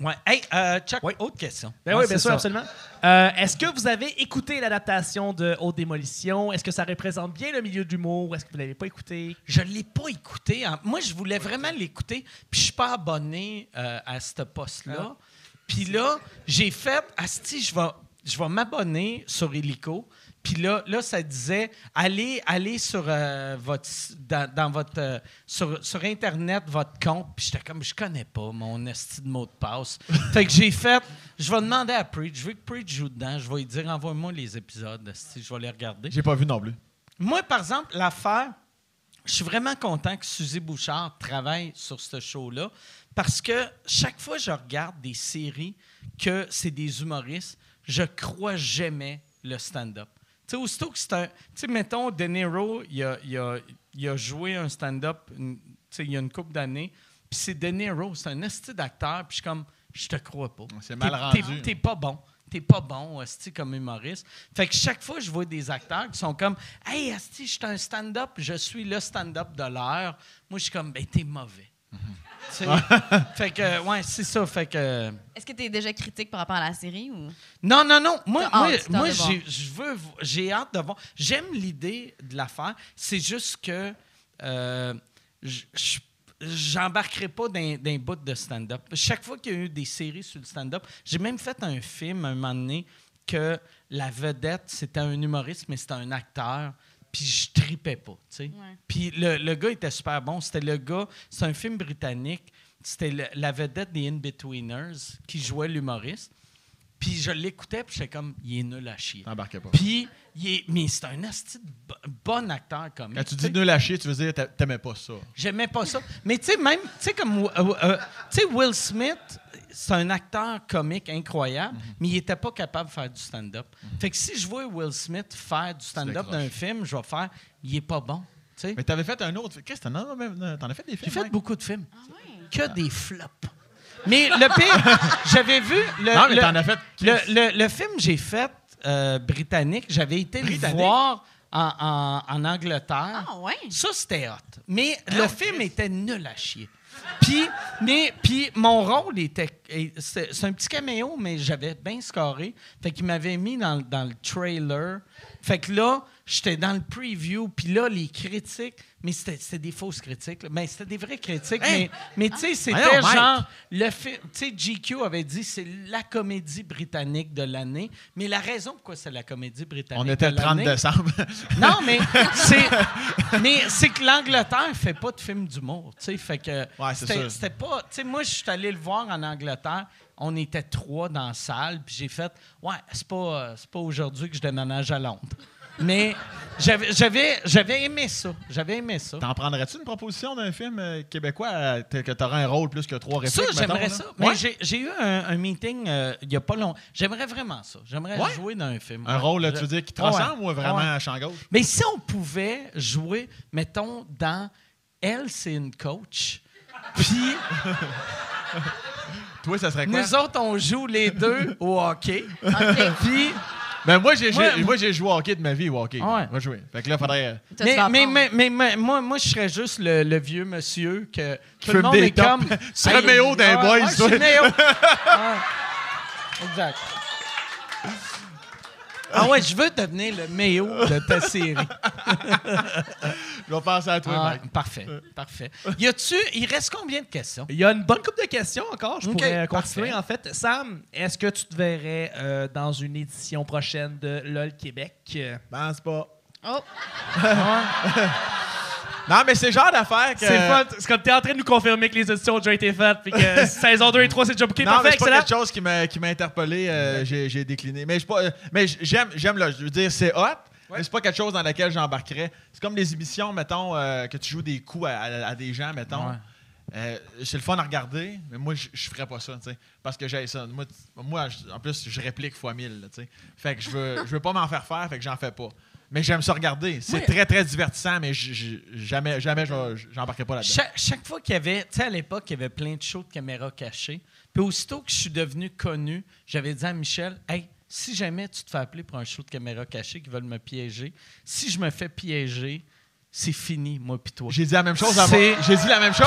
Speaker 4: Ouais. Hey, euh, Chuck, autre question.
Speaker 3: Ben
Speaker 4: Ouais,
Speaker 3: oui,
Speaker 4: c'est
Speaker 3: bien sûr,
Speaker 4: ça.
Speaker 3: absolument. Euh, Est-ce que vous avez écouté l'adaptation de Haute Démolition? Est-ce que ça représente bien le milieu de l'humour? Ou Est-ce que vous ne l'avez pas écouté?
Speaker 4: Je ne l'ai pas écouté. En- Moi, je voulais vraiment l'écouter, puis je suis pas abonné euh, à ce poste-là. Puis là, j'ai fait « Asti, je vais, je vais m'abonner sur Helico. » Puis là, là, ça disait « Allez, allez sur, euh, votre, s- dans, dans votre, euh, sur, sur Internet votre compte. » Puis j'étais comme « Je connais pas mon asti de mot de passe. » Fait que j'ai fait « Je vais demander à Preach. Je veux que Preach joue dedans. Je vais lui dire « Envoie-moi les épisodes, asti. Je vais les regarder. »
Speaker 6: J'ai pas vu non plus.
Speaker 4: Moi, par exemple, l'affaire, je suis vraiment content que Suzy Bouchard travaille sur ce show-là parce que chaque fois que je regarde des séries que c'est des humoristes, je crois jamais le stand-up. Tu sais, aussitôt que c'est un. Tu sais, mettons, De Niro, il a, il a- il a joué un stand-up une- tu sais, il y a une couple d'années, puis c'est De Niro, c'est un esti d'acteur, puis je suis comme, je te crois pas.
Speaker 6: C'est mal
Speaker 4: T'es-
Speaker 6: rendu.
Speaker 4: t'es- t'es pas bon. T'es pas bon, Asti, comme humoriste. Fait que chaque fois, je vois des acteurs qui sont comme Hey, Asti, je suis un stand-up, je suis le stand-up de l'heure. Moi, je suis comme Ben, t'es mauvais. Tu sais? fait que, ouais, c'est ça. Fait que.
Speaker 5: Est-ce que tu es déjà critique par rapport à la série ou.
Speaker 4: Non, non, non. Moi,
Speaker 5: T'as
Speaker 4: moi,
Speaker 5: hâte, t'as
Speaker 4: moi,
Speaker 5: hâte de
Speaker 4: j'ai, je veux, vo- j'ai hâte de voir. J'aime l'idée de la faire. C'est juste que euh, j- j- j'embarquerai pas d'un, d'un bout de stand-up. Chaque fois qu'il y a eu des séries sur le stand-up, j'ai même fait un film à un moment donné que la vedette, c'était un humoriste, mais c'était un acteur. Puis je tripais pas, tu sais.
Speaker 5: Ouais.
Speaker 4: Puis le, le gars était super bon. C'était le gars, c'est un film britannique. C'était le- la vedette des In-Betweeners qui jouait l'humoriste. Puis je l'écoutais, puis j'étais comme, il est nul à chier.
Speaker 6: T'embarquais pas.
Speaker 4: Puis, il est, mais c'est un asti de bo- bon acteur comme
Speaker 6: Quand tu dis nul à chier, tu veux dire t'a- t'aimais pas ça.
Speaker 4: J'aimais pas ça. Mais tu sais, même, tu sais, comme, euh, euh, tu sais, Will Smith, c'est un acteur comique incroyable,
Speaker 6: Mhm.
Speaker 4: mais il était pas capable de faire du stand-up. Fait que si je vois Will Smith faire du stand-up
Speaker 6: décroches.
Speaker 4: d'un film, je vais faire, il est pas bon. Tu sais,
Speaker 6: Mais t'avais fait un autre. Qu'est-ce que t'en as même- T'en as fait des films?
Speaker 4: j'ai fait
Speaker 6: Mike?
Speaker 4: beaucoup de films.
Speaker 5: ouais.
Speaker 4: Que des flops. Mais le pire, j'avais vu le,
Speaker 6: Non, mais
Speaker 4: le-
Speaker 6: t'en as fait.
Speaker 4: le, le- le film que j'ai fait euh, britannique, j'avais été
Speaker 6: Britannique?
Speaker 4: le voir en, en- en Angleterre.
Speaker 5: Ah, ouais?
Speaker 4: Ça, c'était hot. Mais le film était nul à chier. Puis, mais, puis mon rôle était. et C'est c'est un petit caméo, mais j'avais bien scoré. Fait qu'il m'avait mis dans, le- dans le trailer. Fait que là, j'étais dans le preview. Puis là, les critiques. Mais c'était c'était des fausses critiques. là. Mais c'était des vraies critiques. Mais, mais tu
Speaker 5: Ah,
Speaker 4: sais, c'était
Speaker 6: Voyons, Mike.
Speaker 4: genre. Le film, tu sais, GQ avait dit c'est la comédie britannique de l'année, mais la raison pourquoi c'est la comédie britannique
Speaker 6: On était
Speaker 4: de
Speaker 6: le 30
Speaker 4: l'année-
Speaker 6: décembre.
Speaker 4: Non, mais c'est mais c'est que l'Angleterre fait pas de films d'humour, tu sais, fait que
Speaker 6: Ouais, c'est
Speaker 4: c'était
Speaker 6: sûr.
Speaker 4: c'était pas, tu sais, moi je suis allé le voir en Angleterre, on était trois dans la salle, puis j'ai fait ouais, c'est pas euh, c'est pas aujourd'hui que je déménage à Londres. Mais j'avais j'avais j'avais aimé ça, j'avais aimé ça.
Speaker 6: T'en prendrais-tu une proposition d'un film euh, québécois euh, t- que t'aurais un rôle plus que trois
Speaker 4: Ça,
Speaker 6: répliques? mettons,
Speaker 4: j'aimerais
Speaker 6: là?
Speaker 4: ça. Mais
Speaker 6: Ouais.
Speaker 4: j'ai- j'ai eu un, un meeting euh, il y a pas longtemps. J'aimerais vraiment ça. J'aimerais
Speaker 6: Ouais?
Speaker 4: jouer dans un film.
Speaker 6: Un
Speaker 4: Ouais.
Speaker 6: rôle, là,
Speaker 4: Je-
Speaker 6: tu veux dire, qui te
Speaker 4: Ouais.
Speaker 6: ressemble ou vraiment
Speaker 4: Ouais.
Speaker 6: à champ gauche?
Speaker 4: Mais si on pouvait jouer, mettons, dans Elle, c'est une coach. Puis
Speaker 6: Toi, ça serait quoi?
Speaker 4: nous autres, on joue les deux au hockey.
Speaker 5: OK.
Speaker 4: Puis
Speaker 6: Mais Ben, moi, j'ai
Speaker 4: Moi-
Speaker 6: j'ai- moi, j'ai joué au hockey de ma vie, au hockey.
Speaker 4: Ouais.
Speaker 6: Moi, joué. Fait que là, faudrait. euh,
Speaker 5: Toi, tu
Speaker 4: Mais,
Speaker 5: vas
Speaker 4: mais,
Speaker 5: apprendre.
Speaker 4: mais, mais- mais- moi, moi, je serais juste le, le vieux monsieur que tout
Speaker 6: fume
Speaker 4: le monde
Speaker 6: des
Speaker 4: est
Speaker 6: tops.
Speaker 4: comme.
Speaker 6: Tu serais Méo d'un
Speaker 4: ouais,
Speaker 6: boys,
Speaker 4: ouais, je
Speaker 6: toi.
Speaker 4: suis Méo. Ouais. Exact. Ah ouais, je veux devenir le Méo de ta série.
Speaker 6: Je vais penser à toi,
Speaker 4: Ah,
Speaker 6: Mike.
Speaker 4: parfait, parfait. Y a-tu, il reste combien de questions?
Speaker 3: Il y a une bonne couple de questions encore. Je
Speaker 4: Ok,
Speaker 3: pourrais euh, continuer,
Speaker 4: parfait.
Speaker 3: en fait. Sam, est-ce que tu te verrais euh, dans une édition prochaine de LOL Québec? Euh,
Speaker 6: Pense pas.
Speaker 5: Oh,
Speaker 6: Non, mais c'est le genre d'affaire que.
Speaker 3: C'est le fun. C'est comme t'es en train de nous confirmer que les éditions ont déjà été faites, puis que saison 2 et 3, c'est déjà bouqué.
Speaker 6: Non, mais
Speaker 3: Parfait,
Speaker 6: c'est pas
Speaker 3: excellent.
Speaker 6: quelque chose qui m'a qui m'a interpellé. euh, j'ai j'ai décliné. Mais je suis pas- euh, mais j'aime j'aime là. Je veux dire, c'est hot. Mais c'est pas quelque chose dans laquelle j'embarquerais. C'est comme les émissions, mettons, euh, que tu joues des coups à, à- à des gens, mettons.
Speaker 4: Ouais.
Speaker 6: Euh, c'est le fun à regarder, mais moi, je je ferais pas ça, tu sais. Parce que j'ai ça. Moi, t- moi, je- en plus, je réplique fois mille, là, tu sais. Fait que je veux, je veux pas m'en faire faire, fait que j'en fais pas. Mais j'aime ça regarder. C'est très, très divertissant, mais j- j- jamais, jamais je- je- j'embarquerai pas là-dedans.
Speaker 4: Cha- chaque fois qu'il y avait, tu sais, à l'époque, il y avait plein de shows de caméras cachées. Puis aussitôt que je suis devenu connu, j'avais dit à Michel, hey, si jamais tu te fais appeler pour un show de caméra cachée qui veulent me piéger, si je me fais piéger, c'est fini, moi puis toi.
Speaker 6: J'ai dit la même chose à mon...
Speaker 4: C'est-
Speaker 6: J'ai dit la même chose.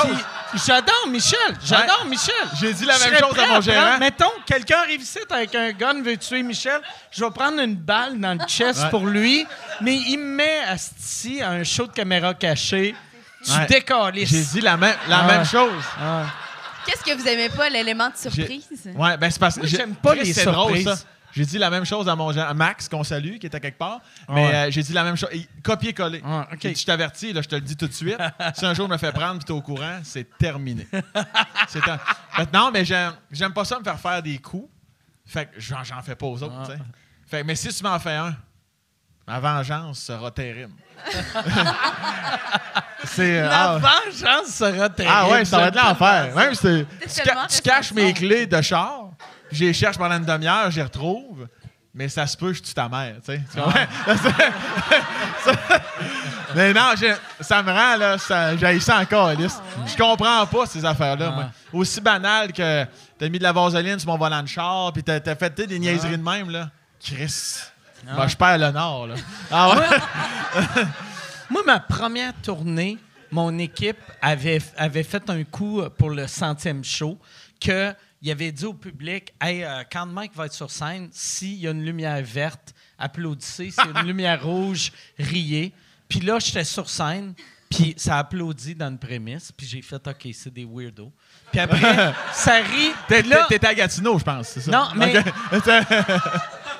Speaker 4: Puis, J'adore Michel, j'adore Michel.
Speaker 6: J'ai dit la
Speaker 4: Je
Speaker 6: même
Speaker 4: serais
Speaker 6: chose à
Speaker 4: prêt
Speaker 6: mon
Speaker 4: prendre-
Speaker 6: gérant.
Speaker 4: Mettons, quelqu'un arrive ici avec un gun, veut tuer Michel, je vais prendre une balle dans le chest
Speaker 6: Ouais.
Speaker 4: pour lui, mais il me met asti à un show de caméra cachée. Tu
Speaker 6: Ouais.
Speaker 4: décalisses.
Speaker 6: J'ai dit la même, la
Speaker 4: Ah.
Speaker 6: même chose.
Speaker 4: Ah.
Speaker 5: qu'est-ce que vous aimez pas, l'élément de
Speaker 6: J'ai-
Speaker 5: surprise?
Speaker 6: Ouais, ben c'est parce que
Speaker 4: Moi,
Speaker 6: j'ai-
Speaker 4: j'aime pas
Speaker 6: Chris,
Speaker 4: les
Speaker 6: c'est drôle,
Speaker 4: surprises.
Speaker 6: ça. J'ai dit la même chose à mon gen- à Max qu'on salue qui était quelque part, mais
Speaker 4: Ah Ouais.
Speaker 6: euh, j'ai dit la même chose, Et copier-coller.
Speaker 4: Ouais, ok.
Speaker 6: J'ai dit, Je t'avertis, là, je te le dis tout de suite. si un jour je me fais prendre, puis t'es au courant, c'est terminé. c'est ter- Fait que non, mais j'aime, j'aime pas ça me faire faire des coups. Fait que j'en, j'en fais pas aux
Speaker 4: Ah.
Speaker 6: autres, tu sais. Fait que, mais si tu m'en fais un, ma vengeance sera terrible. c'est euh, ah
Speaker 4: La
Speaker 6: ouais.
Speaker 4: vengeance sera terrible.
Speaker 6: Ah ouais, ça va être l'enfer. Même si tu,
Speaker 5: C'est
Speaker 6: ca-
Speaker 5: tellement
Speaker 6: tu caches mes
Speaker 5: responsable.
Speaker 6: clés de char, je les cherche pendant une demi-heure, je les retrouve, mais ça se peut que je tue ta mère, tu sais.
Speaker 4: Ah.
Speaker 6: Tu comprends? Ça- mais non, je- ça me rend, là, ça, j'haïs ça encore, Alice. Je comprends pas ces affaires-là,
Speaker 4: Ah.
Speaker 6: moi. Aussi banal que t'as mis de la vaseline sur mon volant de char, puis t'as, t'as fait tu sais, des niaiseries
Speaker 4: Ah.
Speaker 6: de même, là. Chris, ben, je perds le nord, là. Ah ouais?
Speaker 4: Moi, ma première tournée, mon équipe avait, avait fait un coup pour le centième show que il avait dit au public Hey, euh, quand Mike va être sur scène, s'il y a une lumière verte, applaudissez. S'il y a une lumière rouge, riez. Puis là, j'étais sur scène, puis ça applaudit dans une prémisse, puis j'ai fait OK, c'est des weirdos. Puis après, ça rit.
Speaker 6: T'es-
Speaker 4: Puis là-
Speaker 6: t'étais à Gatineau, je pense, c'est ça?
Speaker 4: Non, mais-
Speaker 6: Ok.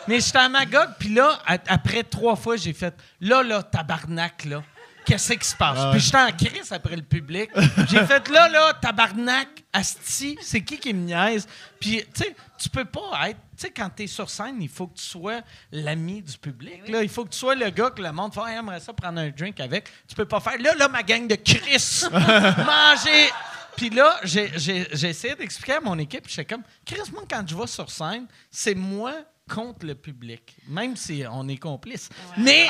Speaker 4: Mais j'étais à Magog, puis là, a- après trois fois, j'ai fait là, là, tabarnak, là. Qu'est-ce qui se passe?
Speaker 6: Ah ouais.
Speaker 4: Puis j'étais en crise après le public. J'ai fait là, là, tabarnak, asti, c'est qui qui me niaise? Puis, tu sais, tu peux pas être. Tu sais, quand t'es sur scène, il faut que tu sois l'ami du public. Là. Il faut que tu sois le gars que le monde fait Ah, j'aimerais ça prendre un drink avec. Tu peux pas faire là, là, ma gang de Chris, manger. Puis là, j'ai- j'ai j'ai essayé d'expliquer à mon équipe. J'étais comme, Chris, moi, quand je vais sur scène, c'est moi contre le public, même si on est complice. Mais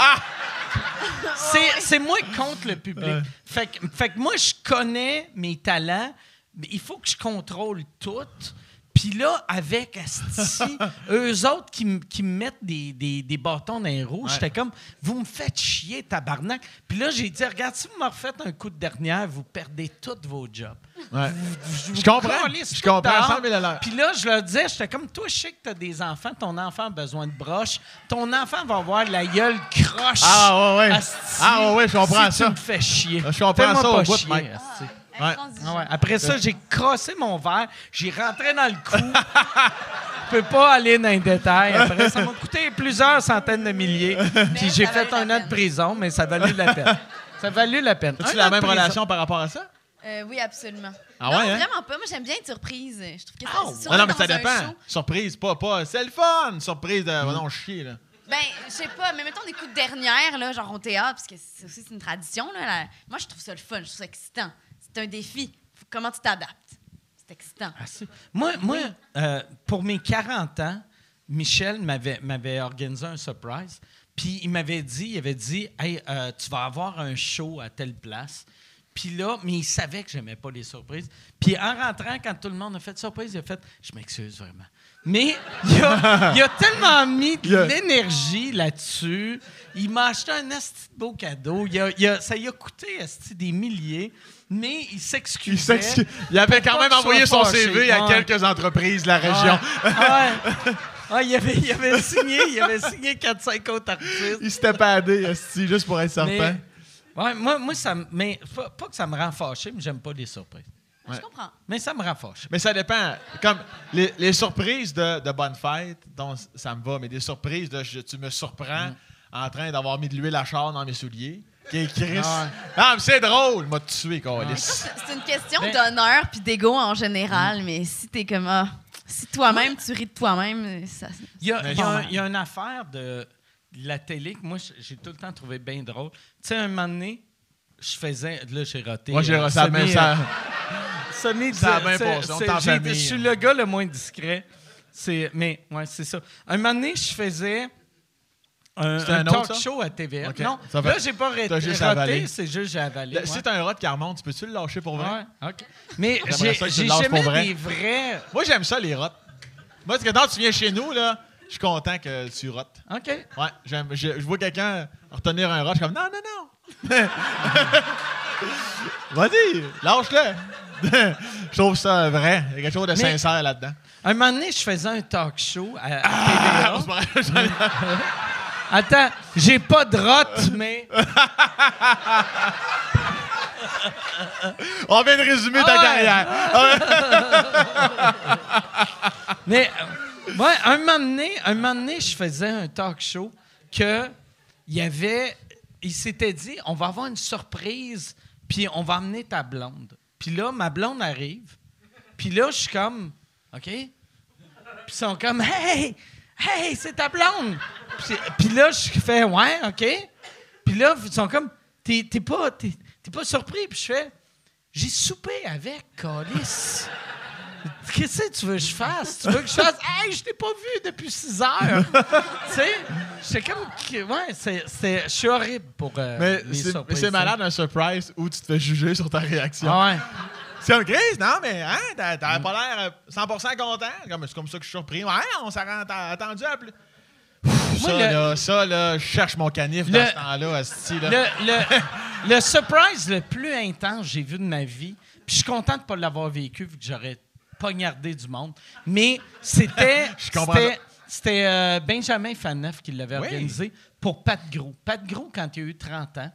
Speaker 4: c'est c'est moi contre le public. Fait, que, fait que moi, je connais mes talents, mais il faut que je contrôle tout. Puis là, avec Asti, eux autres qui, m- qui me mettent des, des, des bâtons dans les roues, j'étais comme, vous me faites chier, tabarnak. Puis là, j'ai dit, regarde, si vous me refaites un coup de dernière, vous perdez tous vos jobs.
Speaker 6: Ouais.
Speaker 4: Vous-
Speaker 6: Je
Speaker 4: vous
Speaker 6: comprends.
Speaker 4: calissez
Speaker 6: Je
Speaker 4: tout
Speaker 6: comprends
Speaker 4: dehors.
Speaker 6: 100 000 à l'heure.
Speaker 4: Puis là, je leur disais, j'étais comme, toi, je sais que t'as des enfants, ton enfant a besoin de broche, ton enfant va avoir la gueule croche.
Speaker 6: Ah, ouais, ouais.
Speaker 4: Asti,
Speaker 6: Ah, ouais, ouais, je comprends
Speaker 4: si
Speaker 6: ça.
Speaker 4: Tu me fais chier.
Speaker 6: Je comprends
Speaker 4: Fais-moi
Speaker 6: ça au
Speaker 4: pas
Speaker 6: bout,
Speaker 4: chier,
Speaker 6: Mike.
Speaker 4: asti.
Speaker 5: Intransigeant.
Speaker 4: Ah ouais. Après ça, j'ai crossé mon verre, j'ai rentré dans le cou. Je peux pas aller dans les détails. Après, ça m'a coûté plusieurs centaines de milliers. Puis j'ai
Speaker 5: ça
Speaker 4: fait
Speaker 5: valait
Speaker 4: un
Speaker 5: la
Speaker 4: an de
Speaker 5: peine.
Speaker 4: prison, mais ça valut la peine. Ça valut la peine.
Speaker 6: As-tu
Speaker 4: Un
Speaker 6: la
Speaker 4: an de
Speaker 6: même
Speaker 4: prison.
Speaker 6: relation par rapport à ça?
Speaker 5: Euh, oui, absolument.
Speaker 6: Ah
Speaker 5: non,
Speaker 6: ouais, hein?
Speaker 5: vraiment pas. Moi, j'aime bien être surprise. Je trouve que ça, si on
Speaker 6: Ah non,
Speaker 5: est
Speaker 6: mais ça
Speaker 5: dans un
Speaker 6: dépend.
Speaker 5: show-
Speaker 6: Surprise, pas, pas. C'est le fun! Surprise de. oh non, chier, là.
Speaker 5: Ben, je sais pas, mais mettons des coups de dernière, là, genre au théâtre, parce que c'est aussi c'est une tradition. Là, la- Moi, je trouve ça le fun, je trouve ça excitant. C'est un défi. Faut- Comment tu t'adaptes? C'est excitant.
Speaker 4: Ah, c'est- Moi, moi euh, pour mes 40 ans, Michel m'avait, m'avait organisé un surprise. Puis il m'avait dit, il avait dit, hey, euh, tu vas avoir un show à telle place. Puis là, mais il savait que j'aimais pas les surprises. Puis en rentrant, quand tout le monde a fait surprise, il a fait, je m'excuse vraiment. Mais il a, il a tellement mis de
Speaker 6: Il a-
Speaker 4: l'énergie là-dessus. Il m'a acheté un esti de beau cadeau. Il a- il a- ça lui a coûté esti des milliers, mais il s'excusait.
Speaker 6: Il, s'excuse. Il avait
Speaker 4: Faut
Speaker 6: quand
Speaker 4: pas
Speaker 6: même
Speaker 4: que tu
Speaker 6: envoyé
Speaker 4: sois
Speaker 6: son
Speaker 4: fâché.
Speaker 6: CV à
Speaker 4: Ouais.
Speaker 6: quelques entreprises de la région.
Speaker 4: Ouais. Ah, Ouais. Ouais, il, avait, il avait signé, il avait signé 4-5 autres artistes.
Speaker 6: Il s'était padé, esti, juste pour être
Speaker 4: Mais-
Speaker 6: serpent.
Speaker 4: ouais, moi, moi, ça, me- mais pas, pas que ça me rend fâché, mais j'aime pas les surprises.
Speaker 5: Je comprends.
Speaker 4: Mais ça me rend fâché.
Speaker 6: Mais ça dépend. Comme les, les surprises de, de bonne fête, dont ça me va, mais des surprises de je- tu me surprends
Speaker 4: Mm.
Speaker 6: en train d'avoir mis de l'huile à char dans mes souliers. Qui est Chris. Ah, mais c'est drôle, m'a tué, câlisse.
Speaker 5: C'est c'est une question
Speaker 4: Ben- Mm.
Speaker 5: d'honneur puis d'ego en général, mais si t'es comme ah, si toi-même tu ris de toi-même, ça.
Speaker 4: Il y a,
Speaker 6: Mais
Speaker 4: il y a
Speaker 5: quand
Speaker 4: un-
Speaker 5: même.
Speaker 4: il y a une affaire de la télé que moi, j'ai tout le temps trouvé bien drôle. Tu sais, un moment donné, je faisais. Là, j'ai raté.
Speaker 6: Moi, j'ai
Speaker 4: euh,
Speaker 6: reçu la main
Speaker 4: semi-
Speaker 6: ça.
Speaker 4: Sony
Speaker 6: Ça a
Speaker 4: dit-
Speaker 6: bien
Speaker 4: c'est-
Speaker 6: passé, on
Speaker 4: c'est-
Speaker 6: est en
Speaker 4: j'ai été-
Speaker 6: famille.
Speaker 4: Je suis le gars le moins discret. C'est, mais, ouais, c'est ça. Un moment donné, je faisais un,
Speaker 6: C'était
Speaker 4: un
Speaker 6: un autre,
Speaker 4: talk
Speaker 6: ça?
Speaker 4: show à TVA.
Speaker 6: Ok.
Speaker 4: Non,
Speaker 6: Ça fait-
Speaker 4: là, j'ai pas ré-
Speaker 6: T'as juste
Speaker 4: raté,
Speaker 6: avalé. Ben,
Speaker 4: c'est juste j'ai avalé.
Speaker 6: Le-
Speaker 4: ouais.
Speaker 6: Si t'as un rat qui remonte, tu peux-tu le lâcher pour vrai?
Speaker 4: Ouais, ok. Mais
Speaker 6: J'aimerais
Speaker 4: j'ai
Speaker 6: ça que tu
Speaker 4: j'ai
Speaker 6: le lâches
Speaker 4: jamais
Speaker 6: pour vrai.
Speaker 4: des vrais...
Speaker 6: Moi, j'aime ça, les rottes. Moi, c'est que quand tu viens chez nous, là, je suis content que tu rotes.
Speaker 4: OK.
Speaker 6: Ouais, j'aime- je, je vois quelqu'un retenir un rot, je suis comme non, non, non. Vas-y, lâche-le. je trouve ça vrai. Il y a quelque chose de sincère là-dedans.
Speaker 4: Un moment donné, je faisais un talk show à, à
Speaker 6: On se
Speaker 4: TVA.
Speaker 6: marre, j'en ai-
Speaker 4: Attends, j'ai pas de rotte, mais...
Speaker 6: On vient de résumer ta
Speaker 4: Ah ouais.
Speaker 6: carrière.
Speaker 4: Mais euh, ouais, un moment donné, un moment donné, je faisais un talk show que il y avait il s'était dit on va avoir une surprise puis on va amener ta blonde. Puis là ma blonde arrive. Puis là je suis comme OK. Puis ils sont comme hey hey, c'est ta blonde. Puis- Puis là je fais ouais, OK. Puis là ils sont comme t'es t'es pas t'es t'es pas surpris puis je fais j'ai soupé avec Calice. Qu'est-ce que tu veux que je fasse? Tu veux que je fasse? Hey, je t'ai pas vu depuis 6 heures! tu sais, c'est comme. que- Ouais, c'est, c'est- je suis horrible pour. euh,
Speaker 6: Mais
Speaker 4: les
Speaker 6: c'est- mais
Speaker 4: surprises,
Speaker 6: c'est
Speaker 4: ça.
Speaker 6: malade un surprise où tu te fais juger sur ta réaction.
Speaker 4: Ah ouais.
Speaker 6: C'est comme Chris, non, mais hein, t'as-
Speaker 4: Mm.
Speaker 6: t'avais pas l'air euh, 100% content. Comme, C'est comme ça que je suis surpris. Ouais, on s'est attendu à plus. Ouf,
Speaker 4: Moi,
Speaker 6: ça,
Speaker 4: le-
Speaker 6: là, ça, là, je cherche mon canif
Speaker 4: Le-
Speaker 6: dans ce temps-là, asti, là.
Speaker 4: Le, le, le surprise le plus intense que j'ai vu de ma vie, puis je suis content de ne pas l'avoir vécu vu que j'aurais poignardé du monde, mais c'était.
Speaker 6: Je comprends
Speaker 4: C'était, c'était, euh, Benjamin Faneuf qui l'avait
Speaker 6: Oui.
Speaker 4: organisé pour Pat Gros. Pat Gros, quand il a eu 30 ans,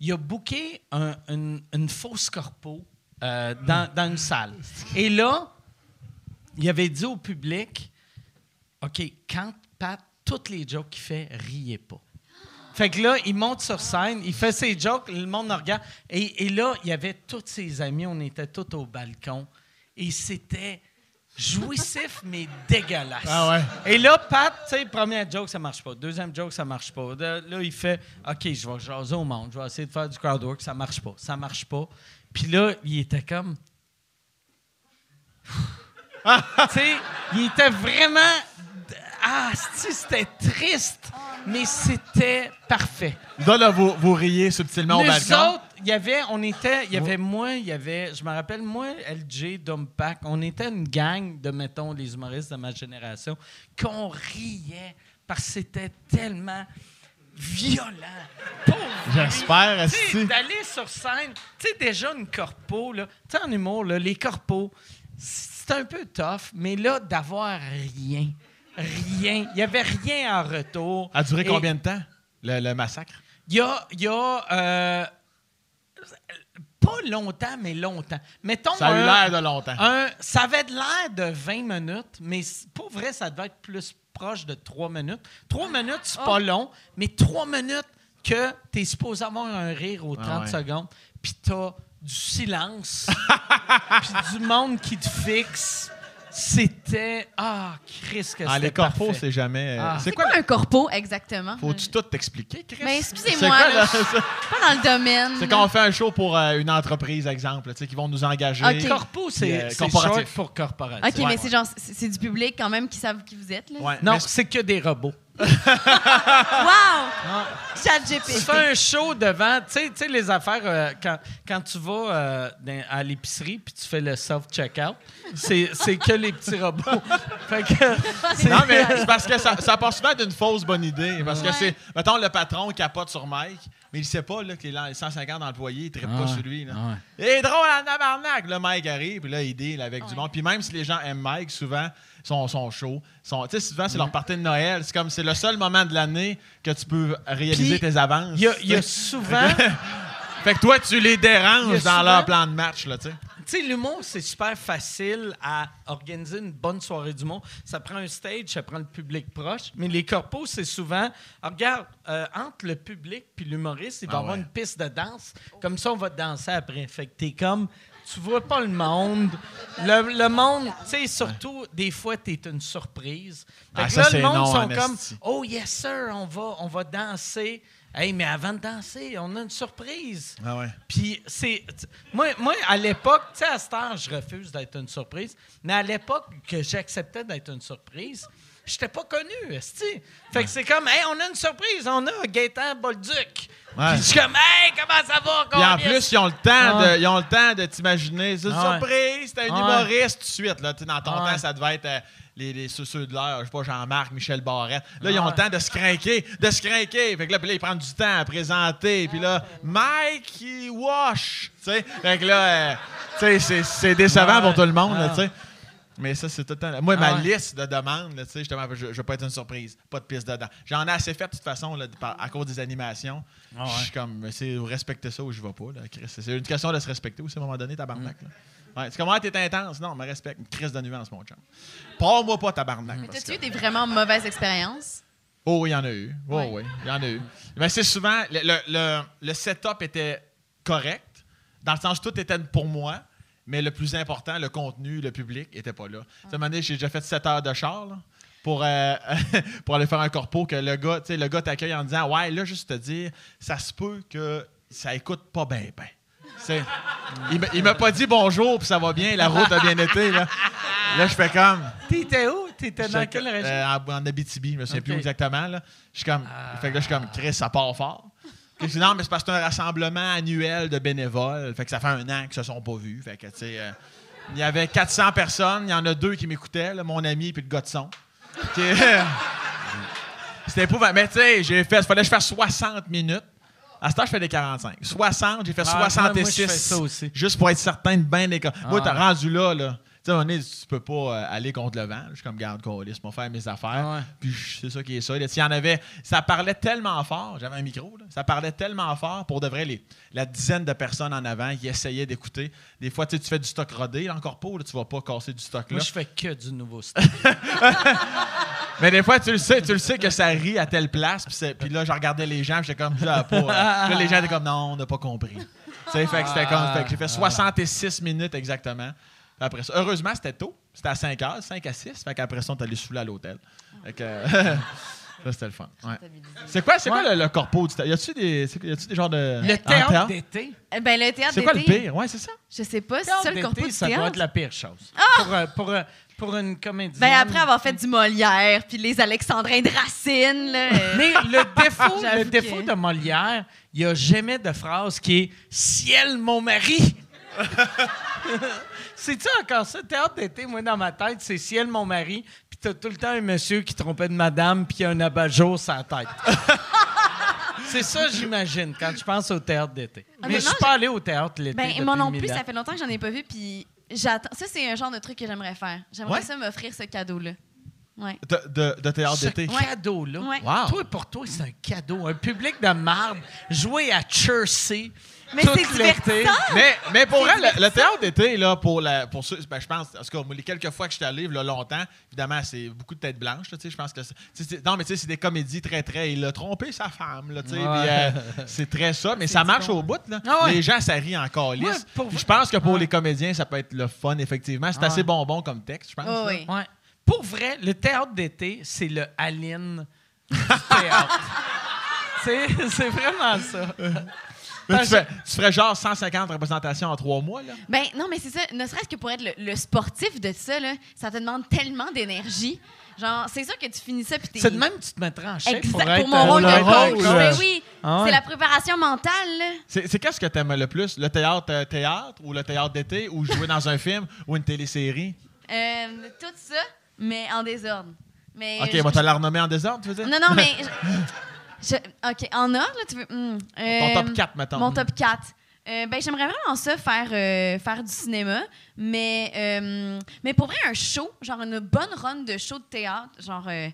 Speaker 4: il a booké un- une, une fausse corpo euh, dans, dans une salle. Et là, il avait dit au public OK, quand Pat, toutes les jokes qu'il fait, riez pas. Fait que là, il monte sur scène, il fait ses jokes, le monde le regarde. Et, et là, il y avait tous ses amis, on était tous au balcon. Et c'était jouissif, mais dégueulasse.
Speaker 6: Ah
Speaker 4: Et là, Pat, tu sais, première joke, ça marche pas. Deuxième joke, ça marche pas. De- Là, il fait OK, je vais jaser au monde, je vais essayer de faire du crowd work, ça marche pas, ça marche pas. Puis là, il était comme. tu sais, il était vraiment. Ah, c'ti, c'était triste, mais c'était parfait.
Speaker 6: Là, là, vous, vous riez subtilement au
Speaker 4: Nous
Speaker 6: balcon.
Speaker 4: autres, il y avait, on était, il y avait moi, il y avait, je me rappelle, moi, LJ, Dumpac, on était une gang de, mettons, les humoristes de ma génération, qu'on riait parce que c'était tellement violent. Pauvre
Speaker 6: J'espère,
Speaker 4: Tu sais,
Speaker 6: esti.
Speaker 4: D'aller sur scène, tu sais, déjà une corpo, là, tu sais, en humour, là, les corpos, c'est un peu tough, mais là, d'avoir rien, rien, il n'y avait rien en retour.
Speaker 6: A duré
Speaker 4: Et-
Speaker 6: combien de temps, le, le massacre?
Speaker 4: il y a, il y a, euh, pas longtemps, mais longtemps. Mettons
Speaker 6: Ça a eu
Speaker 4: un-
Speaker 6: l'air de longtemps.
Speaker 4: un- ça avait de l'air de 20 minutes, mais c- pour vrai, ça devait être plus proche de 3 minutes. 3 minutes, c'est pas long, mais 3 minutes que t'es supposé avoir un rire aux 30
Speaker 6: Ah ouais.
Speaker 4: secondes, puis t'as du silence, puis du monde qui te fixe. C'était... Ah, Chris, que
Speaker 6: Ah, les
Speaker 4: c'était
Speaker 6: corpos,
Speaker 4: parfait.
Speaker 6: c'est jamais. euh,
Speaker 4: Ah.
Speaker 6: C'est
Speaker 5: C'est
Speaker 6: quoi?
Speaker 5: quoi un corpo exactement
Speaker 6: Faut-tu tout t'expliquer, Chris?
Speaker 5: Mais
Speaker 6: C'est
Speaker 5: excusez-moi,
Speaker 6: quoi,
Speaker 5: là,
Speaker 6: là?
Speaker 5: je suis pas dans le domaine.
Speaker 4: Ah.
Speaker 6: C'est quand on fait un show pour euh, une entreprise, exemple, tu sais, qui vont nous engager.
Speaker 5: Ok.
Speaker 4: Corpo, c'est
Speaker 6: Euh,
Speaker 4: c'est
Speaker 6: corporatif.
Speaker 4: short pour corporatif.
Speaker 5: Ok, mais c'est genre c'est c'est du public quand même qui savent qui vous êtes là.
Speaker 6: Ouais,
Speaker 4: Non,
Speaker 6: mais-
Speaker 4: c'est que des robots.
Speaker 5: Wow! Chat GPT.
Speaker 4: Tu fais un show devant, tu sais- tu sais, les affaires, euh, quand, quand tu vas euh, dans- à l'épicerie puis tu fais le self-checkout, c'est c'est que les petits robots. fait que, c'est-
Speaker 6: Non, mais c'est parce que ça, ça part souvent d'une fausse bonne idée. Parce que
Speaker 5: Ouais.
Speaker 6: c'est. Mettons, le patron capote sur Mike, mais il sait pas là, que les lan- 150 employés, ils trippent
Speaker 4: Ah
Speaker 6: pas
Speaker 4: ouais,
Speaker 6: sur lui. Là.
Speaker 4: ah ouais.
Speaker 6: Il est drôle en tabarnak! Là, Mike arrive, puis là, il deal avec du monde. Puis même si les gens aiment Mike, souvent, ils sont, sont chauds. Ils sont- Tu sais, souvent, c'est leur partie de Noël. C'est comme, c'est le seul moment de l'année que tu peux réaliser
Speaker 4: Puis,
Speaker 6: tes avances.
Speaker 4: Il y a- il y a souvent.
Speaker 6: Fait que toi, tu les
Speaker 4: Il y a
Speaker 6: déranges
Speaker 4: souvent-
Speaker 6: dans leur plan de match, là, tu sais.
Speaker 4: Tu sais, l'humour, c'est super facile à organiser une bonne soirée d'humour. Ça prend un stage, ça prend le public proche. Mais les corpos, c'est souvent. Ah, regarde, euh, entre le public puis l'humoriste, il va y
Speaker 6: Ah
Speaker 4: avoir
Speaker 6: ouais.
Speaker 4: une piste de danse. Comme ça, on va danser après. Fait que t'es comme. Tu vois pas le monde. Le, le monde, tu sais, surtout, des fois, t'es une surprise. Fait
Speaker 6: Ah,
Speaker 4: que
Speaker 6: ça,
Speaker 4: là,
Speaker 6: c'est
Speaker 4: le monde
Speaker 6: non,
Speaker 4: sont
Speaker 6: en
Speaker 4: comme.
Speaker 6: esti.
Speaker 4: Oh, yes, sir, on va, on va danser. Hey, mais avant de danser, on a une surprise.
Speaker 6: Ah ouais.
Speaker 4: Puis c'est. t- Moi, moi, à l'époque, tu sais, à cette heure, je refuse d'être une surprise. Mais à l'époque que j'acceptais d'être une surprise, j'étais pas connu, esti. Fait que c'est comme, hey, on a une surprise, on a Gaétan Bolduc.
Speaker 6: Ouais.
Speaker 4: Puis je suis comme, hey, comment ça va,
Speaker 6: Puis en
Speaker 4: Colis?
Speaker 6: plus, ils ont le temps
Speaker 4: Ouais.
Speaker 6: de, ils ont le temps de t'imaginer. C'est une
Speaker 4: Ouais.
Speaker 6: surprise, t'es un
Speaker 4: Ouais.
Speaker 6: humoriste tout de suite. Là. Tu sais, Dans ton
Speaker 4: Ouais.
Speaker 6: temps, ça devait être euh, les, les- ceux, ceux de l'heure, je sais pas, Jean-Marc, Michel Barrette. Là, ils ont
Speaker 4: Ouais.
Speaker 6: le temps de se craquer, de se craquer. Fait que là, puis là, ils prennent du temps à présenter. Puis là,
Speaker 4: Ah.
Speaker 6: Mike, il wash. Tu sais, fait que là, euh, tu sais, c'est, c'est décevant
Speaker 4: Ouais. Ah.
Speaker 6: pour tout le monde. là,
Speaker 4: Ouais.
Speaker 6: tu sais. mais ça, c'est tout le temps. Moi, ma
Speaker 4: Ouais.
Speaker 6: liste de demandes, là, tu sais, justement, je, je veux pas être une surprise, pas de piste dedans. J'en ai assez fait, de toute façon, là, par- à cause des animations. Je suis comme, mais c'est respecter ça ou je vais pas, là, Chris. C'est une question de se respecter aussi à un moment donné, tabarnak. là. Ouais, tu comment t'es intense? Non, mais respecte. Une crise de nuance, mon chum. Parle-moi pas, tabarnak.
Speaker 5: Mais
Speaker 6: parce
Speaker 5: T'as-tu
Speaker 6: que-
Speaker 5: eu des vraiment mauvaises expériences?
Speaker 6: Oh, il y en a eu. Oh,
Speaker 5: Ouais.
Speaker 6: oui, il y en a eu. Mais c'est souvent, le, le, le- le setup était correct, dans le sens où tout était pour moi, mais le plus important, le contenu, le public, était pas là. Cette année, j'ai déjà fait 7 heures de char, là, Pour, euh, pour aller faire un corpo, que le gars, tu sais, le gars t'accueille en disant Ouais, là, juste te dire, ça se peut que ça écoute pas bien, ben. C'est- Il m'a- il m'a pas dit bonjour, puis ça va bien, la route a bien été. Là, là je fais comme.
Speaker 4: T'étais où? T'étais dans
Speaker 6: J'étais
Speaker 4: quelle
Speaker 6: co-
Speaker 4: région?
Speaker 6: euh, en, en Abitibi, je me souviens
Speaker 4: Ok.
Speaker 6: plus où exactement. Là. Je suis comme, fait que là, je suis comme, Chris, ça part fort. Puis je dis, non, mais c'est parce que c'est un rassemblement annuel de bénévoles. Fait que ça fait un an qu'ils se sont pas vus. Fait que, tu sais, euh, il y avait 400 personnes. Il y en a deux qui m'écoutaient, là, mon ami puis le gars de son. Qui- C'était épouvantable. Mais tu sais, j'ai fait, fallait que je fasse 60 minutes. À ce temps, je fais des 45. 60, j'ai fait
Speaker 4: Ah, moi,
Speaker 6: 66.
Speaker 4: moi, je fais ça aussi.
Speaker 6: Juste pour être certain de bien des. co- Moi, t'as rendu là, là. Tu sais, à un moment donné, tu peux pas euh, aller contre le vent. Je suis comme, garde, colis, moi, faire mes affaires.
Speaker 4: Ah ouais.
Speaker 6: Puis je- c'est ça qui est ça. Là, s'il y en avait, ça parlait tellement fort. J'avais un micro, là. Ça parlait tellement fort pour de vrai les, la dizaine de personnes en avant qui essayaient d'écouter. Des fois, tu sais, tu fais du stock rodé, là, encore pas, là, tu vas pas casser du stock là.
Speaker 4: Moi, je fais que du nouveau style.
Speaker 6: Mais des fois, tu le sais, tu le sais que ça rit à telle place. Puis, c'est- puis là, je regardais les gens, puis j'étais comme, là, pas. euh. Puis là, les gens étaient comme, non, on n'a pas compris. Tu sais, fait que c'était comme, fait que j'ai fait 66 minutes exactement. Puis Après ça, heureusement, c'était tôt. C'était à 5 heures, 5 à 6. Fait qu'après ça, on est allé saouler à l'hôtel. Fait que. Ça, c'était le fun. Ouais. C'est quoi, c'est quoi le, le corpo du théâtre? Y a-tu des, c'est- y a-tu des genres de.
Speaker 4: Le
Speaker 6: en
Speaker 4: théâtre d'été.
Speaker 5: Eh Ben, le théâtre
Speaker 6: C'est quoi le
Speaker 5: d'été,
Speaker 6: pire? Ouais, c'est ça.
Speaker 5: Je sais pas, c'est
Speaker 4: Le
Speaker 5: ça le
Speaker 4: théâtre
Speaker 5: corpo
Speaker 4: d'été,
Speaker 5: du
Speaker 4: ça doit être
Speaker 5: théâtre?
Speaker 4: la pire chose. Pour, euh, pour, euh, pour une comédie.
Speaker 5: Ben, après avoir fait du Molière, puis les Alexandrins de Racine, là, euh,
Speaker 4: Mais le défaut, le
Speaker 5: J'avoue que-
Speaker 4: défaut de Molière, il n'y a jamais de phrase qui est Ciel, mon mari! C'est-tu encore ça? Théâtre d'été, moi, dans ma tête, c'est Ciel, mon mari, puis t'as tout le temps un monsieur qui trompait de madame, puis il y a un abat-jour sur la tête. c'est ça, j'imagine, quand je pense au théâtre d'été.
Speaker 5: Ah,
Speaker 4: Mais je
Speaker 5: non,
Speaker 4: suis
Speaker 5: non,
Speaker 4: pas allé au théâtre l'été.
Speaker 5: Ben,
Speaker 4: depuis
Speaker 5: moi non
Speaker 4: mille
Speaker 5: plus,
Speaker 4: ans.
Speaker 5: ça fait longtemps que j'en ai pas vu, puis j'attends. Ça, c'est un genre de truc que j'aimerais faire. J'aimerais
Speaker 6: Ouais?
Speaker 5: ça m'offrir ce cadeau-là. Ouais.
Speaker 6: De, de, de théâtre
Speaker 4: Ce
Speaker 6: d'été.
Speaker 4: cadeau-là.
Speaker 5: Ouais.
Speaker 6: Wow.
Speaker 4: Toi, pour toi, c'est un cadeau. Un public de marbre joué à Chersey.
Speaker 5: Mais
Speaker 4: tout
Speaker 5: c'est
Speaker 4: l'été.
Speaker 5: divertissant!
Speaker 6: Mais, mais pour elle, le, le théâtre d'été, là, pour, la, pour ceux, ben, je pense, en tout cas, moi, les quelques fois que je suis allé, là, longtemps, évidemment, c'est beaucoup de têtes blanches, là, tu sais, je pense que c'est- tu sais, c'est- Non, mais tu sais, c'est des comédies très, très. Il a trompé sa femme, là, tu sais,
Speaker 4: Ouais.
Speaker 6: puis, euh, c'est très ça, mais ça marche au bout, là.
Speaker 4: Ah ouais.
Speaker 6: Les gens, ça rit encore
Speaker 4: Ouais,
Speaker 6: lisse.
Speaker 4: pour
Speaker 6: Puis
Speaker 4: vrai.
Speaker 6: je pense que pour les comédiens, ça peut être le fun, effectivement. C'est
Speaker 4: Ah ouais. Ah,
Speaker 6: assez bonbon comme texte, je pense.
Speaker 5: Oh,
Speaker 6: là.
Speaker 5: oui.
Speaker 4: Ouais. Pour vrai, le théâtre d'été, c'est le Aline du théâtre. c'est, c'est vraiment ça.
Speaker 6: Mais tu, fais- tu ferais genre 150 représentations en trois mois, là.
Speaker 5: Ben non, mais c'est ça. Ne serait-ce que pour être le, le sportif de ça, là, ça te demande tellement d'énergie. Genre, c'est sûr que tu finis ça puis t'es.
Speaker 4: C'est de même que tu te mettrais en chèque
Speaker 5: Exact,
Speaker 4: pour,
Speaker 5: pour,
Speaker 4: être
Speaker 5: mon rôle
Speaker 4: euh,
Speaker 5: de coach.
Speaker 4: coach.
Speaker 5: Ben oui,
Speaker 4: Ah ouais.
Speaker 5: c'est la préparation mentale. là.
Speaker 6: C'est c'est qu'est-ce que t'aimes le plus? Le théâtre euh, théâtre ou le théâtre d'été ou jouer dans un film ou une télésérie?
Speaker 5: Euh, tout ça, mais en désordre. Mais
Speaker 6: OK,
Speaker 5: je-
Speaker 6: moi, t'as la renommée en désordre, tu veux dire?
Speaker 5: Non, non, mais. je- je- OK, en ordre, là, tu veux. hmm, euh,
Speaker 6: Ton top 4, mettons.
Speaker 5: Mon top 4. Euh, ben, j'aimerais vraiment ça faire, euh, faire du cinéma, mais, euh, mais pour vrai, un show, genre une bonne run de show de théâtre, genre euh,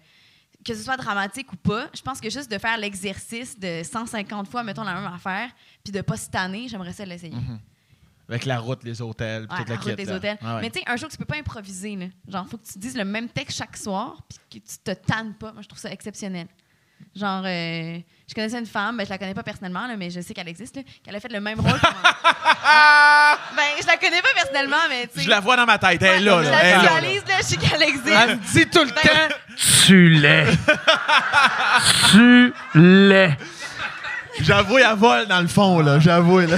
Speaker 5: que ce soit dramatique ou pas, je pense que juste de faire l'exercice de 150 fois, mettons la même affaire, puis de pas se tanner, j'aimerais ça l'essayer.
Speaker 6: Avec la route, les hôtels, puis
Speaker 5: Ouais,
Speaker 6: toute la
Speaker 5: la route
Speaker 6: kit,
Speaker 5: des
Speaker 6: là.
Speaker 5: hôtels.
Speaker 6: Ah ouais.
Speaker 5: Mais tu sais, un show que tu peux pas improviser, là. genre faut que tu dises le même texte chaque soir, puis que tu te tannes pas. Moi, je trouve ça exceptionnel. Genre, euh, je connaissais une femme, ben, je la connais pas personnellement, là, mais je sais qu'elle existe, là, qu'elle a fait le même rôle. que moi. ben, je la connais pas personnellement, mais tu sais.
Speaker 6: Je la vois dans ma tête, elle est là,
Speaker 5: Ouais,
Speaker 6: là.
Speaker 5: Je
Speaker 6: elle est
Speaker 5: la
Speaker 6: là, là.
Speaker 5: visualise, là, je sais qu'elle existe. Ben,
Speaker 4: Elle me dit Ah. tout le temps.
Speaker 2: Tu l'es. tu l'es.
Speaker 6: J'avoue, elle vole dans le fond, là. J'avoue, là.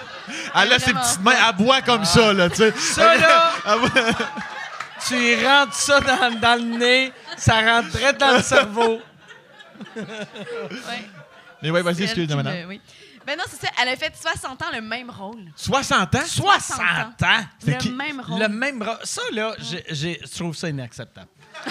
Speaker 6: Elle a ses
Speaker 5: Vraiment.
Speaker 6: petites mains, elle boit comme ça, là, tu sais.
Speaker 4: Ça, là,
Speaker 6: Elle boit-
Speaker 4: tu rentres ça dans, dans le nez, ça rentrait dans le cerveau.
Speaker 5: Ouais.
Speaker 6: Mais ouais,
Speaker 5: C'est
Speaker 6: vas-y,
Speaker 5: elle qui
Speaker 6: excuse-moi,
Speaker 5: me-
Speaker 6: madame.
Speaker 5: oui. Ben non, c'est ça, elle a fait 60 ans le même rôle.
Speaker 6: 60 ans?
Speaker 4: 60 ans.
Speaker 5: Le
Speaker 6: qui-
Speaker 5: même rôle.
Speaker 4: Le même bras. Ça, là, j'ai- j'ai- je trouve ça inacceptable.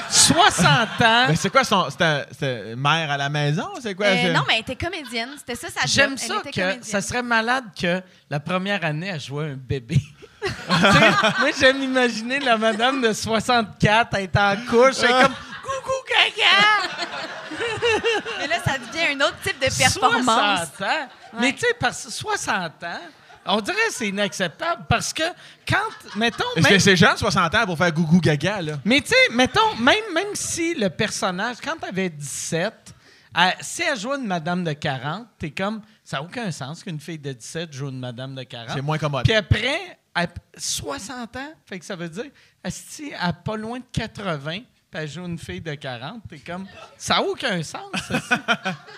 Speaker 4: 60 ans.
Speaker 6: Mais c'est quoi son. C'était c'était mère à la maison? C'est quoi?
Speaker 5: Euh,
Speaker 6: c'est-
Speaker 5: non, mais elle était comédienne. C'était ça, sa job.
Speaker 4: J'aime
Speaker 5: Elle
Speaker 4: ça
Speaker 5: était
Speaker 4: que
Speaker 5: comédienne.
Speaker 4: ça serait malade que la première année, elle jouait un bébé. Tu sais, moi, j'aime imaginer la madame de 64, elle est en couche, elle est comme « Coucou, gaga!
Speaker 5: Mais là, ça devient un autre type de » performance.
Speaker 4: 60 ans! Mais tu sais, parce 60 ans, on dirait que c'est inacceptable parce que quand, mettons,
Speaker 6: Est-ce
Speaker 4: même-
Speaker 6: que c'est jeune, 60 ans, pour faire gougou gaga, là?
Speaker 4: Mais tu sais, mettons, même, même si le personnage, quand t'avais 17, elle- si elle jouait une madame de 40, t'es comme, ça n'a aucun sens qu'une fille de 17 joue une madame de 40.
Speaker 6: C'est moins commode.
Speaker 4: Puis après, elle- 60 ans, fait que ça veut dire, si à pas loin de 80, puis elle joue une fille de 40, t'es comme, ça n'a aucun sens. ceci.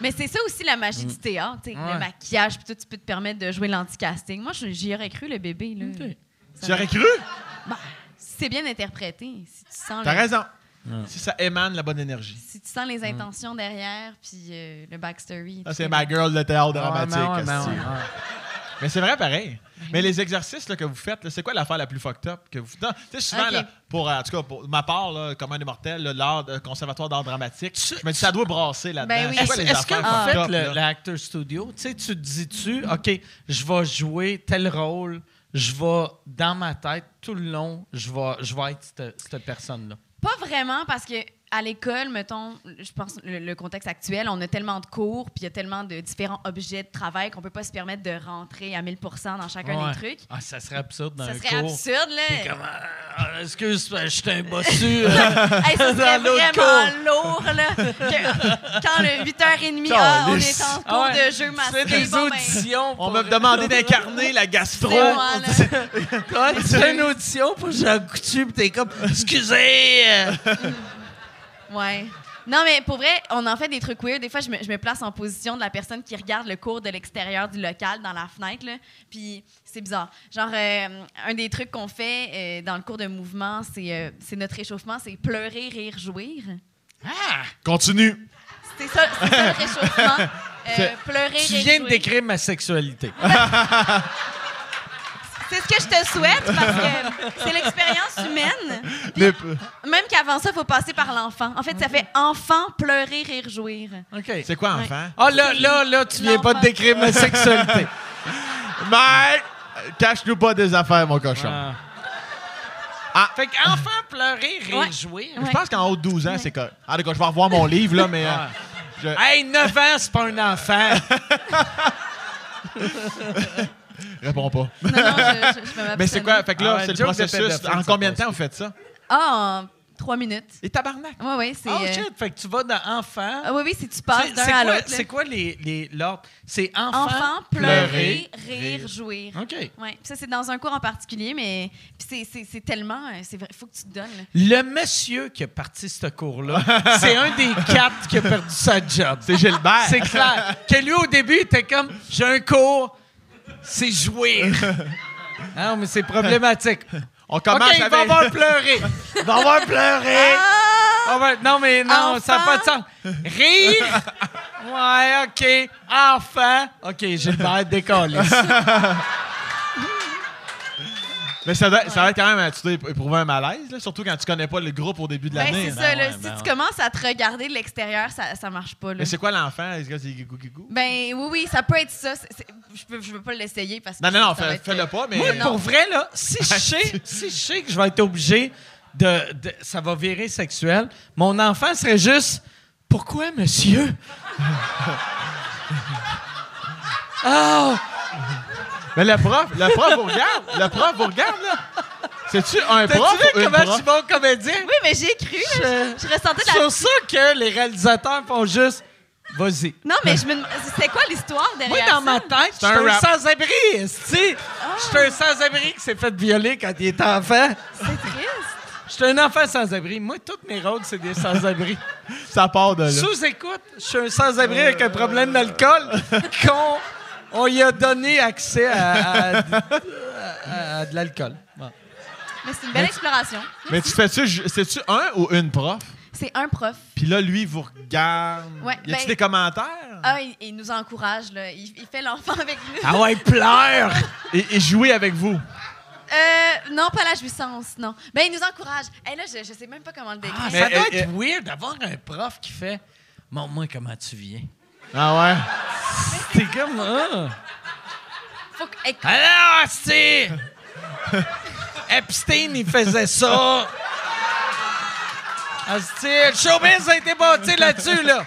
Speaker 5: Mais c'est ça aussi la magie
Speaker 6: Mm.
Speaker 5: du théâtre, tu sais,
Speaker 4: Ouais.
Speaker 5: le maquillage, puis tout, tu peux te permettre de jouer l'anti-casting. Moi, je- j'y aurais cru le bébé, là. Ça
Speaker 6: J'aurais
Speaker 5: va-
Speaker 6: cru?
Speaker 5: Bah, si c'est bien interprété, si tu sens,
Speaker 6: T'as
Speaker 5: le-
Speaker 6: raison. Si ça émane la bonne énergie.
Speaker 5: si tu sens les intentions derrière, puis euh, le backstory.
Speaker 6: Ça,
Speaker 5: tout
Speaker 6: Ah, c'est
Speaker 5: ça.
Speaker 6: ma girl de théâtre dramatique.
Speaker 4: Ouais, ouais, ouais,
Speaker 6: esti.
Speaker 4: ouais, ouais.
Speaker 6: Mais c'est vrai pareil. Mais les exercices là, que vous faites, là, c'est quoi l'affaire la plus fucked up que vous Non, Tu sais, souvent,
Speaker 5: Ok.
Speaker 6: là, pour, euh, en tout cas, pour ma part, là, comme un des mortels, là, l'art euh, conservatoire d'art dramatique,
Speaker 4: Tu-
Speaker 6: je me dis, ça doit brasser là-dedans.
Speaker 5: Ben oui.
Speaker 6: C'est quoi
Speaker 4: Est-ce
Speaker 6: les
Speaker 4: est-ce que
Speaker 6: affaires
Speaker 4: vous
Speaker 6: fucked
Speaker 4: faites
Speaker 6: up,
Speaker 4: le-
Speaker 6: là?
Speaker 4: l'actor studio? Tu sais, tu te dis-tu, OK, je vais jouer tel rôle, je vais, dans ma tête, tout le long, je vais, je vais être cette, cette personne-là.
Speaker 5: Pas vraiment, parce que à l'école, mettons, je pense le, le contexte actuel, on a tellement de cours, puis il y a tellement de différents objets de travail qu'on peut pas se permettre de rentrer à 1000 dans chacun
Speaker 4: Ouais.
Speaker 5: des trucs.
Speaker 4: Ah, ça serait absurde dans
Speaker 5: Ça
Speaker 4: un
Speaker 5: serait
Speaker 4: cours.
Speaker 5: absurde, là.
Speaker 4: T'es comme, Ah, excuse, je suis un bossu. euh.
Speaker 5: Hey, ça serait
Speaker 4: Dans l'autre
Speaker 5: vraiment lourd, là. que- quand le 8h30, ah, on est en cours
Speaker 4: Ah ouais.
Speaker 5: de jeu
Speaker 4: C'est
Speaker 5: masqué.
Speaker 4: des
Speaker 5: bon, ben,
Speaker 4: auditions.
Speaker 6: On
Speaker 4: pour-
Speaker 6: m'a demandé d'incarner la gastro.
Speaker 5: c'est moi, là.
Speaker 4: Ah, tu fais une audition pour Jean Coutu, pis t'es comme, excusez. euh,
Speaker 5: Ouais. Non, mais pour vrai, on en fait des trucs weird. Des fois, je me, je me place en position de la personne qui regarde le cours de l'extérieur du local, dans la fenêtre, là. Puis c'est bizarre. Genre, euh, un des trucs qu'on fait euh, dans le cours de mouvement, c'est euh, c'est notre réchauffement, c'est pleurer, rire, jouir.
Speaker 4: Ah!
Speaker 6: Continue.
Speaker 5: C'est ça, c'est ça le réchauffement. Euh,
Speaker 6: C'est-
Speaker 5: pleurer,
Speaker 4: Tu
Speaker 5: rire,
Speaker 4: viens de
Speaker 5: jouir.
Speaker 4: décrire ma sexualité.
Speaker 5: C'est ce que je te souhaite parce que c'est l'expérience humaine.
Speaker 6: Mais,
Speaker 5: Même qu'avant ça, il faut passer par l'enfant. En fait, ça fait enfant, pleurer, rire, jouir.
Speaker 4: OK.
Speaker 6: c'est quoi, enfant?
Speaker 4: Ah, là, là, là, tu viens pas de
Speaker 5: L'enfant.
Speaker 4: décrire ma sexualité.
Speaker 6: Mike, cache-nous pas des affaires, mon cochon.
Speaker 4: Ah. Fait qu'enfant pleurer, rire,
Speaker 5: Ouais.
Speaker 4: jouer.
Speaker 6: Je
Speaker 5: Ouais.
Speaker 6: pense qu'en haut de 12 ans, c'est correct. En tout cas, je vais revoir mon livre, là, mais... euh,
Speaker 4: Ouais.
Speaker 6: je-
Speaker 4: Hey, 9 ans, c'est pas un enfant.
Speaker 6: Réponds pas.
Speaker 5: Non, non, je, je, je vais
Speaker 6: Mais c'est quoi? Fait que là,
Speaker 4: Ah ouais,
Speaker 6: c'est le
Speaker 4: joke de
Speaker 6: processus.
Speaker 4: pédophile, ça
Speaker 6: En combien de
Speaker 4: passe.
Speaker 6: temps vous faites ça?
Speaker 5: Ah, en trois minutes.
Speaker 6: Et tabarnak.
Speaker 5: Oui, oui, c'est.
Speaker 4: Oh
Speaker 5: euh,
Speaker 4: shit, fait que tu vas dans enfant.
Speaker 5: ah oui, oui, si tu
Speaker 4: C'est-
Speaker 5: passes d'un
Speaker 4: c'est quoi-
Speaker 5: à l'autre. là.
Speaker 4: C'est quoi les, les l'ordre? C'est enfant.
Speaker 5: Enfant, pleurer, rire,
Speaker 3: Hein?
Speaker 5: jouir.
Speaker 4: OK.
Speaker 5: Ouais, ça c'est dans un cours en particulier, mais puis c'est- c'est c'est tellement, euh, c'est vrai, faut que tu te donnes. là.
Speaker 4: Le monsieur qui a parti ce cours-là, c'est un des quatre qui a perdu sa job.
Speaker 6: C'est Gilbert.
Speaker 4: C'est clair. Que lui, au début, il était comme, j'ai un cours,
Speaker 3: c'est jouir. non, mais c'est problématique.
Speaker 6: On commence
Speaker 3: OK, il va
Speaker 6: avec...
Speaker 3: avoir pleuré. Il va avoir pleuré.
Speaker 5: Ah!
Speaker 3: On va- Non, mais non, ça n'a pas de sens. Rire. Ouais, OK. Enfant. OK, j'ai le barre décollé.
Speaker 6: Mais ça, doit, ça va être quand même, tu dois éprouver un malaise, là, surtout quand tu connais pas le groupe au début de
Speaker 5: Ben,
Speaker 6: l'année.
Speaker 5: c'est
Speaker 6: Non,
Speaker 5: ça, là.
Speaker 6: ouais,
Speaker 5: si
Speaker 6: ben,
Speaker 5: tu commences à te regarder de l'extérieur, ça, ça marche pas, là.
Speaker 6: Mais c'est quoi l'enfant? Est-ce que c'est gigou, gigou?
Speaker 5: Ben oui, oui, ça peut être ça. C'est- c'est- Je peux, je veux pas l'essayer parce que.
Speaker 6: Non, non, non,
Speaker 5: ça va
Speaker 6: fais-
Speaker 5: être- euh,
Speaker 6: fais-le pas, mais-
Speaker 3: Moi,
Speaker 5: Non.
Speaker 3: pour vrai, là, si je sais, si je sais que je vais être obligé de, de- Ça va virer sexuel, mon enfant serait juste. Pourquoi, monsieur? Ah!
Speaker 6: Mais le prof, le prof vous regarde! Le prof vous regarde, là! C'est-tu un prof
Speaker 3: T'as-tu
Speaker 6: ou
Speaker 3: vu
Speaker 6: une
Speaker 3: comment je
Speaker 6: prof?
Speaker 3: suis bon comédien?
Speaker 5: Oui, mais j'ai cru. là. Je, je ressentais
Speaker 3: C'est
Speaker 5: de la.
Speaker 3: pour ça que les réalisateurs font juste. Vas-y.
Speaker 5: Non, mais je me demande. C'était quoi l'histoire derrière
Speaker 3: Moi, dans
Speaker 5: ça?
Speaker 3: ma tête, je
Speaker 6: un
Speaker 3: suis un
Speaker 6: rap.
Speaker 3: sans-abri, tu sais. Je suis un sans-abri qui s'est fait violer quand il était enfant.
Speaker 5: C'est triste.
Speaker 3: Je suis un enfant sans-abri. Moi, toutes mes rôles, c'est des sans-abri.
Speaker 6: Ça part de là.
Speaker 3: Sous-écoute, je suis un sans-abri avec un problème d'alcool qu'on on y a donné accès à, à- à- à de l'alcool. Bon.
Speaker 5: Mais c'est une belle exploration.
Speaker 6: Mais tu fais-tu, ju- c'est-tu un ou une prof?
Speaker 5: C'est un prof.
Speaker 6: Puis là, lui, vous regarde.
Speaker 5: Ouais,
Speaker 6: y a-tu
Speaker 5: ben-
Speaker 6: des commentaires?
Speaker 5: Ah, il, il nous encourage, là. Il, il fait l'enfant avec nous.
Speaker 3: Ah ouais, pleure!
Speaker 6: Et, et jouer avec vous.
Speaker 5: Euh, non, pas la jouissance, non. Ben, il nous encourage. Hé, là, je, je sais même pas comment le décrire.
Speaker 3: Ah, ça doit être weird d'avoir un prof qui fait « Montre-moi comment tu viens.
Speaker 6: Ah ouais? »
Speaker 3: T'es comme « Ah!
Speaker 5: Faut que- écoute,
Speaker 3: Alors, c'est... Epstein, il faisait ça. Asti, le showbiz a été bâti là-dessus, là.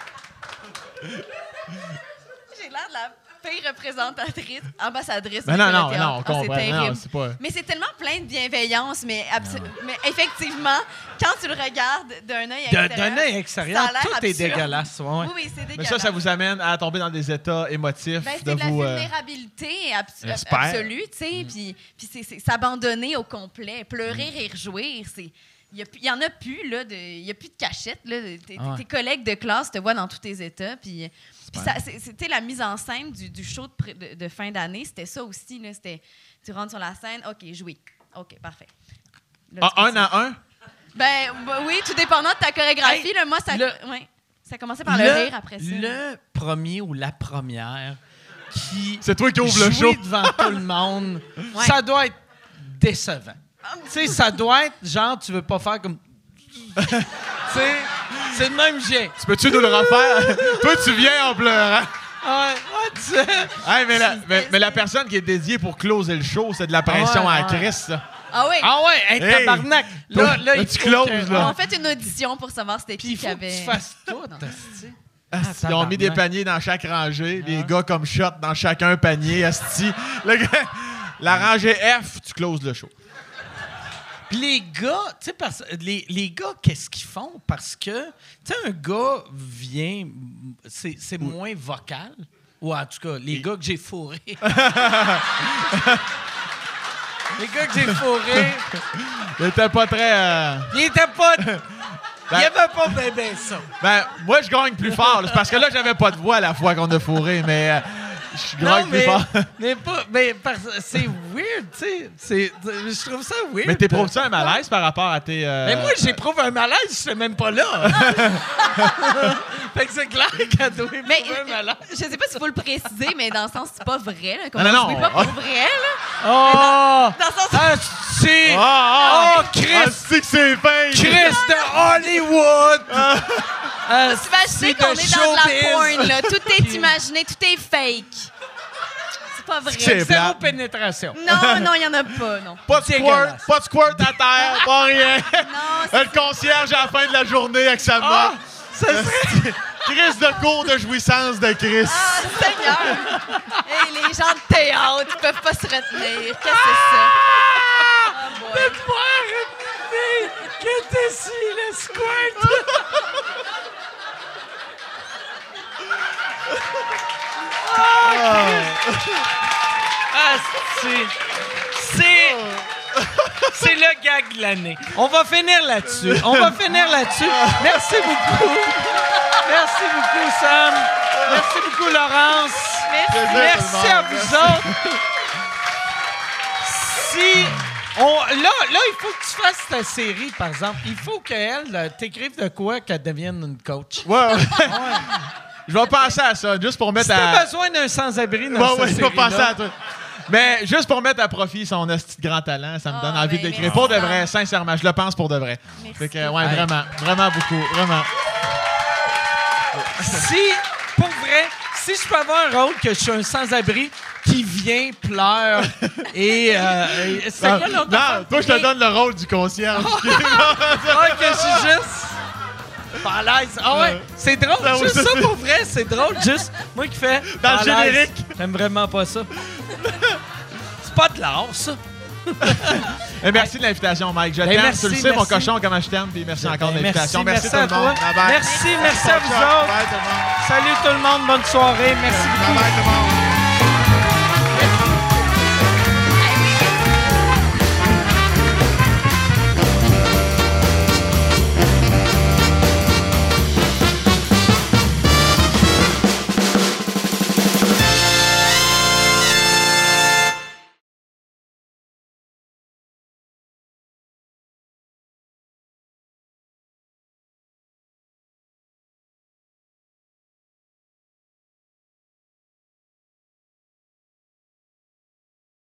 Speaker 5: j'ai l'air de la pire représentatrice, ambassadrice.
Speaker 6: Mais
Speaker 5: du
Speaker 6: non, non,
Speaker 5: théâtre.
Speaker 6: non, on
Speaker 5: Ah,
Speaker 6: comprend.
Speaker 5: C'est
Speaker 6: Non,
Speaker 5: terrible.
Speaker 6: c'est pas... Ah
Speaker 5: Mais c'est tellement plein de bienveillance, mais, abso- mais effectivement, quand tu le regardes d'un œil
Speaker 3: De-
Speaker 5: extérieur.
Speaker 3: D'un œil extérieur,
Speaker 5: ça a l'air
Speaker 3: tout est
Speaker 5: absurde.
Speaker 3: dégueulasse. ouais, ouais.
Speaker 5: Oui, oui, c'est dégueulasse.
Speaker 6: Mais ça, ça vous amène à tomber dans des états émotifs
Speaker 5: Ben,
Speaker 6: de
Speaker 5: c'est de la
Speaker 6: vous... euh,
Speaker 5: vulnérabilité abs- euh,
Speaker 6: j'espère.
Speaker 5: absolue, tu sais, puis, puis c'est- c'est s'abandonner au complet, pleurer, rire, jouir, c'est... Il n'y en a plus, là, de- il y a plus de cachette, là. Tes- Tes,
Speaker 3: Ah ouais.
Speaker 5: tes collègues de classe te voient dans tous tes états, puis... puis ça, c'est- c'était la mise en scène du, du show de, pré- de- de fin d'année, c'était ça aussi, là, c'était... Tu rentres sur la scène, OK, jouis. OK, parfait. Là,
Speaker 6: ah,
Speaker 5: tu
Speaker 6: un
Speaker 5: continues.
Speaker 6: à un?
Speaker 5: Ben, ben oui, tout dépendant de ta chorégraphie,
Speaker 3: Hey,
Speaker 5: là, moi, ça...
Speaker 3: le-
Speaker 5: ouais. ça commençait par le, rire après ça.
Speaker 3: le premier ou la première qui
Speaker 6: C'est toi qui ouvre le show.
Speaker 3: jouit devant tout le monde,
Speaker 5: Ouais.
Speaker 3: ça doit être décevant. tu sais, ça doit être genre, tu veux pas faire comme... tu sais, c'est le même jet.
Speaker 6: Tu peux-tu nous le refaire? toi, tu viens en pleurant.
Speaker 3: Ouais, ouais, tu sais.
Speaker 6: Hey, mais, la, mais, mais la personne qui est dédiée pour closer le show, c'est de la pression
Speaker 3: ouais,
Speaker 6: à la
Speaker 3: ouais.
Speaker 6: Chris, ça.
Speaker 5: Ah oui,
Speaker 3: Ah ouais, hey,
Speaker 6: Hey!
Speaker 3: tabarnak. Là,
Speaker 6: Toi,
Speaker 3: là,
Speaker 6: là,
Speaker 3: il
Speaker 6: tu
Speaker 3: faut
Speaker 6: closes,
Speaker 3: que-
Speaker 6: là.
Speaker 5: on fait une audition pour savoir c'était
Speaker 3: Ah. Puis il
Speaker 5: qui qui
Speaker 3: faut que
Speaker 5: avait...
Speaker 3: tu fasses tout. asti. Ah,
Speaker 6: Ils ont mis des
Speaker 3: tabarnak. Ah.
Speaker 6: paniers dans chaque rangée, les gars comme shot dans chacun panier, asti. Le gars- la rangée F, tu closes le show.
Speaker 3: Puis les gars, tu sais, parce- les, les gars, qu'est-ce qu'ils font? Parce que, tu sais, un gars vient, c'est c'est
Speaker 6: Mm.
Speaker 3: moins vocal. Ou en tout cas, les gars que j'ai fourrés. les gars que j'ai fourrés,
Speaker 6: Il était pas très... euh,
Speaker 3: ils étaient pas. Ils aimaient pas bien ben ça.
Speaker 6: Ben, moi, je gagne plus fort. là. C'est parce que là, j'avais pas de voix la fois qu'on a fourré, mais euh, je
Speaker 3: Non,
Speaker 6: gagne plus
Speaker 3: mais,
Speaker 6: fort.
Speaker 3: mais pas. Mais parce- c'est weird, tu sais. C'est- Je trouve ça weird.
Speaker 6: Mais t'éprouves-tu un malaise par rapport à tes... euh,
Speaker 3: Mais moi, j'éprouve un malaise, je suis même pas là. fait que c'est clair qu'à toi,
Speaker 5: Mais euh,
Speaker 3: éprouver un malaise.
Speaker 5: je sais pas s'il faut le préciser, mais dans le sens, c'est pas vrai. Là, comme
Speaker 6: Non, non,
Speaker 5: on
Speaker 6: non.
Speaker 5: se met pas pour vrai. Là.
Speaker 3: Oh!
Speaker 5: Dans le sens,
Speaker 3: Ah, si!
Speaker 6: Ah, ah,
Speaker 3: Oh,
Speaker 6: ah,
Speaker 3: Chris!
Speaker 6: asti que c'est fin!
Speaker 3: Chris de Hollywood! Ah,
Speaker 5: tu vas acheter
Speaker 3: si, de
Speaker 5: qu'on est dans
Speaker 3: showbiz.
Speaker 5: de la porn. Là. Tout est imaginé, tout est fake. C'est pas
Speaker 6: C'est
Speaker 5: vrai.
Speaker 3: Zéro
Speaker 6: plate.
Speaker 3: pénétration.
Speaker 5: Non, non, il y en a pas, non.
Speaker 6: Eh Pas de squirt,
Speaker 3: Dégueulasse.
Speaker 6: pas de squirt à terre, pas rien.
Speaker 5: Non, c'est-
Speaker 6: Le concierge à la fin de la journée avec sa
Speaker 3: Ah!
Speaker 6: main.
Speaker 3: Ça serait...
Speaker 6: Chris de cours de jouissance de Chris.
Speaker 5: Ah, Seigneur! Hey, les gens de théâtre, ils peuvent pas se retenir. Qu'est-ce que c'est ça?
Speaker 3: Ah!
Speaker 5: Oh boy.
Speaker 3: Qu'est-ce que c'est, le squirt? Ah, c'est... C'est... C'est le gag de l'année. On va finir là-dessus. On va finir là-dessus. Merci beaucoup. Merci beaucoup, Sam. Merci beaucoup, Laurence.
Speaker 5: Merci.
Speaker 6: Plaisir, tout le
Speaker 3: Merci
Speaker 6: monde.
Speaker 3: à vous autres. si. on- là, là, il faut que tu fasses ta série, par exemple. Il faut qu'elle euh, t'écrive de quoi qu'elle devienne une coach.
Speaker 6: Ouais, ouais. Je vais penser à ça, juste pour
Speaker 3: Si
Speaker 6: mettre
Speaker 3: t'as
Speaker 6: à.
Speaker 3: besoin d'un sans-abri dans
Speaker 6: Ouais,
Speaker 3: cette
Speaker 6: ouais, je vais
Speaker 3: série-là,
Speaker 6: penser à toi. Mais juste pour mettre à profit son esti de grand talent, ça me
Speaker 5: Ah,
Speaker 6: donne envie
Speaker 5: ben,
Speaker 6: d'écrire.
Speaker 5: merci.
Speaker 6: Pour de vrai, sincèrement, je le pense pour de vrai.
Speaker 5: Merci.
Speaker 6: Fait que, ouais, vraiment, vraiment beaucoup, vraiment.
Speaker 3: si, pour vrai, si je peux avoir un rôle que je suis un sans-abri qui vient, pleure et. euh, et- c'est
Speaker 6: Ah,
Speaker 3: quoi l'autre
Speaker 6: non,
Speaker 3: affaire?
Speaker 6: toi, je te donne le rôle du concierge.
Speaker 3: Ah, que je suis juste. Pas à l'aise. Ah ouais, c'est drôle.
Speaker 6: Non,
Speaker 3: juste
Speaker 6: ça,
Speaker 3: ça
Speaker 6: c'est-
Speaker 3: pour vrai, c'est drôle. Juste moi qui fais.
Speaker 6: Dans le
Speaker 3: pas à l'aise.
Speaker 6: générique.
Speaker 3: J'aime vraiment pas ça. c'est pas de l'art, ça.
Speaker 6: Eh, merci de l'invitation, Mike. Je t'aime.
Speaker 3: merci,
Speaker 6: Tu le sais, mon
Speaker 3: merci.
Speaker 6: cochon, comment Ben, je t'aime. Puis merci encore de
Speaker 3: Ben,
Speaker 6: l'invitation.
Speaker 3: Merci,
Speaker 6: tout
Speaker 3: à
Speaker 6: le monde.
Speaker 3: toi. Merci, merci à vous autres.
Speaker 6: Bye, tout le monde.
Speaker 3: Salut tout le monde. Bonne soirée. Merci beaucoup.
Speaker 6: Bye, bye, tout le monde.